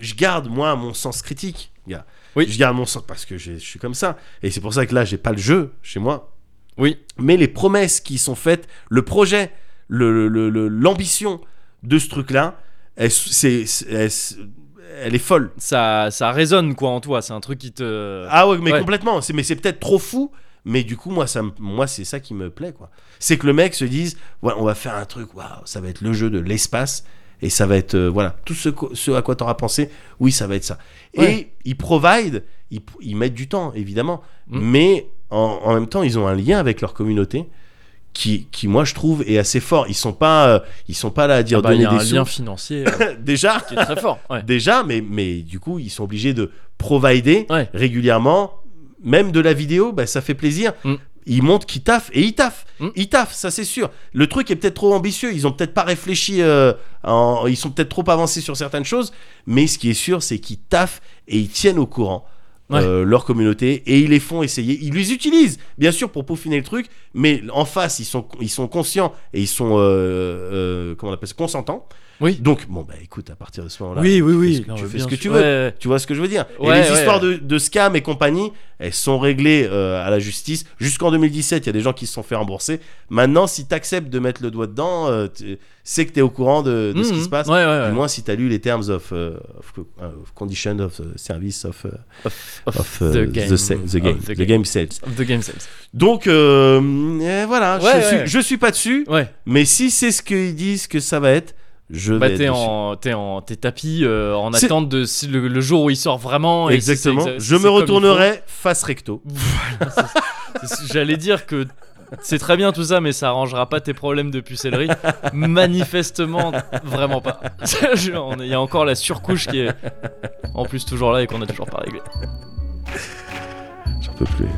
[SPEAKER 2] je garde, moi, mon sens critique, gars.
[SPEAKER 1] Oui.
[SPEAKER 2] Je garde mon sens parce que j'ai- je suis comme ça. Et c'est pour ça que là, j'ai pas le jeu chez moi.
[SPEAKER 1] Oui.
[SPEAKER 2] Mais les promesses qui sont faites, le projet, le- le- le- l'ambition de ce truc-là, elle, c'est- c'est- elle- elle est folle.
[SPEAKER 1] Ça, ça résonne quoi en toi. C'est un truc qui te.
[SPEAKER 2] Ah ouais, mais
[SPEAKER 1] Ouais.
[SPEAKER 2] complètement. C'est, mais c'est peut-être trop fou. Mais du coup, moi, ça, me- moi, c'est ça qui me plaît, quoi. C'est que le mec se dise, voilà, on va faire un truc. Waouh, ça va être le jeu de l'espace et ça va être, euh, voilà, tout ce, co- ce à quoi t'auras pensé. Oui, ça va être ça.
[SPEAKER 1] Ouais.
[SPEAKER 2] Et ils provide, ils, p- ils mettent du temps, évidemment,
[SPEAKER 1] Mm.
[SPEAKER 2] mais en, en même temps, ils ont un lien avec leur communauté qui, qui moi, je trouve, est assez fort. Ils sont pas, euh, ils sont pas là à dire
[SPEAKER 1] Ah bah, il y
[SPEAKER 2] donner
[SPEAKER 1] a un
[SPEAKER 2] des
[SPEAKER 1] lien
[SPEAKER 2] sous.
[SPEAKER 1] financier euh,
[SPEAKER 2] Déjà,
[SPEAKER 1] qui est très fort. Ouais.
[SPEAKER 2] déjà, mais, mais du coup, ils sont obligés de provider
[SPEAKER 1] Ouais.
[SPEAKER 2] régulièrement, même de la vidéo, bah, ça fait plaisir.
[SPEAKER 1] Mm.
[SPEAKER 2] Ils montrent qu'ils taffent et ils taffent.
[SPEAKER 1] Mm.
[SPEAKER 2] Ils taffent, ça c'est sûr. Le truc est peut-être trop ambitieux, ils ont peut-être pas réfléchi, euh, en- ils sont peut-être trop avancés sur certaines choses, mais ce qui est sûr, c'est qu'ils taffent et ils tiennent au courant.
[SPEAKER 1] Ouais.
[SPEAKER 2] euh, leur communauté et ils les font essayer ils les utilisent bien sûr pour peaufiner le truc mais en face ils sont ils sont conscients et ils sont euh, euh, comment on appelle ça consentants
[SPEAKER 1] Oui.
[SPEAKER 2] donc bon bah écoute à partir de ce moment là
[SPEAKER 1] oui, oui, oui.
[SPEAKER 2] tu
[SPEAKER 1] Non,
[SPEAKER 2] fais
[SPEAKER 1] bien
[SPEAKER 2] ce que
[SPEAKER 1] sûr.
[SPEAKER 2] tu
[SPEAKER 1] Ouais,
[SPEAKER 2] veux.
[SPEAKER 1] ouais.
[SPEAKER 2] tu vois ce que je veux dire
[SPEAKER 1] Ouais,
[SPEAKER 2] Et les
[SPEAKER 1] ouais.
[SPEAKER 2] histoires de, de scam et compagnie, elles sont réglées euh, à la justice. Jusqu'en 2017, il y a des gens qui se sont fait rembourser. Maintenant, si tu acceptes de mettre le doigt dedans, euh, tu- c'est que tu es au courant de, de ce qui
[SPEAKER 1] Mhm.
[SPEAKER 2] se passe.
[SPEAKER 1] Ouais, ouais,
[SPEAKER 2] Du
[SPEAKER 1] ouais.
[SPEAKER 2] moins, si tu as lu les terms of, euh, of co- euh, of condition of euh, service of, euh,
[SPEAKER 1] Of
[SPEAKER 2] of, euh,
[SPEAKER 1] the game.
[SPEAKER 2] sa-
[SPEAKER 1] Of
[SPEAKER 2] the game,
[SPEAKER 1] the
[SPEAKER 2] the
[SPEAKER 1] game.
[SPEAKER 2] game sales.
[SPEAKER 1] Of the game sales.
[SPEAKER 2] Donc euh, euh, voilà,
[SPEAKER 1] Ouais,
[SPEAKER 2] je,
[SPEAKER 1] ouais.
[SPEAKER 2] Suis, je suis pas dessus,
[SPEAKER 1] Ouais.
[SPEAKER 2] mais si c'est ce qu'ils disent que ça va être, je
[SPEAKER 1] Bah,
[SPEAKER 2] vais être
[SPEAKER 1] t'es
[SPEAKER 2] dessus.
[SPEAKER 1] en, t'es en, t'es tapis euh, en
[SPEAKER 2] C'est-
[SPEAKER 1] attente de si le, le jour où il sort vraiment. et si c'est
[SPEAKER 2] Exactement.
[SPEAKER 1] exa- si c'est
[SPEAKER 2] je me
[SPEAKER 1] comme il faut.
[SPEAKER 2] retournerai face recto.
[SPEAKER 1] Voilà, c'est- c'est- J'allais dire que c'est très bien tout ça, mais ça arrangera pas tes problèmes de pucellerie. Manifestement, vraiment pas. Je- on est- Il y a encore la surcouche qui est en plus toujours là et qu'on a toujours pas réglé.
[SPEAKER 2] J'en peux plus.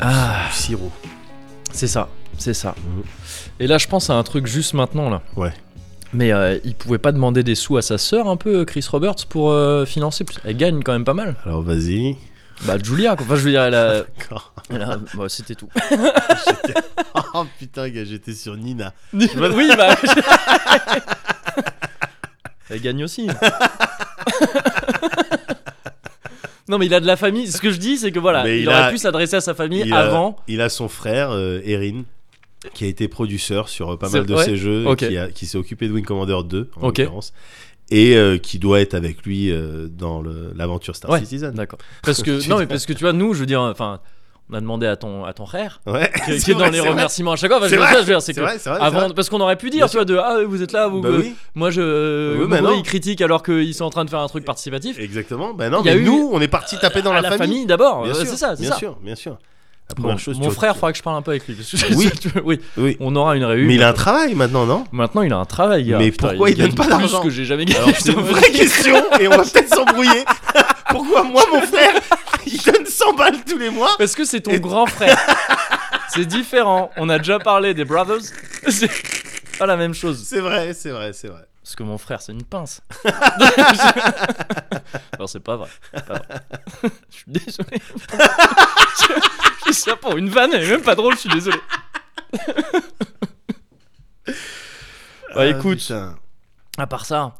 [SPEAKER 1] Ah,
[SPEAKER 2] Sirop.
[SPEAKER 1] c'est ça, c'est ça.
[SPEAKER 2] Mhm.
[SPEAKER 1] Et là, je pense à un truc juste maintenant là.
[SPEAKER 2] Ouais.
[SPEAKER 1] Mais euh, il pouvait pas demander des sous à sa sœur un peu, Chris Roberts, pour euh, financer. plus- Elle gagne quand même pas mal.
[SPEAKER 2] Alors vas-y.
[SPEAKER 1] Bah Julia, quoi. enfin je veux dire, elle a,
[SPEAKER 2] D'accord.
[SPEAKER 1] elle a- bah, c'était tout.
[SPEAKER 2] J'étais- oh putain, gars, j'étais sur Nina.
[SPEAKER 1] oui, bah. Elle gagne aussi. non, mais il a de la famille. Ce que je dis, c'est que voilà,
[SPEAKER 2] Mais
[SPEAKER 1] il,
[SPEAKER 2] il
[SPEAKER 1] aurait
[SPEAKER 2] a-
[SPEAKER 1] pu s'adresser à sa famille
[SPEAKER 2] il a-
[SPEAKER 1] avant.
[SPEAKER 2] Il a son frère, euh, Erin, qui a été producteur sur euh, pas
[SPEAKER 1] C'est-
[SPEAKER 2] mal de
[SPEAKER 1] ouais.
[SPEAKER 2] ses jeux, et
[SPEAKER 1] Ok.
[SPEAKER 2] qui, a- qui s'est occupé de Wing Commander 2, en
[SPEAKER 1] Ok.
[SPEAKER 2] l'occurrence, et euh, qui doit être avec lui euh, dans le- l'aventure Star
[SPEAKER 1] Ouais.
[SPEAKER 2] Citizen.
[SPEAKER 1] D'accord. Parce que
[SPEAKER 2] Tu
[SPEAKER 1] non, mais
[SPEAKER 2] dois-
[SPEAKER 1] parce que tu vois, nous, je veux dire, enfin, on a demandé à ton à ton frère
[SPEAKER 2] Ouais.
[SPEAKER 1] qui, qui
[SPEAKER 2] C'est
[SPEAKER 1] est dans
[SPEAKER 2] vrai,
[SPEAKER 1] les
[SPEAKER 2] c'est vrai.
[SPEAKER 1] remerciements à chaque fois. Enfin, je
[SPEAKER 2] C'est
[SPEAKER 1] veux
[SPEAKER 2] vrai,
[SPEAKER 1] dire, je veux dire, c'est
[SPEAKER 2] C'est
[SPEAKER 1] que
[SPEAKER 2] vrai, c'est vrai.
[SPEAKER 1] avant, parce qu'on aurait pu dire,
[SPEAKER 2] Bien
[SPEAKER 1] tu vois, de ah vous êtes là,
[SPEAKER 2] c'est
[SPEAKER 1] vous.
[SPEAKER 2] vrai. Bah
[SPEAKER 1] euh,
[SPEAKER 2] oui,
[SPEAKER 1] Moi, je.
[SPEAKER 2] Oui, bah
[SPEAKER 1] Momo,
[SPEAKER 2] non.
[SPEAKER 1] il critique alors qu'ils sont en train de faire un truc participatif.
[SPEAKER 2] exactement. Bah non,
[SPEAKER 1] Il y a
[SPEAKER 2] mais
[SPEAKER 1] eu-
[SPEAKER 2] nous, on est parti taper dans
[SPEAKER 1] à
[SPEAKER 2] la,
[SPEAKER 1] la famille, d'abord.
[SPEAKER 2] Bien
[SPEAKER 1] Euh,
[SPEAKER 2] sûr,
[SPEAKER 1] C'est ça, c'est
[SPEAKER 2] bien
[SPEAKER 1] ça.
[SPEAKER 2] sûr, bien sûr. La
[SPEAKER 1] Bon,
[SPEAKER 2] première chose, tu
[SPEAKER 1] mon
[SPEAKER 2] vois-
[SPEAKER 1] frère, faudra que je parle un peu avec lui. parce que-
[SPEAKER 2] Oui.
[SPEAKER 1] oui.
[SPEAKER 2] Oui.
[SPEAKER 1] On aura une réunion.
[SPEAKER 2] Mais il a un travail maintenant, non
[SPEAKER 1] Maintenant, il a un travail. gars.
[SPEAKER 2] Mais
[SPEAKER 1] Putain,
[SPEAKER 2] pourquoi il
[SPEAKER 1] gagne
[SPEAKER 2] donne pas
[SPEAKER 1] plus
[SPEAKER 2] d'argent
[SPEAKER 1] que j'ai jamais gagné.
[SPEAKER 2] Alors c'est une vraie question et on va peut-être s'embrouiller. Pourquoi moi mon frère il donne 100 balles tous les mois
[SPEAKER 1] Parce que c'est ton grand frère. c'est différent. On a déjà parlé des brothers. C'est pas la même chose.
[SPEAKER 2] C'est vrai, c'est vrai, c'est vrai.
[SPEAKER 1] Parce que mon frère, c'est une pince. non, c'est pas vrai. C'est pas vrai. je suis désolé. je suis là pour une vanne. Elle est même pas drôle. Je suis désolé.
[SPEAKER 2] Ah,
[SPEAKER 1] bah écoute, À part ça,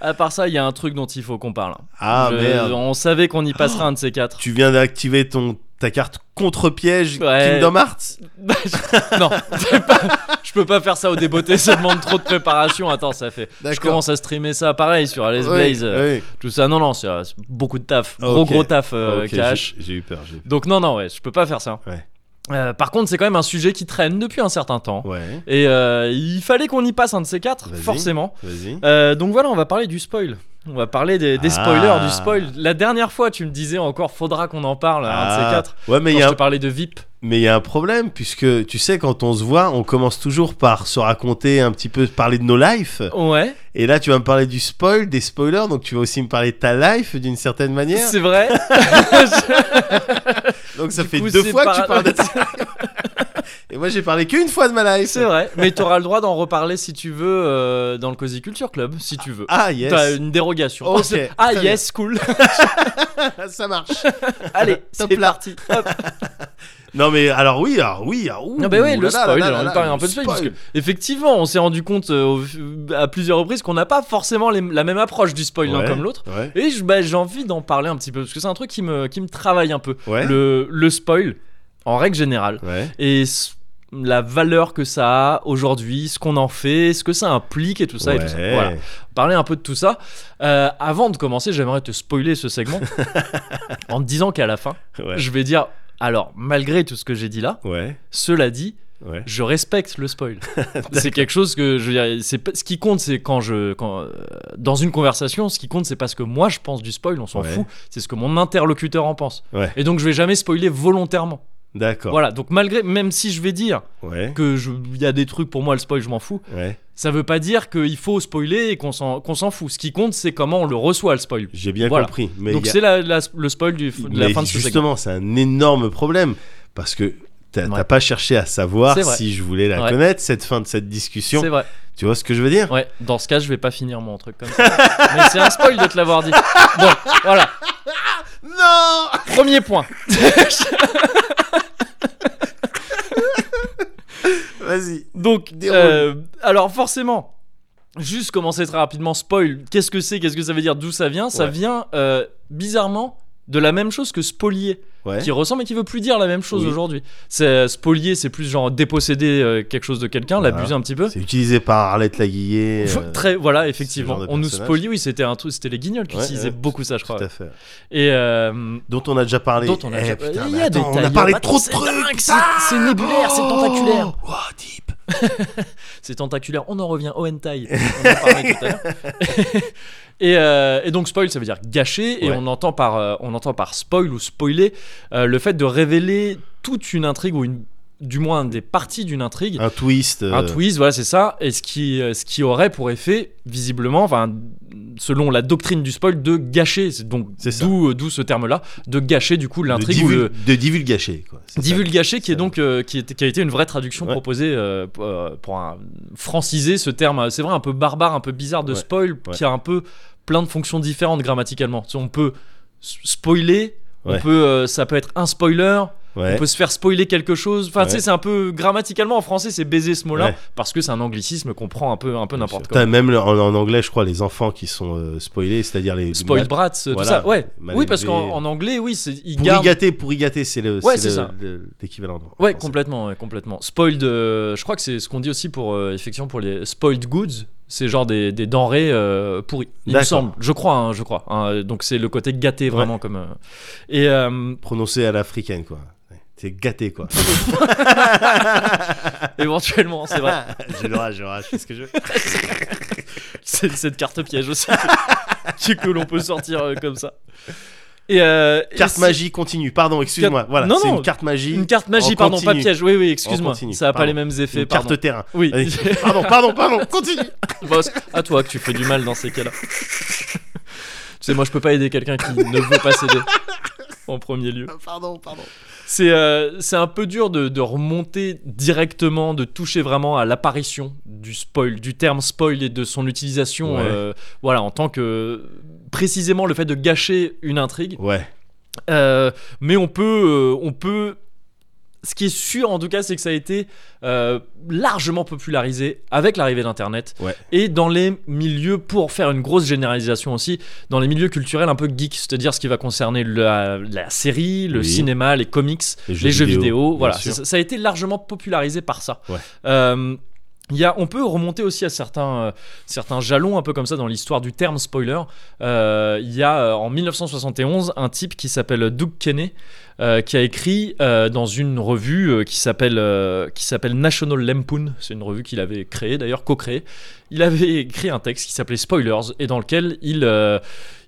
[SPEAKER 1] à part ça, il y a un truc dont il faut qu'on parle.
[SPEAKER 2] Ah
[SPEAKER 1] Je-
[SPEAKER 2] merde.
[SPEAKER 1] On savait qu'on y passera un de ces quatre.
[SPEAKER 2] Tu viens d'activer ton ta carte contre-piège
[SPEAKER 1] Ouais.
[SPEAKER 2] Kingdom Hearts
[SPEAKER 1] non, c'est pas- je peux pas faire ça au débeauté, ça demande trop de préparation. Attends, ça fait. Je commence à streamer ça, pareil sur Alice
[SPEAKER 2] Oui,
[SPEAKER 1] Blaze, euh,
[SPEAKER 2] oui.
[SPEAKER 1] tout ça. Non, non, c'est euh, c'est beaucoup de taf, gros
[SPEAKER 2] Ok.
[SPEAKER 1] gros taf euh,
[SPEAKER 2] Ok, j'ai-
[SPEAKER 1] cash.
[SPEAKER 2] J'ai eu peur, j'ai eu
[SPEAKER 1] Donc non, non, ouais, je peux pas faire ça.
[SPEAKER 2] Ouais.
[SPEAKER 1] Euh, par contre, c'est quand même un sujet qui traîne depuis un certain temps.
[SPEAKER 2] peur. Ouais,
[SPEAKER 1] Et euh, il fallait qu'on y passe un de ces quatre,
[SPEAKER 2] Vas-y.
[SPEAKER 1] forcément.
[SPEAKER 2] vas-y.
[SPEAKER 1] Euh, donc voilà, on va parler du spoil. On va parler des, des spoilers,
[SPEAKER 2] Ah.
[SPEAKER 1] du spoil. La dernière fois, tu me disais encore, faudra qu'on en parle, un de ces
[SPEAKER 2] Ah.
[SPEAKER 1] quatre.
[SPEAKER 2] Ouais, mais
[SPEAKER 1] Quand
[SPEAKER 2] il y
[SPEAKER 1] je
[SPEAKER 2] a
[SPEAKER 1] te parlais de VIP.
[SPEAKER 2] Mais il y a un problème, puisque tu sais, quand on se voit, on commence toujours par se raconter un petit peu, parler de nos lives.
[SPEAKER 1] Ouais,
[SPEAKER 2] Et là, tu vas me parler du spoil, des spoilers, donc tu vas aussi me parler de ta life d'une certaine manière.
[SPEAKER 1] c'est vrai.
[SPEAKER 2] Donc ça
[SPEAKER 1] Du
[SPEAKER 2] fait
[SPEAKER 1] coup,
[SPEAKER 2] deux
[SPEAKER 1] c'est
[SPEAKER 2] fois que
[SPEAKER 1] par-
[SPEAKER 2] tu parles de ta Et moi, j'ai parlé qu'une fois de ma life.
[SPEAKER 1] c'est vrai. Mais t'auras le droit d'en reparler si tu veux euh, dans le Cozy Culture Club, si tu veux.
[SPEAKER 2] Ah, yes.
[SPEAKER 1] T'as une dérogation.
[SPEAKER 2] Ok,
[SPEAKER 1] ah
[SPEAKER 2] très bien.
[SPEAKER 1] yes, cool.
[SPEAKER 2] ça marche.
[SPEAKER 1] Allez,
[SPEAKER 2] Top
[SPEAKER 1] c'est
[SPEAKER 2] là. Ah,
[SPEAKER 1] parti. Hop.
[SPEAKER 2] Non, mais alors oui, alors oui, alors ouh,
[SPEAKER 1] Non mais ouais, le
[SPEAKER 2] là là
[SPEAKER 1] spoil,
[SPEAKER 2] là
[SPEAKER 1] j'ai
[SPEAKER 2] là
[SPEAKER 1] envie de
[SPEAKER 2] là,
[SPEAKER 1] parler un
[SPEAKER 2] le
[SPEAKER 1] peu de spoil, parce que effectivement, on s'est rendu compte euh, au- à plusieurs reprises qu'on n'a pas forcément les- la même approche du spoil l'un
[SPEAKER 2] Ouais,
[SPEAKER 1] comme l'autre.
[SPEAKER 2] Ouais,
[SPEAKER 1] Et je- bah, j'ai envie d'en parler un petit peu parce que c'est un truc qui me, qui me travaille un peu.
[SPEAKER 2] ouais.
[SPEAKER 1] Le, le spoil, en règle générale,
[SPEAKER 2] Ouais.
[SPEAKER 1] et s- la valeur que ça a aujourd'hui, ce qu'on en fait, ce que ça implique et tout ça. Et tout ça.
[SPEAKER 2] Ouais.
[SPEAKER 1] Voilà. Parler un peu de tout ça. Euh, avant de commencer, j'aimerais te spoiler ce segment en te disant qu'à la fin,
[SPEAKER 2] Ouais.
[SPEAKER 1] je vais dire alors, malgré tout ce que j'ai dit là,
[SPEAKER 2] Ouais.
[SPEAKER 1] cela dit,
[SPEAKER 2] Ouais.
[SPEAKER 1] je respecte le spoil. c'est quelque chose que je veux dire, c'est pas- ce qui compte c'est quand je quand euh, dans une conversation, ce qui compte c'est pas ce que moi je pense du spoil, on s'en
[SPEAKER 2] Ouais.
[SPEAKER 1] fout, c'est ce que mon interlocuteur en pense.
[SPEAKER 2] Ouais.
[SPEAKER 1] Et donc je vais jamais spoiler volontairement.
[SPEAKER 2] D'accord.
[SPEAKER 1] Voilà, donc malgré, même si je vais dire
[SPEAKER 2] Ouais.
[SPEAKER 1] que je- il y a des trucs pour moi, le spoil, je m'en fous,
[SPEAKER 2] Ouais.
[SPEAKER 1] ça veut pas dire qu'il faut spoiler et qu'on s'en qu'on s'en fout. Ce qui compte, c'est comment on le reçoit, le spoil.
[SPEAKER 2] J'ai bien
[SPEAKER 1] Voilà.
[SPEAKER 2] compris. Mais
[SPEAKER 1] donc
[SPEAKER 2] il y a-
[SPEAKER 1] c'est la- la- le spoil du, de la
[SPEAKER 2] mais
[SPEAKER 1] fin de ce segment.
[SPEAKER 2] justement, c'est un énorme problème parce que t'as
[SPEAKER 1] Ouais.
[SPEAKER 2] t'as pas cherché à savoir
[SPEAKER 1] C'est vrai.
[SPEAKER 2] si je voulais la
[SPEAKER 1] Ouais.
[SPEAKER 2] connaître cette fin de cette discussion.
[SPEAKER 1] C'est vrai.
[SPEAKER 2] Tu vois ce que je veux dire
[SPEAKER 1] Ouais, dans ce cas, je vais pas finir mon truc comme ça. Mais c'est un spoil de te l'avoir dit. Bon, voilà.
[SPEAKER 2] Non
[SPEAKER 1] Premier point.
[SPEAKER 2] Vas-y.
[SPEAKER 1] Donc,
[SPEAKER 2] Déroule.
[SPEAKER 1] euh, alors forcément, juste commencer très rapidement, spoil, qu'est-ce que c'est, qu'est-ce que ça veut dire, d'où ça vient Ça
[SPEAKER 2] Ouais.
[SPEAKER 1] vient euh, bizarrement de la même chose que spolier,
[SPEAKER 2] Ouais.
[SPEAKER 1] qui ressemble et qui veut plus dire la même chose
[SPEAKER 2] Oui.
[SPEAKER 1] aujourd'hui. C'est euh, spolier, c'est plus genre déposséder euh, quelque chose de quelqu'un,
[SPEAKER 2] Voilà.
[SPEAKER 1] l'abuser un petit peu.
[SPEAKER 2] C'est utilisé par Arlette Laguillet.
[SPEAKER 1] Faut-
[SPEAKER 2] euh,
[SPEAKER 1] Très, voilà, effectivement.
[SPEAKER 2] genre de
[SPEAKER 1] On nous
[SPEAKER 2] personnage.
[SPEAKER 1] spolie, oui, c'était un truc, c'était les guignols qui
[SPEAKER 2] Ouais,
[SPEAKER 1] utilisaient
[SPEAKER 2] ouais,
[SPEAKER 1] beaucoup ça, je
[SPEAKER 2] Tout
[SPEAKER 1] crois.
[SPEAKER 2] à fait.
[SPEAKER 1] Et euh,
[SPEAKER 2] Dont on a déjà parlé.
[SPEAKER 1] Dont on a
[SPEAKER 2] Eh,
[SPEAKER 1] déjà-
[SPEAKER 2] putain,
[SPEAKER 1] Il y
[SPEAKER 2] mais
[SPEAKER 1] a des
[SPEAKER 2] attends, on a
[SPEAKER 1] tailleurs,
[SPEAKER 2] parlé de
[SPEAKER 1] attends,
[SPEAKER 2] trop de
[SPEAKER 1] c'est
[SPEAKER 2] trucs. Ah
[SPEAKER 1] c'est- c'est nébulaire, c'est tentaculaire.
[SPEAKER 2] Oh, wow, deep.
[SPEAKER 1] C'est tentaculaire, on en revient au hentai. On en parlait tout à l'heure. et, euh, et donc spoil, ça veut dire gâcher, et
[SPEAKER 2] Ouais.
[SPEAKER 1] on, entend par, euh, on entend par spoil ou spoiler euh, le fait de révéler toute une intrigue, ou une, du moins des parties d'une intrigue.
[SPEAKER 2] Un twist. euh,
[SPEAKER 1] Un twist, voilà, c'est ça. Et ce qui, euh, ce qui aurait pour effet, visiblement, enfin, selon la doctrine du spoil, de gâcher. C'est Donc,
[SPEAKER 2] C'est ça.
[SPEAKER 1] d'où euh, d'où ce terme-là, de gâcher du coup
[SPEAKER 2] De,
[SPEAKER 1] l'intrigue ou
[SPEAKER 2] divul...
[SPEAKER 1] le,
[SPEAKER 2] de divulgacher. Quoi. C'est ça.
[SPEAKER 1] Divulgaché, qui est
[SPEAKER 2] Ça-
[SPEAKER 1] donc euh, qui, était- qui a été une vraie traduction
[SPEAKER 2] Ouais.
[SPEAKER 1] proposée euh, p- euh, pour un- franciser ce terme. euh, C'est vrai un peu barbare, un peu bizarre de
[SPEAKER 2] Ouais.
[SPEAKER 1] spoil, qui a un peu plein de fonctions différentes grammaticalement. Tu sais, On peut s- spoiler, on
[SPEAKER 2] Ouais.
[SPEAKER 1] peut, euh, ça peut être un spoiler,
[SPEAKER 2] Ouais.
[SPEAKER 1] on peut se faire spoiler quelque chose. Enfin, tu sais,
[SPEAKER 2] Ouais.
[SPEAKER 1] c'est un peu grammaticalement en français, c'est baiser ce mot-là
[SPEAKER 2] Ouais.
[SPEAKER 1] parce que c'est un anglicisme qu'on prend un peu, un peu n'importe quoi.
[SPEAKER 2] T'as même le- en, en anglais, je crois, les enfants qui sont euh, spoilés, c'est-à-dire les.
[SPEAKER 1] Spoil brats, euh, tout
[SPEAKER 2] Voilà.
[SPEAKER 1] ça. Ouais.
[SPEAKER 2] Mal
[SPEAKER 1] Oui, parce
[SPEAKER 2] élevé.
[SPEAKER 1] qu'en en anglais, oui, c'est ils gardent-
[SPEAKER 2] Pourrigaté, pourrigaté, c'est le,
[SPEAKER 1] Ouais, c'est
[SPEAKER 2] c'est le-
[SPEAKER 1] ça.
[SPEAKER 2] le- l'équivalent. en
[SPEAKER 1] Ouais,
[SPEAKER 2] français.
[SPEAKER 1] complètement, ouais, complètement. Spoiled, euh, je crois que c'est ce qu'on dit aussi pour euh, effectivement pour les spoiled goods, c'est genre des, des denrées euh, pourries. Il me
[SPEAKER 2] D'accord.
[SPEAKER 1] semble, je crois, hein, je crois. hein. donc c'est le côté gâté vraiment comme. euh, et euh,
[SPEAKER 2] Prononcé à l'africaine, quoi. Ouais. C'est gâté, quoi.
[SPEAKER 1] éventuellement, c'est vrai.
[SPEAKER 2] je le rage, je le rage, c'est ce que je veux.
[SPEAKER 1] C'est cette carte piège aussi que, que l'on peut sortir euh, comme ça. Et euh, et
[SPEAKER 2] Carte
[SPEAKER 1] c'est-
[SPEAKER 2] magie continue, pardon, excuse-moi.
[SPEAKER 1] Carte-
[SPEAKER 2] Voilà,
[SPEAKER 1] Non,
[SPEAKER 2] c'est
[SPEAKER 1] non,
[SPEAKER 2] une carte magie.
[SPEAKER 1] Une carte magie,
[SPEAKER 2] On
[SPEAKER 1] pardon, pas
[SPEAKER 2] continue.
[SPEAKER 1] piège. Oui, oui, excuse-moi.
[SPEAKER 2] On continue,
[SPEAKER 1] Ça a pas
[SPEAKER 2] pardon.
[SPEAKER 1] les mêmes effets.
[SPEAKER 2] Une
[SPEAKER 1] pardon.
[SPEAKER 2] carte terrain.
[SPEAKER 1] Oui.
[SPEAKER 2] Allez. pardon, pardon, pardon, continue.
[SPEAKER 1] Boss, à toi que tu fais du mal dans ces cas-là. tu sais, moi, je peux pas aider quelqu'un qui ne veut pas s'aider. En premier lieu,
[SPEAKER 2] Pardon, pardon.
[SPEAKER 1] c'est euh, c'est un peu dur de, de remonter directement, de toucher vraiment à l'apparition du spoil, du terme spoil et de son utilisation.
[SPEAKER 2] Ouais.
[SPEAKER 1] euh, voilà, en tant que précisément le fait de gâcher une intrigue.
[SPEAKER 2] Ouais,
[SPEAKER 1] Euh, mais on peut, euh, on peut. Ce qui est sûr, en tout cas, c'est que ça a été euh, largement popularisé avec l'arrivée d'Internet
[SPEAKER 2] Ouais.
[SPEAKER 1] et dans les milieux, pour faire une grosse généralisation aussi, dans les milieux culturels un peu geeks, c'est-à-dire ce qui va concerner la, la série, le
[SPEAKER 2] Oui.
[SPEAKER 1] cinéma, les comics,
[SPEAKER 2] Les jeux
[SPEAKER 1] les jeux
[SPEAKER 2] vidéo,
[SPEAKER 1] vidéo.
[SPEAKER 2] bien
[SPEAKER 1] voilà,
[SPEAKER 2] sûr.
[SPEAKER 1] ça, ça a été largement popularisé par ça.
[SPEAKER 2] Ouais.
[SPEAKER 1] Euh, il y a, on peut remonter aussi à certains, euh, certains jalons un peu comme ça dans l'histoire du terme spoiler. Euh, il y a euh, en 1971 un type qui s'appelle Doug Kenney euh, qui a écrit euh, dans une revue euh, qui s'appelle euh, qui s'appelle National Lampoon. C'est une revue qu'il avait créée d'ailleurs co-créée. Il avait écrit un texte qui s'appelait Spoilers et dans lequel il euh,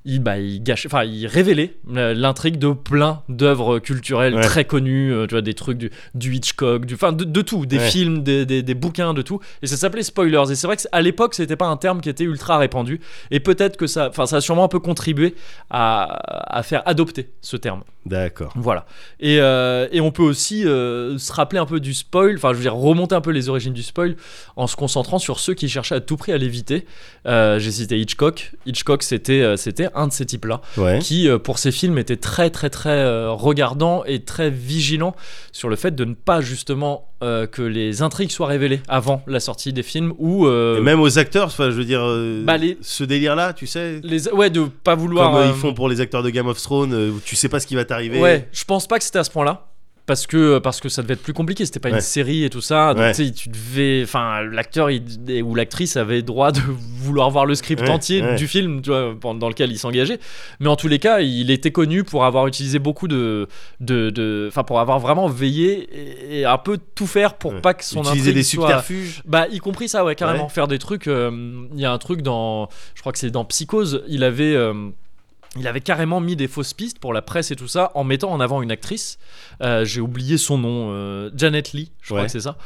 [SPEAKER 1] il, bah, il gâchait, enfin, il révélait euh, l'intrigue de plein d'œuvres culturelles
[SPEAKER 2] Ouais.
[SPEAKER 1] très connues, euh, tu vois, des trucs du, du Hitchcock, du, enfin, de, de tout, des
[SPEAKER 2] Ouais.
[SPEAKER 1] films, des, des- des bouquins, de tout. Et ça s'appelait spoilers. Et c'est vrai que c- à l'époque, c'était pas un terme qui était ultra répandu. Et peut-être que ça, enfin, ça a sûrement un peu contribué à, à faire adopter ce terme.
[SPEAKER 2] d'accord.
[SPEAKER 1] Voilà. Et, euh, et on peut aussi euh, se rappeler un peu du spoil, enfin je veux dire remonter un peu les origines du spoil en se concentrant sur ceux qui cherchaient à tout prix à l'éviter. Euh, J'ai cité Hitchcock. Hitchcock c'était euh, c'était un de ces types-là
[SPEAKER 2] Ouais.
[SPEAKER 1] qui euh, pour ses films était très très très euh, regardant et très vigilant sur le fait de ne pas justement euh, que les intrigues soient révélées avant la sortie des films ou... euh,
[SPEAKER 2] Et même aux acteurs, enfin, je veux dire, euh,
[SPEAKER 1] Bah, les-
[SPEAKER 2] ce délire-là, tu sais,
[SPEAKER 1] les, ouais, de pas vouloir...
[SPEAKER 2] comme euh,
[SPEAKER 1] euh,
[SPEAKER 2] ils font pour les acteurs de Game of Thrones, euh, où tu sais pas ce qui va t'arriver.
[SPEAKER 1] Ouais, je pense pas que c'était à ce point-là. Parce que, euh, parce que ça devait être plus compliqué, c'était pas une
[SPEAKER 2] Ouais.
[SPEAKER 1] série et tout ça. Donc
[SPEAKER 2] Ouais.
[SPEAKER 1] tu sais, tu devais. Enfin, l'acteur il- et- ou l'actrice avait droit de vouloir voir le script
[SPEAKER 2] Ouais,
[SPEAKER 1] entier
[SPEAKER 2] ouais.
[SPEAKER 1] du film tu vois, pendant- dans lequel il s'engageait. Mais en tous les cas, il était connu pour avoir utilisé beaucoup de. de, de- Enfin, pour avoir vraiment veillé et, et un peu tout faire pour
[SPEAKER 2] Ouais.
[SPEAKER 1] pas que son
[SPEAKER 2] Utiliser
[SPEAKER 1] intrigue
[SPEAKER 2] des
[SPEAKER 1] soit-
[SPEAKER 2] subterfuges.
[SPEAKER 1] bah, y compris ça, ouais, carrément.
[SPEAKER 2] Ouais.
[SPEAKER 1] Faire des trucs. euh, Il y a un truc dans. Je crois que c'est dans Psychose, il avait. euh, Il avait carrément mis des fausses pistes pour la presse et tout ça en mettant en avant une actrice. Euh, J'ai oublié son nom, euh, Janet Lee, je crois
[SPEAKER 2] Ouais.
[SPEAKER 1] que c'est ça.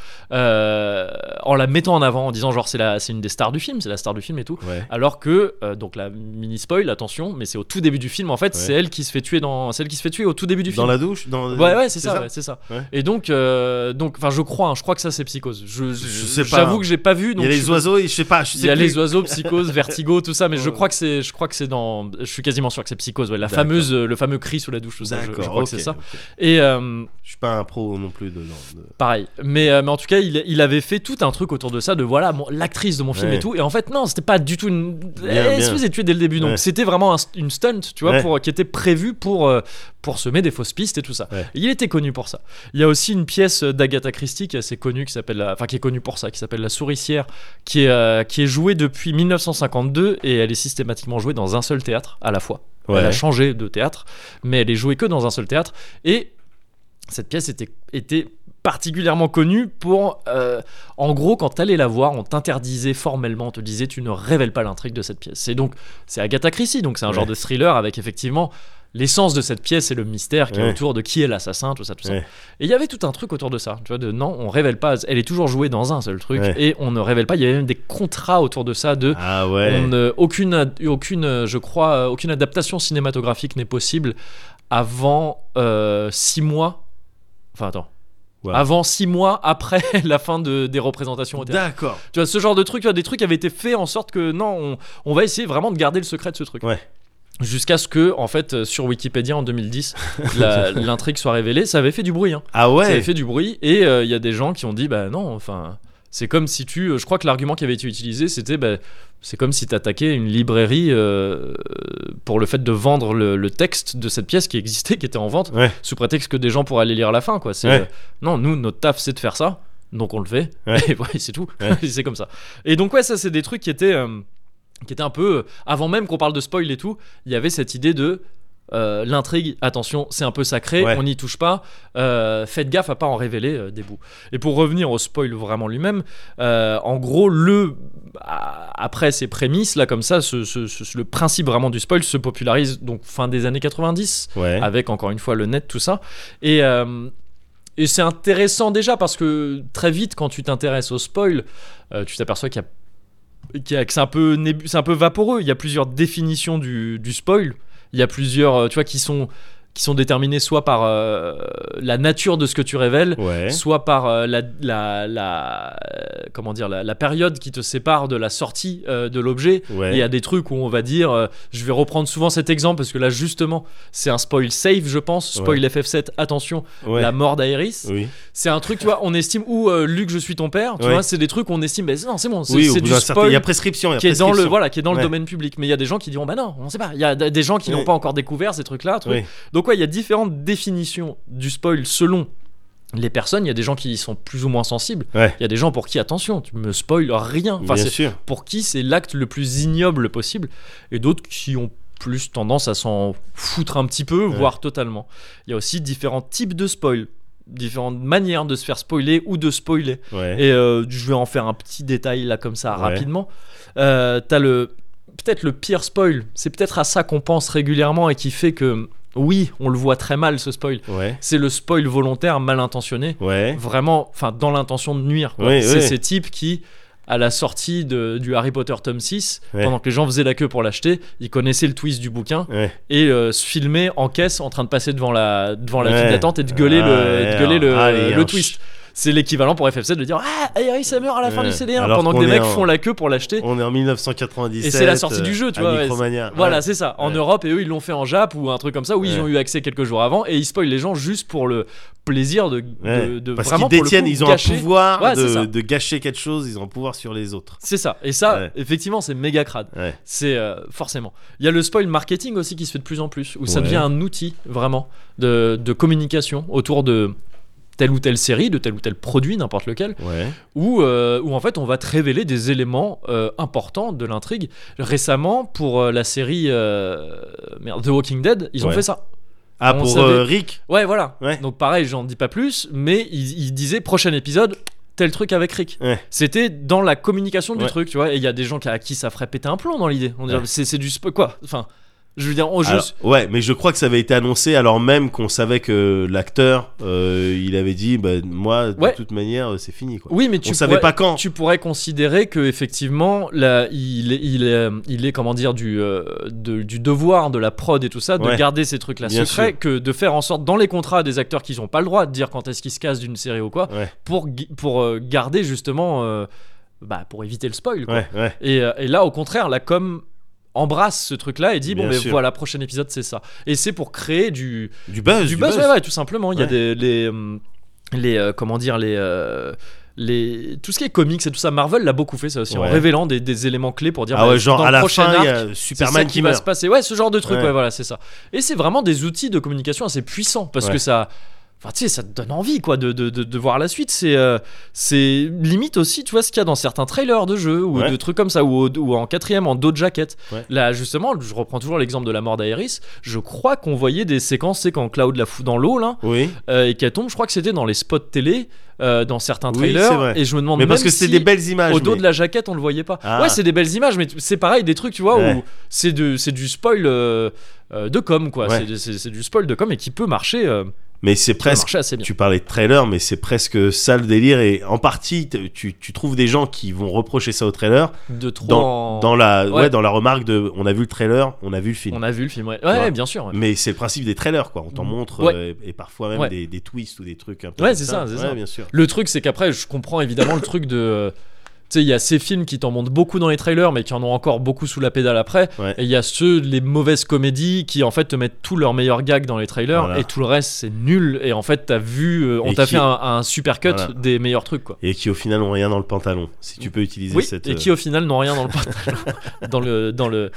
[SPEAKER 1] Euh, en la mettant en avant, en disant genre c'est la- c'est une des stars du film, c'est la star du film et tout.
[SPEAKER 2] Ouais.
[SPEAKER 1] Alors que, euh, donc la mini spoil, attention, mais c'est au tout début du film en fait, c'est elle qui se fait tuer dans, c'est elle qui se fait tuer au tout début du
[SPEAKER 2] Dans
[SPEAKER 1] film.
[SPEAKER 2] la douche dans...
[SPEAKER 1] Ouais, ouais, c'est ça, ouais, c'est ça.
[SPEAKER 2] Ouais.
[SPEAKER 1] Et donc, euh, donc, enfin, je crois, hein, je crois que ça c'est psychose. Je, je-
[SPEAKER 2] sais pas,
[SPEAKER 1] J'avoue
[SPEAKER 2] hein.
[SPEAKER 1] que j'ai pas vu.
[SPEAKER 2] Il
[SPEAKER 1] Donc
[SPEAKER 2] y a
[SPEAKER 1] je
[SPEAKER 2] les
[SPEAKER 1] suis-
[SPEAKER 2] oiseaux, et je sais pas, je sais
[SPEAKER 1] il y a
[SPEAKER 2] plus.
[SPEAKER 1] les oiseaux, psychose, vertigo, tout ça, mais je
[SPEAKER 2] Euh.
[SPEAKER 1] crois que c'est, je crois que c'est dans, je suis quasiment sûr que c'est psychose, ouais, la
[SPEAKER 2] D'accord.
[SPEAKER 1] fameuse, euh, le fameux cri sous la douche, tout ça, je, je
[SPEAKER 2] D'accord,
[SPEAKER 1] crois que
[SPEAKER 2] ok,
[SPEAKER 1] c'est ça.
[SPEAKER 2] ok.
[SPEAKER 1] Et euh,
[SPEAKER 2] Je suis pas un pro non plus dedans. de-
[SPEAKER 1] pareil, mais, euh, mais en tout cas, il, il avait fait tout un truc autour de ça, de voilà, mon- l'actrice de mon film
[SPEAKER 2] Ouais.
[SPEAKER 1] et tout, et en fait, non, c'était pas du tout une,
[SPEAKER 2] Bien,
[SPEAKER 1] elle se
[SPEAKER 2] bien.
[SPEAKER 1] faisait tuer dès le début, donc
[SPEAKER 2] Ouais.
[SPEAKER 1] c'était vraiment un- une stunt, tu vois,
[SPEAKER 2] Ouais.
[SPEAKER 1] pour, euh, qui était prévue pour, euh, pour semer des fausses pistes et tout ça.
[SPEAKER 2] Ouais.
[SPEAKER 1] Et il était connu pour ça. Il y a aussi une pièce d'Agatha Christie qui est assez connue, qui s'appelle, la- enfin qui est connue pour ça, qui s'appelle La Souricière, qui est, euh, qui est jouée depuis 1952 et elle est systématiquement jouée dans un seul théâtre à la fois. Elle a changé de théâtre, mais elle est jouée que dans un seul théâtre. Et cette pièce était, était particulièrement connue pour, euh, en gros, quand t'allais la voir, on t'interdisait formellement, on te disait tu ne révèles pas l'intrigue de cette pièce. C'est donc, c'est Agatha Christie, donc c'est un genre
[SPEAKER 2] Ouais.
[SPEAKER 1] de thriller avec effectivement l'essence de cette pièce et le mystère qui est
[SPEAKER 2] Ouais.
[SPEAKER 1] autour de qui est l'assassin, tout ça, tout ça.
[SPEAKER 2] Ouais.
[SPEAKER 1] Et il y avait tout un truc autour de ça, tu vois, de non, on révèle pas, elle est toujours jouée dans un seul truc
[SPEAKER 2] Ouais.
[SPEAKER 1] et on ne révèle pas, il y avait même des contrats autour de ça de
[SPEAKER 2] Ah ouais.
[SPEAKER 1] on, euh, aucune, ad- aucune, euh, je crois, euh, aucune adaptation cinématographique n'est possible avant 6 mois. Enfin, attends.
[SPEAKER 2] Ouais.
[SPEAKER 1] Avant 6 mois après la fin de, des représentations au théâtre.
[SPEAKER 2] D'accord.
[SPEAKER 1] Tu vois, ce genre de truc, tu vois, des trucs avaient été faits en sorte que non, on, on va essayer vraiment de garder le secret de ce truc.
[SPEAKER 2] Ouais.
[SPEAKER 1] Jusqu'à ce que, en fait, euh, sur Wikipédia en 2010, la- l'intrigue soit révélée. Ça avait fait du bruit. Hein.
[SPEAKER 2] Ah
[SPEAKER 1] Ça avait
[SPEAKER 2] ouais.
[SPEAKER 1] fait du bruit. Et euh, il y a des gens qui ont dit, bah non, enfin, c'est comme si tu. euh, je crois que l'argument qui avait été utilisé, c'était, bah, c'est comme si t'attaquais une librairie euh, pour le fait de vendre le, le texte de cette pièce qui existait, qui était en vente,
[SPEAKER 2] Ouais.
[SPEAKER 1] sous prétexte que des gens pourraient aller lire la fin, quoi. C'est,
[SPEAKER 2] Ouais.
[SPEAKER 1] euh, non, nous, notre taf, c'est de faire ça, donc on le fait.
[SPEAKER 2] Ouais.
[SPEAKER 1] Et ouais, c'est tout.
[SPEAKER 2] Ouais.
[SPEAKER 1] Et c'est comme ça. Et donc, ouais, ça, c'est des trucs qui étaient. euh, qui étaient un peu euh, avant même qu'on parle de spoil et tout, il y avait cette idée de euh, l'intrigue, attention, c'est un peu sacré,
[SPEAKER 2] Ouais.
[SPEAKER 1] on n'y touche pas, euh, faites gaffe à pas en révéler euh, des bouts. Et pour revenir au spoil vraiment lui-même, euh, en gros, le à- après ces prémices là comme ça, ce- ce- ce- le principe vraiment du spoil se popularise donc fin des années 90
[SPEAKER 2] Ouais.
[SPEAKER 1] avec encore une fois le net, tout ça. Et, euh, et c'est intéressant déjà parce que très vite, quand tu t'intéresses au spoil, euh, tu t'aperçois qu'il y a- qu'il y a- que c'est un, peu nébu- c'est un peu vaporeux. Il y a plusieurs définitions du, du spoil. Il y a plusieurs, euh, tu vois, qui sont, qui sont déterminées soit par euh, la nature de ce que tu révèles,
[SPEAKER 2] Ouais.
[SPEAKER 1] soit par euh, la, la, la- euh, comment dire, la, la période qui te sépare de la sortie euh, de l'objet.
[SPEAKER 2] Ouais.
[SPEAKER 1] Il y a des trucs où on va dire, euh, je vais reprendre souvent cet exemple parce que là justement, c'est un spoil safe, je pense. Spoil FF7, attention,
[SPEAKER 2] Ouais.
[SPEAKER 1] la mort d'Aeris.
[SPEAKER 2] Oui.
[SPEAKER 1] C'est un truc, tu vois, on estime ou euh, Luc, je suis ton père. Tu
[SPEAKER 2] Ouais.
[SPEAKER 1] vois, c'est des trucs où on estime, mais non, c'est bon, c'est
[SPEAKER 2] Oui,
[SPEAKER 1] c'est
[SPEAKER 2] au bout
[SPEAKER 1] du
[SPEAKER 2] d'un
[SPEAKER 1] spoil
[SPEAKER 2] certain- Il y a prescription. il y a
[SPEAKER 1] qui est dans le
[SPEAKER 2] prescription.
[SPEAKER 1] voilà, qui est dans le
[SPEAKER 2] Ouais.
[SPEAKER 1] domaine public. Mais il y a des gens qui diront, bah non, on sait pas. Il y a d- des gens qui n'ont
[SPEAKER 2] Ouais.
[SPEAKER 1] pas encore découvert ces trucs-là. trucs.
[SPEAKER 2] Oui.
[SPEAKER 1] Donc ouais, il y a différentes définitions du spoil selon les personnes. Il y a des gens qui y sont plus ou moins sensibles.
[SPEAKER 2] Ouais.
[SPEAKER 1] Il y a des gens pour qui, attention, tu me spoil rien. Enfin,
[SPEAKER 2] Bien
[SPEAKER 1] c'est-
[SPEAKER 2] sûr.
[SPEAKER 1] pour qui c'est l'acte le plus ignoble possible, et d'autres qui ont plus tendance à s'en foutre un petit peu, voire totalement. Il y a aussi différents types de spoil, différentes manières de se faire spoiler ou de spoiler.
[SPEAKER 2] Ouais.
[SPEAKER 1] Et euh, je vais en faire un petit détail là comme ça
[SPEAKER 2] Ouais.
[SPEAKER 1] rapidement. Euh, T'as le peut-être le pire spoil, c'est peut-être à ça qu'on pense régulièrement et qui fait que oui, on le voit très mal ce spoil.
[SPEAKER 2] Ouais.
[SPEAKER 1] C'est le spoil volontaire mal intentionné
[SPEAKER 2] Ouais.
[SPEAKER 1] vraiment enfin dans l'intention de nuire quoi.
[SPEAKER 2] Oui,
[SPEAKER 1] c'est
[SPEAKER 2] oui.
[SPEAKER 1] ces types qui à la sortie de- du Harry Potter tome 6
[SPEAKER 2] Ouais.
[SPEAKER 1] pendant que les gens faisaient la queue pour l'acheter ils connaissaient le twist du bouquin
[SPEAKER 2] Ouais.
[SPEAKER 1] et euh, se filmaient en caisse en train de passer devant la, devant la
[SPEAKER 2] Ouais.
[SPEAKER 1] file d'attente et de gueuler
[SPEAKER 2] Ah,
[SPEAKER 1] le, et de
[SPEAKER 2] ouais,
[SPEAKER 1] gueuler le,
[SPEAKER 2] ah, les
[SPEAKER 1] le
[SPEAKER 2] un
[SPEAKER 1] twist c'est l'équivalent pour FF7 de dire ah Harry ça meurt à la fin
[SPEAKER 2] Ouais.
[SPEAKER 1] du CD1
[SPEAKER 2] Alors
[SPEAKER 1] pendant que
[SPEAKER 2] qu'on
[SPEAKER 1] des
[SPEAKER 2] est
[SPEAKER 1] mecs
[SPEAKER 2] en-
[SPEAKER 1] font la queue pour l'acheter
[SPEAKER 2] On est en 1997.
[SPEAKER 1] Et c'est la sortie
[SPEAKER 2] euh,
[SPEAKER 1] du jeu, tu
[SPEAKER 2] à
[SPEAKER 1] vois, ouais,
[SPEAKER 2] Micromania.
[SPEAKER 1] voilà,
[SPEAKER 2] Ouais.
[SPEAKER 1] c'est ça. En
[SPEAKER 2] Ouais.
[SPEAKER 1] Europe, et eux, ils l'ont fait en Jap ou un truc comme ça, où ils
[SPEAKER 2] Ouais.
[SPEAKER 1] ont eu accès quelques jours avant, et ils spoilent les gens juste pour le plaisir de, de-
[SPEAKER 2] Ouais.
[SPEAKER 1] de
[SPEAKER 2] Parce qu'ils
[SPEAKER 1] vraiment pour le
[SPEAKER 2] détiennent,
[SPEAKER 1] coup,
[SPEAKER 2] ils ont
[SPEAKER 1] gâcher-
[SPEAKER 2] un pouvoir
[SPEAKER 1] Ouais, c'est ça.
[SPEAKER 2] de, de gâcher quelque chose, ils ont un pouvoir sur les autres.
[SPEAKER 1] C'est ça. Et ça,
[SPEAKER 2] Ouais.
[SPEAKER 1] effectivement, c'est méga crade.
[SPEAKER 2] Ouais.
[SPEAKER 1] C'est euh, forcément. Il y a le spoil marketing aussi qui se fait de plus en plus, où ça
[SPEAKER 2] Ouais.
[SPEAKER 1] devient un outil vraiment de, de communication autour de telle ou telle série, de tel ou tel produit, n'importe lequel,
[SPEAKER 2] Ouais.
[SPEAKER 1] où, euh, où en fait on va te révéler des éléments euh, importants de l'intrigue. Récemment, pour euh, la série euh, merde, The Walking Dead, ils ont
[SPEAKER 2] Ouais.
[SPEAKER 1] fait ça.
[SPEAKER 2] Ah,
[SPEAKER 1] On
[SPEAKER 2] pour
[SPEAKER 1] savait-
[SPEAKER 2] euh, Rick
[SPEAKER 1] Ouais, voilà.
[SPEAKER 2] Ouais.
[SPEAKER 1] Donc pareil, j'en dis pas plus, mais il, il disait prochain épisode tel truc avec Rick.
[SPEAKER 2] Ouais.
[SPEAKER 1] C'était dans la communication du
[SPEAKER 2] Ouais.
[SPEAKER 1] truc, tu vois. Et il y a des gens qui, à qui ça ferait péter un plomb dans l'idée. On dirait
[SPEAKER 2] Ouais.
[SPEAKER 1] c'est c'est du spo- quoi Enfin, Je veux dire, on je
[SPEAKER 2] Alors,
[SPEAKER 1] suis-
[SPEAKER 2] Ouais, mais je crois que ça avait été annoncé alors même qu'on savait que l'acteur, euh, il avait dit, bah, moi, de
[SPEAKER 1] Ouais.
[SPEAKER 2] toute manière, euh, c'est fini. Quoi.
[SPEAKER 1] Oui, mais tu
[SPEAKER 2] On savait
[SPEAKER 1] pourrais-
[SPEAKER 2] pas quand.
[SPEAKER 1] Tu pourrais considérer que effectivement, là, il est, il est, euh, il est, comment dire, du, euh, de- du devoir de la prod et tout ça, de
[SPEAKER 2] Ouais.
[SPEAKER 1] garder ces trucs-là
[SPEAKER 2] Bien
[SPEAKER 1] secrets,
[SPEAKER 2] sûr.
[SPEAKER 1] que de faire en sorte dans les contrats des acteurs qui n'ont pas le droit de dire quand est-ce qu'ils se cassent d'une série ou quoi,
[SPEAKER 2] Ouais.
[SPEAKER 1] pour gui- pour euh, garder justement, euh, bah, pour éviter le spoil. quoi.
[SPEAKER 2] Ouais, ouais.
[SPEAKER 1] Et, euh, et là, au contraire, la com embrasse ce truc-là et dit bon
[SPEAKER 2] Bien
[SPEAKER 1] mais
[SPEAKER 2] sûr.
[SPEAKER 1] voilà prochain épisode c'est ça et c'est pour créer du
[SPEAKER 2] Du buzz.
[SPEAKER 1] du buzz, ouais, ouais, tout simplement. Il y a
[SPEAKER 2] Ouais.
[SPEAKER 1] des les, hum, les euh, comment dire les euh, les tout ce qui est comics et tout ça. Marvel l'a beaucoup fait ça aussi en
[SPEAKER 2] Ouais.
[SPEAKER 1] révélant des, des éléments clés pour dire
[SPEAKER 2] Ah
[SPEAKER 1] bah,
[SPEAKER 2] ouais, genre
[SPEAKER 1] dans
[SPEAKER 2] à
[SPEAKER 1] le
[SPEAKER 2] la
[SPEAKER 1] prochain
[SPEAKER 2] fin, il y
[SPEAKER 1] arc,
[SPEAKER 2] a
[SPEAKER 1] c'est ça
[SPEAKER 2] Superman
[SPEAKER 1] qui,
[SPEAKER 2] qui
[SPEAKER 1] va se
[SPEAKER 2] meurt.
[SPEAKER 1] passer. Ouais, ce genre de truc. Ouais,
[SPEAKER 2] Ouais.
[SPEAKER 1] voilà, c'est ça. Et c'est vraiment des outils de communication assez puissants parce
[SPEAKER 2] Ouais.
[SPEAKER 1] que ça. Enfin, tu sais, ça te donne envie, quoi, de, de, de, de voir la suite. C'est euh, c'est limite aussi, tu vois, ce qu'il y a dans certains trailers de jeux ou
[SPEAKER 2] Ouais.
[SPEAKER 1] de trucs comme ça, ou, au- ou en quatrième, en dos de jaquette.
[SPEAKER 2] Ouais.
[SPEAKER 1] Là, justement, je reprends toujours l'exemple de la mort d'Aeris. Je crois qu'on voyait des séquences, c'est quand Cloud la fout dans l'eau, là,
[SPEAKER 2] Oui,
[SPEAKER 1] euh, et qu'elle tombe. Je crois que c'était dans les spots télé, euh, dans certains
[SPEAKER 2] Oui,
[SPEAKER 1] trailers.
[SPEAKER 2] c'est vrai.
[SPEAKER 1] Et je me demande
[SPEAKER 2] mais parce
[SPEAKER 1] même
[SPEAKER 2] que c'est
[SPEAKER 1] si
[SPEAKER 2] des belles images.
[SPEAKER 1] au dos
[SPEAKER 2] mais-
[SPEAKER 1] de la jaquette, on le voyait pas.
[SPEAKER 2] Ah.
[SPEAKER 1] Ouais, c'est des belles images, mais t- c'est pareil, des trucs, tu vois, où
[SPEAKER 2] Ouais.
[SPEAKER 1] c'est de- c'est du spoil euh, euh, de com, quoi.
[SPEAKER 2] Ouais.
[SPEAKER 1] C'est de- C'est c'est du spoil de com et qui peut marcher, euh, qui
[SPEAKER 2] Mais c'est
[SPEAKER 1] peut
[SPEAKER 2] presque.
[SPEAKER 1] marcher assez bien.
[SPEAKER 2] Tu parlais de trailer, mais c'est presque ça le délire. Et en partie, t- tu, tu trouves des gens qui vont reprocher ça au trailer
[SPEAKER 1] De trop en-
[SPEAKER 2] dans la, ouais.
[SPEAKER 1] Ouais.
[SPEAKER 2] dans la remarque de on a vu le trailer, on a vu le film.
[SPEAKER 1] On a vu le film, ouais.
[SPEAKER 2] Tu vois.
[SPEAKER 1] Ouais, bien sûr. ouais.
[SPEAKER 2] Mais c'est le principe des trailers, quoi. On t'en montre
[SPEAKER 1] Ouais.
[SPEAKER 2] euh, et parfois même
[SPEAKER 1] Ouais.
[SPEAKER 2] des, des twists ou des trucs un peu.
[SPEAKER 1] Ouais,
[SPEAKER 2] comme
[SPEAKER 1] c'est ça, c'est
[SPEAKER 2] Ouais,
[SPEAKER 1] ça.
[SPEAKER 2] bien sûr.
[SPEAKER 1] Le truc, c'est qu'après, je comprends évidemment le truc de. euh, Tu sais, il y a ces films qui t'en montrent beaucoup dans les trailers, mais qui en ont encore beaucoup sous la pédale après.
[SPEAKER 2] Ouais.
[SPEAKER 1] Et il y a ceux, les mauvaises comédies, qui en fait te mettent tous leurs meilleurs gags dans les trailers,
[SPEAKER 2] Voilà.
[SPEAKER 1] et tout le reste, c'est nul. Et en fait, t'as vu, euh, on
[SPEAKER 2] Et
[SPEAKER 1] t'a
[SPEAKER 2] qui-
[SPEAKER 1] fait un, un super cut
[SPEAKER 2] Voilà.
[SPEAKER 1] des meilleurs trucs, quoi.
[SPEAKER 2] Et qui au final ont rien dans le pantalon. Si tu peux utiliser
[SPEAKER 1] Oui,
[SPEAKER 2] cette. euh,
[SPEAKER 1] et qui au final n'ont rien dans le pantalon, dans le dans le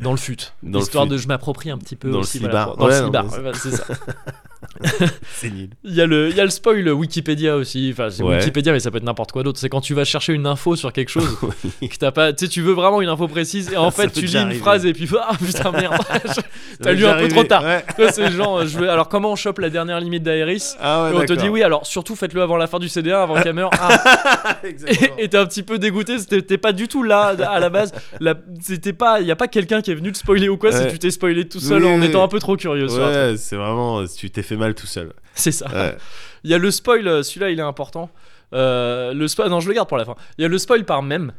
[SPEAKER 1] dans le fut.
[SPEAKER 2] Dans le
[SPEAKER 1] Histoire
[SPEAKER 2] fut.
[SPEAKER 1] de je m'approprie un petit peu
[SPEAKER 2] Dans le
[SPEAKER 1] aussi
[SPEAKER 2] slibard.
[SPEAKER 1] voilà, dans
[SPEAKER 2] Ouais,
[SPEAKER 1] le
[SPEAKER 2] non,
[SPEAKER 1] slibard,
[SPEAKER 2] mais c'est-
[SPEAKER 1] ouais, voilà, c'est ça.
[SPEAKER 2] euh, C'est nul.
[SPEAKER 1] Il y a le il y a le spoil Wikipédia aussi, enfin c'est
[SPEAKER 2] Ouais.
[SPEAKER 1] Wikipédia mais ça peut être n'importe quoi d'autre, c'est quand tu vas chercher une info sur quelque chose que t'as pas tu sais tu veux vraiment une info précise et en
[SPEAKER 2] Ça
[SPEAKER 1] fait
[SPEAKER 2] peut
[SPEAKER 1] tu lis
[SPEAKER 2] déjà
[SPEAKER 1] une
[SPEAKER 2] arriver.
[SPEAKER 1] phrase et puis ah putain merde. T'as lu
[SPEAKER 2] Déjà
[SPEAKER 1] un peu
[SPEAKER 2] arrivé.
[SPEAKER 1] trop tard.
[SPEAKER 2] Ouais.
[SPEAKER 1] Tu vois, c'est genre euh, je veux alors comment on chope la dernière limite d'Aeris
[SPEAKER 2] Ah ouais,
[SPEAKER 1] et on te
[SPEAKER 2] d'accord.
[SPEAKER 1] dit oui alors surtout faites-le avant la fin du CDA avant qu'elle meure. Ah,
[SPEAKER 2] Exactement.
[SPEAKER 1] et et t'es un petit peu dégoûté, c'était- t'es pas du tout là à la base. La- C'était pas, y a pas quelqu'un qui est venu te spoiler ou quoi, si
[SPEAKER 2] Ouais.
[SPEAKER 1] tu t'es spoilé tout seul
[SPEAKER 2] Oui,
[SPEAKER 1] en
[SPEAKER 2] oui.
[SPEAKER 1] étant un peu trop curieux. sur un truc.
[SPEAKER 2] Ouais, c'est vraiment. euh, Tu t'es fait mal tout seul.
[SPEAKER 1] C'est ça. Il
[SPEAKER 2] Ouais.
[SPEAKER 1] y a le spoil, euh, celui-là il est important. Euh, le spoil, non, je le garde pour la fin. Il y a le spoil par mème,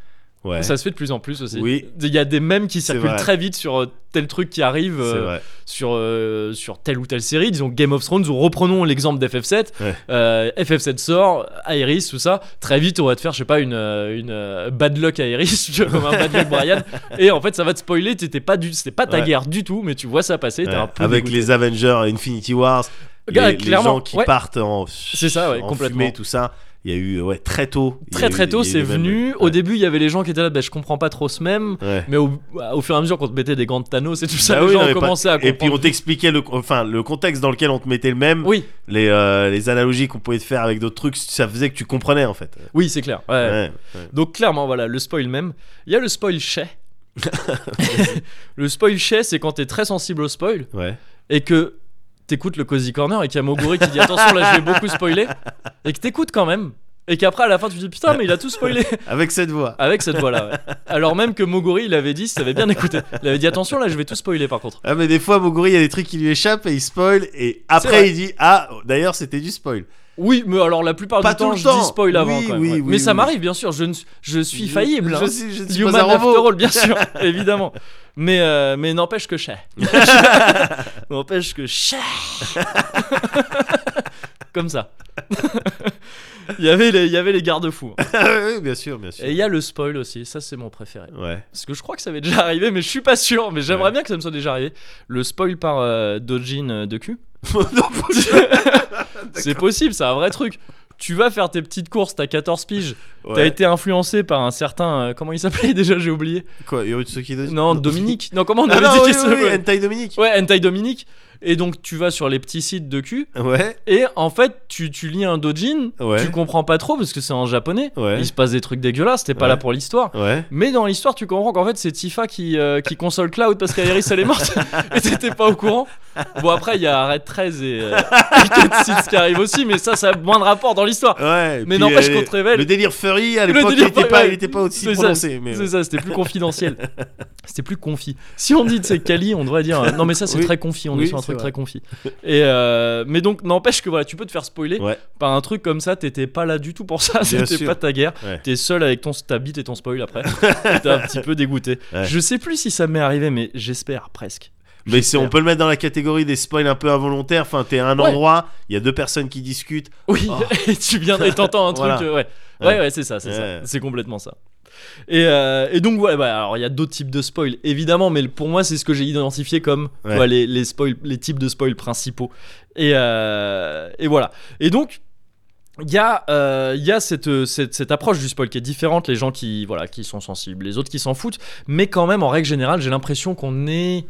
[SPEAKER 2] Ouais.
[SPEAKER 1] ça se fait de plus en plus aussi.
[SPEAKER 2] Oui.
[SPEAKER 1] Il y a des mèmes qui
[SPEAKER 2] C'est
[SPEAKER 1] circulent
[SPEAKER 2] vrai.
[SPEAKER 1] très vite sur euh, tel truc qui arrive.
[SPEAKER 2] C'est
[SPEAKER 1] euh,
[SPEAKER 2] vrai.
[SPEAKER 1] sur, euh, sur telle ou telle série, disons Game of Thrones, ou reprenons l'exemple d'FF7.
[SPEAKER 2] Ouais.
[SPEAKER 1] Euh, FF7 sort, Aerys, tout ça. Très vite, on va te faire, je sais pas, une, euh, une euh, bad luck Aerys, tu vois, comme un bad luck Brian. Et en fait, ça va te spoiler, t'étais pas du, c'était pas ta
[SPEAKER 2] Ouais.
[SPEAKER 1] guerre du tout, mais tu vois ça passer, t'es
[SPEAKER 2] Ouais.
[SPEAKER 1] un peu.
[SPEAKER 2] Avec
[SPEAKER 1] dégoûté.
[SPEAKER 2] les Avengers, Infinity Wars, les,
[SPEAKER 1] Ah,
[SPEAKER 2] les
[SPEAKER 1] clairement,
[SPEAKER 2] gens qui
[SPEAKER 1] ouais.
[SPEAKER 2] partent en.
[SPEAKER 1] C'est ça, ouais,
[SPEAKER 2] en
[SPEAKER 1] complètement.
[SPEAKER 2] fumée, tout ça. Il y a eu ouais très tôt. il y a
[SPEAKER 1] Très
[SPEAKER 2] eu
[SPEAKER 1] très
[SPEAKER 2] des-
[SPEAKER 1] tôt,
[SPEAKER 2] il y a eu
[SPEAKER 1] c'est
[SPEAKER 2] des mêmes-
[SPEAKER 1] venu. Au
[SPEAKER 2] Ouais.
[SPEAKER 1] début, il y avait les gens qui étaient là, bah, je comprends pas trop ce même.
[SPEAKER 2] Ouais.
[SPEAKER 1] Mais au, au fur et à mesure qu'on te mettait des gants de Thanos et tout ça,
[SPEAKER 2] Bah
[SPEAKER 1] les
[SPEAKER 2] oui,
[SPEAKER 1] gens
[SPEAKER 2] non, mais
[SPEAKER 1] ont
[SPEAKER 2] pas-
[SPEAKER 1] commencé à comprendre.
[SPEAKER 2] Et puis on t'expliquait le, enfin, le contexte dans lequel on te mettait le même,
[SPEAKER 1] Oui,
[SPEAKER 2] les, euh, les analogies qu'on pouvait te faire avec d'autres trucs, ça faisait que tu comprenais en fait.
[SPEAKER 1] oui, c'est clair. Ouais.
[SPEAKER 2] Ouais, ouais.
[SPEAKER 1] Donc clairement, voilà, le spoil même. Il y a le spoil chez. le spoil chez, c'est quand t'es très sensible au spoil
[SPEAKER 2] Ouais.
[SPEAKER 1] et que t'écoutes le Cozy Corner et qu'il y a Moguri qui dit attention là je vais beaucoup spoiler et que t'écoutes quand même et qu'après à la fin tu te dis putain mais il a tout spoilé
[SPEAKER 2] Avec cette voix.
[SPEAKER 1] avec cette voix là alors même que Moguri il avait dit si t'avais bien écouté il avait dit attention là je vais tout spoiler par contre
[SPEAKER 2] Ah mais des fois Moguri il y a des trucs qui lui échappent et il spoil et
[SPEAKER 1] vrai.
[SPEAKER 2] après il dit ah d'ailleurs c'était du spoil.
[SPEAKER 1] oui mais alors la plupart
[SPEAKER 2] Pas
[SPEAKER 1] du
[SPEAKER 2] tout
[SPEAKER 1] temps
[SPEAKER 2] le
[SPEAKER 1] je
[SPEAKER 2] temps.
[SPEAKER 1] dis spoil avant
[SPEAKER 2] Oui,
[SPEAKER 1] quand même,
[SPEAKER 2] oui,
[SPEAKER 1] ouais.
[SPEAKER 2] oui,
[SPEAKER 1] mais ça
[SPEAKER 2] oui.
[SPEAKER 1] m'arrive bien sûr je, ne, je suis faillible
[SPEAKER 2] Je,
[SPEAKER 1] hein.
[SPEAKER 2] suis, je ne suis
[SPEAKER 1] Human
[SPEAKER 2] pas un
[SPEAKER 1] After
[SPEAKER 2] robot.
[SPEAKER 1] All, bien sûr, évidemment. Mais, euh, mais n'empêche que chat. n'empêche que chat. Comme ça. il, y avait les, il y avait les garde-fous. hein.
[SPEAKER 2] oui, bien sûr, bien sûr.
[SPEAKER 1] Et il y a le spoil aussi, ça c'est mon préféré.
[SPEAKER 2] Ouais.
[SPEAKER 1] Parce que je crois que ça m'est déjà arrivé, mais je suis pas sûr. Mais j'aimerais
[SPEAKER 2] Ouais.
[SPEAKER 1] bien que ça me soit déjà arrivé. Le spoil par euh, Dojin euh, de cul. c'est possible, c'est un vrai truc. Tu vas faire tes petites courses, t'as 14 piges. T'as
[SPEAKER 2] Ouais.
[SPEAKER 1] été influencé par un certain. euh, comment il s'appelait déjà J'ai oublié.
[SPEAKER 2] Quoi, Yorutsuki Doji-
[SPEAKER 1] Non, Dominique. Non, comment on
[SPEAKER 2] Ah
[SPEAKER 1] avait
[SPEAKER 2] non,
[SPEAKER 1] dit
[SPEAKER 2] oui,
[SPEAKER 1] que
[SPEAKER 2] oui,
[SPEAKER 1] ça-
[SPEAKER 2] oui, Hentai Dominique.
[SPEAKER 1] Ouais, Hentai Dominique. Et donc, tu vas sur les petits sites de cul.
[SPEAKER 2] Ouais.
[SPEAKER 1] Et en fait, tu, tu lis un dojin.
[SPEAKER 2] Ouais.
[SPEAKER 1] Tu comprends pas trop parce que c'est en japonais.
[SPEAKER 2] Ouais.
[SPEAKER 1] Il se passe des trucs dégueulasses. T'es pas
[SPEAKER 2] Ouais.
[SPEAKER 1] là pour l'histoire.
[SPEAKER 2] Ouais.
[SPEAKER 1] Mais dans l'histoire, tu comprends qu'en fait, c'est Tifa qui, euh, qui console Cloud parce qu'Aeris, elle est morte. et t'étais pas au courant. Bon, après, il y a Arrête 13 et, euh, et Cat Seeds qui arrivent aussi. Mais ça, ça a moins de rapport dans l'histoire.
[SPEAKER 2] Ouais.
[SPEAKER 1] Mais
[SPEAKER 2] puis,
[SPEAKER 1] n'empêche
[SPEAKER 2] euh,
[SPEAKER 1] qu'on te révèle-
[SPEAKER 2] Le délire furry à
[SPEAKER 1] Le
[SPEAKER 2] l'époque, il
[SPEAKER 1] délire
[SPEAKER 2] était
[SPEAKER 1] furry,
[SPEAKER 2] pas,
[SPEAKER 1] ouais.
[SPEAKER 2] il était pas aussi
[SPEAKER 1] C'est ça,
[SPEAKER 2] prononcé. mais
[SPEAKER 1] C'est ça, c'était plus confidentiel. C'était plus confit. Si on dit de c'est Cali, on devrait dire euh, non mais ça c'est
[SPEAKER 2] Oui.
[SPEAKER 1] très confit, on est
[SPEAKER 2] Oui,
[SPEAKER 1] sur un
[SPEAKER 2] c'est
[SPEAKER 1] truc
[SPEAKER 2] vrai.
[SPEAKER 1] très confit. Et euh, mais donc n'empêche que voilà, tu peux te faire spoiler
[SPEAKER 2] Ouais.
[SPEAKER 1] par un truc comme ça, t'étais pas là du tout pour ça, c'était
[SPEAKER 2] sûr.
[SPEAKER 1] pas ta guerre.
[SPEAKER 2] Ouais.
[SPEAKER 1] T'es seul avec ton ta bite et ton spoil après. Et T'es un petit peu dégoûté.
[SPEAKER 2] Ouais.
[SPEAKER 1] Je sais plus si ça m'est arrivé mais j'espère presque.
[SPEAKER 2] Mais c'est, on
[SPEAKER 1] J'espère.
[SPEAKER 2] peut le mettre dans la catégorie des spoils un peu involontaires. Enfin, t'es à un
[SPEAKER 1] Ouais.
[SPEAKER 2] endroit, il y a deux personnes qui discutent.
[SPEAKER 1] Oui,
[SPEAKER 2] Oh.
[SPEAKER 1] et tu viens et t'entends un truc.
[SPEAKER 2] Voilà.
[SPEAKER 1] euh, Ouais, ouais,
[SPEAKER 2] Ouais.
[SPEAKER 1] ouais, c'est ça, c'est
[SPEAKER 2] Ouais.
[SPEAKER 1] ça. C'est complètement ça. Et, euh, et donc voilà, bah, alors il y a d'autres types de spoil évidemment, mais pour moi c'est ce que j'ai identifié comme tu
[SPEAKER 2] Ouais.
[SPEAKER 1] vois, les, les, spoil, les types de spoil principaux. Et, euh, et voilà. Et donc il y a, euh, il y a cette, euh, cette, cette approche du spoil qui est différente, les gens qui, voilà, qui sont sensibles, les autres qui s'en foutent, mais quand même en règle générale j'ai l'impression qu'on est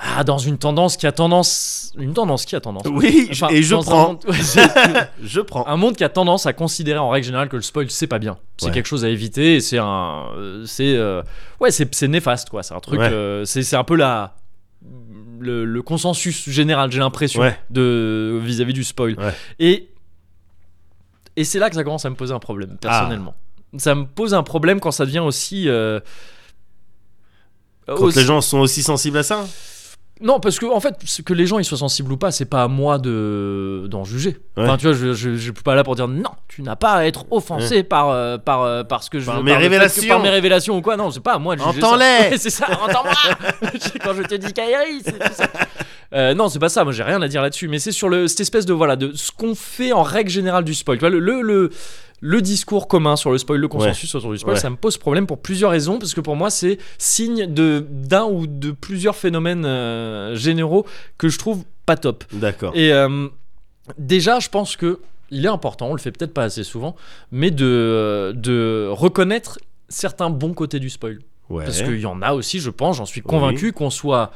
[SPEAKER 1] ah, dans une tendance qui a tendance... Une tendance qui a tendance
[SPEAKER 2] Oui, je-
[SPEAKER 1] Enfin,
[SPEAKER 2] et je
[SPEAKER 1] dans un
[SPEAKER 2] prends.
[SPEAKER 1] monde- Ah, Ouais, c'est-
[SPEAKER 2] Je prends.
[SPEAKER 1] un monde qui a tendance à considérer en règle générale que le spoil c'est pas bien c'est
[SPEAKER 2] Ouais.
[SPEAKER 1] quelque chose à éviter et c'est un euh, c'est euh, ouais c'est c'est néfaste quoi c'est un truc
[SPEAKER 2] Ouais.
[SPEAKER 1] euh, c'est c'est un peu la le, le consensus général j'ai l'impression
[SPEAKER 2] Ouais.
[SPEAKER 1] de vis-à-vis du spoil
[SPEAKER 2] Ouais.
[SPEAKER 1] et et c'est là que ça commence à me poser un problème personnellement
[SPEAKER 2] Ah.
[SPEAKER 1] ça me pose un problème quand ça devient aussi euh,
[SPEAKER 2] Quand
[SPEAKER 1] aussi-
[SPEAKER 2] les gens sont aussi sensibles à ça.
[SPEAKER 1] non, parce que en fait, ce que les gens ils soient sensibles ou pas, c'est pas à moi de d'en juger.
[SPEAKER 2] Ouais.
[SPEAKER 1] Enfin, tu vois, je, je, je suis pas là pour dire non, tu n'as pas à être offensé par euh, par euh, par ce que je
[SPEAKER 2] Par
[SPEAKER 1] par
[SPEAKER 2] mes
[SPEAKER 1] le fait que-
[SPEAKER 2] révélations.
[SPEAKER 1] par mes révélations ou quoi. Non, c'est pas à moi de juger. ça.
[SPEAKER 2] Entends-les.
[SPEAKER 1] Ouais, C'est ça, entends-moi. C'est Quand je te dis Kairi, c'est c'est ça. Euh, non, c'est pas ça. Moi, j'ai rien à dire là-dessus. Mais c'est sur le cette espèce de voilà de ce qu'on fait en règle générale du spoil. Tu vois, le le, le le discours commun sur le spoil, le consensus autour du spoil,
[SPEAKER 2] Ouais.
[SPEAKER 1] ça me pose problème pour plusieurs raisons, parce que pour moi c'est signe de d'un ou de plusieurs phénomènes euh, généraux que je trouve pas top.
[SPEAKER 2] D'accord.
[SPEAKER 1] Et euh, déjà, je pense que il est important, on le fait peut-être pas assez souvent, mais de de reconnaître certains bons côtés du spoil.
[SPEAKER 2] Ouais.
[SPEAKER 1] Parce qu'il y en a aussi, je pense, j'en suis convaincu, qu'on soit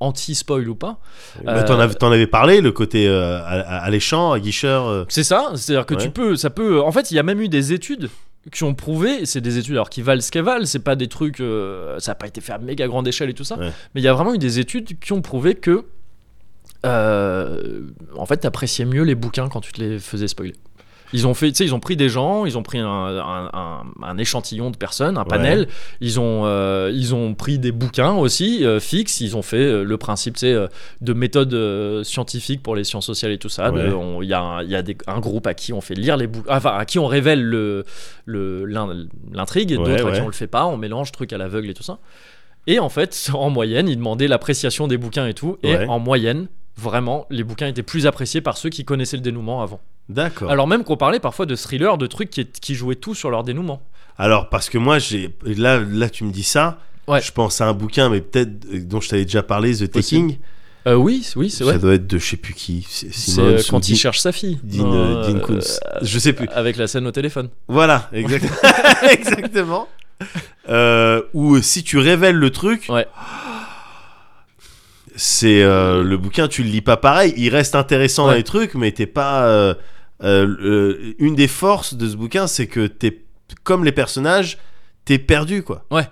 [SPEAKER 1] anti-spoil ou pas.
[SPEAKER 2] Bah, t'en,
[SPEAKER 1] euh,
[SPEAKER 2] av- t'en avais parlé, le côté euh, à- à- alléchant, aguicheur. euh,
[SPEAKER 1] C'est ça, c'est-à-dire que tu
[SPEAKER 2] Ouais.
[SPEAKER 1] peux, ça peut. En fait, il y a même eu des études qui ont prouvé, et c'est des études alors qui valent ce qu'elles valent, c'est pas des trucs, euh, ça n'a pas été fait à méga grande échelle et tout ça,
[SPEAKER 2] Ouais.
[SPEAKER 1] mais il y a vraiment eu des études qui ont prouvé que, euh, en fait, t'appréciais mieux les bouquins quand tu te les faisais spoiler. Ils ont fait, tu sais, ils ont pris des gens, ils ont pris un, un- un- un échantillon de personnes, un panel, ils ont, euh, ils ont pris des bouquins aussi euh, fixes, ils ont fait euh, le principe, c'est de méthodes euh, scientifiques pour les sciences sociales et tout ça. de-
[SPEAKER 2] Ouais.
[SPEAKER 1] on- Il y a, un, il y a des- un groupe à qui on fait lire les bouquins, enfin à qui on révèle le, le, l'in- l'intrigue, et
[SPEAKER 2] Ouais,
[SPEAKER 1] d'autres à qui
[SPEAKER 2] ouais.
[SPEAKER 1] on le fait pas, on mélange trucs à l'aveugle et tout ça. Et en fait, en moyenne, ils demandaient l'appréciation des bouquins et tout, et
[SPEAKER 2] Ouais.
[SPEAKER 1] en moyenne, vraiment, les bouquins étaient plus appréciés par ceux qui connaissaient le dénouement avant.
[SPEAKER 2] D'accord. Alors...
[SPEAKER 1] Alors même qu'on parlait parfois de thrillers, de trucs qui, qui jouaient tout sur leur dénouement.
[SPEAKER 2] parce que moi, j'ai là, là, tu me dis ça.
[SPEAKER 1] Ouais.
[SPEAKER 2] Je pense à un bouquin, mais peut-être euh, dont je t'avais déjà parlé, The
[SPEAKER 1] Possible.
[SPEAKER 2] Taking.
[SPEAKER 1] Euh, oui, oui, c'est vrai.
[SPEAKER 2] Ça doit être de je sais plus qui. C'est,
[SPEAKER 1] C'est
[SPEAKER 2] Simone
[SPEAKER 1] euh,
[SPEAKER 2] ou
[SPEAKER 1] quand il
[SPEAKER 2] Dean-
[SPEAKER 1] cherche sa fille.
[SPEAKER 2] Dean,
[SPEAKER 1] Non,
[SPEAKER 2] euh, Dean
[SPEAKER 1] euh,
[SPEAKER 2] Koontz. Je sais plus.
[SPEAKER 1] Avec la scène au téléphone.
[SPEAKER 2] Voilà, exact- exactement. Euh, Ou si tu révèles le truc,
[SPEAKER 1] Ouais.
[SPEAKER 2] c'est euh, le bouquin, tu le lis pas pareil. Il reste intéressant
[SPEAKER 1] Ouais.
[SPEAKER 2] dans les trucs, mais t'es pas. euh, euh, euh, une des forces de ce bouquin, c'est que t'es comme les personnages, t'es perdu quoi.
[SPEAKER 1] Ouais.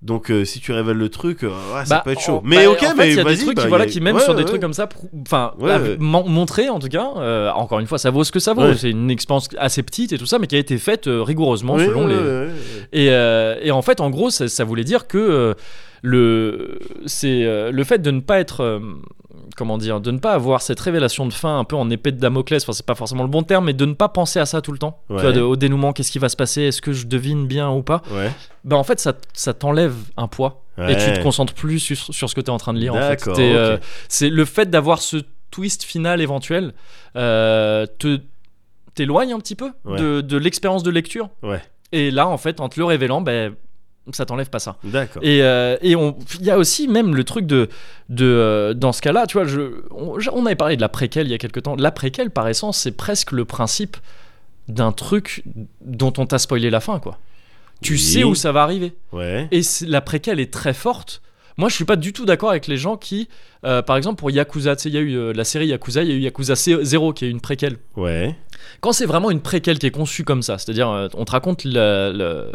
[SPEAKER 2] Donc euh, si tu révèles le truc, euh, ouais, ça
[SPEAKER 1] Bah,
[SPEAKER 2] peut être
[SPEAKER 1] en-
[SPEAKER 2] chaud. Mais
[SPEAKER 1] bah,
[SPEAKER 2] ok,
[SPEAKER 1] en fait,
[SPEAKER 2] mais
[SPEAKER 1] il y a
[SPEAKER 2] vas-y.
[SPEAKER 1] des trucs
[SPEAKER 2] bah,
[SPEAKER 1] qui, voilà,
[SPEAKER 2] y a-
[SPEAKER 1] qui mènent
[SPEAKER 2] ouais,
[SPEAKER 1] sur des
[SPEAKER 2] ouais,
[SPEAKER 1] trucs comme ça, prou- enfin,
[SPEAKER 2] Ouais,
[SPEAKER 1] à-
[SPEAKER 2] ouais.
[SPEAKER 1] mon- montrer en tout cas. euh, encore une fois, ça vaut ce que ça vaut.
[SPEAKER 2] Ouais.
[SPEAKER 1] C'est une expérience assez petite et tout ça, mais qui a été faite euh, rigoureusement
[SPEAKER 2] ouais,
[SPEAKER 1] selon
[SPEAKER 2] ouais,
[SPEAKER 1] les.
[SPEAKER 2] ouais,
[SPEAKER 1] Et, euh, et en fait, en gros, ça, ça voulait dire que euh, le c'est euh, le fait de ne pas être euh, comment dire, de ne pas avoir cette révélation de fin un peu en épée de Damoclès, enfin c'est pas forcément le bon terme, mais de ne pas penser à ça tout le temps. Tu
[SPEAKER 2] Ouais.
[SPEAKER 1] vois, de- au dénouement, qu'est-ce qui va se passer, est-ce que je devine bien ou pas
[SPEAKER 2] ouais, ouais.
[SPEAKER 1] bah en fait ça, ça t'enlève un poids et tu te
[SPEAKER 2] Ouais.
[SPEAKER 1] concentres plus sur, sur ce que tu es en train de lire en fait.
[SPEAKER 2] D'accord,
[SPEAKER 1] T'es, euh,
[SPEAKER 2] ok.
[SPEAKER 1] c'est le fait d'avoir ce twist final éventuel euh, te t'éloigne un petit peu
[SPEAKER 2] Ouais.
[SPEAKER 1] de, de l'expérience de lecture
[SPEAKER 2] Ouais.
[SPEAKER 1] et là en fait en te le révélant ben ça t'enlève pas ça
[SPEAKER 2] D'accord.
[SPEAKER 1] et, euh, et on- il y a aussi même le truc de, de euh, dans ce cas-là, tu vois, je, on, je- on avait parlé de la préquelle il y a quelque temps. La préquelle, par essence, c'est presque le principe d'un truc dont on t'a spoilé la fin, quoi. Tu
[SPEAKER 2] Oui.
[SPEAKER 1] sais où ça va arriver.
[SPEAKER 2] Ouais.
[SPEAKER 1] Et c'est- la préquelle est très forte. Moi, je suis pas du tout d'accord avec les gens qui, euh, par exemple, pour Yakuza, tu sais, il y a eu euh, la série Yakuza, il y a eu Yakuza 0 qui est une préquelle
[SPEAKER 2] Ouais.
[SPEAKER 1] Quand c'est vraiment une préquelle qui est conçue comme ça, c'est-à-dire euh, on te raconte le- le-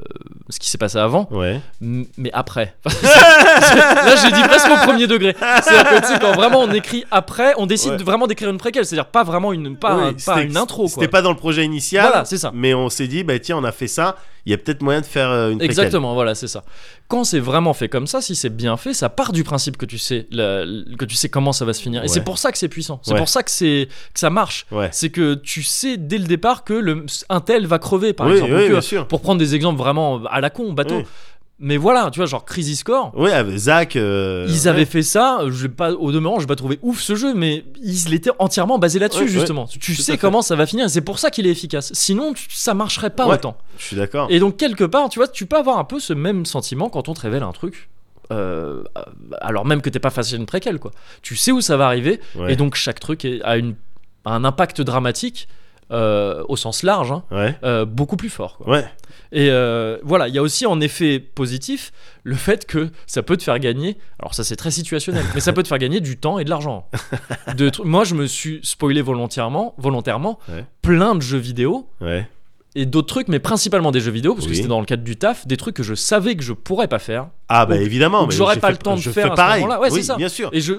[SPEAKER 1] ce qui s'est passé avant,
[SPEAKER 2] Ouais.
[SPEAKER 1] m- mais après. Là, j'ai dit presque au premier degré. C'est-à-dire que tu sais, quand vraiment on écrit après, on décide
[SPEAKER 2] Ouais.
[SPEAKER 1] de vraiment d'écrire une préquelle, c'est-à-dire pas vraiment une, pas,
[SPEAKER 2] Oui,
[SPEAKER 1] un- pas
[SPEAKER 2] c'était-
[SPEAKER 1] une intro.
[SPEAKER 2] C'était
[SPEAKER 1] Quoi.
[SPEAKER 2] pas dans le projet initial.
[SPEAKER 1] Voilà, c'est ça.
[SPEAKER 2] Mais on s'est dit, bah tiens, on a fait ça. Il y a peut-être moyen de faire euh, une préquelle.
[SPEAKER 1] Exactement, voilà, c'est ça. Quand c'est vraiment fait comme ça, si c'est bien fait, ça part du principe que tu sais, la- que tu sais comment ça va se finir. Et
[SPEAKER 2] Ouais.
[SPEAKER 1] c'est pour ça que c'est puissant. C'est
[SPEAKER 2] Ouais.
[SPEAKER 1] pour ça que c'est que ça marche.
[SPEAKER 2] Ouais.
[SPEAKER 1] C'est que tu sais dès le départ que le, un tel va crever, par
[SPEAKER 2] oui,
[SPEAKER 1] exemple. euh,
[SPEAKER 2] oui,
[SPEAKER 1] Ou que-
[SPEAKER 2] bien sûr.
[SPEAKER 1] pour prendre des exemples vraiment à la con, bateau.
[SPEAKER 2] Oui.
[SPEAKER 1] Mais voilà, tu vois, genre Crisis Core.
[SPEAKER 2] Oui, avec Zach. euh,
[SPEAKER 1] Ils
[SPEAKER 2] ouais.
[SPEAKER 1] avaient fait ça, je l'ai pas, au demeurant, je vais pas trouvé ouf ce jeu, mais ils l'étaient entièrement basé là-dessus,
[SPEAKER 2] Ouais,
[SPEAKER 1] justement. Tu
[SPEAKER 2] tout à
[SPEAKER 1] sais
[SPEAKER 2] fait.
[SPEAKER 1] comment ça va finir, et c'est pour ça qu'il est efficace. Sinon, tu- ça marcherait pas
[SPEAKER 2] Ouais.
[SPEAKER 1] autant.
[SPEAKER 2] Je suis d'accord.
[SPEAKER 1] Et donc, quelque part, tu vois, tu peux avoir un peu ce même sentiment quand on te révèle un truc. euh, alors même que t'es pas facile une préquelle quoi tu sais où ça va arriver
[SPEAKER 2] Ouais.
[SPEAKER 1] et donc chaque truc est- a, une, a un impact dramatique euh, au sens large hein,
[SPEAKER 2] Ouais.
[SPEAKER 1] euh, beaucoup plus fort quoi.
[SPEAKER 2] Ouais.
[SPEAKER 1] Et euh, voilà, il y a aussi en effet positif le fait que ça peut te faire gagner. Alors ça c'est très situationnel, mais ça peut te faire gagner du temps et de l'argent. De tru- Moi je me suis spoilé volontairement, volontairement,
[SPEAKER 2] Ouais.
[SPEAKER 1] plein de jeux vidéo
[SPEAKER 2] Ouais.
[SPEAKER 1] et d'autres trucs, mais principalement des jeux vidéo parce que
[SPEAKER 2] Oui.
[SPEAKER 1] c'était dans le cadre du taf, des trucs que je savais que je pourrais pas faire
[SPEAKER 2] Ah bah
[SPEAKER 1] Ou-
[SPEAKER 2] évidemment.
[SPEAKER 1] ou que
[SPEAKER 2] mais
[SPEAKER 1] j'aurais
[SPEAKER 2] j'ai
[SPEAKER 1] pas
[SPEAKER 2] fait-
[SPEAKER 1] le temps de
[SPEAKER 2] je
[SPEAKER 1] faire
[SPEAKER 2] fais
[SPEAKER 1] à ce
[SPEAKER 2] pareil.
[SPEAKER 1] moment-là. Ouais, c'est
[SPEAKER 2] oui,
[SPEAKER 1] ça.
[SPEAKER 2] Bien sûr.
[SPEAKER 1] et je,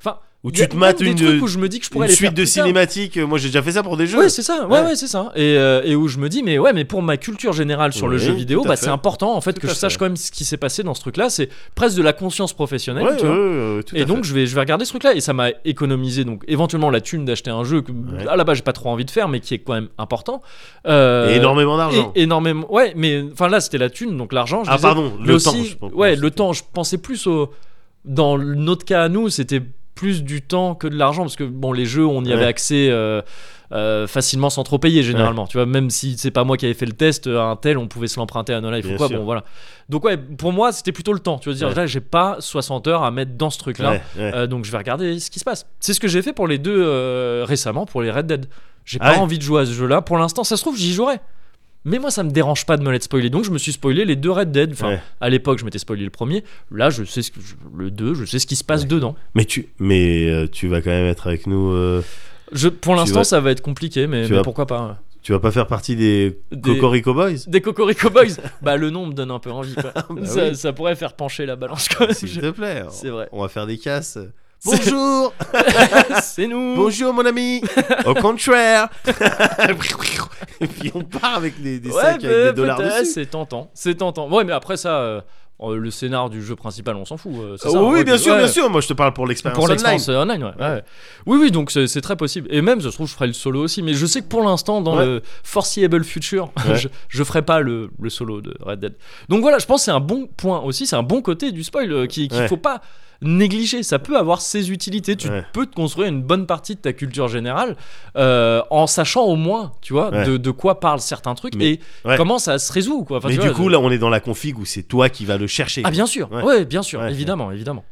[SPEAKER 1] enfin,
[SPEAKER 2] Ou
[SPEAKER 1] il y
[SPEAKER 2] Ah. tu
[SPEAKER 1] a
[SPEAKER 2] te
[SPEAKER 1] même
[SPEAKER 2] mates
[SPEAKER 1] des
[SPEAKER 2] une-
[SPEAKER 1] trucs où je me dis que je pourrais
[SPEAKER 2] Une
[SPEAKER 1] les
[SPEAKER 2] suite
[SPEAKER 1] faire
[SPEAKER 2] de
[SPEAKER 1] plus tard.
[SPEAKER 2] cinématiques. euh, Moi, j'ai déjà fait ça pour des jeux.
[SPEAKER 1] Ouais, c'est ça. Ouais,
[SPEAKER 2] Ouais.
[SPEAKER 1] ouais, c'est ça. Et, euh, et où je me dis, mais ouais, mais pour ma culture générale sur le
[SPEAKER 2] Oui,
[SPEAKER 1] jeu vidéo,
[SPEAKER 2] tout à
[SPEAKER 1] bah
[SPEAKER 2] fait.
[SPEAKER 1] c'est important en fait
[SPEAKER 2] Tout
[SPEAKER 1] que
[SPEAKER 2] à
[SPEAKER 1] je
[SPEAKER 2] fait.
[SPEAKER 1] sache quand même ce qui s'est passé dans ce truc-là. C'est presque de la conscience professionnelle.
[SPEAKER 2] Ouais,
[SPEAKER 1] tu vois.
[SPEAKER 2] ouais, ouais, tout à
[SPEAKER 1] et donc
[SPEAKER 2] fait.
[SPEAKER 1] je vais, je vais regarder ce truc-là et ça m'a économisé donc éventuellement la thune d'acheter un jeu que
[SPEAKER 2] Ouais.
[SPEAKER 1] à la base j'ai pas trop envie de faire mais qui est quand même important. Euh,
[SPEAKER 2] Et énormément
[SPEAKER 1] et-
[SPEAKER 2] d'argent.
[SPEAKER 1] énormément. Ouais, mais enfin là c'était la thune donc l'argent. je
[SPEAKER 2] Ah
[SPEAKER 1] disais,
[SPEAKER 2] pardon.
[SPEAKER 1] mais
[SPEAKER 2] Le
[SPEAKER 1] aussi-
[SPEAKER 2] temps. je pense.
[SPEAKER 1] ouais, le temps. Je pensais plus au. Dans notre cas à nous, c'était plus du temps que de l'argent, parce que bon, les jeux, on y
[SPEAKER 2] Ouais.
[SPEAKER 1] avait accès euh, euh, facilement sans trop payer généralement. Tu vois, même si c'est pas moi qui avais fait le test, euh, un tel, on pouvait se l'emprunter à No Life ou
[SPEAKER 2] Bien
[SPEAKER 1] quoi.
[SPEAKER 2] sûr.
[SPEAKER 1] Bon, voilà. Donc ouais, pour moi, c'était plutôt le temps. Tu veux dire,
[SPEAKER 2] Ouais.
[SPEAKER 1] là, j'ai pas 60 heures à mettre dans ce truc-là.
[SPEAKER 2] Ouais, ouais.
[SPEAKER 1] Euh, donc je vais regarder ce qui se passe. C'est ce que j'ai fait pour les deux euh, récemment, pour les Red Dead. J'ai
[SPEAKER 2] Ah
[SPEAKER 1] pas
[SPEAKER 2] ouais
[SPEAKER 1] envie de jouer à ce jeu-là. Pour l'instant, ça se trouve, j'y jouerai. Mais moi, ça me dérange pas de me l'être spoiler. Donc je me suis spoilé les deux Red Dead. Enfin,
[SPEAKER 2] Ouais.
[SPEAKER 1] à l'époque, je m'étais spoilé le premier. Là, je sais ce que- je- le 2, je sais ce qui se passe dedans.
[SPEAKER 2] Mais tu, mais euh, tu vas quand même être avec nous. euh,
[SPEAKER 1] Je, pour
[SPEAKER 2] Tu
[SPEAKER 1] l'instant,
[SPEAKER 2] vas-
[SPEAKER 1] ça va être compliqué, mais,
[SPEAKER 2] tu
[SPEAKER 1] mais
[SPEAKER 2] vas-
[SPEAKER 1] pourquoi pas.
[SPEAKER 2] Tu vas pas faire partie des,
[SPEAKER 1] Des-
[SPEAKER 2] Cocorico Boys
[SPEAKER 1] Des Cocorico Boys Bah, le nom me donne un peu envie, quoi. ça,
[SPEAKER 2] Ah oui. Ah,
[SPEAKER 1] ça pourrait faire pencher la balance, quand même.
[SPEAKER 2] S'il te plaît.
[SPEAKER 1] C'est vrai.
[SPEAKER 2] On va faire des casses.
[SPEAKER 1] C'est-
[SPEAKER 2] Bonjour,
[SPEAKER 1] C'est nous
[SPEAKER 2] bonjour mon ami. Au contraire. Et puis on part avec des, des sacs
[SPEAKER 1] mais
[SPEAKER 2] avec des dollars
[SPEAKER 1] peut-être,
[SPEAKER 2] dessus.
[SPEAKER 1] C'est tentant, c'est tentant. Ouais, mais après ça, euh, euh, le scénar du jeu principal, on s'en fout. euh, c'est
[SPEAKER 2] Oh
[SPEAKER 1] ça,
[SPEAKER 2] oui,
[SPEAKER 1] ouais,
[SPEAKER 2] bien sûr,
[SPEAKER 1] ouais.
[SPEAKER 2] bien sûr. Moi, je te parle pour l'expérience
[SPEAKER 1] Pour
[SPEAKER 2] online.
[SPEAKER 1] l'expérience euh, online, ouais, ouais. Oui, oui, donc c'est c'est très possible. Et même, ça se trouve, je ferai le solo aussi. Mais je sais que pour l'instant, dans
[SPEAKER 2] Ouais.
[SPEAKER 1] le foreseeable future,
[SPEAKER 2] Ouais.
[SPEAKER 1] je, je ferai pas le, le solo de Red Dead. Donc voilà, je pense que c'est un bon point aussi, c'est un bon côté du spoil euh, qui- qu'il
[SPEAKER 2] Ouais.
[SPEAKER 1] faut pas négliger. Ça peut avoir ses utilités. Tu
[SPEAKER 2] Ouais.
[SPEAKER 1] peux te construire une bonne partie de ta culture générale euh, en sachant au moins, tu vois,
[SPEAKER 2] Ouais.
[SPEAKER 1] de, de quoi parlent certains trucs
[SPEAKER 2] Mais-
[SPEAKER 1] et
[SPEAKER 2] ouais.
[SPEAKER 1] comment ça se résout, quoi. Enfin,
[SPEAKER 2] Mais
[SPEAKER 1] tu
[SPEAKER 2] du
[SPEAKER 1] vois,
[SPEAKER 2] coup, là, on est dans la config où c'est toi qui vas le chercher.
[SPEAKER 1] ah bien sûr,
[SPEAKER 2] Ouais.
[SPEAKER 1] ouais, bien sûr,
[SPEAKER 2] Ouais.
[SPEAKER 1] évidemment, évidemment.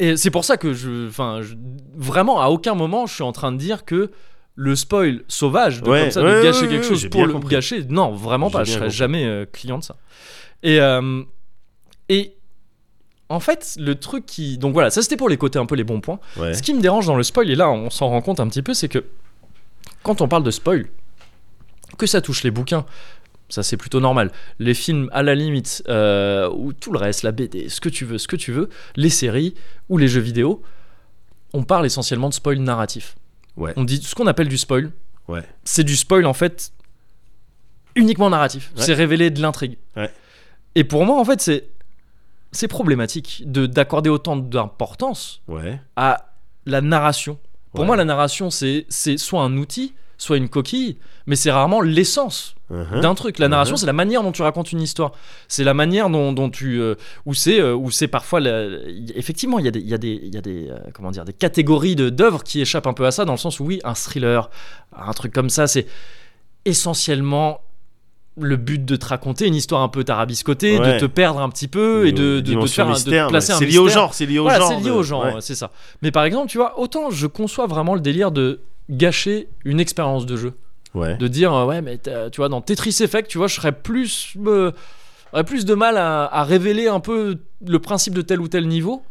[SPEAKER 1] Et c'est pour ça que je, enfin, je- vraiment à aucun moment je suis en train de dire que le spoil sauvage, de,
[SPEAKER 2] Ouais,
[SPEAKER 1] comme ça,
[SPEAKER 2] ouais,
[SPEAKER 1] de gâcher
[SPEAKER 2] ouais,
[SPEAKER 1] quelque
[SPEAKER 2] ouais,
[SPEAKER 1] chose
[SPEAKER 2] j'ai
[SPEAKER 1] pour
[SPEAKER 2] bien
[SPEAKER 1] le
[SPEAKER 2] compris.
[SPEAKER 1] gâcher, non, vraiment
[SPEAKER 2] J'ai
[SPEAKER 1] pas, je
[SPEAKER 2] bien
[SPEAKER 1] serais
[SPEAKER 2] compris.
[SPEAKER 1] jamais euh, client de ça. Et euh, et en fait, le truc qui, donc voilà, ça c'était pour les côtés un peu les bons points.
[SPEAKER 2] Ouais.
[SPEAKER 1] Ce qui me dérange dans le spoil, et là on s'en rend compte un petit peu, c'est que quand on parle de spoil, que ça touche les bouquins, ça c'est plutôt normal. Les films à la limite, euh, ou tout le reste, la BD, ce que tu veux, ce que tu veux, les séries ou les jeux vidéo, on parle essentiellement de spoil narratif.
[SPEAKER 2] Ouais.
[SPEAKER 1] On dit ce qu'on appelle du spoil.
[SPEAKER 2] Ouais.
[SPEAKER 1] C'est du spoil en fait uniquement narratif.
[SPEAKER 2] Ouais.
[SPEAKER 1] C'est révéler de l'intrigue.
[SPEAKER 2] Ouais.
[SPEAKER 1] Et pour moi en fait c'est c'est problématique de d'accorder autant d'importance
[SPEAKER 2] Ouais.
[SPEAKER 1] à la narration. Pour
[SPEAKER 2] Ouais.
[SPEAKER 1] moi, la narration, c'est c'est soit un outil, soit une coquille, mais c'est rarement l'essence
[SPEAKER 2] Uh-huh.
[SPEAKER 1] d'un truc. La narration,
[SPEAKER 2] Mhm.
[SPEAKER 1] c'est la manière dont tu racontes une histoire. C'est la manière dont, dont tu. euh, où c'est euh, où c'est parfois. la- y- effectivement, il y a des, il y a des, il y a des, euh, comment dire, des catégories de- d'œuvres qui échappent un peu à ça, dans le sens où, oui, un thriller, un truc comme ça, c'est essentiellement le but de te raconter une histoire un peu tarabiscotée,
[SPEAKER 2] Ouais.
[SPEAKER 1] de te perdre un petit peu et de, de- de, te
[SPEAKER 2] Dimension
[SPEAKER 1] faire un- de te
[SPEAKER 2] mystère, mais
[SPEAKER 1] placer un
[SPEAKER 2] C'est lié au
[SPEAKER 1] mystère.
[SPEAKER 2] genre, c'est lié au
[SPEAKER 1] Voilà,
[SPEAKER 2] genre.
[SPEAKER 1] c'est lié
[SPEAKER 2] de-
[SPEAKER 1] au genre,
[SPEAKER 2] ouais.
[SPEAKER 1] ouais, c'est ça. Mais par exemple, tu vois, autant je conçois vraiment le délire de gâcher une expérience de jeu,
[SPEAKER 2] Ouais.
[SPEAKER 1] de dire euh, ouais mais t'as- tu vois dans Tetris Effect, tu vois, je serais plus euh, j'aurais plus de mal à, à révéler un peu le principe de tel ou tel niveau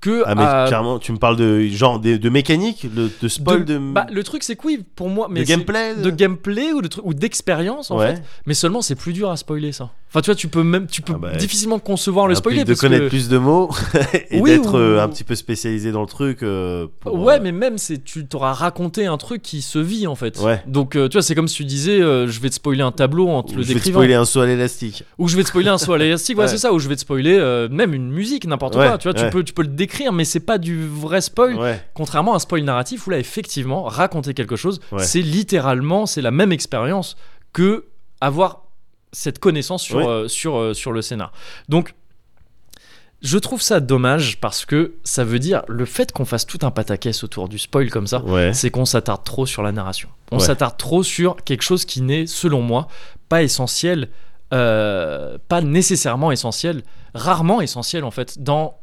[SPEAKER 1] que
[SPEAKER 2] Ah mais
[SPEAKER 1] à-
[SPEAKER 2] clairement, tu me parles de genre de, de mécanique, de, de spoil
[SPEAKER 1] de-
[SPEAKER 2] de,
[SPEAKER 1] bah, le truc c'est que oui pour moi mais
[SPEAKER 2] de
[SPEAKER 1] c'est-
[SPEAKER 2] gameplay. euh.
[SPEAKER 1] de gameplay ou de trucs- ou d'expérience en
[SPEAKER 2] ouais.
[SPEAKER 1] fait mais seulement c'est plus dur à spoiler ça enfin tu vois tu peux même tu peux
[SPEAKER 2] Ah bah,
[SPEAKER 1] difficilement concevoir le
[SPEAKER 2] Ça implique
[SPEAKER 1] spoiler
[SPEAKER 2] de
[SPEAKER 1] parce
[SPEAKER 2] connaître
[SPEAKER 1] que-
[SPEAKER 2] plus de mots et
[SPEAKER 1] Oui,
[SPEAKER 2] d'être euh,
[SPEAKER 1] ou-
[SPEAKER 2] un petit peu spécialisé dans le truc. euh, pour,
[SPEAKER 1] Ouais,
[SPEAKER 2] euh,
[SPEAKER 1] mais même c'est tu t'auras raconté un truc qui se vit en fait.
[SPEAKER 2] Ouais.
[SPEAKER 1] Donc euh, tu vois, c'est comme si tu disais euh, je vais te spoiler un tableau en te
[SPEAKER 2] ou
[SPEAKER 1] le
[SPEAKER 2] je vais te
[SPEAKER 1] décrivant
[SPEAKER 2] spoiler un saut à l'élastique.
[SPEAKER 1] ou je vais te spoiler un soir élastique, ouais,
[SPEAKER 2] Ouais.
[SPEAKER 1] c'est ça ou je vais te spoiler euh, même une musique n'importe
[SPEAKER 2] Ouais,
[SPEAKER 1] quoi, tu vois, tu
[SPEAKER 2] ouais.
[SPEAKER 1] peux tu peux le décrire mais c'est pas du vrai spoil
[SPEAKER 2] Ouais.
[SPEAKER 1] contrairement à un spoil narratif où là effectivement raconter quelque chose,
[SPEAKER 2] Ouais.
[SPEAKER 1] c'est littéralement c'est la même expérience que avoir cette connaissance sur
[SPEAKER 2] Ouais.
[SPEAKER 1] euh, sur euh, sur le scénar. Donc je trouve ça dommage parce que ça veut dire le fait qu'on fasse tout un pataquès autour du spoil comme ça,
[SPEAKER 2] Ouais.
[SPEAKER 1] c'est qu'on s'attarde trop sur la narration. On
[SPEAKER 2] Ouais.
[SPEAKER 1] s'attarde trop sur quelque chose qui n'est, selon moi, pas essentiel, euh, pas nécessairement essentiel, rarement essentiel en fait, dans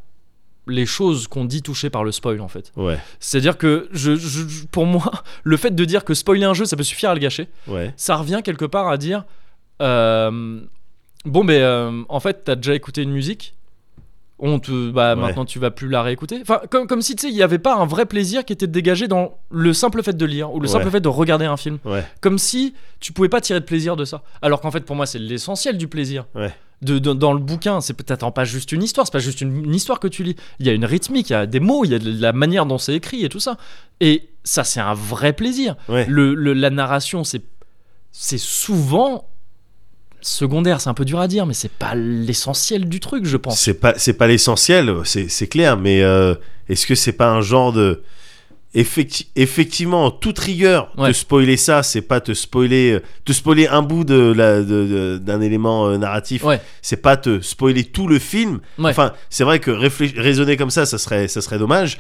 [SPEAKER 1] les choses qu'on dit touchées par le spoil en fait.
[SPEAKER 2] Ouais.
[SPEAKER 1] C'est-à-dire que je, je- je- pour moi, le fait de dire que spoiler un jeu, ça peut suffire à le gâcher,
[SPEAKER 2] Ouais.
[SPEAKER 1] ça revient quelque part à dire, euh, bon mais euh, en fait, t'as déjà écouté une musique on te, bah,
[SPEAKER 2] Ouais.
[SPEAKER 1] maintenant tu vas plus la réécouter. Enfin, comme, comme si tu sais, il n'y avait pas un vrai plaisir qui était dégagé dans le simple fait de lire ou le simple
[SPEAKER 2] Ouais.
[SPEAKER 1] fait de regarder un film.
[SPEAKER 2] Ouais.
[SPEAKER 1] Comme si tu pouvais pas tirer de plaisir de ça. Alors qu'en fait, pour moi, c'est l'essentiel du plaisir.
[SPEAKER 2] Ouais.
[SPEAKER 1] De, de- dans le bouquin, c'est peut-être pas juste une histoire, c'est pas juste une, une histoire que tu lis. Il y a une rythmique, il y a des mots, il y a de la manière dont c'est écrit et tout ça. Et ça, c'est un vrai plaisir.
[SPEAKER 2] Ouais.
[SPEAKER 1] Le, le- la narration, c'est c'est souvent secondaire, c'est un peu dur à dire, mais c'est pas l'essentiel du truc, je pense.
[SPEAKER 2] C'est pas c'est pas l'essentiel, c'est c'est clair. Mais euh, est-ce que c'est pas un genre de Effecti- effectivement, en toute rigueur,
[SPEAKER 1] Ouais.
[SPEAKER 2] te spoiler ça, c'est pas te spoiler, euh, te spoiler un bout de la- de- de- d'un élément euh, narratif.
[SPEAKER 1] Ouais.
[SPEAKER 2] C'est pas te spoiler tout le film.
[SPEAKER 1] Ouais.
[SPEAKER 2] Enfin, c'est vrai que réfléch- raisonner comme ça, ça serait, ça serait dommage.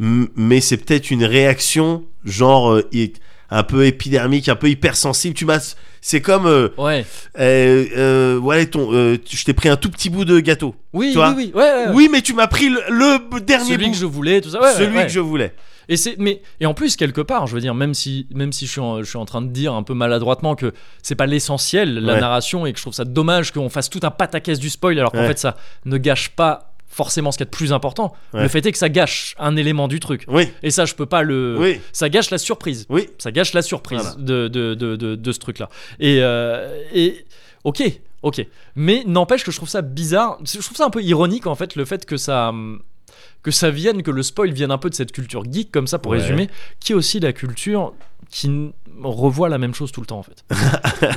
[SPEAKER 2] M- mais c'est peut-être une réaction, genre euh, i- un peu épidermique, un peu hypersensible. Tu m'as, c'est comme, euh,
[SPEAKER 1] Ouais.
[SPEAKER 2] euh, euh, ouais, ton, euh, tu- je t'ai pris un tout petit bout de gâteau.
[SPEAKER 1] Oui,
[SPEAKER 2] Toi
[SPEAKER 1] oui, oui. ouais, ouais, ouais.
[SPEAKER 2] Oui, mais tu m'as pris le, le b- dernier
[SPEAKER 1] Euh, Celui
[SPEAKER 2] bout,
[SPEAKER 1] que je voulais, tout ça. Ouais, ouais,
[SPEAKER 2] celui
[SPEAKER 1] ouais.
[SPEAKER 2] que je voulais.
[SPEAKER 1] Et c'est, mais et en plus quelque part, je veux dire, même si même si je suis en, je suis en train de dire un peu maladroitement que c'est pas l'essentiel la
[SPEAKER 2] Ouais.
[SPEAKER 1] narration et que je trouve ça dommage qu'on fasse tout un pataquès du spoil alors qu'en
[SPEAKER 2] Ouais.
[SPEAKER 1] fait ça ne gâche pas forcément ce qu'il y a de plus important.
[SPEAKER 2] Ouais.
[SPEAKER 1] Le fait est que ça gâche un élément du truc.
[SPEAKER 2] Oui,
[SPEAKER 1] Et ça, je peux pas le.
[SPEAKER 2] oui,
[SPEAKER 1] Ça gâche la surprise.
[SPEAKER 2] oui.
[SPEAKER 1] Ça gâche la surprise
[SPEAKER 2] Voilà.
[SPEAKER 1] de, de, de, de- de ce truc-là. Et, euh, et ok, ok. Mais n'empêche que je trouve ça bizarre. Je trouve ça un peu ironique en fait le fait que ça hum, que ça vienne, que le spoil vienne un peu de cette culture geek comme ça pour
[SPEAKER 2] Ouais.
[SPEAKER 1] résumer, qui est aussi la culture qui n- revoit la même chose tout le temps en fait,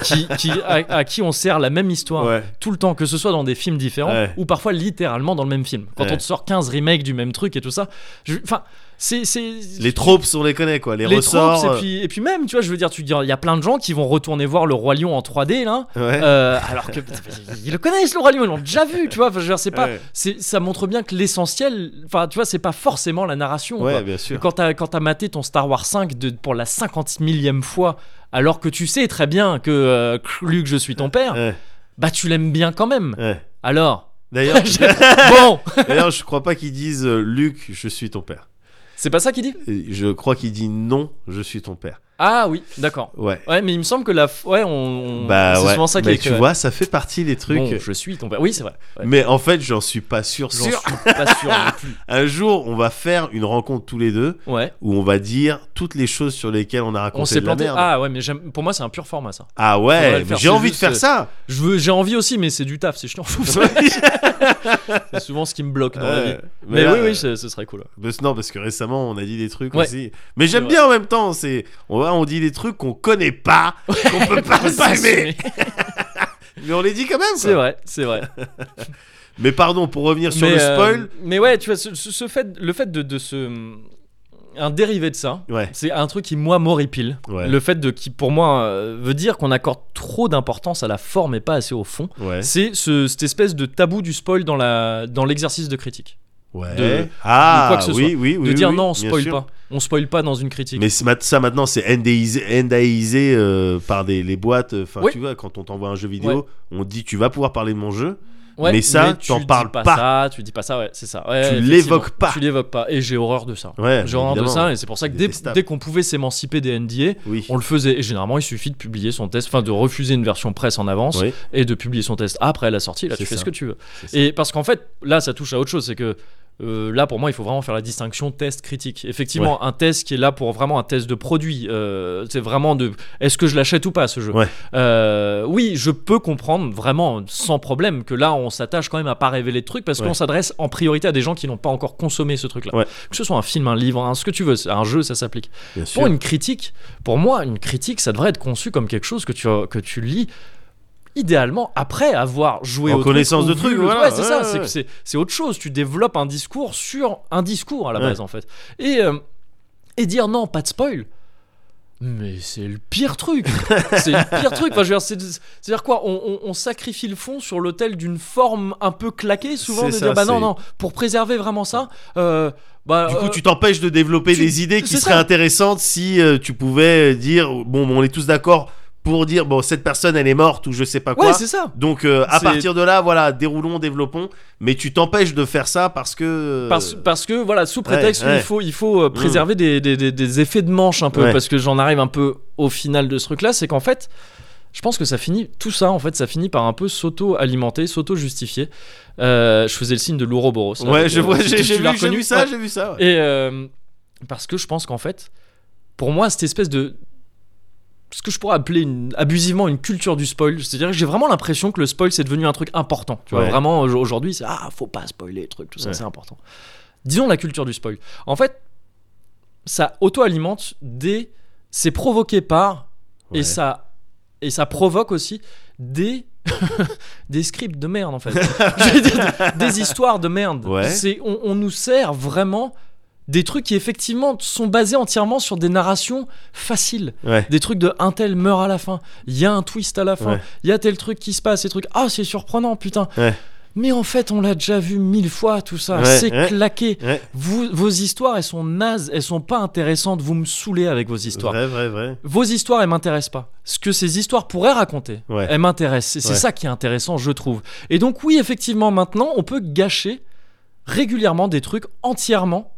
[SPEAKER 1] qui, qui- à, à qui on sert la même histoire
[SPEAKER 2] Ouais.
[SPEAKER 1] tout le temps, que ce soit dans des films différents
[SPEAKER 2] Ouais.
[SPEAKER 1] ou parfois littéralement dans le même film. Quand
[SPEAKER 2] Ouais.
[SPEAKER 1] on te sort 15 remakes du même truc et tout ça, je- enfin c'est c'est
[SPEAKER 2] Les tropes, on les connaît, quoi. Les,
[SPEAKER 1] les
[SPEAKER 2] ressorts.
[SPEAKER 1] tropes, et
[SPEAKER 2] euh,
[SPEAKER 1] puis, et puis même, tu vois, je veux dire, tu dis, il y a plein de gens qui vont retourner voir le Roi Lion en 3D, là,
[SPEAKER 2] ouais.
[SPEAKER 1] euh, alors que ils le connaissent, le Roi Lion, ils l'ont déjà vu, tu vois, enfin, je veux dire, c'est pas,
[SPEAKER 2] Ouais.
[SPEAKER 1] c'est, ça montre bien que l'essentiel, enfin, tu vois, c'est pas forcément la narration.
[SPEAKER 2] Ouais,
[SPEAKER 1] quoi.
[SPEAKER 2] bien sûr.
[SPEAKER 1] Quand t'as, quand t'as maté ton Star Wars 5 de, pour la 50 millième fois, alors que tu sais très bien que euh, Luke, je suis ton père,
[SPEAKER 2] Ouais,
[SPEAKER 1] bah tu l'aimes bien quand même.
[SPEAKER 2] ouais.
[SPEAKER 1] Alors,
[SPEAKER 2] D'ailleurs,
[SPEAKER 1] bon,
[SPEAKER 2] d'ailleurs, je crois pas qu'ils disent euh, Luc, je suis ton père.
[SPEAKER 1] c'est pas ça qu'il dit
[SPEAKER 2] Et Je crois qu'il dit non, je suis ton père.
[SPEAKER 1] Ah oui, d'accord.
[SPEAKER 2] Ouais.
[SPEAKER 1] Ouais, mais il me semble que la, f- ouais, on, on-
[SPEAKER 2] Bah
[SPEAKER 1] c'est
[SPEAKER 2] ouais.
[SPEAKER 1] souvent ça qui
[SPEAKER 2] Mais
[SPEAKER 1] est
[SPEAKER 2] tu
[SPEAKER 1] écrit, ouais.
[SPEAKER 2] vois, ça fait partie des trucs.
[SPEAKER 1] Bon, je suis ton père. Oui, c'est vrai. Ouais.
[SPEAKER 2] Mais en fait, j'en suis pas sûr.
[SPEAKER 1] J'en
[SPEAKER 2] sûr.
[SPEAKER 1] suis pas sûr non plus.
[SPEAKER 2] Un jour, on va faire une rencontre tous les deux
[SPEAKER 1] Ouais.
[SPEAKER 2] où on va dire toutes les choses sur lesquelles on a raconté
[SPEAKER 1] On s'est
[SPEAKER 2] de la
[SPEAKER 1] planté.
[SPEAKER 2] merde.
[SPEAKER 1] Ah ouais, mais j'aime- pour moi c'est un pur format ça.
[SPEAKER 2] Ah
[SPEAKER 1] Faudrait le
[SPEAKER 2] ouais, mais
[SPEAKER 1] faire,
[SPEAKER 2] j'ai
[SPEAKER 1] c'est
[SPEAKER 2] envie de
[SPEAKER 1] juste,
[SPEAKER 2] faire
[SPEAKER 1] euh,
[SPEAKER 2] ça.
[SPEAKER 1] Je veux, j'ai envie aussi, mais c'est du taf, c'est chiant. c'est souvent ce qui me bloque dans la
[SPEAKER 2] Ouais.
[SPEAKER 1] vie. Mais,
[SPEAKER 2] là,
[SPEAKER 1] oui,
[SPEAKER 2] euh,
[SPEAKER 1] oui, ce, ce serait cool. ouais.
[SPEAKER 2] parce- Non, parce que récemment, on a dit des trucs
[SPEAKER 1] Ouais.
[SPEAKER 2] aussi. Mais j'aime
[SPEAKER 1] C'est
[SPEAKER 2] bien en même temps. C'est on, va- on dit des trucs qu'on connaît pas, qu'on peut pas
[SPEAKER 1] Faut pas
[SPEAKER 2] assumer.
[SPEAKER 1] assumer.
[SPEAKER 2] Mais on les dit quand même.
[SPEAKER 1] C'est
[SPEAKER 2] quoi.
[SPEAKER 1] vrai, c'est vrai.
[SPEAKER 2] Mais pardon, pour revenir sur
[SPEAKER 1] mais,
[SPEAKER 2] le
[SPEAKER 1] euh,
[SPEAKER 2] spoil.
[SPEAKER 1] mais ouais, tu vois, ce, ce- ce fait, le fait de, de ce, un dérivé de ça,
[SPEAKER 2] Ouais.
[SPEAKER 1] c'est un truc qui moi m'horripile.
[SPEAKER 2] Ouais.
[SPEAKER 1] Le fait de qui pour moi euh, veut dire qu'on accorde trop d'importance à la forme et pas assez au fond.
[SPEAKER 2] Ouais.
[SPEAKER 1] C'est ce- cette espèce de tabou du spoil dans la, dans l'exercice de critique.
[SPEAKER 2] Ouais.
[SPEAKER 1] de-
[SPEAKER 2] ah,
[SPEAKER 1] de quoi que ce
[SPEAKER 2] oui, oui, oui,
[SPEAKER 1] de dire
[SPEAKER 2] oui,
[SPEAKER 1] non, on
[SPEAKER 2] bien
[SPEAKER 1] spoil
[SPEAKER 2] sûr.
[SPEAKER 1] pas. On spoil pas dans une critique.
[SPEAKER 2] Mais c'est ma- ça maintenant, c'est NDAisé, NDAisé, euh, par des, les boîtes. Enfin,
[SPEAKER 1] Oui.
[SPEAKER 2] tu vois, quand on t'envoie un jeu vidéo, on dit tu vas pouvoir parler de mon jeu.
[SPEAKER 1] Ouais,
[SPEAKER 2] mais ça,
[SPEAKER 1] tu
[SPEAKER 2] t'en
[SPEAKER 1] dis
[SPEAKER 2] parles
[SPEAKER 1] pas.
[SPEAKER 2] pas.
[SPEAKER 1] Ça, tu dis pas ça, ouais, c'est ça. Ouais,
[SPEAKER 2] Tu
[SPEAKER 1] effectivement.
[SPEAKER 2] l'évoques pas.
[SPEAKER 1] Tu l'évoques pas. Et j'ai horreur de ça.
[SPEAKER 2] Ouais.
[SPEAKER 1] J'ai horreur de
[SPEAKER 2] évidemment.
[SPEAKER 1] ça, et c'est pour ça que dès,
[SPEAKER 2] Détestable.
[SPEAKER 1] dès qu'on pouvait s'émanciper des NDA,
[SPEAKER 2] Oui.
[SPEAKER 1] on le faisait. Et généralement, il suffit de publier son test, enfin de refuser une version presse en avance
[SPEAKER 2] Oui.
[SPEAKER 1] et de publier son test après la sortie. Là, tu
[SPEAKER 2] C'est
[SPEAKER 1] fais
[SPEAKER 2] ça.
[SPEAKER 1] ce que tu veux.
[SPEAKER 2] C'est ça.
[SPEAKER 1] Et parce qu'en fait, là, ça touche à autre chose, c'est que euh, là, pour moi, il faut vraiment faire la distinction test-critique. Effectivement, un test qui est là pour vraiment un test de produit. euh, c'est vraiment de est-ce que je l'achète ou pas ce jeu
[SPEAKER 2] Ouais.
[SPEAKER 1] Euh, Oui, je peux comprendre vraiment sans problème que là, on s'attache quand même à pas révéler de trucs parce
[SPEAKER 2] Ouais.
[SPEAKER 1] qu'on s'adresse en priorité à des gens qui n'ont pas encore consommé ce truc-là.
[SPEAKER 2] Ouais.
[SPEAKER 1] Que ce soit un film, un livre, un- ce que tu veux, c'est un jeu, ça s'applique.
[SPEAKER 2] Bien sûr.
[SPEAKER 1] Pour une critique, pour moi, une critique, ça devrait être conçu comme quelque chose que tu, que tu lis idéalement après avoir joué
[SPEAKER 2] En
[SPEAKER 1] au truc
[SPEAKER 2] connaissance
[SPEAKER 1] ou
[SPEAKER 2] de
[SPEAKER 1] vu
[SPEAKER 2] truc,
[SPEAKER 1] le-
[SPEAKER 2] voilà,
[SPEAKER 1] ouais, c'est
[SPEAKER 2] ouais,
[SPEAKER 1] ça
[SPEAKER 2] ouais,
[SPEAKER 1] c'est
[SPEAKER 2] ouais.
[SPEAKER 1] que c'est c'est autre chose tu développes un discours sur un discours à la
[SPEAKER 2] Ouais.
[SPEAKER 1] base en fait et euh, et dire non pas de spoil mais c'est le pire truc c'est le pire truc enfin je veux dire c'est c'est à dire quoi on, on- on sacrifie le fond sur l'autel d'une forme un peu claquée souvent
[SPEAKER 2] C'est
[SPEAKER 1] de
[SPEAKER 2] ça,
[SPEAKER 1] dire bah non
[SPEAKER 2] c'est-
[SPEAKER 1] non pour préserver vraiment ça euh, bah,
[SPEAKER 2] Du
[SPEAKER 1] euh,
[SPEAKER 2] coup, tu t'empêches de développer
[SPEAKER 1] tu-
[SPEAKER 2] des idées qui
[SPEAKER 1] c'est
[SPEAKER 2] seraient
[SPEAKER 1] ça.
[SPEAKER 2] intéressantes si euh, tu pouvais dire bon, bon, on est tous d'accord pour dire bon, cette personne elle est morte ou je sais pas quoi.
[SPEAKER 1] ouais c'est ça
[SPEAKER 2] Donc euh, à
[SPEAKER 1] C'est-
[SPEAKER 2] partir de là, voilà, déroulons, développons, mais tu t'empêches de faire ça parce que euh,
[SPEAKER 1] Parce, parce que voilà, sous prétexte,
[SPEAKER 2] ouais. Mm.
[SPEAKER 1] il faut, il faut euh, préserver des, des- des- des effets de manche un peu,
[SPEAKER 2] Ouais.
[SPEAKER 1] parce que j'en arrive un peu au final de ce truc-là, c'est qu'en fait, je pense que ça finit, tout ça, en fait, ça finit par un peu s'auto-alimenter, s'auto-justifier. Euh, je faisais le signe de l'ouroboros. là,
[SPEAKER 2] ouais,
[SPEAKER 1] donc,
[SPEAKER 2] je
[SPEAKER 1] euh,
[SPEAKER 2] vois,
[SPEAKER 1] si
[SPEAKER 2] j'ai
[SPEAKER 1] tu
[SPEAKER 2] j'ai vu,
[SPEAKER 1] l'as
[SPEAKER 2] j'ai
[SPEAKER 1] reconnu.
[SPEAKER 2] vu ça,
[SPEAKER 1] Ouais.
[SPEAKER 2] j'ai vu ça. ouais.
[SPEAKER 1] Et euh, parce que je pense qu'en fait, pour moi, cette espèce de ce que je pourrais appeler une- abusivement une culture du spoil, c'est-à-dire que j'ai vraiment l'impression que le spoil c'est devenu un truc important. Tu vois,
[SPEAKER 2] Ouais.
[SPEAKER 1] vraiment au- aujourd'hui, c'est ah faut pas spoiler, truc, tout ça,
[SPEAKER 2] Ouais.
[SPEAKER 1] c'est important. Disons la culture du spoil. En fait, ça auto-alimente des, c'est provoqué par
[SPEAKER 2] Ouais.
[SPEAKER 1] et ça et ça provoque aussi des des scripts de merde en fait. Je veux dire, des histoires de merde.
[SPEAKER 2] Ouais.
[SPEAKER 1] C'est on, on nous sert vraiment des trucs qui effectivement sont basés entièrement sur des narrations faciles,
[SPEAKER 2] Ouais.
[SPEAKER 1] des trucs de un tel meurt à la fin, il y a un twist à la fin, il
[SPEAKER 2] Ouais.
[SPEAKER 1] y a tel truc qui se passe, ces trucs ah c'est surprenant putain.
[SPEAKER 2] Ouais.
[SPEAKER 1] Mais en fait, on l'a déjà vu mille fois tout ça,
[SPEAKER 2] Ouais,
[SPEAKER 1] c'est
[SPEAKER 2] ouais.
[SPEAKER 1] claqué.
[SPEAKER 2] Ouais.
[SPEAKER 1] Vous- vos histoires, elles sont nazes, elles sont pas intéressantes. Vous me saoulez avec vos histoires.
[SPEAKER 2] Vrai, vrai, vrai.
[SPEAKER 1] Vos histoires, elles m'intéressent pas. Ce que ces histoires pourraient raconter,
[SPEAKER 2] Ouais.
[SPEAKER 1] elles m'intéressent. Et c'est
[SPEAKER 2] Ouais.
[SPEAKER 1] ça qui est intéressant, je trouve. Et donc, oui, effectivement, maintenant, on peut gâcher régulièrement des trucs entièrement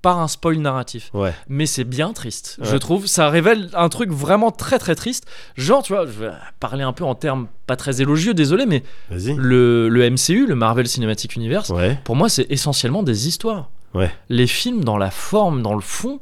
[SPEAKER 1] par un spoil narratif.
[SPEAKER 2] Ouais.
[SPEAKER 1] Mais c'est bien triste,
[SPEAKER 2] Ouais.
[SPEAKER 1] je trouve. Ça révèle un truc vraiment très très triste. Genre, tu vois, je vais parler un peu en termes pas très élogieux, désolé, mais
[SPEAKER 2] Vas-y.
[SPEAKER 1] le, le MCU, le Marvel Cinematic Universe,
[SPEAKER 2] Ouais.
[SPEAKER 1] pour moi, c'est essentiellement des histoires.
[SPEAKER 2] Ouais.
[SPEAKER 1] Les films, dans la forme, dans le fond,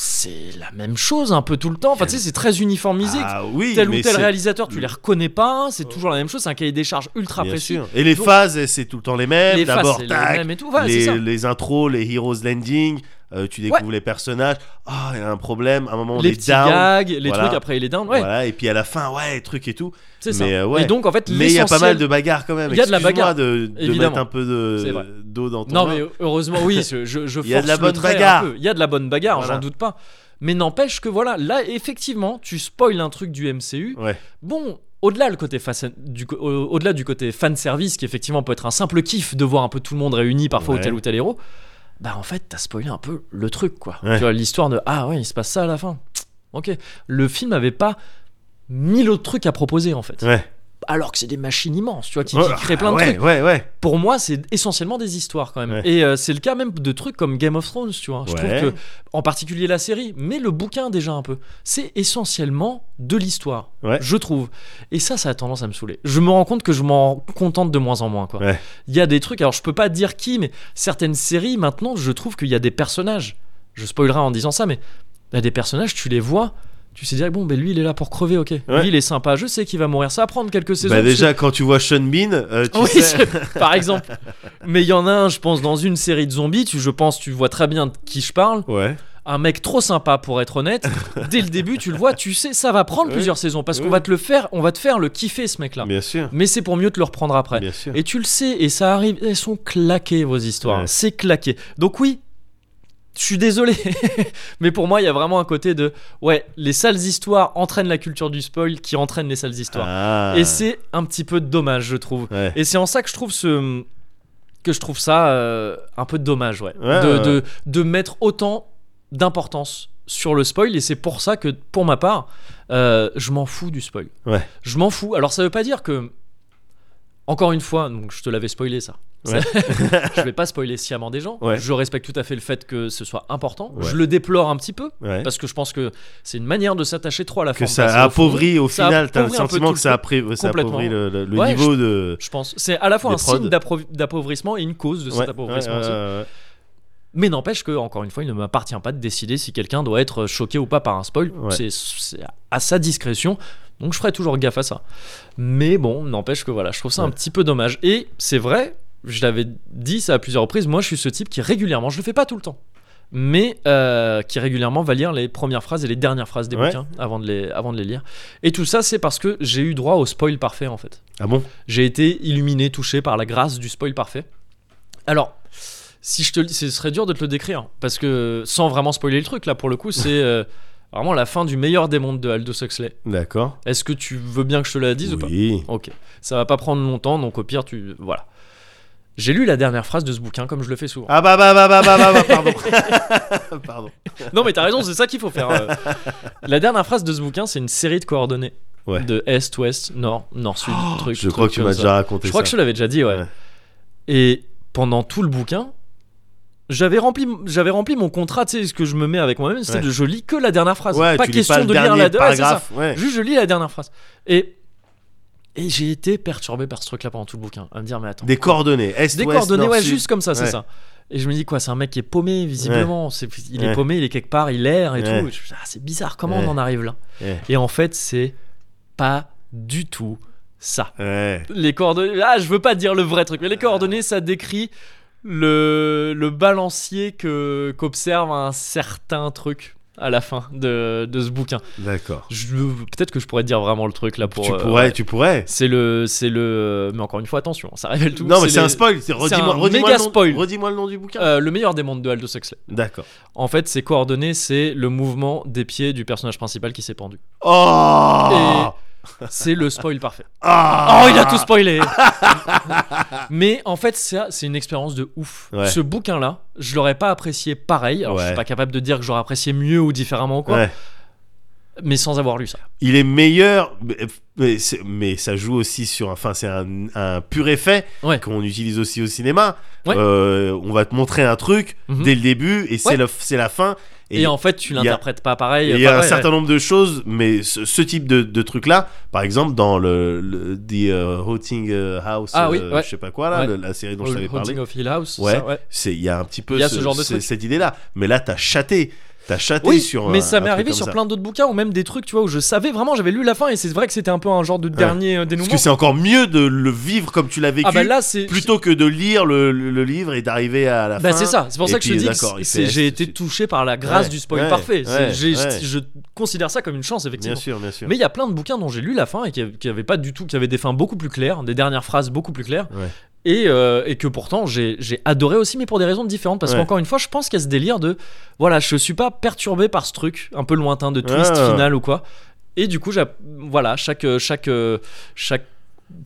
[SPEAKER 1] c'est la même chose un peu tout le temps. Enfin, tu sais, c'est très uniformisé.
[SPEAKER 2] Ah oui,
[SPEAKER 1] tel
[SPEAKER 2] mais
[SPEAKER 1] ou tel
[SPEAKER 2] c'est- Mm.
[SPEAKER 1] réalisateur, tu les reconnais pas. hein, C'est toujours la même chose. C'est un cahier des charges ultra
[SPEAKER 2] Bien
[SPEAKER 1] précis.
[SPEAKER 2] sûr. Et les
[SPEAKER 1] Donc-
[SPEAKER 2] phases, eh, c'est tout le temps les mêmes.
[SPEAKER 1] Les faces,
[SPEAKER 2] D'abord,
[SPEAKER 1] c'est les
[SPEAKER 2] tac,
[SPEAKER 1] mêmes et tout. Voilà, c'est ça.
[SPEAKER 2] les, les intros, les heroes landing, euh, tu découvres les personnages. Ah, il y a un problème. À un moment, on
[SPEAKER 1] Les
[SPEAKER 2] est
[SPEAKER 1] petits
[SPEAKER 2] down.
[SPEAKER 1] gags, les
[SPEAKER 2] Voilà.
[SPEAKER 1] trucs après il est down. Ouais,
[SPEAKER 2] Voilà, et puis à la fin, ouais, truc et tout.
[SPEAKER 1] c'est ça.
[SPEAKER 2] Mais, euh, ouais.
[SPEAKER 1] Et donc, en fait,
[SPEAKER 2] Mais il y a pas
[SPEAKER 1] l'essentiel-
[SPEAKER 2] mal de bagarres quand même.
[SPEAKER 1] Il y a de la
[SPEAKER 2] Excuse-moi
[SPEAKER 1] bagarre,
[SPEAKER 2] De, de
[SPEAKER 1] évidemment.
[SPEAKER 2] mettre un peu
[SPEAKER 1] C'est vrai.
[SPEAKER 2] de- d'eau dans ton
[SPEAKER 1] Non,
[SPEAKER 2] vin.
[SPEAKER 1] mais euh, heureusement, oui, je, je, je
[SPEAKER 2] Il y a de
[SPEAKER 1] force
[SPEAKER 2] la
[SPEAKER 1] le
[SPEAKER 2] bonne
[SPEAKER 1] trait un
[SPEAKER 2] bagarre.
[SPEAKER 1] peu. Il y a de la bonne bagarre,
[SPEAKER 2] Voilà.
[SPEAKER 1] j'en doute pas. Mais n'empêche que voilà, là, effectivement, tu spoil un truc du MCU.
[SPEAKER 2] Ouais.
[SPEAKER 1] Bon, au-delà le côté face- du, co- au- au-delà du côté fan service, qui effectivement peut être un simple kiff de voir un peu tout le monde réuni parfois
[SPEAKER 2] Ouais.
[SPEAKER 1] au tel ou tel héros, bah en fait, t'as spoilé un peu le truc, quoi.
[SPEAKER 2] Ouais.
[SPEAKER 1] Tu vois, l'histoire de ah ouais, il se passe ça à la fin. Ok. Le film avait pas mille autres trucs à proposer en fait.
[SPEAKER 2] Ouais.
[SPEAKER 1] Alors que c'est des machines immenses, tu vois, qui,
[SPEAKER 2] Ouais,
[SPEAKER 1] qui créent plein de
[SPEAKER 2] ouais,
[SPEAKER 1] trucs
[SPEAKER 2] Ouais, ouais.
[SPEAKER 1] pour moi, c'est essentiellement des histoires quand même.
[SPEAKER 2] Ouais.
[SPEAKER 1] Et euh, c'est le cas même de trucs comme Game of Thrones, tu vois. Je
[SPEAKER 2] Ouais.
[SPEAKER 1] trouve que, en particulier la série, mais le bouquin déjà un peu, c'est essentiellement de l'histoire,
[SPEAKER 2] Ouais.
[SPEAKER 1] je trouve. Et ça, ça a tendance à me saouler. Je me rends compte que je m'en contente de moins en moins, quoi. Il
[SPEAKER 2] Ouais.
[SPEAKER 1] y a des trucs, alors je peux pas dire qui, mais certaines séries maintenant, je trouve qu'il y a des personnages. Je spoilerai en disant ça, mais il y a des personnages, tu les vois. Tu sais dire, bon, ben lui, il est là pour crever, ok.
[SPEAKER 2] Ouais.
[SPEAKER 1] Lui, il est sympa, je sais qu'il va mourir. Ça va prendre quelques saisons.
[SPEAKER 2] Bah
[SPEAKER 1] parce que-
[SPEAKER 2] déjà, quand tu vois Sean Bean, euh, tu
[SPEAKER 1] oui,
[SPEAKER 2] sais.
[SPEAKER 1] je- par exemple. Mais il y en a un, je pense, dans une série de zombies, tu, je pense, tu vois très bien de qui je parle.
[SPEAKER 2] Ouais.
[SPEAKER 1] Un mec trop sympa, pour être honnête. Dès le début, tu le vois, tu sais, ça va prendre
[SPEAKER 2] Oui.
[SPEAKER 1] plusieurs saisons parce qu'on
[SPEAKER 2] Oui.
[SPEAKER 1] va te le faire, on va te faire le kiffer ce mec-là.
[SPEAKER 2] Bien sûr.
[SPEAKER 1] Mais c'est pour mieux te le reprendre après.
[SPEAKER 2] Bien sûr.
[SPEAKER 1] Ah. Et tu le sais, et ça arrive, elles sont claquées vos histoires,
[SPEAKER 2] Ouais.
[SPEAKER 1] c'est claqué. Donc oui, je suis désolé, mais pour moi il y a vraiment un côté de, ouais, les sales histoires entraînent la culture du spoil qui entraîne les sales histoires.
[SPEAKER 2] Ah.
[SPEAKER 1] Et c'est un petit peu dommage, je trouve.
[SPEAKER 2] Ouais.
[SPEAKER 1] Et c'est en ça que je trouve ce que je trouve ça euh, un peu dommage, ouais,
[SPEAKER 2] Ouais,
[SPEAKER 1] de,
[SPEAKER 2] ouais.
[SPEAKER 1] de- de mettre autant d'importance sur le spoil. Et c'est pour ça que, pour ma part, euh, je m'en fous du spoil.
[SPEAKER 2] Ouais.
[SPEAKER 1] Je m'en fous. Alors ça veut pas dire que, encore une fois, donc je te l'avais spoilé ça.
[SPEAKER 2] Ouais.
[SPEAKER 1] je vais pas spoiler sciemment des gens.
[SPEAKER 2] Ouais.
[SPEAKER 1] Je respecte tout à fait le fait que ce soit important.
[SPEAKER 2] Ouais.
[SPEAKER 1] Je le déplore un petit peu
[SPEAKER 2] Ouais.
[SPEAKER 1] parce que je pense que c'est une manière de s'attacher trop à la
[SPEAKER 2] que
[SPEAKER 1] forme.
[SPEAKER 2] ça
[SPEAKER 1] passée au fond.
[SPEAKER 2] appauvrit au
[SPEAKER 1] Ça
[SPEAKER 2] final, t'as le
[SPEAKER 1] appauvrit un peu
[SPEAKER 2] sentiment
[SPEAKER 1] tout
[SPEAKER 2] que
[SPEAKER 1] le
[SPEAKER 2] ça, appré- ça
[SPEAKER 1] Complètement.
[SPEAKER 2] appauvrit le, le- le
[SPEAKER 1] Ouais,
[SPEAKER 2] niveau de.
[SPEAKER 1] Je pense. C'est à la fois
[SPEAKER 2] Des
[SPEAKER 1] un signe
[SPEAKER 2] prods.
[SPEAKER 1] d'appro- d'appauvrissement et une cause de cet
[SPEAKER 2] Ouais,
[SPEAKER 1] appauvrissement.
[SPEAKER 2] ouais,
[SPEAKER 1] aussi.
[SPEAKER 2] ouais, ouais.
[SPEAKER 1] Mais n'empêche que, encore une fois, il ne m'appartient pas de décider si quelqu'un doit être choqué ou pas par un spoil.
[SPEAKER 2] Ouais.
[SPEAKER 1] C'est- C'est à sa discrétion. Donc je ferai toujours gaffe à ça. Mais bon, n'empêche que voilà, je trouve ça un
[SPEAKER 2] Ouais.
[SPEAKER 1] petit peu dommage. Et c'est vrai, je l'avais dit ça à plusieurs reprises, moi je suis ce type qui régulièrement, je le fais pas tout le temps, mais euh, qui régulièrement va lire les premières phrases et les dernières phrases des
[SPEAKER 2] Ouais.
[SPEAKER 1] bouquins avant de, les, avant de les lire. Et tout ça, c'est parce que j'ai eu droit au spoil parfait en fait
[SPEAKER 2] Ah bon
[SPEAKER 1] j'ai été illuminé, touché par la grâce du spoil parfait. Alors, si je te, le- ce serait dur de te le décrire, hein, parce que sans vraiment spoiler le truc, là pour le coup, c'est euh, vraiment la fin du meilleur des mondes de Aldous Huxley.
[SPEAKER 2] D'accord.
[SPEAKER 1] Est-ce que tu veux bien que je te la dise ou pas
[SPEAKER 2] Oui.
[SPEAKER 1] Ok, ça va pas prendre longtemps, donc au pire, tu voilà. J'ai lu la dernière phrase de ce bouquin comme je le fais souvent.
[SPEAKER 2] Ah bah bah bah bah bah bah, bah, pardon. pardon.
[SPEAKER 1] Non mais t'as raison, c'est ça qu'il faut faire. euh. La dernière phrase de ce bouquin, c'est une série de coordonnées
[SPEAKER 2] Ouais. Oh,
[SPEAKER 1] de est, ouest, nord, nord, sud, truc.
[SPEAKER 2] Je crois
[SPEAKER 1] truc
[SPEAKER 2] que tu m'as
[SPEAKER 1] comme ça.
[SPEAKER 2] déjà raconté
[SPEAKER 1] Je crois que
[SPEAKER 2] ça.
[SPEAKER 1] je te l'avais déjà dit, ouais.
[SPEAKER 2] Ouais.
[SPEAKER 1] Et pendant tout le bouquin, j'avais rempli, j'avais rempli mon contrat, tu sais, ce que je me mets avec moi-même, c'est
[SPEAKER 2] Ouais.
[SPEAKER 1] de je lis que la dernière phrase.
[SPEAKER 2] Ouais,
[SPEAKER 1] pas
[SPEAKER 2] tu lis
[SPEAKER 1] question
[SPEAKER 2] pas le
[SPEAKER 1] de lire
[SPEAKER 2] dernier
[SPEAKER 1] la dernière phrase.
[SPEAKER 2] paragraphe. Ouais.
[SPEAKER 1] Juste, je lis la dernière phrase. Et, et j'ai été perturbé par ce truc-là pendant tout le bouquin, à me dire, mais attends.
[SPEAKER 2] Des coordonnées. Est,
[SPEAKER 1] Des
[SPEAKER 2] ouest,
[SPEAKER 1] coordonnées,
[SPEAKER 2] nord,
[SPEAKER 1] ouais,
[SPEAKER 2] sud.
[SPEAKER 1] juste comme ça, c'est
[SPEAKER 2] Ouais.
[SPEAKER 1] ça. Et je me dis, quoi, c'est un mec qui est paumé, visiblement. C'est- il est
[SPEAKER 2] Ouais.
[SPEAKER 1] paumé, il est quelque part, il erre et
[SPEAKER 2] Ouais.
[SPEAKER 1] tout. Et je me dis, ah, c'est bizarre, comment
[SPEAKER 2] Ouais.
[SPEAKER 1] on en arrive là
[SPEAKER 2] Ouais.
[SPEAKER 1] Et en fait, c'est pas du tout ça
[SPEAKER 2] Ouais.
[SPEAKER 1] les coordonnées. Ah, je veux pas dire le vrai truc,
[SPEAKER 2] Euh.
[SPEAKER 1] mais les coordonnées, ça décrit le, le balancier que qu'observe un certain truc à la fin de, de ce bouquin.
[SPEAKER 2] D'accord.
[SPEAKER 1] Je- Peut-être que je pourrais dire vraiment le truc là pour.
[SPEAKER 2] Tu
[SPEAKER 1] euh,
[SPEAKER 2] pourrais,
[SPEAKER 1] ouais.
[SPEAKER 2] tu pourrais.
[SPEAKER 1] C'est le, c'est le. Mais encore une fois, attention, ça révèle tout.
[SPEAKER 2] Non mais c'est
[SPEAKER 1] les-
[SPEAKER 2] un spoil. c'est- Redis-moi
[SPEAKER 1] un
[SPEAKER 2] redis-moi
[SPEAKER 1] méga
[SPEAKER 2] le nom-
[SPEAKER 1] spoil.
[SPEAKER 2] redis-moi le nom du bouquin.
[SPEAKER 1] Euh, le meilleur des mondes de Aldous Huxley.
[SPEAKER 2] D'accord.
[SPEAKER 1] En fait, ces coordonnées, c'est le mouvement des pieds du personnage principal qui s'est pendu.
[SPEAKER 2] Oh.
[SPEAKER 1] Et c'est le spoil parfait.
[SPEAKER 2] Ah
[SPEAKER 1] Oh, il a tout spoilé Mais en fait, ça, c'est une expérience de ouf.
[SPEAKER 2] Ouais.
[SPEAKER 1] Ce bouquin-là, je l'aurais pas apprécié pareil. Alors, je suis
[SPEAKER 2] Ouais.
[SPEAKER 1] pas capable de dire que j'aurais apprécié mieux ou différemment ou quoi,
[SPEAKER 2] Ouais.
[SPEAKER 1] mais sans avoir lu ça.
[SPEAKER 2] il est meilleur, mais- mais, c'est- mais ça joue aussi sur. Enfin, c'est un, un pur effet
[SPEAKER 1] Ouais.
[SPEAKER 2] qu'on utilise aussi au cinéma.
[SPEAKER 1] Ouais.
[SPEAKER 2] Euh, on va te montrer un truc
[SPEAKER 1] Mhm.
[SPEAKER 2] dès le début et
[SPEAKER 1] Ouais.
[SPEAKER 2] c'est le- c'est la fin.
[SPEAKER 1] Et, en fait, tu
[SPEAKER 2] il y a-
[SPEAKER 1] l'interprètes pas pareil.
[SPEAKER 2] et il y a
[SPEAKER 1] Enfin,
[SPEAKER 2] un
[SPEAKER 1] ouais,
[SPEAKER 2] certain nombre de choses, mais ce, ce type de, de truc-là, par exemple, dans le, le- The euh, Haunting euh, House,
[SPEAKER 1] Ah oui,
[SPEAKER 2] euh,
[SPEAKER 1] ouais.
[SPEAKER 2] je sais pas quoi, là,
[SPEAKER 1] Ouais.
[SPEAKER 2] le- la série dont
[SPEAKER 1] ouais.
[SPEAKER 2] je t'avais
[SPEAKER 1] Haunting
[SPEAKER 2] parlé,
[SPEAKER 1] of Hill House. c'est
[SPEAKER 2] Ouais.
[SPEAKER 1] ça, ouais.
[SPEAKER 2] c'est- il y a un petit peu
[SPEAKER 1] Il y a ce
[SPEAKER 2] ce-
[SPEAKER 1] genre de
[SPEAKER 2] ce-
[SPEAKER 1] truc.
[SPEAKER 2] cette idée-là. Mais là, t'as chaté. T'as chaté
[SPEAKER 1] Oui,
[SPEAKER 2] sur.
[SPEAKER 1] mais
[SPEAKER 2] un-
[SPEAKER 1] ça
[SPEAKER 2] un
[SPEAKER 1] m'est
[SPEAKER 2] truc
[SPEAKER 1] arrivé
[SPEAKER 2] comme
[SPEAKER 1] sur
[SPEAKER 2] ça.
[SPEAKER 1] plein d'autres bouquins ou même des trucs, tu vois, où je savais vraiment, j'avais lu la fin et c'est vrai que c'était un peu un genre de dernier euh,
[SPEAKER 2] Parce
[SPEAKER 1] dénouement.
[SPEAKER 2] que c'est encore mieux de le vivre comme tu l'as vécu.
[SPEAKER 1] Ah bah là, c'est
[SPEAKER 2] plutôt que de lire le, le- le livre et d'arriver à la
[SPEAKER 1] Bah
[SPEAKER 2] fin.
[SPEAKER 1] c'est ça, c'est pour
[SPEAKER 2] Et
[SPEAKER 1] ça que je
[SPEAKER 2] puis,
[SPEAKER 1] dis que
[SPEAKER 2] d'accord,
[SPEAKER 1] c'est-
[SPEAKER 2] il
[SPEAKER 1] c'est-
[SPEAKER 2] fait
[SPEAKER 1] j'ai
[SPEAKER 2] est,
[SPEAKER 1] été
[SPEAKER 2] c'est-
[SPEAKER 1] touché par la grâce
[SPEAKER 2] Ouais,
[SPEAKER 1] du spoil
[SPEAKER 2] ouais,
[SPEAKER 1] parfait. C'est-
[SPEAKER 2] ouais,
[SPEAKER 1] j'ai-
[SPEAKER 2] ouais.
[SPEAKER 1] Je considère ça comme une chance effectivement.
[SPEAKER 2] Bien sûr, bien sûr.
[SPEAKER 1] Mais il y a plein de bouquins dont j'ai lu la fin et qui av- qui avaient pas du tout, qui avaient des fins beaucoup plus claires, des dernières phrases beaucoup plus claires,
[SPEAKER 2] Ouais.
[SPEAKER 1] et, euh, et que pourtant j'ai j'ai adoré aussi, mais pour des raisons différentes. Parce
[SPEAKER 2] Ouais.
[SPEAKER 1] qu'encore une fois, je pense qu'il y a ce délire de, voilà, je suis pas perturbé par ce truc un peu lointain de twist
[SPEAKER 2] Ah.
[SPEAKER 1] final ou quoi. Et du coup, j'a- voilà, chaque euh, chaque euh, chaque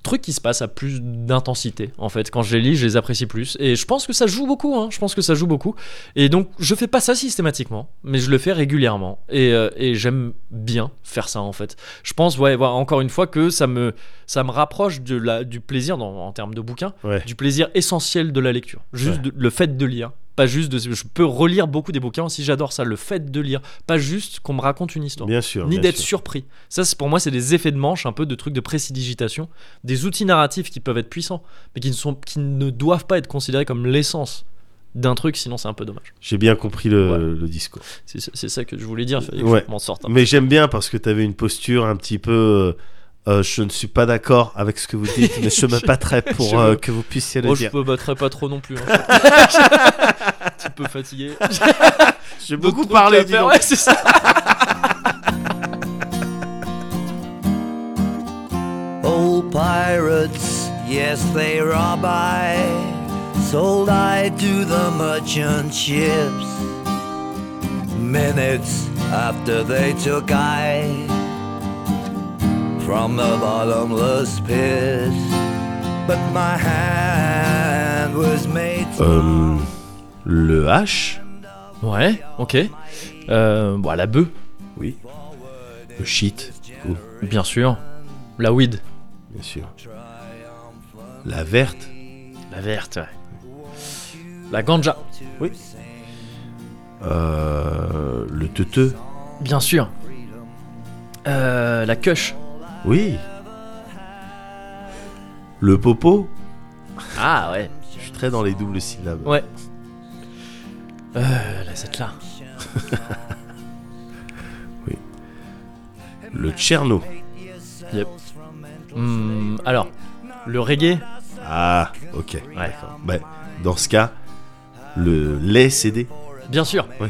[SPEAKER 1] truc qui se passe a plus d'intensité en fait quand je les lis je les apprécie plus et je pense que ça joue beaucoup hein. je pense que ça joue beaucoup et donc je fais pas ça systématiquement mais je le fais régulièrement et, euh, et j'aime bien faire ça en fait je pense ouais, voilà, encore une fois que ça me ça me rapproche de la du plaisir dans- en termes de bouquin
[SPEAKER 2] Ouais.
[SPEAKER 1] du plaisir essentiel de la lecture juste
[SPEAKER 2] Ouais.
[SPEAKER 1] de- le fait de lire pas juste de je peux relire beaucoup des bouquins aussi j'adore ça le fait de lire pas juste qu'on me raconte une histoire
[SPEAKER 2] Bien sûr.
[SPEAKER 1] ni
[SPEAKER 2] bien
[SPEAKER 1] d'être
[SPEAKER 2] sûr.
[SPEAKER 1] surpris. Ça, c'est- pour moi, c'est des effets de manche, un peu de trucs de précidigitation, des outils narratifs qui peuvent être puissants, mais qui ne, sont, qui ne doivent pas être considérés comme l'essence d'un truc, sinon c'est un peu dommage.
[SPEAKER 2] J'ai bien compris le,
[SPEAKER 1] Ouais.
[SPEAKER 2] le discours.
[SPEAKER 1] C'est c'est ça que je voulais dire, fallait que
[SPEAKER 2] Ouais.
[SPEAKER 1] je m'en sorte. hein. un peu.
[SPEAKER 2] Mais j'aime bien parce que t'avais une posture un petit peu. euh, euh, je ne suis pas d'accord avec ce que vous dites, mais je me battrai
[SPEAKER 1] Je-
[SPEAKER 2] pour euh, que vous puissiez le
[SPEAKER 1] Moi, je
[SPEAKER 2] dire.
[SPEAKER 1] me battrais pas trop non plus. hein. Un petit peu fatigué.
[SPEAKER 2] J'ai
[SPEAKER 1] D'autres
[SPEAKER 2] beaucoup
[SPEAKER 1] trucs
[SPEAKER 2] parlé,
[SPEAKER 1] à
[SPEAKER 2] dis
[SPEAKER 1] faire.
[SPEAKER 2] donc.
[SPEAKER 1] Ouais, c'est ça.
[SPEAKER 3] Oh, pirates, yes, they rob I. Sold I to the merchant ships. Minutes after they took I from the bottomless pit. But my hand was made
[SPEAKER 2] Euh, le H,
[SPEAKER 1] Ouais, ok. Euh, bah, la bœuf,
[SPEAKER 2] oui. Le shit, oh,
[SPEAKER 1] bien sûr. La weed,
[SPEAKER 2] bien sûr. La verte,
[SPEAKER 1] La verte, ouais. La ganja,
[SPEAKER 2] Euh, le teuteux.
[SPEAKER 1] bien sûr. Euh, la cush.
[SPEAKER 2] Oui. Le popo.
[SPEAKER 1] Ah ouais.
[SPEAKER 2] Je suis très dans les doubles syllabes.
[SPEAKER 1] Ouais. Euh, la cette là.
[SPEAKER 2] Le tcherno.
[SPEAKER 1] Hmm, alors, le reggae.
[SPEAKER 2] Ah, ok.
[SPEAKER 1] Ouais.
[SPEAKER 2] Bah, dans ce cas, le lait CD.
[SPEAKER 1] Bien sûr.
[SPEAKER 2] Oui.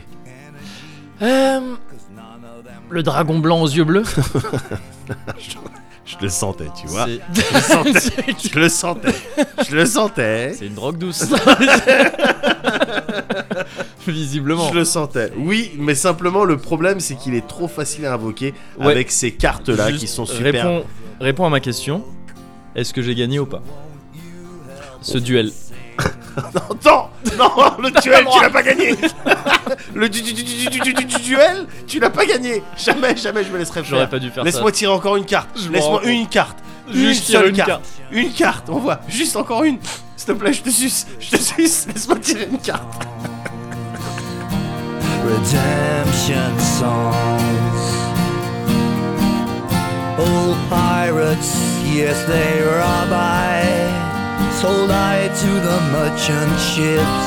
[SPEAKER 1] Euh, le dragon blanc aux yeux bleus.
[SPEAKER 2] Je le sentais, tu vois.
[SPEAKER 1] C'est-
[SPEAKER 2] Je le sentais. Je le sentais.
[SPEAKER 1] C'est une drogue douce. Visiblement.
[SPEAKER 2] Je le sentais. Oui, mais simplement le problème c'est qu'il est trop facile à invoquer
[SPEAKER 1] Ouais.
[SPEAKER 2] avec ces cartes là
[SPEAKER 1] Juste
[SPEAKER 2] qui sont super.
[SPEAKER 1] Réponds, réponds à ma question. Est-ce que j'ai gagné ou pas Ce duel.
[SPEAKER 2] Non, non, le duel,
[SPEAKER 1] droit.
[SPEAKER 2] tu l'as pas gagné. le du, du- du- du- du- du- du- du- duel, tu l'as pas gagné. Jamais, jamais, je me laisserai
[SPEAKER 1] J'aurais
[SPEAKER 2] faire.
[SPEAKER 1] pas dû faire
[SPEAKER 2] Laisse-moi tirer encore une carte.
[SPEAKER 1] Je m'en rends
[SPEAKER 2] Laisse-moi
[SPEAKER 1] compte.
[SPEAKER 2] une carte.
[SPEAKER 1] ça.
[SPEAKER 2] Une
[SPEAKER 1] Juste tirer
[SPEAKER 2] seule
[SPEAKER 1] une
[SPEAKER 2] carte. Une carte. On voit. Juste encore une. S'il te plaît, je te suce. Je te suce. Laisse-moi tirer une carte.
[SPEAKER 5] redemption songs. Old pirates, yes, they rob I, sold I to the merchant ships.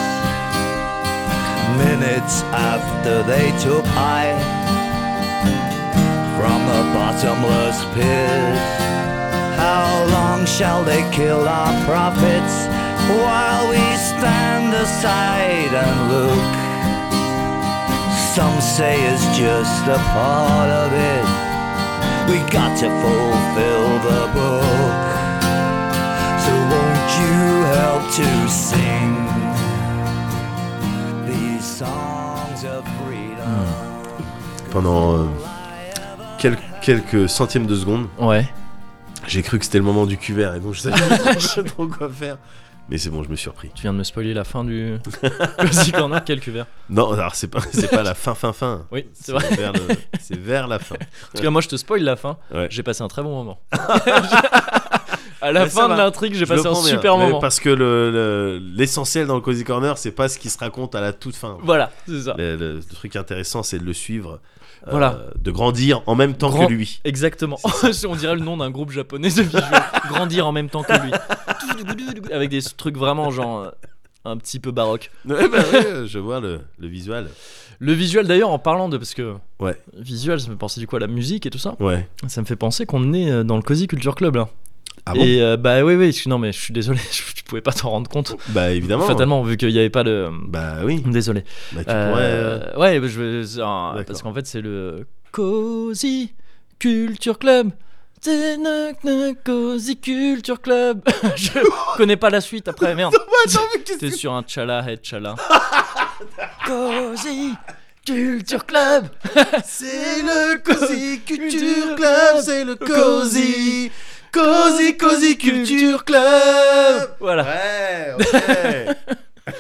[SPEAKER 5] Minutes after they took I from the bottomless pit. How long shall they kill our prophets while we stand aside and look? Some say it's just a part of it. We got to fulfill the book. So won't you help to sing these songs of freedom?
[SPEAKER 2] Pendant euh, quelques centièmes de seconde,
[SPEAKER 1] Ouais.
[SPEAKER 2] j'ai cru que c'était le moment du cuvert et donc je savais pas trop quoi faire. Mais c'est bon, je me suis repris.
[SPEAKER 1] Tu viens de me spoiler la fin du Cozy Corner. Quel cuvert.
[SPEAKER 2] Non, alors c'est pas, c'est pas la fin, fin, fin.
[SPEAKER 1] Oui, c'est vrai.
[SPEAKER 2] Vers le- c'est vers la fin.
[SPEAKER 1] En tout cas, moi, je te spoil la fin.
[SPEAKER 2] Ouais.
[SPEAKER 1] J'ai passé un très bon moment. à la
[SPEAKER 2] Mais ça
[SPEAKER 1] fin de
[SPEAKER 2] va.
[SPEAKER 1] l'intrigue, j'ai
[SPEAKER 2] Je le
[SPEAKER 1] passé un
[SPEAKER 2] prends bien,
[SPEAKER 1] super
[SPEAKER 2] mais
[SPEAKER 1] moment.
[SPEAKER 2] Parce que le- le- l'essentiel dans le Cozy Corner, c'est pas ce qui se raconte à la toute fin.
[SPEAKER 1] Voilà, c'est ça.
[SPEAKER 2] Le, le- le truc intéressant, c'est de le suivre, euh,
[SPEAKER 1] Voilà.
[SPEAKER 2] de grandir en même temps
[SPEAKER 1] Grand-
[SPEAKER 2] que lui.
[SPEAKER 1] Exactement. On dirait le nom d'un groupe japonais de visual. Grandir en même temps que lui. Avec des trucs vraiment genre euh, un petit peu baroque.
[SPEAKER 2] Ouais, bah ouais, je vois le, le visuel.
[SPEAKER 1] Le visuel d'ailleurs en parlant de parce que
[SPEAKER 2] Ouais.
[SPEAKER 1] visuel ça me fait penser du coup à la musique et tout ça.
[SPEAKER 2] Ouais.
[SPEAKER 1] Ça me fait penser qu'on est euh, dans le Cozy Culture Club là.
[SPEAKER 2] Ah
[SPEAKER 1] et euh, bah oui oui, je- non mais je suis désolé, je, je pouvais pas t'en rendre compte.
[SPEAKER 2] Bah évidemment.
[SPEAKER 1] Fatalement vu qu'il n'y avait pas de
[SPEAKER 2] Bah oui.
[SPEAKER 1] désolé.
[SPEAKER 2] Bah, tu
[SPEAKER 1] Euh,
[SPEAKER 2] pourrais. euh,
[SPEAKER 1] ouais, bah, je veux- c'est un-
[SPEAKER 2] D'accord.
[SPEAKER 1] parce qu'en fait c'est le Cozy Culture Club. C'est nac, nac, Cozy Culture Club. je connais pas la suite après, merde. T'es sur un tchala et tchala. Cozy Culture Club.
[SPEAKER 2] C'est le Cozy Culture Club, c'est le Cozy. Cozy, Cozy Culture Club.
[SPEAKER 1] Voilà.
[SPEAKER 2] Ouais, ok.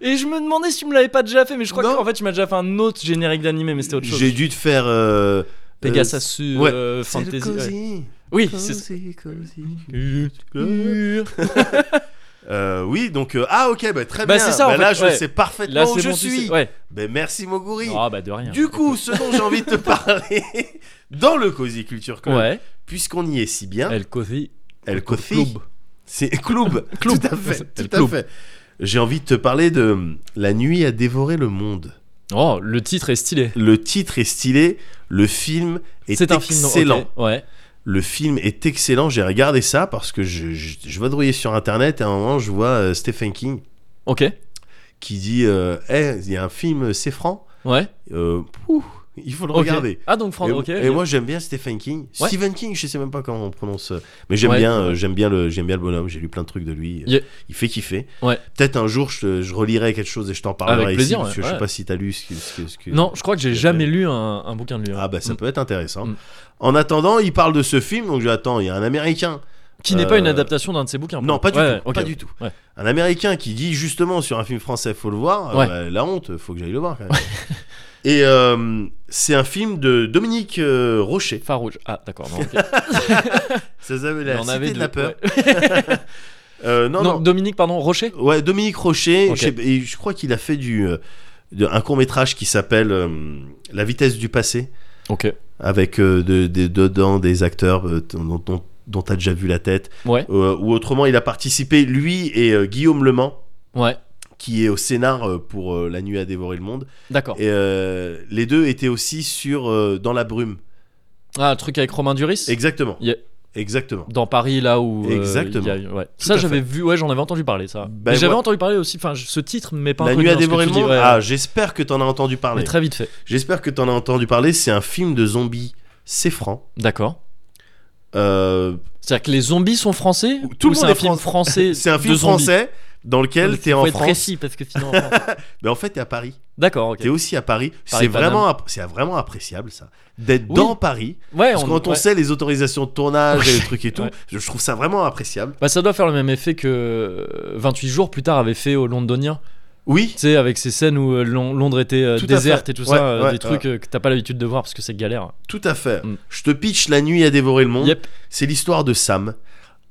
[SPEAKER 1] Et je me demandais si tu me l'avais pas déjà fait, mais je crois
[SPEAKER 2] Non.
[SPEAKER 1] qu'en fait tu m'as déjà fait un autre générique d'animé, mais c'était autre chose.
[SPEAKER 2] J'ai dû te faire. Euh,
[SPEAKER 1] Pegasus
[SPEAKER 2] ouais.
[SPEAKER 1] euh,
[SPEAKER 2] C'est le
[SPEAKER 1] Fantasy. ouais.
[SPEAKER 2] Cozy.
[SPEAKER 1] Oui, c'est ça.
[SPEAKER 2] Euh, oui, donc euh, ah ok, bah, très
[SPEAKER 1] Bah,
[SPEAKER 2] bien.
[SPEAKER 1] c'est ça, en
[SPEAKER 2] Bah, là,
[SPEAKER 1] fait,
[SPEAKER 2] je
[SPEAKER 1] ouais.
[SPEAKER 2] sais parfaitement
[SPEAKER 1] Là,
[SPEAKER 2] où
[SPEAKER 1] c'est
[SPEAKER 2] je
[SPEAKER 1] bon, tu
[SPEAKER 2] suis.
[SPEAKER 1] sais. Ouais.
[SPEAKER 2] Bah, merci Moguri.
[SPEAKER 1] Ah bah de rien.
[SPEAKER 2] du coup, ce dont j'ai envie de te parler dans le Cozy Culture Club,
[SPEAKER 1] ouais.
[SPEAKER 2] puisqu'on y est si bien,
[SPEAKER 1] El Cozy.
[SPEAKER 2] El Cozy,
[SPEAKER 1] Club.
[SPEAKER 2] c'est club,
[SPEAKER 1] Club.
[SPEAKER 2] tout à fait,
[SPEAKER 1] C'est
[SPEAKER 2] tout
[SPEAKER 1] le
[SPEAKER 2] à fait. J'ai envie de te parler de La nuit a dévoré le monde.
[SPEAKER 1] Oh, le titre est stylé.
[SPEAKER 2] Le titre est stylé, le film est,
[SPEAKER 1] C'est un film non-
[SPEAKER 2] excellent.
[SPEAKER 1] ok, Ouais.
[SPEAKER 2] Le film est excellent. J'ai regardé ça parce que je, je, je vadrouillais sur internet et à un moment je vois euh, Stephen King
[SPEAKER 1] Ok.
[SPEAKER 2] qui dit euh, Eh, il y a un film c'est franc
[SPEAKER 1] Ouais.
[SPEAKER 2] Euh, pouf, il faut le
[SPEAKER 1] ok.
[SPEAKER 2] regarder
[SPEAKER 1] Ah donc Fran-
[SPEAKER 2] et,
[SPEAKER 1] ok.
[SPEAKER 2] et moi j'aime bien Stephen King
[SPEAKER 1] Ouais.
[SPEAKER 2] Stephen King je sais même pas comment on prononce euh, mais j'aime
[SPEAKER 1] Ouais.
[SPEAKER 2] bien euh, j'aime bien le j'aime bien le bonhomme j'ai lu plein de trucs de lui euh,
[SPEAKER 1] Yeah.
[SPEAKER 2] il fait kiffer
[SPEAKER 1] Ouais.
[SPEAKER 2] peut-être un jour je, je relirai quelque chose et je t'en parlerai
[SPEAKER 1] Avec
[SPEAKER 2] ici,
[SPEAKER 1] plaisir,
[SPEAKER 2] parce que
[SPEAKER 1] ouais,
[SPEAKER 2] je
[SPEAKER 1] ouais.
[SPEAKER 2] sais pas si t'as lu ce que, ce que- ce que-
[SPEAKER 1] Non, je crois que j'ai
[SPEAKER 2] Ouais.
[SPEAKER 1] jamais lu un, un bouquin de lui. hein.
[SPEAKER 2] ah bah ça
[SPEAKER 1] Mm.
[SPEAKER 2] peut être intéressant
[SPEAKER 1] Mm.
[SPEAKER 2] en attendant il parle de ce film donc j'attends il y a un américain
[SPEAKER 1] Qui n'est pas une
[SPEAKER 2] euh,
[SPEAKER 1] adaptation d'un de ses bouquins.
[SPEAKER 2] non pas du
[SPEAKER 1] Ouais,
[SPEAKER 2] tout
[SPEAKER 1] ok,
[SPEAKER 2] pas
[SPEAKER 1] ok.
[SPEAKER 2] du tout
[SPEAKER 1] Ouais.
[SPEAKER 2] un américain qui dit justement sur un film français faut le voir euh,
[SPEAKER 1] Ouais.
[SPEAKER 2] bah, la honte faut que j'aille le voir quand même. et euh, c'est un film de Dominique euh, Rocher
[SPEAKER 1] Farouche. Ah d'accord. non, ok.
[SPEAKER 2] Ça s'appelle
[SPEAKER 1] Il
[SPEAKER 2] la
[SPEAKER 1] en
[SPEAKER 2] Cité
[SPEAKER 1] avait
[SPEAKER 2] de la
[SPEAKER 1] deux,
[SPEAKER 2] peur.
[SPEAKER 1] ouais.
[SPEAKER 2] Euh, non,
[SPEAKER 1] Non,
[SPEAKER 2] non.
[SPEAKER 1] Dominique, pardon, Rocher
[SPEAKER 2] Ouais, Dominique Rocher,
[SPEAKER 1] Ok.
[SPEAKER 2] je, sais- et je crois qu'il a fait du, euh, de- un court métrage qui s'appelle euh, La vitesse du passé,
[SPEAKER 1] Ok.
[SPEAKER 2] avec euh, de- de- dedans des acteurs euh, t- dont, dont, tu as déjà vu la tête.
[SPEAKER 1] Ouais.
[SPEAKER 2] Euh, ou autrement, il a participé, lui et euh, Guillaume Le Mans,
[SPEAKER 1] Ouais,
[SPEAKER 2] qui est au scénar euh, pour euh, La nuit à dévorer le monde.
[SPEAKER 1] d'accord.
[SPEAKER 2] Et euh, les deux étaient aussi sur euh, Dans la brume.
[SPEAKER 1] Ah, le truc avec Romain Duris
[SPEAKER 2] Exactement.
[SPEAKER 1] Yeah.
[SPEAKER 2] Exactement.
[SPEAKER 1] Dans Paris, là où. euh,
[SPEAKER 2] Exactement.
[SPEAKER 1] il y a- ouais.
[SPEAKER 2] Tout
[SPEAKER 1] Ça,
[SPEAKER 2] à
[SPEAKER 1] j'avais vu, ouais, j'en avais entendu parler, ça.
[SPEAKER 2] Ben,
[SPEAKER 1] Mais j'avais
[SPEAKER 2] moi-
[SPEAKER 1] entendu parler aussi, enfin, je- ce titre, mais pas
[SPEAKER 2] La
[SPEAKER 1] inconnu
[SPEAKER 2] nuit à
[SPEAKER 1] dans ce que
[SPEAKER 2] dévorer
[SPEAKER 1] tu
[SPEAKER 2] le
[SPEAKER 1] dis,
[SPEAKER 2] monde.
[SPEAKER 1] ouais,
[SPEAKER 2] Ah,
[SPEAKER 1] ouais.
[SPEAKER 2] j'espère que t'en as entendu
[SPEAKER 1] mais
[SPEAKER 2] parler.
[SPEAKER 1] très vite fait.
[SPEAKER 2] J'espère que t'en as entendu parler. C'est un film de zombies. C'est franc.
[SPEAKER 1] D'accord.
[SPEAKER 2] Euh,
[SPEAKER 1] C'est-à-dire que les zombies sont français
[SPEAKER 2] Tout
[SPEAKER 1] ou
[SPEAKER 2] le
[SPEAKER 1] c'est
[SPEAKER 2] monde
[SPEAKER 1] un
[SPEAKER 2] est
[SPEAKER 1] film
[SPEAKER 2] français.
[SPEAKER 1] français
[SPEAKER 2] c'est un
[SPEAKER 1] de
[SPEAKER 2] film
[SPEAKER 1] zombies
[SPEAKER 2] français dans
[SPEAKER 1] Non, mais
[SPEAKER 2] lequel t'es
[SPEAKER 1] faut
[SPEAKER 2] en
[SPEAKER 1] être
[SPEAKER 2] France.
[SPEAKER 1] précis parce que sinon.
[SPEAKER 2] Mais en fait, t'es à Paris.
[SPEAKER 1] D'accord, ok.
[SPEAKER 2] T'es aussi à Paris.
[SPEAKER 1] Paris,
[SPEAKER 2] C'est vraiment, app- c'est vraiment appréciable ça. D'être
[SPEAKER 1] Oui.
[SPEAKER 2] dans Paris.
[SPEAKER 1] Ouais,
[SPEAKER 2] Parce que quand on
[SPEAKER 1] ouais.
[SPEAKER 2] sait les autorisations de tournage et les trucs et tout,
[SPEAKER 1] Ouais.
[SPEAKER 2] je je trouve ça vraiment appréciable.
[SPEAKER 1] Bah, ça doit faire le même effet que euh, 28 jours plus tard avait fait au Londonien.
[SPEAKER 2] Oui.
[SPEAKER 1] Tu sais, avec ces scènes où euh, Lon- Londres était euh,
[SPEAKER 2] Tout à
[SPEAKER 1] déserte
[SPEAKER 2] fait.
[SPEAKER 1] et tout
[SPEAKER 2] Ouais,
[SPEAKER 1] ça, euh,
[SPEAKER 2] ouais,
[SPEAKER 1] des trucs euh, que t'as pas l'habitude de voir parce que c'est galère.
[SPEAKER 2] Tout à fait.
[SPEAKER 1] Mm.
[SPEAKER 2] Je te pitch La nuit à dévorer le monde.
[SPEAKER 1] Yep.
[SPEAKER 2] C'est l'histoire de Sam.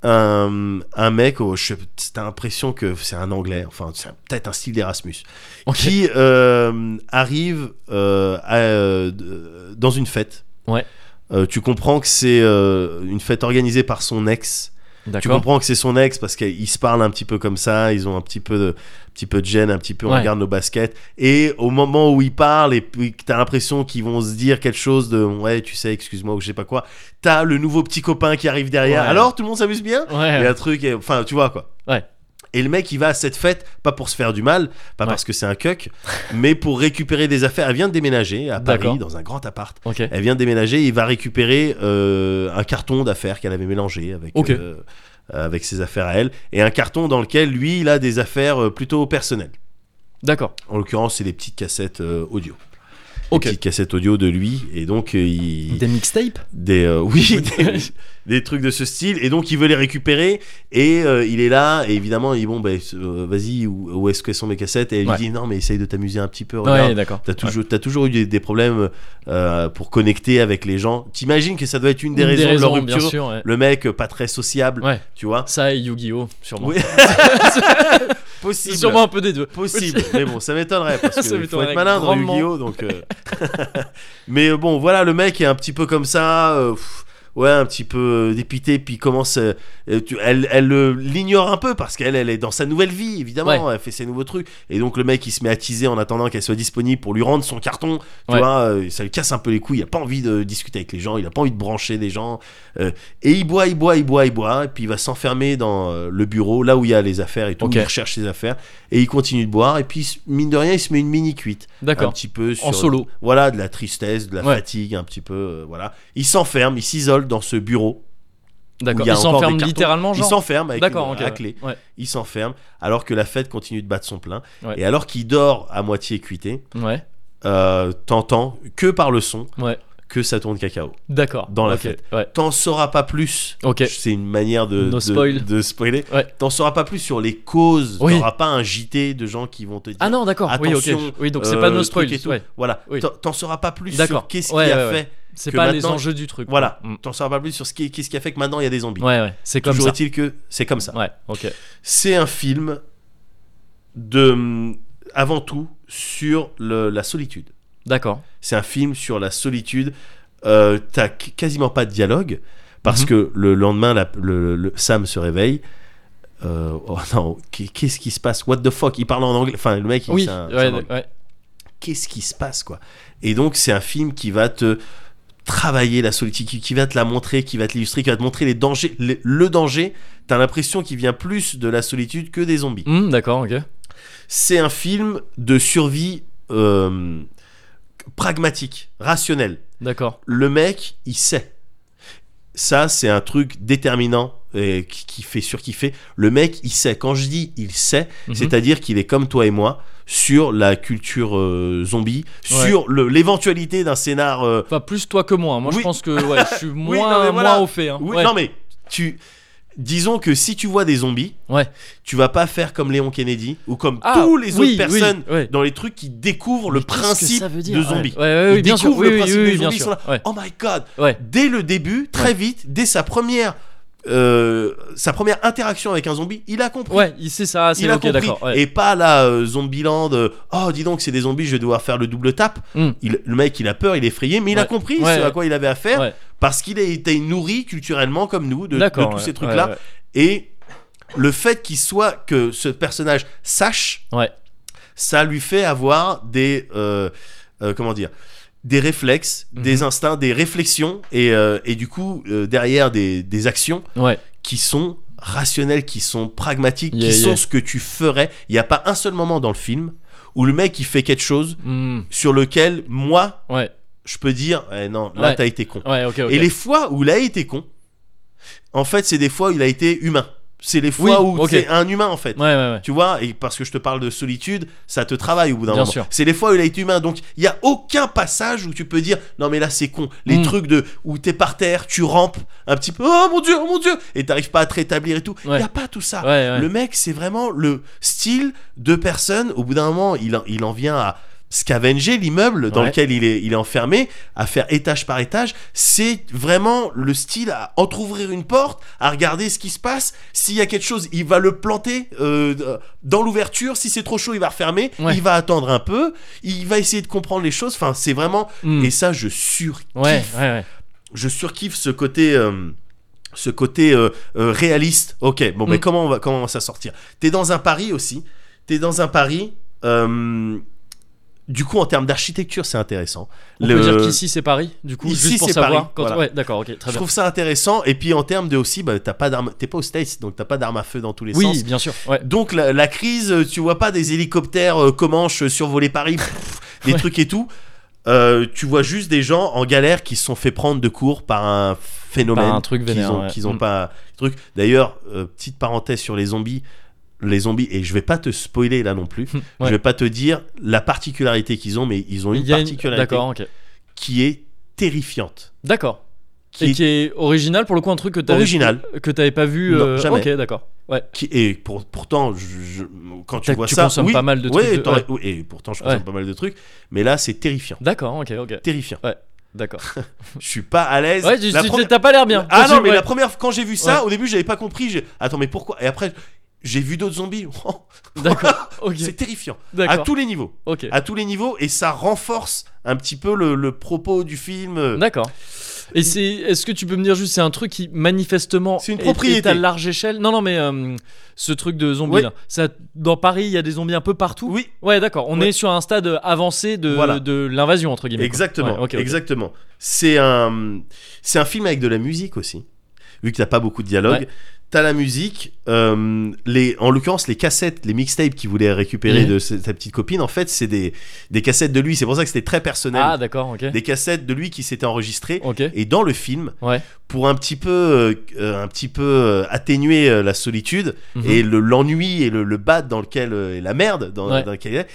[SPEAKER 2] Un, un mec, oh, je- t'as l'impression que c'est un anglais, enfin, c'est peut-être un style d'Erasmus,
[SPEAKER 1] Ok.
[SPEAKER 2] qui euh, arrive euh, à, euh, de- dans une fête.
[SPEAKER 1] Ouais.
[SPEAKER 2] Euh, tu comprends que c'est euh, une fête organisée par son ex. Tu
[SPEAKER 1] D'accord.
[SPEAKER 2] comprends que c'est son ex parce qu'ils se parlent un petit peu comme ça, ils ont un petit peu de, petit peu de gêne, un petit peu on
[SPEAKER 1] Ouais.
[SPEAKER 2] regarde nos baskets. Et au moment où ils parlent et puis que t'as l'impression qu'ils vont se dire quelque chose de ouais, tu sais, excuse-moi ou je sais pas quoi, t'as le nouveau petit copain qui arrive derrière.
[SPEAKER 1] Ouais.
[SPEAKER 2] Alors tout le monde s'amuse bien
[SPEAKER 1] Ouais.
[SPEAKER 2] Il y a un truc, et- enfin tu vois quoi.
[SPEAKER 1] Ouais.
[SPEAKER 2] Et le mec il va à cette fête, pas pour se faire du mal, pas
[SPEAKER 1] Ouais.
[SPEAKER 2] parce que c'est un cuck, mais pour récupérer des affaires. Elle vient de déménager à
[SPEAKER 1] D'accord.
[SPEAKER 2] Paris dans un grand appart.
[SPEAKER 1] Ok.
[SPEAKER 2] Elle vient de déménager, il va récupérer euh, un carton d'affaires qu'elle avait mélangé avec,
[SPEAKER 1] Ok.
[SPEAKER 2] euh, avec ses affaires à elle, et un carton dans lequel lui, il a des affaires euh, plutôt personnelles.
[SPEAKER 1] D'accord.
[SPEAKER 2] En l'occurrence, c'est des petites cassettes euh, audio.
[SPEAKER 1] Ok.
[SPEAKER 2] Des petites cassettes audio de lui, et donc euh, il...
[SPEAKER 1] Des mixtapes
[SPEAKER 2] des, euh, oui, des, des trucs de ce style, et donc il veut les récupérer, et euh, il est là, et évidemment, il dit, bon, ben, euh, vas-y, où, où est-ce que sont mes cassettes Et elle
[SPEAKER 1] Ouais.
[SPEAKER 2] lui dit, non, mais essaye de t'amuser un petit peu, regarde,
[SPEAKER 1] Ouais, d'accord.
[SPEAKER 2] T'as toujours, t'as toujours eu des, des problèmes euh, pour connecter avec les gens. T'imagines que ça doit être une des
[SPEAKER 1] Une
[SPEAKER 2] raisons, de leur
[SPEAKER 1] bien
[SPEAKER 2] rupture.
[SPEAKER 1] sûr. ouais.
[SPEAKER 2] Le mec euh, pas très sociable,
[SPEAKER 1] Ouais.
[SPEAKER 2] tu vois.
[SPEAKER 1] Ça et Yu-Gi-Oh, sûrement.
[SPEAKER 2] Oui,
[SPEAKER 1] C'est
[SPEAKER 2] Possible.
[SPEAKER 1] sûrement un peu des deux.
[SPEAKER 2] Possible. mais bon, ça m'étonnerait parce que
[SPEAKER 1] Ça
[SPEAKER 2] faut
[SPEAKER 1] m'étonnerait
[SPEAKER 2] être malin dans
[SPEAKER 1] grandement.
[SPEAKER 2] Yu-Gi-Oh. Donc, euh, mais euh, bon, voilà, le mec est un petit peu comme ça. euh, pff, Ouais, un petit peu euh, dépité, puis il commence. euh, euh, tu- elle elle euh, l'ignore un peu parce qu'elle elle est dans sa nouvelle vie, évidemment. Elle fait ses nouveaux trucs. Et donc le mec, il se met à teaser en attendant qu'elle soit disponible pour lui rendre son carton. Tu
[SPEAKER 1] Ouais.
[SPEAKER 2] vois, euh, ça lui casse un peu les couilles. Il a pas envie de discuter avec les gens. Il a pas envie de brancher des gens. euh, et il boit, il boit, il boit, il boit. Et puis il va s'enfermer dans euh, le bureau, là où il y a les affaires et tout.
[SPEAKER 1] Ok.
[SPEAKER 2] Il recherche ses affaires. Et il continue de boire. Et puis, il se- mine de rien, il se met une mini cuite. Un
[SPEAKER 1] D'accord.
[SPEAKER 2] petit peu sur,
[SPEAKER 1] En solo.
[SPEAKER 2] Voilà, de la tristesse, de la
[SPEAKER 1] Ouais.
[SPEAKER 2] fatigue, un petit peu. euh, voilà. Il s'enferme, il s'isole dans ce bureau.
[SPEAKER 1] D'accord.
[SPEAKER 2] il y a
[SPEAKER 1] Il
[SPEAKER 2] encore
[SPEAKER 1] s'enferme
[SPEAKER 2] des cartons.
[SPEAKER 1] littéralement,
[SPEAKER 2] Il
[SPEAKER 1] genre.
[SPEAKER 2] s'enferme avec
[SPEAKER 1] D'accord,
[SPEAKER 2] une-
[SPEAKER 1] ok.
[SPEAKER 2] la
[SPEAKER 1] ouais.
[SPEAKER 2] clé.
[SPEAKER 1] Ouais.
[SPEAKER 2] Il s'enferme alors que la fête continue de battre son plein.
[SPEAKER 1] Ouais.
[SPEAKER 2] Et alors qu'il dort à moitié cuité,
[SPEAKER 1] Ouais.
[SPEAKER 2] euh, t'entends que par le son
[SPEAKER 1] Ouais.
[SPEAKER 2] que ça tourne cacao.
[SPEAKER 1] D'accord.
[SPEAKER 2] Dans la
[SPEAKER 1] Ok,
[SPEAKER 2] fête.
[SPEAKER 1] Ouais.
[SPEAKER 2] T'en sauras pas plus.
[SPEAKER 1] Ok.
[SPEAKER 2] C'est une manière de,
[SPEAKER 1] No
[SPEAKER 2] de,
[SPEAKER 1] spoil.
[SPEAKER 2] de spoiler.
[SPEAKER 1] Ouais.
[SPEAKER 2] T'en sauras pas plus sur les causes.
[SPEAKER 1] Oui.
[SPEAKER 2] T'auras pas un JT de gens qui vont te dire.
[SPEAKER 1] Ah non, d'accord. Oui, ok.
[SPEAKER 2] Attention,
[SPEAKER 1] Oui, donc c'est pas
[SPEAKER 2] euh,
[SPEAKER 1] nos
[SPEAKER 2] truc
[SPEAKER 1] spoils.
[SPEAKER 2] et tout.
[SPEAKER 1] ouais.
[SPEAKER 2] Voilà.
[SPEAKER 1] Oui.
[SPEAKER 2] T'en- T'en sauras pas plus
[SPEAKER 1] D'accord.
[SPEAKER 2] sur qu'est-ce
[SPEAKER 1] Ouais,
[SPEAKER 2] qui a
[SPEAKER 1] ouais, ouais.
[SPEAKER 2] fait.
[SPEAKER 1] C'est
[SPEAKER 2] que
[SPEAKER 1] pas les
[SPEAKER 2] maintenant-
[SPEAKER 1] enjeux du truc.
[SPEAKER 2] Voilà.
[SPEAKER 1] Mm.
[SPEAKER 2] T'en sauras pas plus sur ce qui, qu'est-ce qui a fait que maintenant il y a des zombies.
[SPEAKER 1] Ouais, ouais. C'est comme
[SPEAKER 2] Toujours
[SPEAKER 1] ça.
[SPEAKER 2] est-il que c'est comme ça.
[SPEAKER 1] Ouais. Ok.
[SPEAKER 2] C'est un film de hum, avant tout sur le- la solitude.
[SPEAKER 1] D'accord.
[SPEAKER 2] C'est un film sur la solitude. Euh, T'as qu- quasiment pas de dialogue parce
[SPEAKER 1] Mhm.
[SPEAKER 2] que le lendemain, la- le, le- Sam se réveille. Euh, oh non, qu- qu'est-ce qui se passe What the fuck Il parle en anglais. Enfin, le mec, il-
[SPEAKER 1] Oui.
[SPEAKER 2] c'est un- c'est
[SPEAKER 1] ouais,
[SPEAKER 2] un anglais.
[SPEAKER 1] ouais.
[SPEAKER 2] Qu'est-ce qui se passe, quoi Et donc, c'est un film qui va te travailler la solitude, qui- qui va te la montrer, qui va te l'illustrer, qui va te montrer les dangers, le, le danger. T'as l'impression qu'il vient plus de la solitude que des zombies.
[SPEAKER 1] Mm, D'accord. Ok.
[SPEAKER 2] C'est un film de survie euh, pragmatique, rationnel
[SPEAKER 1] D'accord.
[SPEAKER 2] le mec, il sait. Ça, c'est un truc déterminant et qui, qui fait surkiffer. Le mec, il sait. Quand je dis il sait,
[SPEAKER 1] Mhm.
[SPEAKER 2] c'est-à-dire qu'il est comme toi et moi sur la culture euh, zombie,
[SPEAKER 1] Ouais.
[SPEAKER 2] sur le- l'éventualité d'un scénar. euh,
[SPEAKER 1] Enfin, plus toi que moi. Moi, je
[SPEAKER 2] Oui.
[SPEAKER 1] pense que ouais, je suis
[SPEAKER 2] non, mais
[SPEAKER 1] moins,
[SPEAKER 2] voilà.
[SPEAKER 1] moins au fait. hein.
[SPEAKER 2] oui,
[SPEAKER 1] Ouais.
[SPEAKER 2] Non mais tu, disons que si tu vois des zombies,
[SPEAKER 1] Ouais.
[SPEAKER 2] tu vas pas faire comme Léon Kennedy ou comme
[SPEAKER 1] Ah,
[SPEAKER 2] tous les
[SPEAKER 1] oui,
[SPEAKER 2] autres personnes
[SPEAKER 1] oui, ouais.
[SPEAKER 2] dans les trucs qui découvrent
[SPEAKER 1] Mais
[SPEAKER 2] le
[SPEAKER 1] qu'est-ce que ça
[SPEAKER 2] principe
[SPEAKER 1] veut dire
[SPEAKER 2] de
[SPEAKER 1] Ouais.
[SPEAKER 2] zombie.
[SPEAKER 1] Ouais, ouais, oui,
[SPEAKER 2] Ils
[SPEAKER 1] bien sûr.
[SPEAKER 2] découvrent
[SPEAKER 1] Oui,
[SPEAKER 2] le
[SPEAKER 1] oui,
[SPEAKER 2] principe
[SPEAKER 1] oui,
[SPEAKER 2] des
[SPEAKER 1] bien
[SPEAKER 2] zombies, ils
[SPEAKER 1] sûr.
[SPEAKER 2] sont là.
[SPEAKER 1] Ouais.
[SPEAKER 2] Oh my god,
[SPEAKER 1] Ouais.
[SPEAKER 2] dès le début, très vite, dès sa première euh, sa première interaction avec un zombie, il a compris.
[SPEAKER 1] Ouais, il sait ça, c'est
[SPEAKER 2] Il a
[SPEAKER 1] ok,
[SPEAKER 2] compris.
[SPEAKER 1] d'accord. ouais.
[SPEAKER 2] Et pas là, euh, Zombieland, euh, oh dis donc, c'est des zombies, je vais devoir faire le double tap.
[SPEAKER 1] Mm.
[SPEAKER 2] Il- le mec, il a peur, il est effrayé, mais il a
[SPEAKER 1] Ouais.
[SPEAKER 2] compris
[SPEAKER 1] Ouais,
[SPEAKER 2] ce
[SPEAKER 1] ouais.
[SPEAKER 2] à quoi il avait affaire
[SPEAKER 1] Ouais.
[SPEAKER 2] parce qu'il a été nourri culturellement comme nous de, de
[SPEAKER 1] D'accord,
[SPEAKER 2] tous
[SPEAKER 1] ouais,
[SPEAKER 2] ces trucs-là.
[SPEAKER 1] ouais, ouais.
[SPEAKER 2] Et le fait qu'il soit, que ce personnage sache,
[SPEAKER 1] Ouais.
[SPEAKER 2] ça lui fait avoir des. euh, euh, comment dire des réflexes,
[SPEAKER 1] Mhm.
[SPEAKER 2] des instincts, des réflexions et, euh, et du coup euh, derrière des, des actions
[SPEAKER 1] Ouais.
[SPEAKER 2] qui sont rationnels, qui sont pragmatiques,
[SPEAKER 1] Yeah,
[SPEAKER 2] qui
[SPEAKER 1] yeah.
[SPEAKER 2] sont ce que tu ferais. Il n'y a pas un seul moment dans le film où le mec il fait quelque chose
[SPEAKER 1] Hmm.
[SPEAKER 2] sur lequel moi
[SPEAKER 1] Ouais.
[SPEAKER 2] je peux dire eh non là
[SPEAKER 1] Ouais.
[SPEAKER 2] t'as été con.
[SPEAKER 1] Ouais, ok, ok.
[SPEAKER 2] Et les fois où il a été con, en fait c'est des fois où il a été humain. C'est les fois
[SPEAKER 1] Oui,
[SPEAKER 2] où
[SPEAKER 1] ok.
[SPEAKER 2] c'est un humain en fait.
[SPEAKER 1] Ouais, ouais, ouais.
[SPEAKER 2] Tu vois, et parce que je te parle de solitude, ça te travaille au bout d'un
[SPEAKER 1] Bien
[SPEAKER 2] moment.
[SPEAKER 1] sûr.
[SPEAKER 2] C'est les fois où il a été humain. Donc, il y a aucun passage où tu peux dire non, mais là, c'est con. Les
[SPEAKER 1] Mm.
[SPEAKER 2] trucs de où t'es par terre, tu rampes un petit peu, oh mon dieu, oh mon dieu, et t'arrives pas à te rétablir et tout. Il
[SPEAKER 1] Ouais.
[SPEAKER 2] y a pas tout ça.
[SPEAKER 1] Ouais, ouais.
[SPEAKER 2] Ah, Le mec, c'est vraiment le style de personne. Au bout d'un moment, il en, il en vient à scavenger l'immeuble dans
[SPEAKER 1] Ouais.
[SPEAKER 2] lequel il est, il est enfermé, à faire étage par étage. C'est vraiment le style à entr'ouvrir une porte, à regarder ce qui se passe. S'il y a quelque chose, il va le planter euh, dans l'ouverture. Si c'est trop chaud, il va refermer.
[SPEAKER 1] Ouais.
[SPEAKER 2] Il va attendre un peu. Il va essayer de comprendre les choses. Enfin, c'est vraiment.
[SPEAKER 1] Hmm.
[SPEAKER 2] Et ça, je surkiffe.
[SPEAKER 1] Ouais, ouais, ouais.
[SPEAKER 2] Je surkiffe ce côté. euh, ce côté euh, euh, réaliste, ok, bon, mais
[SPEAKER 1] Mm.
[SPEAKER 2] comment on va, comment on va s'en sortir T'es dans un pari aussi, t'es dans un pari. euh, du coup, en termes d'architecture, c'est intéressant.
[SPEAKER 1] On
[SPEAKER 2] Le-
[SPEAKER 1] peut dire qu'ici c'est Paris, du coup,
[SPEAKER 2] Ici,
[SPEAKER 1] juste pour
[SPEAKER 2] c'est
[SPEAKER 1] savoir.
[SPEAKER 2] Paris,
[SPEAKER 1] quand-
[SPEAKER 2] voilà.
[SPEAKER 1] Ouais, d'accord, ok, très
[SPEAKER 2] je
[SPEAKER 1] bien.
[SPEAKER 2] trouve ça intéressant. Et puis en termes de aussi, bah, t'as pas d'armes, t'es pas aux States, donc t'as pas d'armes à feu dans tous les sens.
[SPEAKER 1] Oui, bien sûr. Ouais.
[SPEAKER 2] Donc la, la crise, euh, tu vois pas des hélicoptères euh, Comanche euh, survoler Paris, pff, des
[SPEAKER 1] Ouais.
[SPEAKER 2] trucs et tout. Euh, tu vois juste des gens en galère qui se sont fait prendre de court par un phénomène
[SPEAKER 1] Par un truc vénère,
[SPEAKER 2] qu'ils ont,
[SPEAKER 1] ouais.
[SPEAKER 2] qu'ils ont
[SPEAKER 1] Mm.
[SPEAKER 2] pas truc. D'ailleurs, euh, petite parenthèse sur les zombies, les zombies et je vais pas te spoiler là non plus.
[SPEAKER 1] Ouais.
[SPEAKER 2] Je vais pas te dire la particularité qu'ils ont, mais ils ont une
[SPEAKER 1] Il y a une-
[SPEAKER 2] particularité
[SPEAKER 1] D'accord, ok.
[SPEAKER 2] qui est terrifiante.
[SPEAKER 1] D'accord.
[SPEAKER 2] Qui
[SPEAKER 1] Et
[SPEAKER 2] est-
[SPEAKER 1] qui est original pour le coup, un truc que t'avais
[SPEAKER 2] Original.
[SPEAKER 1] que t'avais pas vu.
[SPEAKER 2] Non,
[SPEAKER 1] euh,
[SPEAKER 2] jamais.
[SPEAKER 1] Ok, d'accord. Ouais.
[SPEAKER 2] Qui- et pour- pourtant, je- je- quand tu
[SPEAKER 1] T'as-
[SPEAKER 2] vois
[SPEAKER 1] tu
[SPEAKER 2] ça,
[SPEAKER 1] consommes
[SPEAKER 2] oui,
[SPEAKER 1] pas mal de
[SPEAKER 2] ouais,
[SPEAKER 1] trucs de-
[SPEAKER 2] t'aurais- oui, Et pourtant, je consomme
[SPEAKER 1] Ouais.
[SPEAKER 2] pas mal de trucs, mais là, c'est terrifiant,
[SPEAKER 1] D'accord, ok, ok.
[SPEAKER 2] terrifiant.
[SPEAKER 1] D'accord.
[SPEAKER 2] Je suis pas à l'aise.
[SPEAKER 1] Ouais, tu-
[SPEAKER 2] La
[SPEAKER 1] tu-
[SPEAKER 2] première-
[SPEAKER 1] t'as pas l'air bien.
[SPEAKER 2] Ah non,
[SPEAKER 1] Continue,
[SPEAKER 2] mais
[SPEAKER 1] ouais.
[SPEAKER 2] la première quand j'ai vu ça,
[SPEAKER 1] Ouais.
[SPEAKER 2] au début, j'avais pas compris. j'ai- Attends, mais pourquoi Et après, j'ai vu d'autres zombies. Oh,
[SPEAKER 1] D'accord, ok.
[SPEAKER 2] c'est terrifiant à
[SPEAKER 1] D'accord.
[SPEAKER 2] tous les niveaux,
[SPEAKER 1] Ok.
[SPEAKER 2] à tous les niveaux, et ça renforce un petit peu le, le propos du film. euh,
[SPEAKER 1] D'accord. Et c'est, est-ce que tu peux me dire juste, c'est un truc qui manifestement
[SPEAKER 2] C'est une
[SPEAKER 1] est-
[SPEAKER 2] propriété.
[SPEAKER 1] est à large échelle Non, non, mais euh, ce truc de zombie
[SPEAKER 2] Oui.
[SPEAKER 1] là, ça, dans Paris, il y a des zombies un peu partout.
[SPEAKER 2] Oui,
[SPEAKER 1] Ouais, d'accord. On
[SPEAKER 2] Ouais.
[SPEAKER 1] est sur un stade avancé de,
[SPEAKER 2] Voilà.
[SPEAKER 1] de l'invasion entre guillemets. quoi.
[SPEAKER 2] exactement,
[SPEAKER 1] Ouais, ok, ok.
[SPEAKER 2] exactement. C'est un, c'est un film avec de la musique aussi. Vu que t'as pas beaucoup de dialogue,
[SPEAKER 1] Ouais.
[SPEAKER 2] t'as la musique. euh, les, en l'occurrence, les cassettes, les mixtapes qu'il voulait récupérer
[SPEAKER 1] Mhm.
[SPEAKER 2] de sa- sa petite copine, en fait, c'est des, des cassettes de lui. C'est pour ça que c'était très personnel.
[SPEAKER 1] Ah, d'accord. Ok.
[SPEAKER 2] des cassettes de lui qui s'était enregistré
[SPEAKER 1] Ok.
[SPEAKER 2] et dans le film
[SPEAKER 1] Ouais.
[SPEAKER 2] pour un petit peu euh, euh, un petit peu euh, atténuer euh, la solitude
[SPEAKER 1] Mhm.
[SPEAKER 2] et le- l'ennui et le, le bad dans lequel euh, et la merde dans,
[SPEAKER 1] Ouais.
[SPEAKER 2] dans lequel il est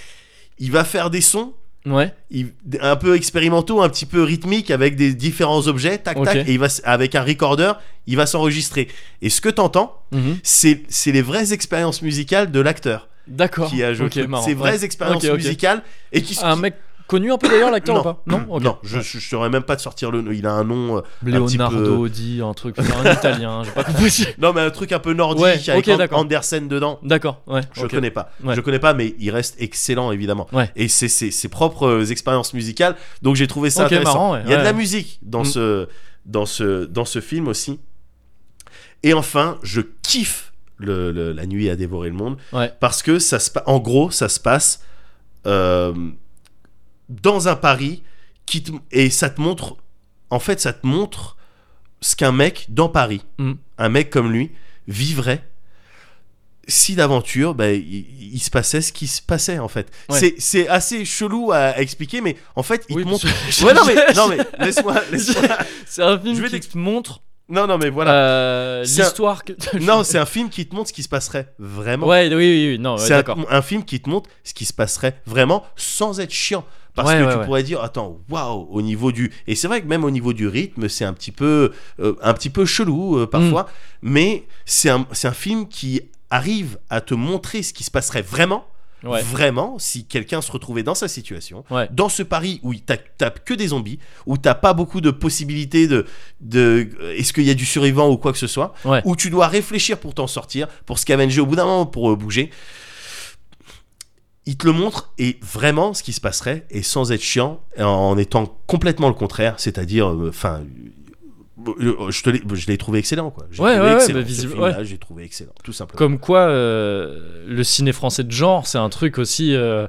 [SPEAKER 2] il va faire des sons
[SPEAKER 1] Ouais.
[SPEAKER 2] il- un peu expérimentaux un petit peu rythmiques avec des différents objets tac
[SPEAKER 1] Ok.
[SPEAKER 2] tac et il va s- avec un recorder il va s'enregistrer et ce que t'entends
[SPEAKER 1] Mhm.
[SPEAKER 2] c'est c'est les vraies expériences musicales de l'acteur
[SPEAKER 1] D'accord.
[SPEAKER 2] qui a joué
[SPEAKER 1] Ok, marrant.
[SPEAKER 2] ces vraies
[SPEAKER 1] Ouais.
[SPEAKER 2] expériences
[SPEAKER 1] Ok, ok.
[SPEAKER 2] musicales et qui
[SPEAKER 1] Un mec connu un peu d'ailleurs l'acteur
[SPEAKER 2] Non.
[SPEAKER 1] ou pas Non. ok.
[SPEAKER 2] non je, je, je saurais même pas te sortir le nom il a un nom euh,
[SPEAKER 1] Leonardo
[SPEAKER 2] peu-
[SPEAKER 1] dit un truc, un italien. J'ai pas compris.
[SPEAKER 2] Non, mais un truc un peu nordique
[SPEAKER 1] Ouais,
[SPEAKER 2] avec
[SPEAKER 1] ok,
[SPEAKER 2] An-
[SPEAKER 1] d'accord.
[SPEAKER 2] Andersen dedans.
[SPEAKER 1] D'accord. Ouais.
[SPEAKER 2] Je
[SPEAKER 1] ok.
[SPEAKER 2] connais pas.
[SPEAKER 1] Ouais.
[SPEAKER 2] Je connais pas, mais il reste excellent évidemment.
[SPEAKER 1] Ouais.
[SPEAKER 2] Et c'est c'est- ses propres expériences musicales. Donc j'ai trouvé ça
[SPEAKER 1] Ok,
[SPEAKER 2] intéressant.
[SPEAKER 1] marrant, ouais,
[SPEAKER 2] il y a de
[SPEAKER 1] ouais.
[SPEAKER 2] la musique dans
[SPEAKER 1] Mm.
[SPEAKER 2] ce dans ce dans ce film aussi. Et enfin, je kiffe le- le- la nuit à dévorer le monde
[SPEAKER 1] Ouais.
[SPEAKER 2] parce que ça se pa- en gros ça se passe euh, dans un Paris qui te- et ça te montre en fait ça te montre ce qu'un mec dans Paris
[SPEAKER 1] Mm.
[SPEAKER 2] un mec comme lui vivrait si d'aventure bah, il, il se passait ce qui se passait en fait
[SPEAKER 1] Ouais.
[SPEAKER 2] c'est, c'est assez chelou à, à expliquer mais en fait il
[SPEAKER 1] Oui,
[SPEAKER 2] te montre
[SPEAKER 1] parce que-
[SPEAKER 2] ouais, non mais, non, mais laisse-moi, laisse-moi.
[SPEAKER 1] C'est un film
[SPEAKER 2] Je vais
[SPEAKER 1] qui
[SPEAKER 2] t'ex-
[SPEAKER 1] te montre
[SPEAKER 2] non non mais voilà
[SPEAKER 1] euh,
[SPEAKER 2] C'est un-
[SPEAKER 1] l'histoire que.
[SPEAKER 2] non c'est un film qui te montre ce qui se passerait vraiment
[SPEAKER 1] Ouais, oui, oui, oui, non, ouais,
[SPEAKER 2] c'est un,
[SPEAKER 1] d'accord.
[SPEAKER 2] un film qui te montre ce qui se passerait vraiment sans être chiant. Parce
[SPEAKER 1] Ouais,
[SPEAKER 2] que
[SPEAKER 1] ouais,
[SPEAKER 2] tu
[SPEAKER 1] ouais.
[SPEAKER 2] pourrais dire attends waouh au niveau du et c'est vrai que même au niveau du rythme c'est un petit peu euh, un petit peu chelou euh, parfois
[SPEAKER 1] Mm.
[SPEAKER 2] mais c'est un, c'est un film qui arrive à te montrer ce qui se passerait vraiment
[SPEAKER 1] Ouais.
[SPEAKER 2] vraiment si quelqu'un se retrouvait dans sa situation,
[SPEAKER 1] Ouais.
[SPEAKER 2] dans ce pari où il t'a- tape que des zombies, où t'as pas beaucoup de possibilités de, de euh, est-ce qu'il y a du survivant ou quoi que ce soit,
[SPEAKER 1] Ouais.
[SPEAKER 2] où tu dois réfléchir pour t'en sortir, pour scavenger au bout d'un moment pour euh, bouger. Il te le montre et vraiment ce qui se passerait et sans être chiant en étant complètement le contraire, c'est-à-dire euh, enfin euh, je te l'ai- je l'ai trouvé excellent quoi. J'ai
[SPEAKER 1] Ouais,
[SPEAKER 2] trouvé
[SPEAKER 1] ouais, ouais,
[SPEAKER 2] excellent
[SPEAKER 1] bah,
[SPEAKER 2] ce
[SPEAKER 1] visible-
[SPEAKER 2] film-là, j'ai trouvé excellent tout simplement.
[SPEAKER 1] Comme quoi, euh, le ciné français de genre, c'est un truc aussi euh,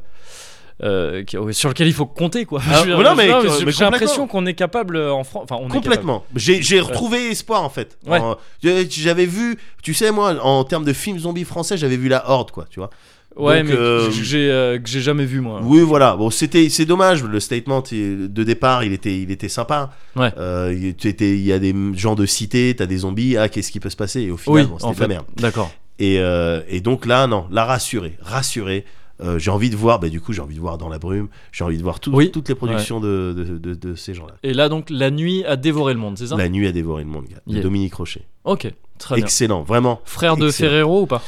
[SPEAKER 1] euh, qui- sur lequel il faut compter, quoi.
[SPEAKER 2] Ah,
[SPEAKER 1] Je veux
[SPEAKER 2] mais
[SPEAKER 1] dire,
[SPEAKER 2] non, mais- mais
[SPEAKER 1] j'ai- j'ai
[SPEAKER 2] complètement.
[SPEAKER 1] l'impression qu'on est capable euh, en France. Enfin, on est
[SPEAKER 2] Complètement. J'ai j'ai retrouvé espoir en fait.
[SPEAKER 1] Ouais.
[SPEAKER 2] En- j'ai- J'avais vu, tu sais moi, en termes de films zombies français, j'avais vu la Horde quoi, tu vois.
[SPEAKER 1] capable. Ouais,
[SPEAKER 2] Donc,
[SPEAKER 1] mais que
[SPEAKER 2] euh,
[SPEAKER 1] j'ai euh, que j'ai jamais vu moi.
[SPEAKER 2] Oui, voilà. Bon, c'était, c'est dommage. Le statement il- de départ, il était, il était sympa.
[SPEAKER 1] Ouais.
[SPEAKER 2] Euh, il- tu étais, il y a des gens de cité, t'as des zombies. Ah, qu'est-ce qui peut se passer Et au final,
[SPEAKER 1] Oui,
[SPEAKER 2] bon, c'était
[SPEAKER 1] en
[SPEAKER 2] de la
[SPEAKER 1] fait.
[SPEAKER 2] merde.
[SPEAKER 1] D'accord.
[SPEAKER 2] Et, euh, et donc là, non, la rassurer, rassurer. Euh, j'ai envie de voir, bah, du coup, j'ai envie de voir dans la brume. J'ai envie de voir tout-
[SPEAKER 1] Oui.
[SPEAKER 2] toutes les productions de, de, de- de ces gens-là.
[SPEAKER 1] Et là, donc, la nuit a dévoré le monde, c'est ça
[SPEAKER 2] La nuit a dévoré le monde, gars. de
[SPEAKER 1] Hein Yeah.
[SPEAKER 2] Dominique Rocher.
[SPEAKER 1] Ok, très bien.
[SPEAKER 2] Excellent, vraiment.
[SPEAKER 1] Frère de
[SPEAKER 2] excellent.
[SPEAKER 1] Ferrero ou pas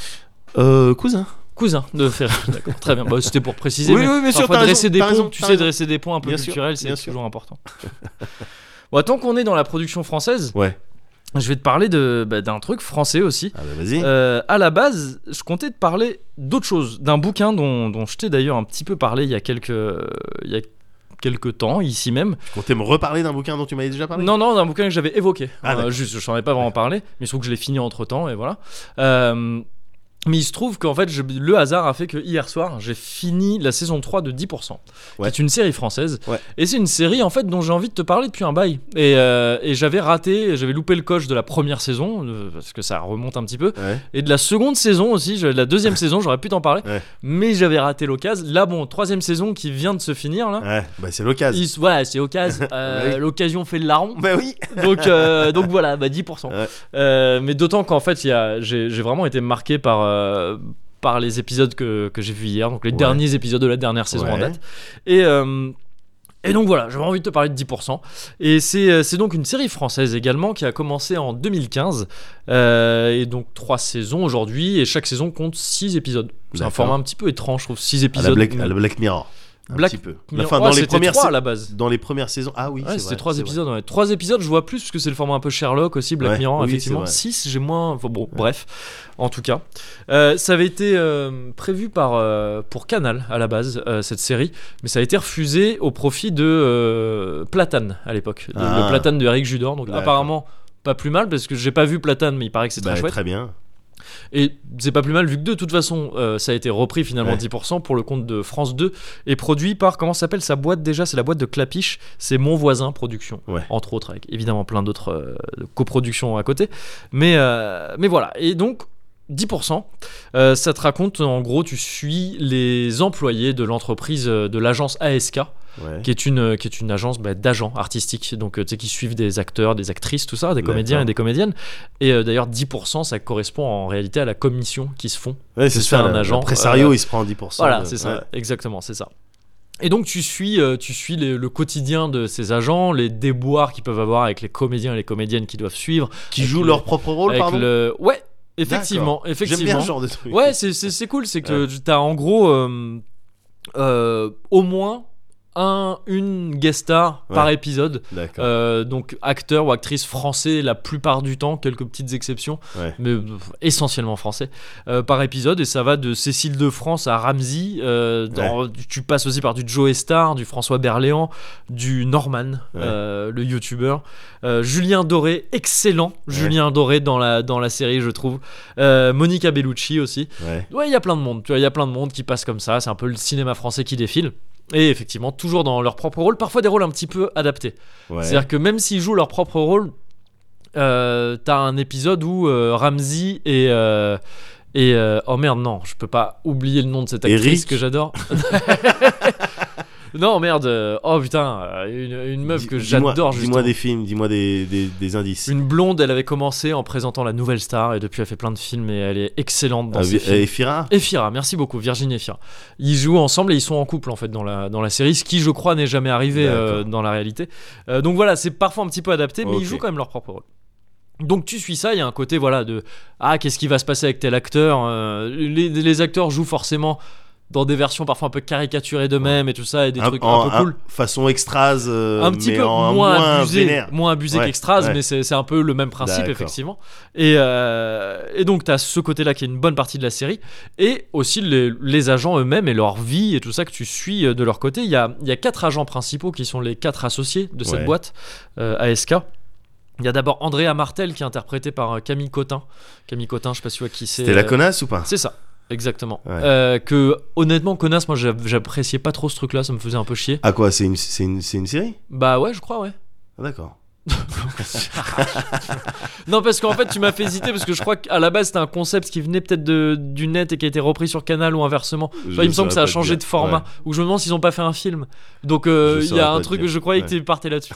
[SPEAKER 2] Euh, cousin.
[SPEAKER 1] Cousin de Ferrero. D'accord, très bien. Bah, C'était pour préciser.
[SPEAKER 2] Oui,
[SPEAKER 1] mais
[SPEAKER 2] oui, bien sûr,
[SPEAKER 1] parfois,
[SPEAKER 2] t'as
[SPEAKER 1] dresser
[SPEAKER 2] raison,
[SPEAKER 1] des
[SPEAKER 2] t'as
[SPEAKER 1] ponts,
[SPEAKER 2] raison,
[SPEAKER 1] tu
[SPEAKER 2] t'as
[SPEAKER 1] sais,
[SPEAKER 2] raison.
[SPEAKER 1] dresser des ponts un peu
[SPEAKER 2] Bien sûr,
[SPEAKER 1] culturels, c'est
[SPEAKER 2] bien sûr.
[SPEAKER 1] toujours important. bon, tant qu'on est dans la production française,
[SPEAKER 2] Ouais.
[SPEAKER 1] je vais te parler de- bah, d'un truc français aussi.
[SPEAKER 2] Ah bah vas-y.
[SPEAKER 1] Euh, à la base, je comptais te parler d'autre chose, d'un bouquin dont, dont je t'ai d'ailleurs un petit peu parlé il y a quelques, euh, il y a quelques temps, ici même.
[SPEAKER 2] Je comptais me reparler d'un bouquin dont tu m'avais déjà parlé.
[SPEAKER 1] Non, non, d'un bouquin que j'avais évoqué. Euh,
[SPEAKER 2] Ah, d'accord.
[SPEAKER 1] juste, je n'en ai pas vraiment parlé, mais il se trouve que je l'ai fini entre temps, et voilà. Euh, mais il se trouve qu'en fait, je- le hasard a fait que hier soir, j'ai fini la saison 3 de 10%.
[SPEAKER 2] Ouais.
[SPEAKER 1] C'est une série française.
[SPEAKER 2] Ouais.
[SPEAKER 1] Et c'est une série, en fait, dont j'ai envie de te parler depuis un bail. Et, euh, et j'avais raté, j'avais loupé le coche de la première saison, euh, parce que ça remonte un petit peu.
[SPEAKER 2] Ouais.
[SPEAKER 1] Et de la seconde saison aussi, je- de la deuxième saison, j'aurais pu t'en parler.
[SPEAKER 2] Ouais.
[SPEAKER 1] Mais j'avais raté l'occasion. Là, bon, troisième saison qui vient de se finir, là.
[SPEAKER 2] Ouais, bah c'est l'occasion.
[SPEAKER 1] Il se- voilà, c'est occasion. euh,
[SPEAKER 2] Oui.
[SPEAKER 1] L'occasion fait le larron.
[SPEAKER 2] Bah oui.
[SPEAKER 1] Donc, euh, donc voilà, bah 10%.
[SPEAKER 2] Ouais.
[SPEAKER 1] Euh, mais d'autant qu'en fait, il y a- j'ai j'ai vraiment été marqué par. euh, par les épisodes que, que j'ai vus hier, donc les
[SPEAKER 2] Ouais.
[SPEAKER 1] derniers épisodes de la dernière saison en
[SPEAKER 2] Ouais.
[SPEAKER 1] date. Et, euh, et donc voilà, j'avais envie de te parler de 10%. Et c'est euh, c'est donc une série française également qui a commencé en 2015. euh, et donc trois saisons aujourd'hui, et chaque saison compte six épisodes. C'est un
[SPEAKER 2] D'accord.
[SPEAKER 1] format un petit peu étrange, je trouve, six
[SPEAKER 2] À la
[SPEAKER 1] épisodes.
[SPEAKER 2] Black, à la Black Mirror. Un
[SPEAKER 1] Black
[SPEAKER 2] petit peu.
[SPEAKER 1] Mais-
[SPEAKER 2] Enfin,
[SPEAKER 1] oh,
[SPEAKER 2] dans les
[SPEAKER 1] c'était
[SPEAKER 2] premières.
[SPEAKER 1] trois
[SPEAKER 2] sa-
[SPEAKER 1] à la base.
[SPEAKER 2] Dans les premières saisons. Ah oui.
[SPEAKER 1] Ouais,
[SPEAKER 2] c'est
[SPEAKER 1] c'était
[SPEAKER 2] vrai,
[SPEAKER 1] trois
[SPEAKER 2] c'est vrai.
[SPEAKER 1] épisodes. ouais. Trois épisodes, je vois plus parce que c'est le format un peu Sherlock aussi, Black
[SPEAKER 2] Ouais,
[SPEAKER 1] Mirror,
[SPEAKER 2] oui, c'est
[SPEAKER 1] effectivement.
[SPEAKER 2] vrai.
[SPEAKER 1] Six, j'ai moins. enfin bon, bref. En tout cas, Euh, ça avait été euh, prévu par euh, pour Canal à la base euh, cette série, mais ça a été refusé au profit de euh, Platane à l'époque, Le-
[SPEAKER 2] Ah.
[SPEAKER 1] le Platane de Eric Judor. Donc
[SPEAKER 2] D'accord.
[SPEAKER 1] apparemment. Pas plus mal parce que j'ai pas vu Platane, mais il paraît que c'est
[SPEAKER 2] Bah,
[SPEAKER 1] très chouette.
[SPEAKER 2] très bien.
[SPEAKER 1] Et c'est pas plus mal vu que de toute façon, euh, ça a été repris finalement
[SPEAKER 2] Ouais.
[SPEAKER 1] 10% pour le compte de France 2 et produit par, comment s'appelle sa boîte déjà C'est la boîte de Clapiche, c'est Mon Voisin Production,
[SPEAKER 2] Ouais.
[SPEAKER 1] entre autres, avec évidemment plein d'autres euh, coproductions à côté. Mais, euh, mais voilà, et donc 10%, euh, ça te raconte en gros, tu suis les employés de l'entreprise euh, de l'agence ASK,
[SPEAKER 2] Ouais.
[SPEAKER 1] qui est une qui est une agence bah, d'agents artistiques donc euh, tu sais qui suivent des acteurs des actrices tout ça des comédiens
[SPEAKER 2] D'accord.
[SPEAKER 1] et des comédiennes et euh, d'ailleurs 10% ça correspond en réalité à la commission qui se font
[SPEAKER 2] Ouais, c'est
[SPEAKER 1] c'est
[SPEAKER 2] ça.
[SPEAKER 1] un
[SPEAKER 2] le- le
[SPEAKER 1] agent,
[SPEAKER 2] Presario,
[SPEAKER 1] euh,
[SPEAKER 2] il se prend 10%.
[SPEAKER 1] voilà
[SPEAKER 2] de-
[SPEAKER 1] c'est
[SPEAKER 2] ouais.
[SPEAKER 1] ça exactement c'est ça et donc tu suis, euh, tu suis les- le quotidien de ces agents, les déboires qu'ils peuvent avoir avec les comédiens et les comédiennes qui doivent suivre.
[SPEAKER 2] Qui
[SPEAKER 1] Avec
[SPEAKER 2] jouent
[SPEAKER 1] le-
[SPEAKER 2] leur propre rôle,
[SPEAKER 1] avec
[SPEAKER 2] pardon.
[SPEAKER 1] le... Ouais, effectivement,
[SPEAKER 2] J'aime
[SPEAKER 1] effectivement.
[SPEAKER 2] bien ce genre de truc.
[SPEAKER 1] Ouais, c'est, c'est, c'est cool, c'est que tu as en gros euh, euh, au moins un, une guest star par
[SPEAKER 2] Ouais.
[SPEAKER 1] épisode.
[SPEAKER 2] D'accord.
[SPEAKER 1] Euh, donc acteur ou actrice français la plupart du temps, quelques petites exceptions,
[SPEAKER 2] Ouais.
[SPEAKER 1] mais euh, essentiellement français, euh, par épisode. Et ça va de Cécile de France à Ramsey. euh, dans- Tu passes aussi par du Joe Star, du François Berléand, du Norman, euh, le youtubeur. Euh, Julien Doré, excellent. Julien Doré dans la, dans la série, je trouve. Euh, Monica Bellucci aussi.
[SPEAKER 2] Ouais.
[SPEAKER 1] Ouais, il y a plein de monde, tu vois, il y a plein de monde qui passe comme ça, c'est un peu le cinéma français qui défile. Et effectivement, toujours dans leur propre rôle, parfois des rôles un petit peu adaptés.
[SPEAKER 2] Ouais.
[SPEAKER 1] C'est-à-dire que même s'ils jouent leur propre rôle, euh, t'as un épisode où euh, Ramsey et. euh, et euh, oh merde, non, je peux pas oublier le nom de cette actrice
[SPEAKER 2] Eric.
[SPEAKER 1] que j'adore. non, merde, euh, oh putain, euh, une, une meuf
[SPEAKER 2] Dis-
[SPEAKER 1] que
[SPEAKER 2] dis-moi-
[SPEAKER 1] j'adore justement.
[SPEAKER 2] Dis-moi des films, dis-moi des, des, des indices.
[SPEAKER 1] Une blonde, elle avait commencé en présentant La Nouvelle Star et depuis elle fait plein de films et elle est excellente dans
[SPEAKER 2] Ah,
[SPEAKER 1] ses
[SPEAKER 2] vi-
[SPEAKER 1] films.
[SPEAKER 2] euh, Efira
[SPEAKER 1] Efira, merci beaucoup, Virginie Efira. Ils jouent ensemble et ils sont en couple en fait dans la, dans la série, ce qui je crois n'est jamais arrivé
[SPEAKER 2] D'accord.
[SPEAKER 1] euh, dans la réalité. Euh, donc voilà, c'est parfois un petit peu adapté, mais
[SPEAKER 2] Ok.
[SPEAKER 1] ils jouent quand même leur propre rôle. Donc tu suis ça, il y a un côté voilà de ah qu'est-ce qui va se passer avec tel acteur. euh, les, les acteurs jouent forcément dans des versions parfois un peu caricaturées d'eux-mêmes et tout ça, et des
[SPEAKER 2] Un-
[SPEAKER 1] trucs
[SPEAKER 2] en-
[SPEAKER 1] un peu cool.
[SPEAKER 2] Façon extras, euh,
[SPEAKER 1] un petit
[SPEAKER 2] mais
[SPEAKER 1] peu
[SPEAKER 2] en
[SPEAKER 1] moins,
[SPEAKER 2] moins
[SPEAKER 1] abusé,
[SPEAKER 2] vénère.
[SPEAKER 1] moins abusé
[SPEAKER 2] Ouais,
[SPEAKER 1] qu'Extras,
[SPEAKER 2] ouais.
[SPEAKER 1] mais c'est c'est un peu le même principe
[SPEAKER 2] D'accord.
[SPEAKER 1] effectivement. Et, euh, et donc t'as ce côté-là qui est une bonne partie de la série, et aussi les, les agents eux-mêmes et leur vie et tout ça que tu suis euh, de leur côté. Il y a, il y a quatre agents principaux qui sont les quatre associés de cette
[SPEAKER 2] Ouais.
[SPEAKER 1] boîte euh, ASK. Il y a d'abord Andrea Martel qui est interprété par euh, Camille Cotin. Camille Cotin, je sais pas si tu vois qui c'est.
[SPEAKER 2] C'était la
[SPEAKER 1] euh,
[SPEAKER 2] connasse ou pas
[SPEAKER 1] c'est ça, exactement.
[SPEAKER 2] Ouais.
[SPEAKER 1] Euh, que honnêtement, connasse, moi j'a- j'appréciais pas trop ce truc-là, ça me faisait un peu chier.
[SPEAKER 2] Ah quoi, c'est une, c'est une, c'est une série
[SPEAKER 1] Bah ouais, je crois, ouais.
[SPEAKER 2] Ah, D'accord.
[SPEAKER 1] Non, parce qu'en fait, tu m'as fait hésiter parce que je crois qu'à la base, c'était un concept qui venait peut-être de- du net et qui a été repris sur Canal ou inversement.
[SPEAKER 2] Je
[SPEAKER 1] Enfin, il me semble que ça a
[SPEAKER 2] saurais pas te
[SPEAKER 1] changé
[SPEAKER 2] dire.
[SPEAKER 1] de format. Ou je me demande s'ils ont pas fait un film. Donc, euh,
[SPEAKER 2] Je
[SPEAKER 1] il y
[SPEAKER 2] saurais
[SPEAKER 1] a un
[SPEAKER 2] pas te
[SPEAKER 1] truc
[SPEAKER 2] dire.
[SPEAKER 1] que je croyais que
[SPEAKER 2] Ouais.
[SPEAKER 1] tu partais là-dessus.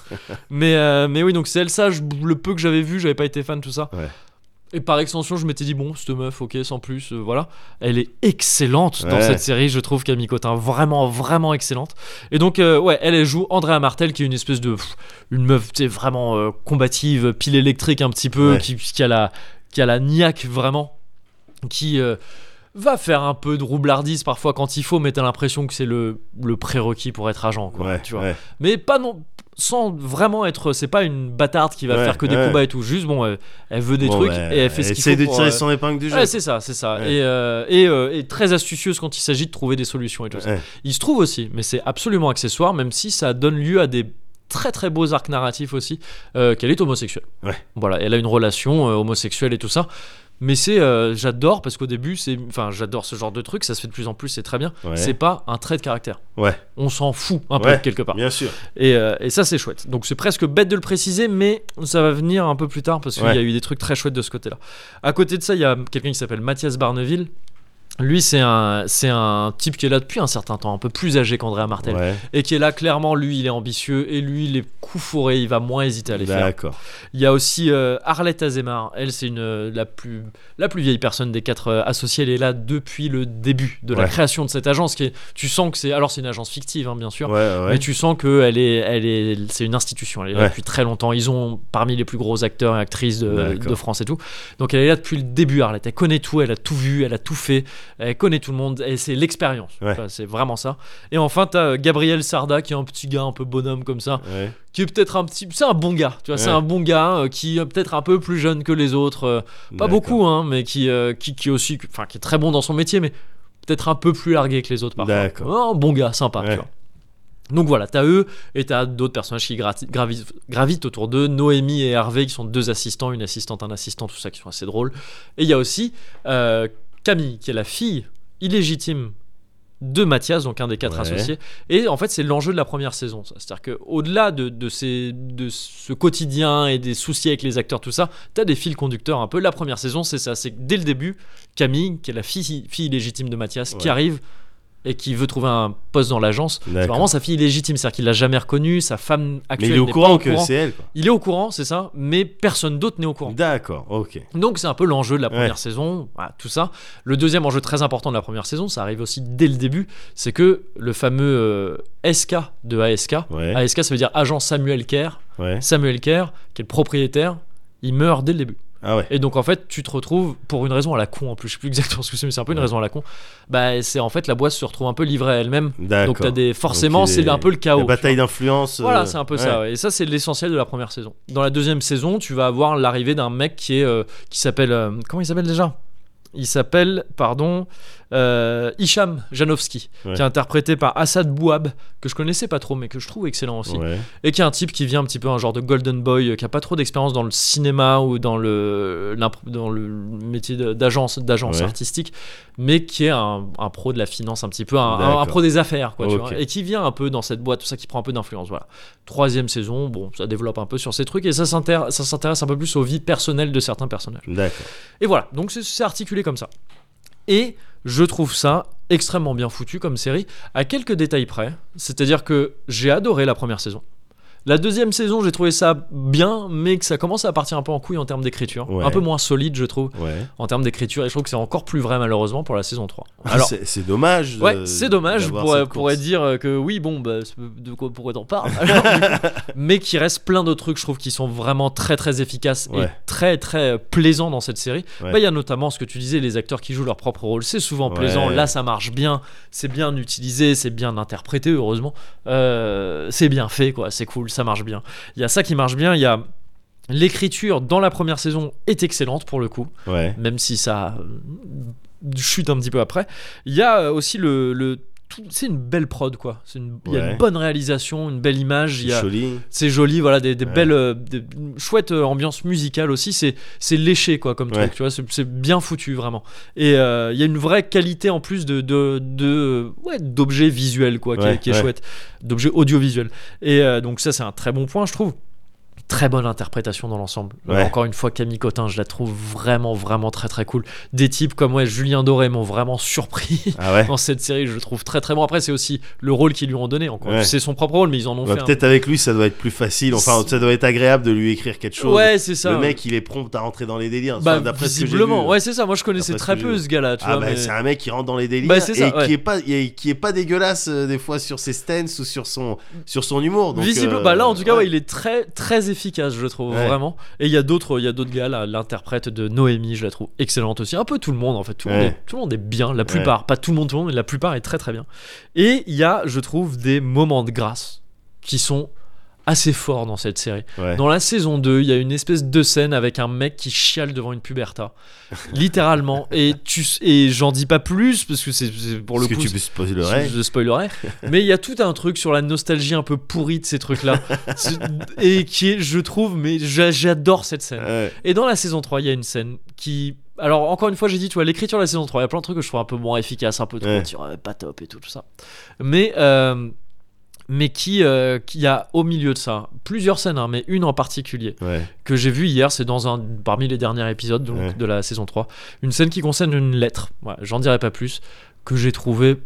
[SPEAKER 1] mais, euh, mais oui, donc c'est Elsa, je- le peu que j'avais vu, j'avais pas été fan, tout ça.
[SPEAKER 2] Ouais.
[SPEAKER 1] Et par extension, je m'étais dit, bon, cette meuf, ok, sans plus, euh, voilà. Elle est excellente dans
[SPEAKER 2] Ouais.
[SPEAKER 1] cette série, je trouve, Camille Cotin. Vraiment, vraiment excellente. Et donc, euh, ouais, elle, elle joue Andrea Martel, qui est une espèce de. pff, une meuf, tu sais, vraiment euh, combative, pile électrique un petit peu,
[SPEAKER 2] Ouais.
[SPEAKER 1] qui, qui a la, qui a la niaque vraiment, qui. euh, va faire un peu de roublardise parfois quand il faut, mais t'as l'impression que c'est le, le prérequis pour être agent, quoi.
[SPEAKER 2] Ouais,
[SPEAKER 1] tu vois.
[SPEAKER 2] ouais.
[SPEAKER 1] Mais pas non, sans vraiment être. C'est pas une bâtarde qui va
[SPEAKER 2] Ouais,
[SPEAKER 1] faire que des
[SPEAKER 2] ouais.
[SPEAKER 1] combats et tout. Juste, bon, elle, elle veut des
[SPEAKER 2] Bon,
[SPEAKER 1] trucs
[SPEAKER 2] bah,
[SPEAKER 1] et elle fait ce qu'il faut.
[SPEAKER 2] essaye de
[SPEAKER 1] pour,
[SPEAKER 2] tirer
[SPEAKER 1] euh,
[SPEAKER 2] son épingle du jeu.
[SPEAKER 1] Ouais, c'est ça, c'est ça.
[SPEAKER 2] Ouais.
[SPEAKER 1] Et, euh, et, euh, et très astucieuse quand il s'agit de trouver des solutions et tout ça.
[SPEAKER 2] Ouais.
[SPEAKER 1] Il se trouve aussi, mais c'est absolument accessoire, même si ça donne lieu à des très très beaux arcs narratifs aussi, euh, qu'elle est homosexuelle.
[SPEAKER 2] Ouais.
[SPEAKER 1] Voilà, elle a une relation euh, homosexuelle et tout ça. Mais c'est, euh, j'adore parce qu'au début, c'est, enfin, j'adore ce genre de truc, ça se fait de plus en plus, c'est très bien.
[SPEAKER 2] Ouais.
[SPEAKER 1] C'est pas un trait de caractère.
[SPEAKER 2] Ouais.
[SPEAKER 1] On s'en fout un peu
[SPEAKER 2] Ouais.
[SPEAKER 1] quelque part.
[SPEAKER 2] Bien sûr.
[SPEAKER 1] Et, euh, et ça, c'est chouette. Donc, c'est presque bête de le préciser, mais ça va venir un peu plus tard parce qu'il
[SPEAKER 2] Ouais.
[SPEAKER 1] y a eu des trucs très chouettes de ce côté-là. À côté de ça, il y a quelqu'un qui s'appelle Mathias Barneville. Lui, c'est un, c'est un type qui est là depuis un certain temps, un peu plus âgé qu'Andrea Martel.
[SPEAKER 2] Ouais.
[SPEAKER 1] Et qui est là, clairement, lui, il est ambitieux et lui, il est coups fourré, il va moins hésiter à les faire.
[SPEAKER 2] D'accord.
[SPEAKER 1] Il y a aussi euh, Arlette Azemar. Elle, c'est une, euh, la, plus, la plus vieille personne des quatre euh, associés. Elle est là depuis le début de la
[SPEAKER 2] Ouais.
[SPEAKER 1] création de cette agence. Qui est, tu sens que c'est. Alors, c'est une agence fictive, hein, bien sûr.
[SPEAKER 2] Ouais, ouais.
[SPEAKER 1] Mais tu sens que elle est, elle est, c'est une institution. Elle est là
[SPEAKER 2] Ouais.
[SPEAKER 1] depuis très longtemps. Ils ont parmi les plus gros acteurs et actrices de,
[SPEAKER 2] D'accord.
[SPEAKER 1] de France et tout. Donc elle est là depuis le début. Arlette, elle connaît tout. Elle a tout vu. Elle a tout fait. Elle connaît tout le monde. Et c'est l'expérience.
[SPEAKER 2] Ouais.
[SPEAKER 1] Enfin, c'est vraiment ça. Et enfin, t'as euh, Gabriel Sarda qui est un petit gars un peu bonhomme comme ça,
[SPEAKER 2] Ouais.
[SPEAKER 1] qui est peut-être un petit, c'est un bon gars. Tu vois, c'est
[SPEAKER 2] Ouais.
[SPEAKER 1] un bon gars euh, qui est peut-être un peu plus jeune que les autres. euh, pas
[SPEAKER 2] D'accord.
[SPEAKER 1] beaucoup, hein, mais qui, euh, qui, qui aussi, enfin, qui est très bon dans son métier, mais peut-être un peu plus largué que les autres parfois. Oh,
[SPEAKER 2] D'accord.
[SPEAKER 1] Un bon gars, sympa, tu
[SPEAKER 2] Ouais.
[SPEAKER 1] vois. Donc voilà, t'as eux et t'as d'autres personnages qui grati- gravi- gravitent autour d'eux, Noémie et Hervé qui sont deux assistants, une assistante, un assistant, tout ça qui sont assez drôles. Et il y a aussi euh, Camille qui est la fille illégitime de Mathias, donc un des quatre
[SPEAKER 2] Ouais.
[SPEAKER 1] associés. Et en fait, c'est l'enjeu de la première saison. ça. C'est-à-dire qu'au-delà de, de, ces, de ce quotidien et des soucis avec les acteurs, tout ça, t'as des fils conducteurs un peu. La première saison, c'est ça. C'est que dès le début, Camille, qui est la fille, fille légitime de Mathias, qui
[SPEAKER 2] Ouais.
[SPEAKER 1] arrive et qui veut trouver un poste dans l'agence, c'est
[SPEAKER 2] D'accord.
[SPEAKER 1] vraiment sa fille légitime. C'est-à-dire qu'il l'a jamais reconnue, sa femme
[SPEAKER 2] Mais
[SPEAKER 1] actuelle.
[SPEAKER 2] il est au
[SPEAKER 1] n'est
[SPEAKER 2] courant
[SPEAKER 1] pas
[SPEAKER 2] que c'est elle. quoi.
[SPEAKER 1] Il est au courant, c'est ça, mais personne d'autre n'est au courant.
[SPEAKER 2] D'accord. Ok.
[SPEAKER 1] Donc c'est un peu l'enjeu de la première
[SPEAKER 2] Ouais.
[SPEAKER 1] saison, voilà, tout ça. Le deuxième enjeu très important de la première saison, ça arrive aussi dès le début, c'est que le fameux euh, SK de ASK,
[SPEAKER 2] Ouais.
[SPEAKER 1] ASK ça veut dire agent Samuel Kerr,
[SPEAKER 2] Ouais.
[SPEAKER 1] Samuel Kerr, qui est le propriétaire, il meurt dès le début.
[SPEAKER 2] Ah ouais.
[SPEAKER 1] Et donc en fait, tu te retrouves pour une raison à la con en plus, je sais plus exactement ce que c'est, mais c'est un peu une
[SPEAKER 2] Ouais.
[SPEAKER 1] raison à la con. Bah c'est en fait la boîte se retrouve un peu livrée à elle-même.
[SPEAKER 2] D'accord.
[SPEAKER 1] Donc t'as des forcément,
[SPEAKER 2] Donc, il
[SPEAKER 1] c'est
[SPEAKER 2] est-
[SPEAKER 1] un peu le chaos.
[SPEAKER 2] La
[SPEAKER 1] tu vois.
[SPEAKER 2] bataille d'influence. euh,
[SPEAKER 1] Voilà, c'est un peu ça.
[SPEAKER 2] ouais.
[SPEAKER 1] ouais. Et ça, c'est l'essentiel de la première saison. Dans la deuxième saison, tu vas avoir l'arrivée d'un mec qui est euh, qui s'appelle euh, comment il s'appelle déjà Il s'appelle pardon euh, Hicham Janowski,
[SPEAKER 2] Ouais.
[SPEAKER 1] qui est interprété par Assad Bouab, que je connaissais pas trop, mais que je trouve excellent aussi,
[SPEAKER 2] Ouais.
[SPEAKER 1] et qui est un type qui vient un petit peu un genre de golden boy, euh, qui a pas trop d'expérience dans le cinéma ou dans le l'impr- dans le métier de- d'agence d'agence
[SPEAKER 2] Ouais.
[SPEAKER 1] artistique, mais qui est un, un pro de la finance un petit peu, un- un,
[SPEAKER 2] D'accord.
[SPEAKER 1] un pro des affaires quoi, tu
[SPEAKER 2] Ok.
[SPEAKER 1] vois, et qui vient un peu dans cette boîte, tout ça, qui prend un peu d'influence, voilà troisième saison, bon, ça développe un peu sur ces trucs et ça s'intér- ça s'intéresse un peu plus aux vies personnelles de certains personnages.
[SPEAKER 2] D'accord.
[SPEAKER 1] Et voilà, donc c'est- c'est articulé comme ça. Et je trouve ça extrêmement bien foutu comme série, à quelques détails près. C'est-à-dire que j'ai adoré la première saison. La deuxième saison, j'ai trouvé ça bien, mais que ça commence à partir un peu en couille en termes d'écriture.
[SPEAKER 2] Ouais.
[SPEAKER 1] Un peu moins solide, je trouve,
[SPEAKER 2] Ouais.
[SPEAKER 1] en termes d'écriture. Et je trouve que c'est encore plus vrai, malheureusement, pour la saison 3. Alors,
[SPEAKER 2] Ah, c'est c'est dommage.
[SPEAKER 1] Ouais,
[SPEAKER 2] euh,
[SPEAKER 1] c'est dommage. Je
[SPEAKER 2] d'avoir
[SPEAKER 1] pourrais,
[SPEAKER 2] cette
[SPEAKER 1] pourrais
[SPEAKER 2] course.
[SPEAKER 1] dire euh, que oui, bon, bah, c'est- de quoi pourrait t'en parler alors, du coup. Mais qu'il reste plein d'autres trucs, je trouve, qui sont vraiment très très efficaces et
[SPEAKER 2] Ouais.
[SPEAKER 1] très très euh, plaisants dans cette série. Bah, Il
[SPEAKER 2] Ouais.
[SPEAKER 1] y a notamment ce que tu disais, les acteurs qui jouent leur propre rôle, c'est souvent plaisant.
[SPEAKER 2] Ouais.
[SPEAKER 1] Là, ça marche bien, c'est bien utilisé, c'est bien interprété, heureusement. Euh, c'est bien fait, quoi, c'est cool, ça marche bien. Il y a ça qui marche bien, il y a. L'écriture dans la première saison est excellente pour le coup
[SPEAKER 2] Ouais.
[SPEAKER 1] même si ça euh, chute un petit peu après. Il y a euh, aussi le. le tout- c'est une belle prod, quoi. C'est une- Il y a
[SPEAKER 2] Ouais.
[SPEAKER 1] une bonne réalisation, une belle image. il y a-
[SPEAKER 2] Jolie.
[SPEAKER 1] C'est joli, voilà, des, des
[SPEAKER 2] Ouais.
[SPEAKER 1] belles. euh, des- une chouette euh, ambiance musicale aussi. C'est c'est léché, quoi, comme
[SPEAKER 2] Ouais.
[SPEAKER 1] truc, tu vois. C'est c'est bien foutu, vraiment. Et euh, il y a une vraie qualité en plus de. de, de- ouais, d'objets visuels, quoi, qui est-
[SPEAKER 2] Ouais,
[SPEAKER 1] qui est,
[SPEAKER 2] ouais.
[SPEAKER 1] chouette. D'objets audiovisuels. Et euh, donc, ça, c'est un très bon point, je trouve très bonne interprétation dans l'ensemble. Euh,
[SPEAKER 2] Ouais.
[SPEAKER 1] Encore une fois, Camille Cotin, je la trouve vraiment, vraiment très, très cool. Des types comme ouais, Julien Doré m'ont vraiment surpris
[SPEAKER 2] Ah ouais.
[SPEAKER 1] dans cette série. Je le trouve très, très bon. Après, c'est aussi le rôle qu'ils lui ont donné. Encore,
[SPEAKER 2] Ouais.
[SPEAKER 1] c'est son propre rôle, mais ils en ont
[SPEAKER 2] Bah,
[SPEAKER 1] fait. hein. un-
[SPEAKER 2] Peut-être avec lui, ça doit être plus facile. Enfin, ça doit être agréable de lui écrire quelque chose.
[SPEAKER 1] Ouais, c'est ça.
[SPEAKER 2] le mec, il est prompt à rentrer dans les délires.
[SPEAKER 1] bah,
[SPEAKER 2] Enfin, d'après ce que j'ai lu.
[SPEAKER 1] visiblement, ouais, c'est ça. Moi, je connaissais
[SPEAKER 2] D'après ce
[SPEAKER 1] très
[SPEAKER 2] que
[SPEAKER 1] peu
[SPEAKER 2] j'ai
[SPEAKER 1] ce gars-là, tu
[SPEAKER 2] Ah
[SPEAKER 1] vois.
[SPEAKER 2] bah,
[SPEAKER 1] mais-
[SPEAKER 2] c'est un mec qui rentre dans les délires
[SPEAKER 1] Bah, c'est ça,
[SPEAKER 2] et
[SPEAKER 1] ouais.
[SPEAKER 2] qui est pas et qui est pas dégueulasse euh, des fois sur ses stances ou sur son sur son humour. Donc,
[SPEAKER 1] Visible,
[SPEAKER 2] euh,
[SPEAKER 1] bah là en tout cas,
[SPEAKER 2] ouais.
[SPEAKER 1] ouais, il est très très efficace, je trouve
[SPEAKER 2] Ouais.
[SPEAKER 1] vraiment. Et il y a d'autres, il y a d'autres gars là, l'interprète de Noémie, je la trouve excellente aussi. Un peu tout le monde en fait, tout le,
[SPEAKER 2] Ouais.
[SPEAKER 1] monde, est, tout le monde est bien, la plupart, pas tout le monde, tout le monde, mais la plupart est très très bien. Et il y a, je trouve, des moments de grâce qui sont assez forts dans cette série.
[SPEAKER 2] Ouais.
[SPEAKER 1] Dans la saison 2, il y a une espèce de scène avec un mec qui chiale devant une puberta, littéralement. Et tu, et j'en dis pas plus parce que c'est c'est- pour le
[SPEAKER 2] Parce que
[SPEAKER 1] coup,
[SPEAKER 2] tu peux se poser le rêve.
[SPEAKER 1] je je spoilerai. mais il y a tout un truc sur la nostalgie un peu pourrie de ces trucs-là. C'est- et qui est, je trouve, mais j'a- j'adore cette scène.
[SPEAKER 2] Ouais.
[SPEAKER 1] Et dans la saison 3, il y a une scène qui. Alors, encore une fois, j'ai dit, tu vois, l'écriture de la saison 3, il y a plein de trucs que je trouve un peu moins efficace, un peu trop,
[SPEAKER 2] Ouais.
[SPEAKER 1] tu vois, pas top et tout, tout ça. Mais. euh, mais qui, euh, qui a au milieu de ça plusieurs scènes, hein, mais une en particulier
[SPEAKER 2] Ouais.
[SPEAKER 1] que j'ai vue hier, c'est dans un parmi les derniers épisodes donc,
[SPEAKER 2] Ouais.
[SPEAKER 1] de la saison 3, une scène qui concerne une lettre. Voilà, j'en dirai pas plus que j'ai trouvé.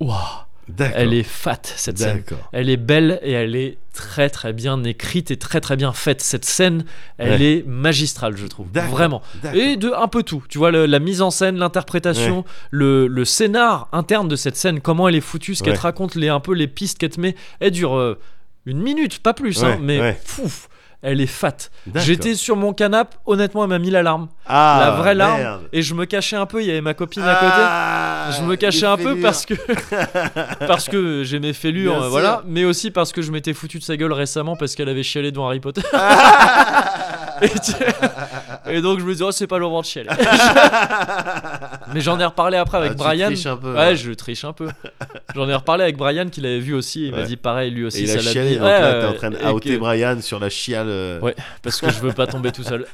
[SPEAKER 1] Ouah,
[SPEAKER 2] D'accord.
[SPEAKER 1] elle est fat cette scène.
[SPEAKER 2] D'accord.
[SPEAKER 1] Elle est belle et elle est très très bien écrite et très très bien faite. Cette scène, elle
[SPEAKER 2] Ouais.
[SPEAKER 1] est magistrale, je trouve.
[SPEAKER 2] D'accord.
[SPEAKER 1] Vraiment.
[SPEAKER 2] D'accord.
[SPEAKER 1] Et de un peu tout. Tu vois, le- la mise en scène, l'interprétation, le, le scénar interne de cette scène, comment elle est foutue, ce qu'elle
[SPEAKER 2] Ouais.
[SPEAKER 1] te raconte, les, un peu les pistes qu'elle te met. Elle dure euh, une minute, pas plus, hein,
[SPEAKER 2] Ouais,
[SPEAKER 1] mais
[SPEAKER 2] ouais.
[SPEAKER 1] fouf, elle est fat.
[SPEAKER 2] D'accord.
[SPEAKER 1] J'étais sur mon canapé, honnêtement, elle m'a mis l'alarme.
[SPEAKER 2] Ah,
[SPEAKER 1] la vraie larme.
[SPEAKER 2] merde.
[SPEAKER 1] Et je me cachais un peu, il y avait ma copine à côté.
[SPEAKER 2] Ah,
[SPEAKER 1] je me cachais un peu parce que parce que j'ai mes fêlures
[SPEAKER 2] Bien
[SPEAKER 1] euh,
[SPEAKER 2] sûr.
[SPEAKER 1] voilà mais aussi parce que je m'étais foutu de sa gueule récemment parce qu'elle avait chialé devant Harry Potter
[SPEAKER 2] Ah.
[SPEAKER 1] et, tu- et donc je me disais oh c'est pas l'heure de chialer mais j'en ai reparlé après avec Brian
[SPEAKER 2] Je Ah, un peu.
[SPEAKER 1] ouais je triche un peu j'en ai reparlé avec Brian qui l'avait vu aussi il m'a
[SPEAKER 2] Ouais.
[SPEAKER 1] dit pareil lui aussi
[SPEAKER 2] Et il
[SPEAKER 1] ça
[SPEAKER 2] a
[SPEAKER 1] l'a
[SPEAKER 2] chialé,
[SPEAKER 1] mis-
[SPEAKER 2] donc
[SPEAKER 1] Ouais,
[SPEAKER 2] là t'es en
[SPEAKER 1] ouais,
[SPEAKER 2] train de
[SPEAKER 1] et
[SPEAKER 2] outer
[SPEAKER 1] que-
[SPEAKER 2] Brian sur la chiale. euh,
[SPEAKER 1] Ouais. parce que je veux pas tomber tout seul.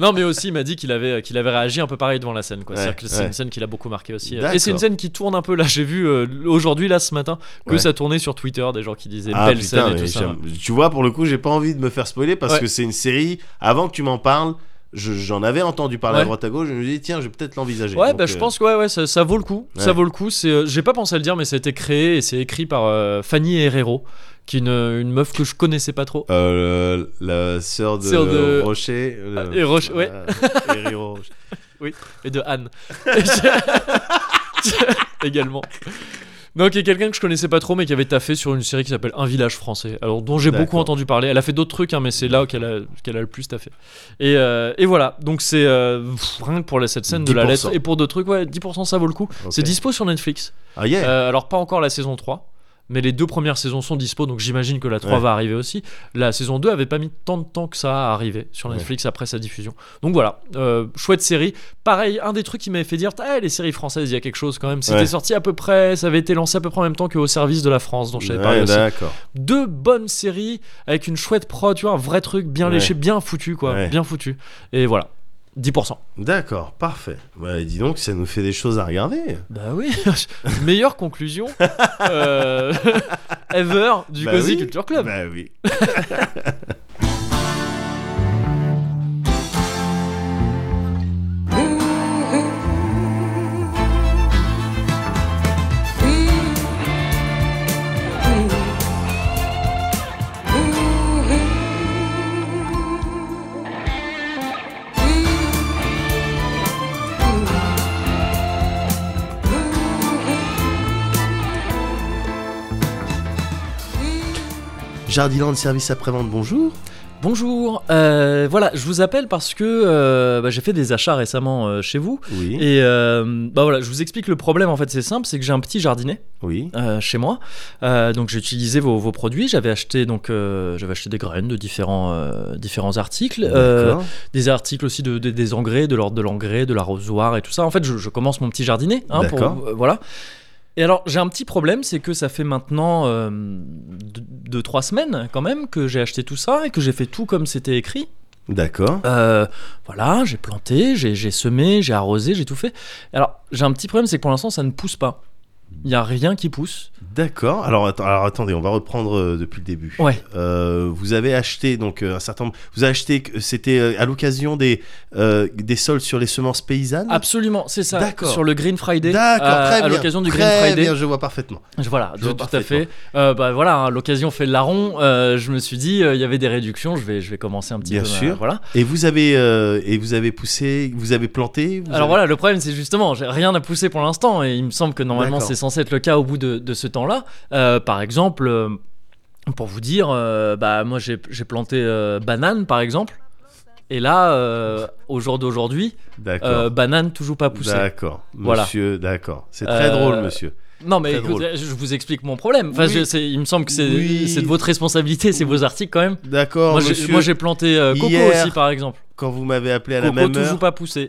[SPEAKER 1] non, mais aussi, il m'a dit qu'il avait, qu'il avait réagi un peu pareil devant la scène. quoi.
[SPEAKER 2] Ouais,
[SPEAKER 1] C'est-à-dire que c'est
[SPEAKER 2] ouais.
[SPEAKER 1] une scène qui l'a beaucoup marqué aussi. Et
[SPEAKER 2] D'accord.
[SPEAKER 1] c'est une scène qui tourne un peu. Là, j'ai vu euh, aujourd'hui, là, ce matin, que
[SPEAKER 2] Ouais.
[SPEAKER 1] ça tournait sur Twitter des gens qui disaient
[SPEAKER 2] Ah,
[SPEAKER 1] belle
[SPEAKER 2] putain,
[SPEAKER 1] scène et
[SPEAKER 2] mais
[SPEAKER 1] tout ça.
[SPEAKER 2] j'aime- Tu vois, pour le coup, j'ai pas envie de me faire spoiler parce
[SPEAKER 1] Ouais.
[SPEAKER 2] que c'est une série. Avant que tu m'en parles, je- j'en avais entendu parler
[SPEAKER 1] Ouais.
[SPEAKER 2] à droite à gauche. Je me dis, tiens, je vais peut-être l'envisager.
[SPEAKER 1] Ouais,
[SPEAKER 2] Donc,
[SPEAKER 1] bah, je
[SPEAKER 2] euh,
[SPEAKER 1] pense que ouais, ouais, ça, ça vaut le coup. Ça
[SPEAKER 2] Ouais.
[SPEAKER 1] vaut le coup. C'est, euh, j'ai pas pensé à le dire, mais ça a été créé et c'est écrit par euh, Fanny Herrero, qui est une, une meuf que je connaissais pas trop.
[SPEAKER 2] euh, la sœur de,
[SPEAKER 1] Sœur de- Ah,
[SPEAKER 2] Rocher. euh,
[SPEAKER 1] et Roche- ouais.
[SPEAKER 2] euh, et Rio Roche.
[SPEAKER 1] et de Anne. Également. Donc, il y a quelqu'un que je connaissais pas trop, mais qui avait taffé sur une série qui s'appelle Un village français. Alors, dont j'ai beaucoup
[SPEAKER 2] D'accord.
[SPEAKER 1] entendu parler. Elle a fait d'autres trucs, hein, mais c'est là qu'elle a, qu'elle a le plus taffé. Et, euh, et voilà. Donc, c'est euh, pff, rien que pour la- cette scène de la
[SPEAKER 2] 10%.
[SPEAKER 1] lettre. Et pour d'autres trucs, ouais, 10% ça vaut le coup.
[SPEAKER 2] Ok.
[SPEAKER 1] C'est dispo sur Netflix.
[SPEAKER 2] Ah, yeah.
[SPEAKER 1] Euh, alors, pas encore la saison 3. Mais les deux premières saisons sont dispo, donc j'imagine que la 3
[SPEAKER 2] Ouais.
[SPEAKER 1] va arriver aussi. La saison 2 avait pas mis tant de temps que ça à arriver sur Netflix après sa diffusion. Donc voilà, euh, chouette série. Pareil, un des trucs qui m'avait fait dire, Ah, les séries françaises, il y a quelque chose quand même. C'était
[SPEAKER 2] Ouais.
[SPEAKER 1] sorti à peu près, ça avait été lancé à peu près en même temps que Au service de la France, dont je t'avais parlé
[SPEAKER 2] Ouais, bah.
[SPEAKER 1] aussi.
[SPEAKER 2] D'accord.
[SPEAKER 1] Deux bonnes séries avec une chouette prod, tu vois, un vrai truc bien
[SPEAKER 2] Ouais.
[SPEAKER 1] léché, bien foutu, quoi.
[SPEAKER 2] Ouais.
[SPEAKER 1] Bien foutu. Et voilà, 10%.
[SPEAKER 2] D'accord, parfait. Bah, dis donc, ça nous fait des choses à regarder.
[SPEAKER 1] Bah oui, meilleure conclusion euh, ever du
[SPEAKER 2] Bah
[SPEAKER 1] Cozy
[SPEAKER 2] oui.
[SPEAKER 1] Culture Club.
[SPEAKER 2] Bah oui. Jardiland Service après-vente, bonjour.
[SPEAKER 1] Bonjour, euh, voilà, je vous appelle parce que euh, bah, j'ai fait des achats récemment euh, chez vous.
[SPEAKER 2] Oui.
[SPEAKER 1] Et euh, bah voilà, je vous explique le problème en fait, c'est simple, c'est que j'ai un petit jardinet
[SPEAKER 2] Oui.
[SPEAKER 1] euh, chez moi. Euh, donc j'ai utilisé vos, vos produits, j'avais acheté donc euh, j'avais acheté des graines de différents euh, différents articles, Euh,
[SPEAKER 2] D'accord.
[SPEAKER 1] des articles aussi de, de- des engrais, de l'ordre de l'engrais, de l'arrosoir et tout ça. En fait, je, je commence mon petit jardinet, hein, pour-
[SPEAKER 2] D'accord.
[SPEAKER 1] euh, voilà. Et alors j'ai un petit problème, c'est que ça fait maintenant euh, deux, deux, trois semaines quand même que j'ai acheté tout ça et que j'ai fait tout comme c'était écrit.
[SPEAKER 2] D'accord.
[SPEAKER 1] Euh, voilà, j'ai planté, j'ai j'ai semé, j'ai arrosé, j'ai tout fait. Alors, j'ai un petit problème, c'est que pour l'instant, ça ne pousse pas. Il n'y a rien qui pousse.
[SPEAKER 2] D'accord. Alors, atten- alors, attendez, on va reprendre euh, depuis le début.
[SPEAKER 1] Ouais.
[SPEAKER 2] Euh, vous avez acheté donc euh, un certain nombre. Vous avez acheté, que- c'était euh, à l'occasion des euh, des soldes sur les semences paysannes.
[SPEAKER 1] Absolument, c'est ça.
[SPEAKER 2] D'accord.
[SPEAKER 1] Sur le Green Friday.
[SPEAKER 2] D'accord.
[SPEAKER 1] à-
[SPEAKER 2] très bien.
[SPEAKER 1] à l'occasion du Green
[SPEAKER 2] Très
[SPEAKER 1] Friday.
[SPEAKER 2] bien, je vois parfaitement.
[SPEAKER 1] Je- Voilà,
[SPEAKER 2] Je
[SPEAKER 1] tout,
[SPEAKER 2] vois
[SPEAKER 1] tout à fait. Euh, bah voilà, hein, l'occasion fait le larron. Euh, je me suis dit, euh, il y avait des réductions, je vais, je vais commencer un petit
[SPEAKER 2] Bien
[SPEAKER 1] peu. ma-
[SPEAKER 2] sûr.
[SPEAKER 1] voilà.
[SPEAKER 2] Et vous avez euh, et vous avez poussé, vous avez planté. vous
[SPEAKER 1] Alors
[SPEAKER 2] avez-
[SPEAKER 1] voilà, le problème, c'est justement, j'ai rien à pousser pour l'instant, et il me semble que normalement,
[SPEAKER 2] D'accord.
[SPEAKER 1] c'est censé être le cas au bout de, de ce temps-là. Euh, par exemple, euh, pour vous dire, euh, bah moi, j'ai j'ai planté euh, banane, par exemple. Et là, euh, au jour d'aujourd'hui,
[SPEAKER 2] D'accord.
[SPEAKER 1] euh, banane toujours pas poussée.
[SPEAKER 2] D'accord,
[SPEAKER 1] Voilà.
[SPEAKER 2] monsieur, d'accord. C'est très
[SPEAKER 1] Euh,
[SPEAKER 2] drôle, monsieur.
[SPEAKER 1] Non, mais
[SPEAKER 2] Très
[SPEAKER 1] écoute,
[SPEAKER 2] drôle.
[SPEAKER 1] je vous explique mon problème. Enfin,
[SPEAKER 2] Oui.
[SPEAKER 1] je- c'est- il me semble que c'est
[SPEAKER 2] Oui.
[SPEAKER 1] c'est de votre responsabilité, c'est vos articles quand même.
[SPEAKER 2] D'accord,
[SPEAKER 1] moi, j'ai-
[SPEAKER 2] monsieur.
[SPEAKER 1] moi, j'ai planté euh, coco
[SPEAKER 2] Hier,
[SPEAKER 1] aussi, par exemple.
[SPEAKER 2] Quand vous m'avez appelé à la
[SPEAKER 1] Coco
[SPEAKER 2] même
[SPEAKER 1] toujours
[SPEAKER 2] heure,
[SPEAKER 1] pas poussé,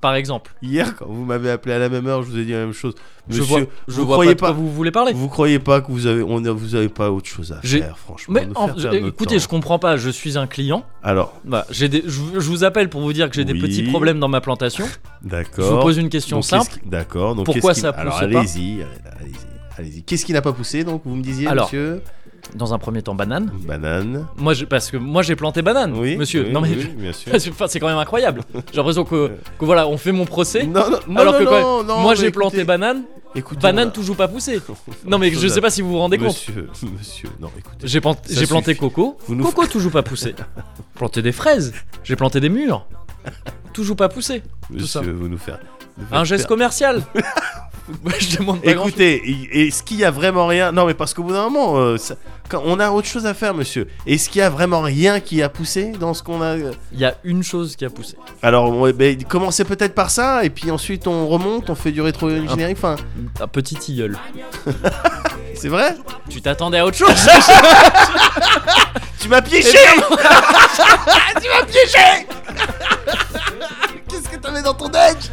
[SPEAKER 1] par exemple.
[SPEAKER 2] hier, quand vous m'avez appelé à la même heure, je vous ai dit la même chose. Monsieur,
[SPEAKER 1] je vois, je
[SPEAKER 2] vous
[SPEAKER 1] vois
[SPEAKER 2] croyez
[SPEAKER 1] pas de quoi
[SPEAKER 2] pas,
[SPEAKER 1] vous voulez parler.
[SPEAKER 2] vous croyez pas que vous avez, on a- vous avez pas autre chose à
[SPEAKER 1] J'ai-
[SPEAKER 2] faire, franchement.
[SPEAKER 1] Mais
[SPEAKER 2] nous
[SPEAKER 1] en-
[SPEAKER 2] faire
[SPEAKER 1] je-
[SPEAKER 2] perdre notre
[SPEAKER 1] écoutez,
[SPEAKER 2] temps.
[SPEAKER 1] je comprends pas. Je suis un client.
[SPEAKER 2] Alors,
[SPEAKER 1] Voilà, j'ai des- je, vous- je vous appelle pour vous dire que j'ai des
[SPEAKER 2] Oui.
[SPEAKER 1] petits problèmes dans ma plantation.
[SPEAKER 2] d'accord.
[SPEAKER 1] Je vous pose une question
[SPEAKER 2] Donc, qu'est-ce
[SPEAKER 1] simple.
[SPEAKER 2] qui- D'accord. Donc
[SPEAKER 1] Pourquoi
[SPEAKER 2] qu'est-ce qui-
[SPEAKER 1] ça pousse
[SPEAKER 2] Alors
[SPEAKER 1] pas
[SPEAKER 2] allez-y, allez-y, allez-y. Qu'est-ce qui n'a pas poussé Donc vous me disiez,
[SPEAKER 1] Alors.
[SPEAKER 2] monsieur,
[SPEAKER 1] Dans un premier temps, banane.
[SPEAKER 2] banane.
[SPEAKER 1] Moi, je- parce que moi, j'ai planté banane,
[SPEAKER 2] Oui,
[SPEAKER 1] Hmm, monsieur.
[SPEAKER 2] oui,
[SPEAKER 1] non mais.
[SPEAKER 2] oui, bien sûr.
[SPEAKER 1] Enfin, c'est quand même incroyable. J'ai l'impression que, que voilà, on fait mon procès.
[SPEAKER 2] Non, non, non,
[SPEAKER 1] alors
[SPEAKER 2] non,
[SPEAKER 1] que quand
[SPEAKER 2] non,
[SPEAKER 1] même,
[SPEAKER 2] non,
[SPEAKER 1] moi
[SPEAKER 2] mais
[SPEAKER 1] j'ai planté
[SPEAKER 2] écoutez-
[SPEAKER 1] banane,
[SPEAKER 2] écoutez,
[SPEAKER 1] banane
[SPEAKER 2] on a-
[SPEAKER 1] toujours pas poussée. Non mais je sais pas si vous vous rendez compte.
[SPEAKER 2] Monsieur, monsieur, non, écoutez.
[SPEAKER 1] J'ai plan-
[SPEAKER 2] Ça
[SPEAKER 1] j'ai planté
[SPEAKER 2] suffit.
[SPEAKER 1] coco,
[SPEAKER 2] Vous nous-
[SPEAKER 1] coco toujours pas poussé. planté des fraises, j'ai planté des murs, toujours pas poussé.
[SPEAKER 2] Monsieur,
[SPEAKER 1] ça.
[SPEAKER 2] vous nous faire. vous
[SPEAKER 1] Un geste
[SPEAKER 2] faire-
[SPEAKER 1] commercial. je demande pas grand
[SPEAKER 2] Écoutez, et- est-ce qu'il y a vraiment rien Non, mais parce qu'au bout d'un moment, euh, ça- quand on a autre chose à faire, monsieur. Est-ce qu'il y a vraiment rien qui a poussé dans ce qu'on a euh
[SPEAKER 1] Il y a une chose qui a poussé.
[SPEAKER 2] Alors, ouais, ben, commencez peut-être par ça, et puis ensuite on remonte, on fait du rétro générique. Enfin,
[SPEAKER 1] Un petit tilleul.
[SPEAKER 2] c'est vrai
[SPEAKER 1] Tu t'attendais à autre chose
[SPEAKER 2] Tu m'as piégé Tu m'as piégé Qu'est-ce que t'avais dans ton deck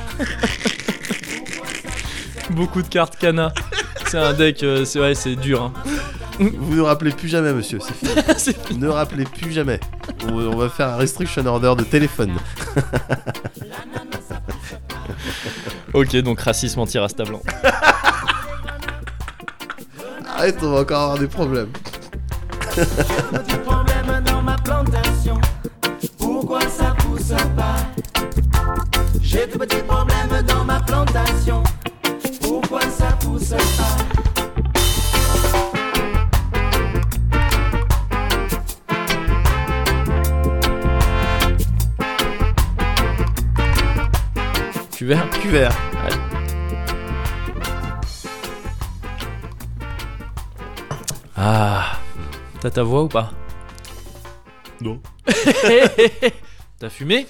[SPEAKER 1] Beaucoup de cartes cana. C'est un deck, euh, c'est ouais, c'est dur. hein.
[SPEAKER 2] Vous ne rappelez plus jamais, monsieur. C'est fini.
[SPEAKER 1] C'est
[SPEAKER 2] ne rappelez plus jamais. On, on va faire un restriction order de téléphone.
[SPEAKER 1] Ok, donc racisme anti-race blanc.
[SPEAKER 2] Arrête, on va encore avoir des problèmes.
[SPEAKER 6] problème dans ma plantation. Pourquoi ça pousse pas J'ai de petits problèmes dans ma plantation. Pourquoi ça pousse pas
[SPEAKER 1] Tu verras.
[SPEAKER 2] Cuvert.
[SPEAKER 1] Ah. T'as ta voix ou pas
[SPEAKER 2] Non.
[SPEAKER 1] T'as fumé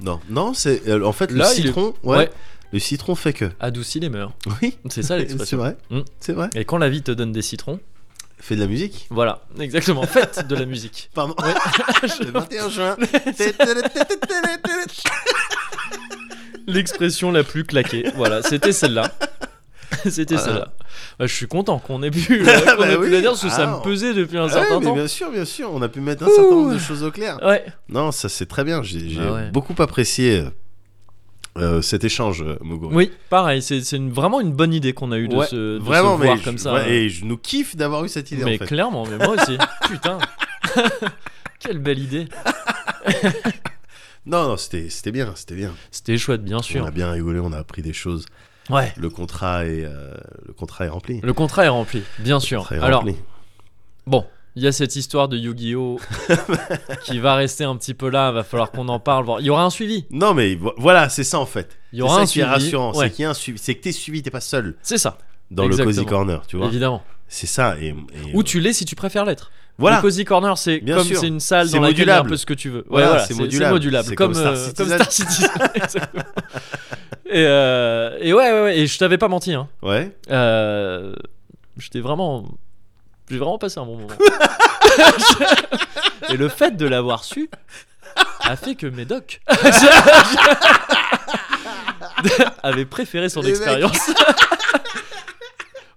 [SPEAKER 2] Non, non, c'est euh, en fait
[SPEAKER 1] Là, il
[SPEAKER 2] le
[SPEAKER 1] est-
[SPEAKER 2] citron. Ouais, Le citron fait que.
[SPEAKER 1] Adoucis les mœurs.
[SPEAKER 2] Oui.
[SPEAKER 1] C'est ça
[SPEAKER 2] C'est
[SPEAKER 1] l'expression.
[SPEAKER 2] vrai.
[SPEAKER 1] Hmm.
[SPEAKER 2] C'est vrai.
[SPEAKER 1] Et quand la vie te donne des citrons,
[SPEAKER 2] Fait de la musique.
[SPEAKER 1] voilà, exactement. Faites de la musique.
[SPEAKER 2] Pardon. le 21 juin.
[SPEAKER 1] L'expression la plus claquée. Voilà, c'était celle-là. C'était
[SPEAKER 2] Voilà.
[SPEAKER 1] celle-là. Bah, je suis content qu'on ait pu, euh, qu'on
[SPEAKER 2] Bah
[SPEAKER 1] ait pu
[SPEAKER 2] oui.
[SPEAKER 1] la dire parce que ça me
[SPEAKER 2] Ah.
[SPEAKER 1] pesait depuis un
[SPEAKER 2] Ah
[SPEAKER 1] certain
[SPEAKER 2] ouais, mais
[SPEAKER 1] temps.
[SPEAKER 2] bien sûr, bien sûr, on a pu mettre un certain nombre de choses au clair.
[SPEAKER 1] Ouais.
[SPEAKER 2] Non, ça c'est très bien. J'ai j'ai
[SPEAKER 1] Ah ouais.
[SPEAKER 2] beaucoup apprécié euh, cet échange, euh, Moguri.
[SPEAKER 1] Oui, pareil, c'est c'est une- vraiment une bonne idée qu'on a eue de
[SPEAKER 2] Ouais,
[SPEAKER 1] se, de se
[SPEAKER 2] Vraiment, mais
[SPEAKER 1] voir
[SPEAKER 2] je-
[SPEAKER 1] comme ça. euh.
[SPEAKER 2] ouais, et je nous kiffe d'avoir eu cette idée.
[SPEAKER 1] mais
[SPEAKER 2] en fait.
[SPEAKER 1] clairement, mais moi aussi. Putain. Quelle belle idée.
[SPEAKER 2] Non, non, c'était c'était bien, c'était bien.
[SPEAKER 1] C'était chouette, bien
[SPEAKER 2] On
[SPEAKER 1] sûr.
[SPEAKER 2] a bien rigolé, on a appris des choses.
[SPEAKER 1] Ouais.
[SPEAKER 2] Le contrat est euh, le contrat est rempli.
[SPEAKER 1] Le contrat est rempli, bien
[SPEAKER 2] Le
[SPEAKER 1] sûr.
[SPEAKER 2] contrat est
[SPEAKER 1] Alors,
[SPEAKER 2] rempli.
[SPEAKER 1] bon, il y a cette histoire de Yu-Gi-Oh! qui va rester un petit peu là, va falloir qu'on en parle. voir- Il y aura un suivi.
[SPEAKER 2] Non, mais vo- voilà, c'est ça en fait.
[SPEAKER 1] Il y aura
[SPEAKER 2] c'est
[SPEAKER 1] un
[SPEAKER 2] ça qui est
[SPEAKER 1] suivi.
[SPEAKER 2] rassurant,
[SPEAKER 1] Ouais.
[SPEAKER 2] c'est qu'il y a un suivi, c'est que t'es suivi, t'es pas seul
[SPEAKER 1] C'est ça,
[SPEAKER 2] dans le
[SPEAKER 1] Exactement.
[SPEAKER 2] cozy corner, tu vois.
[SPEAKER 1] évidemment.
[SPEAKER 2] C'est ça. Et, et-
[SPEAKER 1] Ou tu l'es si tu préfères l'être.
[SPEAKER 2] voilà.
[SPEAKER 1] Le Cozy Corner, c'est
[SPEAKER 2] Bien
[SPEAKER 1] comme
[SPEAKER 2] sûr.
[SPEAKER 1] c'est une salle
[SPEAKER 2] C'est
[SPEAKER 1] dans laquelle il y a un
[SPEAKER 2] modulable.
[SPEAKER 1] peu ce que tu veux. Ouais,
[SPEAKER 2] Voilà,
[SPEAKER 1] voilà,
[SPEAKER 2] c'est
[SPEAKER 1] c'est
[SPEAKER 2] modulable.
[SPEAKER 1] modulable.
[SPEAKER 2] C'est
[SPEAKER 1] comme,
[SPEAKER 2] comme Star
[SPEAKER 1] euh,
[SPEAKER 2] Citizen.
[SPEAKER 1] comme Star Citizen. Exactement. et, euh, et ouais, ouais, ouais, et je t'avais pas menti. Hein.
[SPEAKER 2] Ouais.
[SPEAKER 1] Euh, J'étais vraiment. J'ai vraiment passé un bon moment. et le fait de l'avoir su a fait que Médoc avait préféré son
[SPEAKER 2] Les mecs.
[SPEAKER 1] expérience.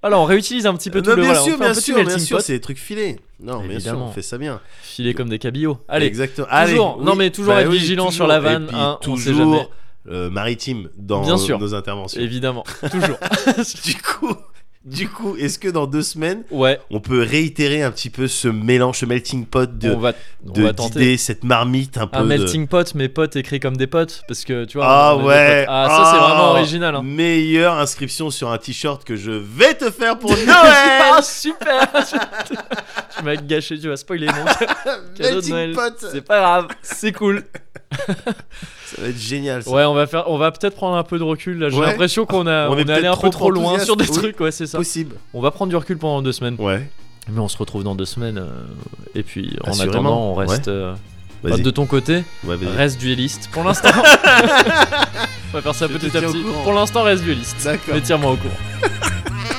[SPEAKER 1] Alors on réutilise un petit peu tout
[SPEAKER 2] Non,
[SPEAKER 1] le
[SPEAKER 2] Euh, bien
[SPEAKER 1] voilà, on
[SPEAKER 2] sûr,
[SPEAKER 1] fait un
[SPEAKER 2] bien
[SPEAKER 1] petit
[SPEAKER 2] sûr, bien
[SPEAKER 1] melting
[SPEAKER 2] sûr,
[SPEAKER 1] pot.
[SPEAKER 2] c'est des trucs filés. Non, bien sûr,
[SPEAKER 1] Évidemment.
[SPEAKER 2] on fait ça bien.
[SPEAKER 1] filé comme des cabillots. Allez,
[SPEAKER 2] exactement.
[SPEAKER 1] Toujours.
[SPEAKER 2] Allez,
[SPEAKER 1] Non,
[SPEAKER 2] oui.
[SPEAKER 1] mais toujours
[SPEAKER 2] Bah
[SPEAKER 1] être
[SPEAKER 2] oui,
[SPEAKER 1] vigilant
[SPEAKER 2] toujours.
[SPEAKER 1] sur la
[SPEAKER 2] Et
[SPEAKER 1] vanne,
[SPEAKER 2] puis
[SPEAKER 1] hein, on sait
[SPEAKER 2] toujours,
[SPEAKER 1] jamais.
[SPEAKER 2] euh, maritime dans
[SPEAKER 1] Bien sûr.
[SPEAKER 2] nos interventions.
[SPEAKER 1] évidemment, toujours.
[SPEAKER 2] Du coup, du coup, est-ce que dans deux semaines,
[SPEAKER 1] ouais,
[SPEAKER 2] on peut réitérer un petit peu ce mélange, ce melting pot de
[SPEAKER 1] on va, on
[SPEAKER 2] de-
[SPEAKER 1] va tenter.
[SPEAKER 2] d'idées, cette marmite un peu
[SPEAKER 1] Un
[SPEAKER 2] de-
[SPEAKER 1] melting pot, mes potes écrits comme des potes, parce que tu vois.
[SPEAKER 2] Ah
[SPEAKER 1] on est des
[SPEAKER 2] ouais.
[SPEAKER 1] potes. Ah, ça c'est
[SPEAKER 2] Ah.
[SPEAKER 1] vraiment original. Hein.
[SPEAKER 2] Meilleure inscription sur un t-shirt que je vais te faire pour
[SPEAKER 1] ah
[SPEAKER 2] Noël.
[SPEAKER 1] super. tu m'as gâché, tu vas spoiler mon cadeau de
[SPEAKER 2] melting
[SPEAKER 1] Noël.
[SPEAKER 2] pot.
[SPEAKER 1] C'est pas grave, c'est cool.
[SPEAKER 2] Ça va être génial. ça.
[SPEAKER 1] Ouais, on va faire, on va peut-être prendre un peu de recul. là. J'ai
[SPEAKER 2] Ouais.
[SPEAKER 1] l'impression qu'on a,
[SPEAKER 2] On
[SPEAKER 1] on
[SPEAKER 2] est
[SPEAKER 1] est allé
[SPEAKER 2] peut-être
[SPEAKER 1] un peu trop
[SPEAKER 2] trop
[SPEAKER 1] loin sur des
[SPEAKER 2] enthousiaste. Oui.
[SPEAKER 1] trucs. Ouais, c'est ça.
[SPEAKER 2] Possible.
[SPEAKER 1] On va prendre du recul pendant deux semaines.
[SPEAKER 2] Ouais.
[SPEAKER 1] Mais on se retrouve dans deux semaines. euh, et puis en
[SPEAKER 2] Assurément,
[SPEAKER 1] attendant, on
[SPEAKER 2] ouais.
[SPEAKER 1] reste. euh, bah,
[SPEAKER 2] Vas-y.
[SPEAKER 1] de ton côté,
[SPEAKER 2] Ouais, vas-y.
[SPEAKER 1] reste dueliste pour l'instant. On va faire ça
[SPEAKER 2] Je te
[SPEAKER 1] petit à
[SPEAKER 2] tiens au
[SPEAKER 1] petit.
[SPEAKER 2] courant.
[SPEAKER 1] Pour l'instant, reste dueliste.
[SPEAKER 2] D'accord.
[SPEAKER 1] Mais tiens-moi au courant.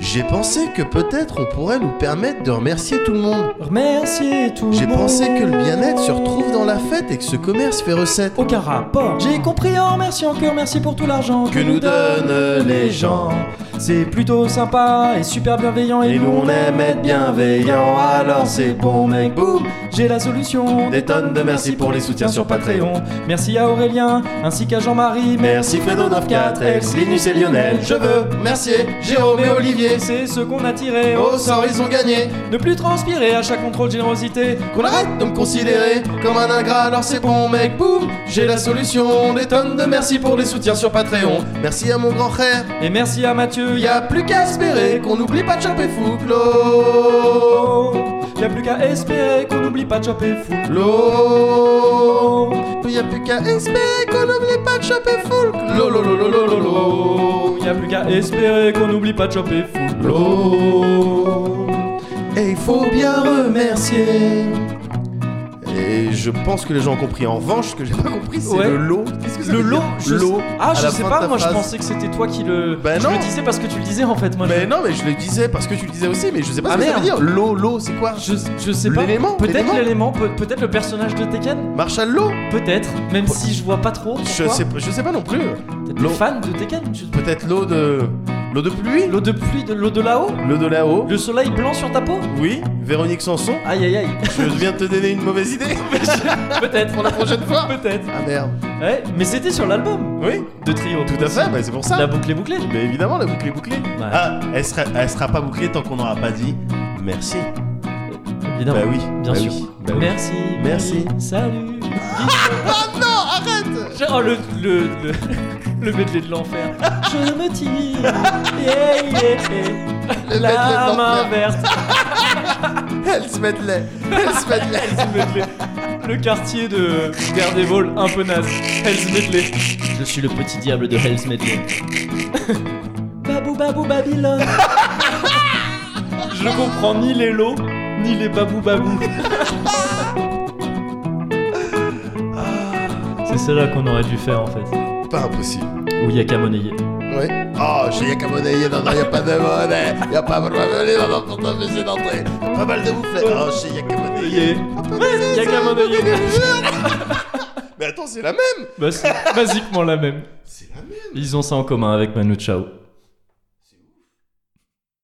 [SPEAKER 2] J'ai pensé que peut-être on pourrait nous permettre de remercier tout le monde.
[SPEAKER 7] Remercier tout le
[SPEAKER 2] J'ai
[SPEAKER 7] monde.
[SPEAKER 2] pensé que le bien-être se retrouve dans la fête et que ce commerce fait recette.
[SPEAKER 7] Aucun rapport. J'ai compris en remerciant que merci pour tout l'argent
[SPEAKER 2] Que nous donnent les gens.
[SPEAKER 7] C'est plutôt sympa et super bienveillant. Et,
[SPEAKER 2] Et nous, on aime être bienveillants, alors c'est bon, mec, boum.
[SPEAKER 7] J'ai la solution.
[SPEAKER 2] Des tonnes de merci pour les soutiens sur Patreon.
[SPEAKER 7] Merci à Aurélien ainsi qu'à Jean-Marie.
[SPEAKER 2] Merci Fredo 94, ex Linus et Lionel. Je veux remercier Jérôme et Olivier.
[SPEAKER 7] C'est ce qu'on a tiré.
[SPEAKER 2] Au sort, ils ont gagné.
[SPEAKER 7] Ne plus transpirer à chaque contrôle générosité.
[SPEAKER 2] Qu'on arrête de me considérer comme un ingrat, alors c'est bon, mec, boum. J'ai la solution. Des tonnes de merci pour les soutiens sur Patreon. Merci à mon grand frère.
[SPEAKER 7] Et merci à Mathieu.
[SPEAKER 2] Y a plus qu'à espérer qu'on n'oublie pas de choper Fouclo.
[SPEAKER 7] Y'a plus qu'à espérer qu'on n'oublie pas de choper fou.
[SPEAKER 2] L'eau, y a plus qu'à espérer qu'on n'oublie pas de choper full. L'eau, l'eau, l'eau, l'eau, l'eau, l'eau, l'eau.
[SPEAKER 7] Y'a plus qu'à espérer qu'on n'oublie pas de choper fou.
[SPEAKER 2] L'eau. Et il faut bien remercier. Et je pense que les gens ont compris. En revanche, ce que j'ai pas compris, c'est
[SPEAKER 7] Ouais.
[SPEAKER 2] le lot. Qu'est-ce que ça
[SPEAKER 7] Le
[SPEAKER 2] veut
[SPEAKER 7] lot,
[SPEAKER 2] dire
[SPEAKER 7] je-
[SPEAKER 2] Lot
[SPEAKER 7] Ah,
[SPEAKER 2] à
[SPEAKER 7] je
[SPEAKER 2] la
[SPEAKER 7] sais
[SPEAKER 2] fin de
[SPEAKER 7] pas,
[SPEAKER 2] ta
[SPEAKER 7] moi je
[SPEAKER 2] phrase.
[SPEAKER 7] pensais que c'était toi qui le.
[SPEAKER 2] Ben
[SPEAKER 7] je
[SPEAKER 2] non.
[SPEAKER 7] le disais parce que tu le disais en fait, moi. je-
[SPEAKER 2] Mais non, mais je le disais parce que tu le disais aussi, mais je sais pas
[SPEAKER 7] Ah,
[SPEAKER 2] ce que ça veut
[SPEAKER 7] merde.
[SPEAKER 2] dire. L'eau, l'eau, c'est quoi
[SPEAKER 7] Je, je sais pas.
[SPEAKER 2] L'élément,
[SPEAKER 7] Peut-être
[SPEAKER 2] l'élément.
[SPEAKER 7] l'élément, peut- peut-être le personnage de Tekken
[SPEAKER 2] Marshall l'eau
[SPEAKER 7] Peut-être, même si je vois pas trop.
[SPEAKER 2] je
[SPEAKER 7] pourquoi.
[SPEAKER 2] sais, pas- je sais pas non plus.
[SPEAKER 7] Peut-être
[SPEAKER 2] l'eau.
[SPEAKER 7] le fan de Tekken je-
[SPEAKER 2] Peut-être l'eau de. L'eau de pluie
[SPEAKER 7] L'eau de pluie, de l'eau de là-haut
[SPEAKER 2] L'eau de là-haut
[SPEAKER 7] Le soleil blanc sur ta peau
[SPEAKER 2] Oui, Véronique Sanson,
[SPEAKER 7] Aïe aïe aïe.
[SPEAKER 2] je viens de te donner une mauvaise idée.
[SPEAKER 7] Peut-être. Pour la prochaine fois Peut-être.
[SPEAKER 2] Ah merde.
[SPEAKER 7] Ouais, mais c'était sur l'album
[SPEAKER 2] Oui,
[SPEAKER 7] de Trio.
[SPEAKER 2] tout à fait, bah c'est pour ça.
[SPEAKER 7] La boucle est bouclée.
[SPEAKER 2] Mais évidemment, la boucle est bouclée. Ah, elle sera, elle sera pas bouclée tant qu'on n'aura pas dit merci.
[SPEAKER 1] Évidemment.
[SPEAKER 2] Bah oui,
[SPEAKER 1] Bien
[SPEAKER 2] bah
[SPEAKER 1] sûr.
[SPEAKER 2] oui, bah oui.
[SPEAKER 7] Merci.
[SPEAKER 2] Merci.
[SPEAKER 7] Salut. Ah non, arrête Oh, le, le, le, le medley de l'enfer. Je me tire. Yeah, yeah, yeah. La main verte. Hells medley. Hells medley. Le quartier de Daredevil, un peu naze. Hells medley. Je suis le petit diable de Hells medley. babou babou Babylone. Je comprends ni les lots,
[SPEAKER 1] ni les babou babou. C'est celle-là qu'on aurait dû faire en fait.
[SPEAKER 2] Pas impossible.
[SPEAKER 1] Où il y a qu'à monnayer.
[SPEAKER 2] Ouais. Oh, j'ai y'a qu'à monnaie, y'a non, non, y'a pas de monnaie, y'a pas de monnaie, non, non, non, non, mais c'est d'entrée. Y'a Pas mal de bouffées. Oh, j'ai y'a qu'à monnaie.
[SPEAKER 1] Il y a qu'à monnayer.
[SPEAKER 2] Mais attends, c'est la même.
[SPEAKER 1] Bah, c'est basiquement la même.
[SPEAKER 2] C'est la même.
[SPEAKER 1] Ils ont ça en commun avec Manu Chao.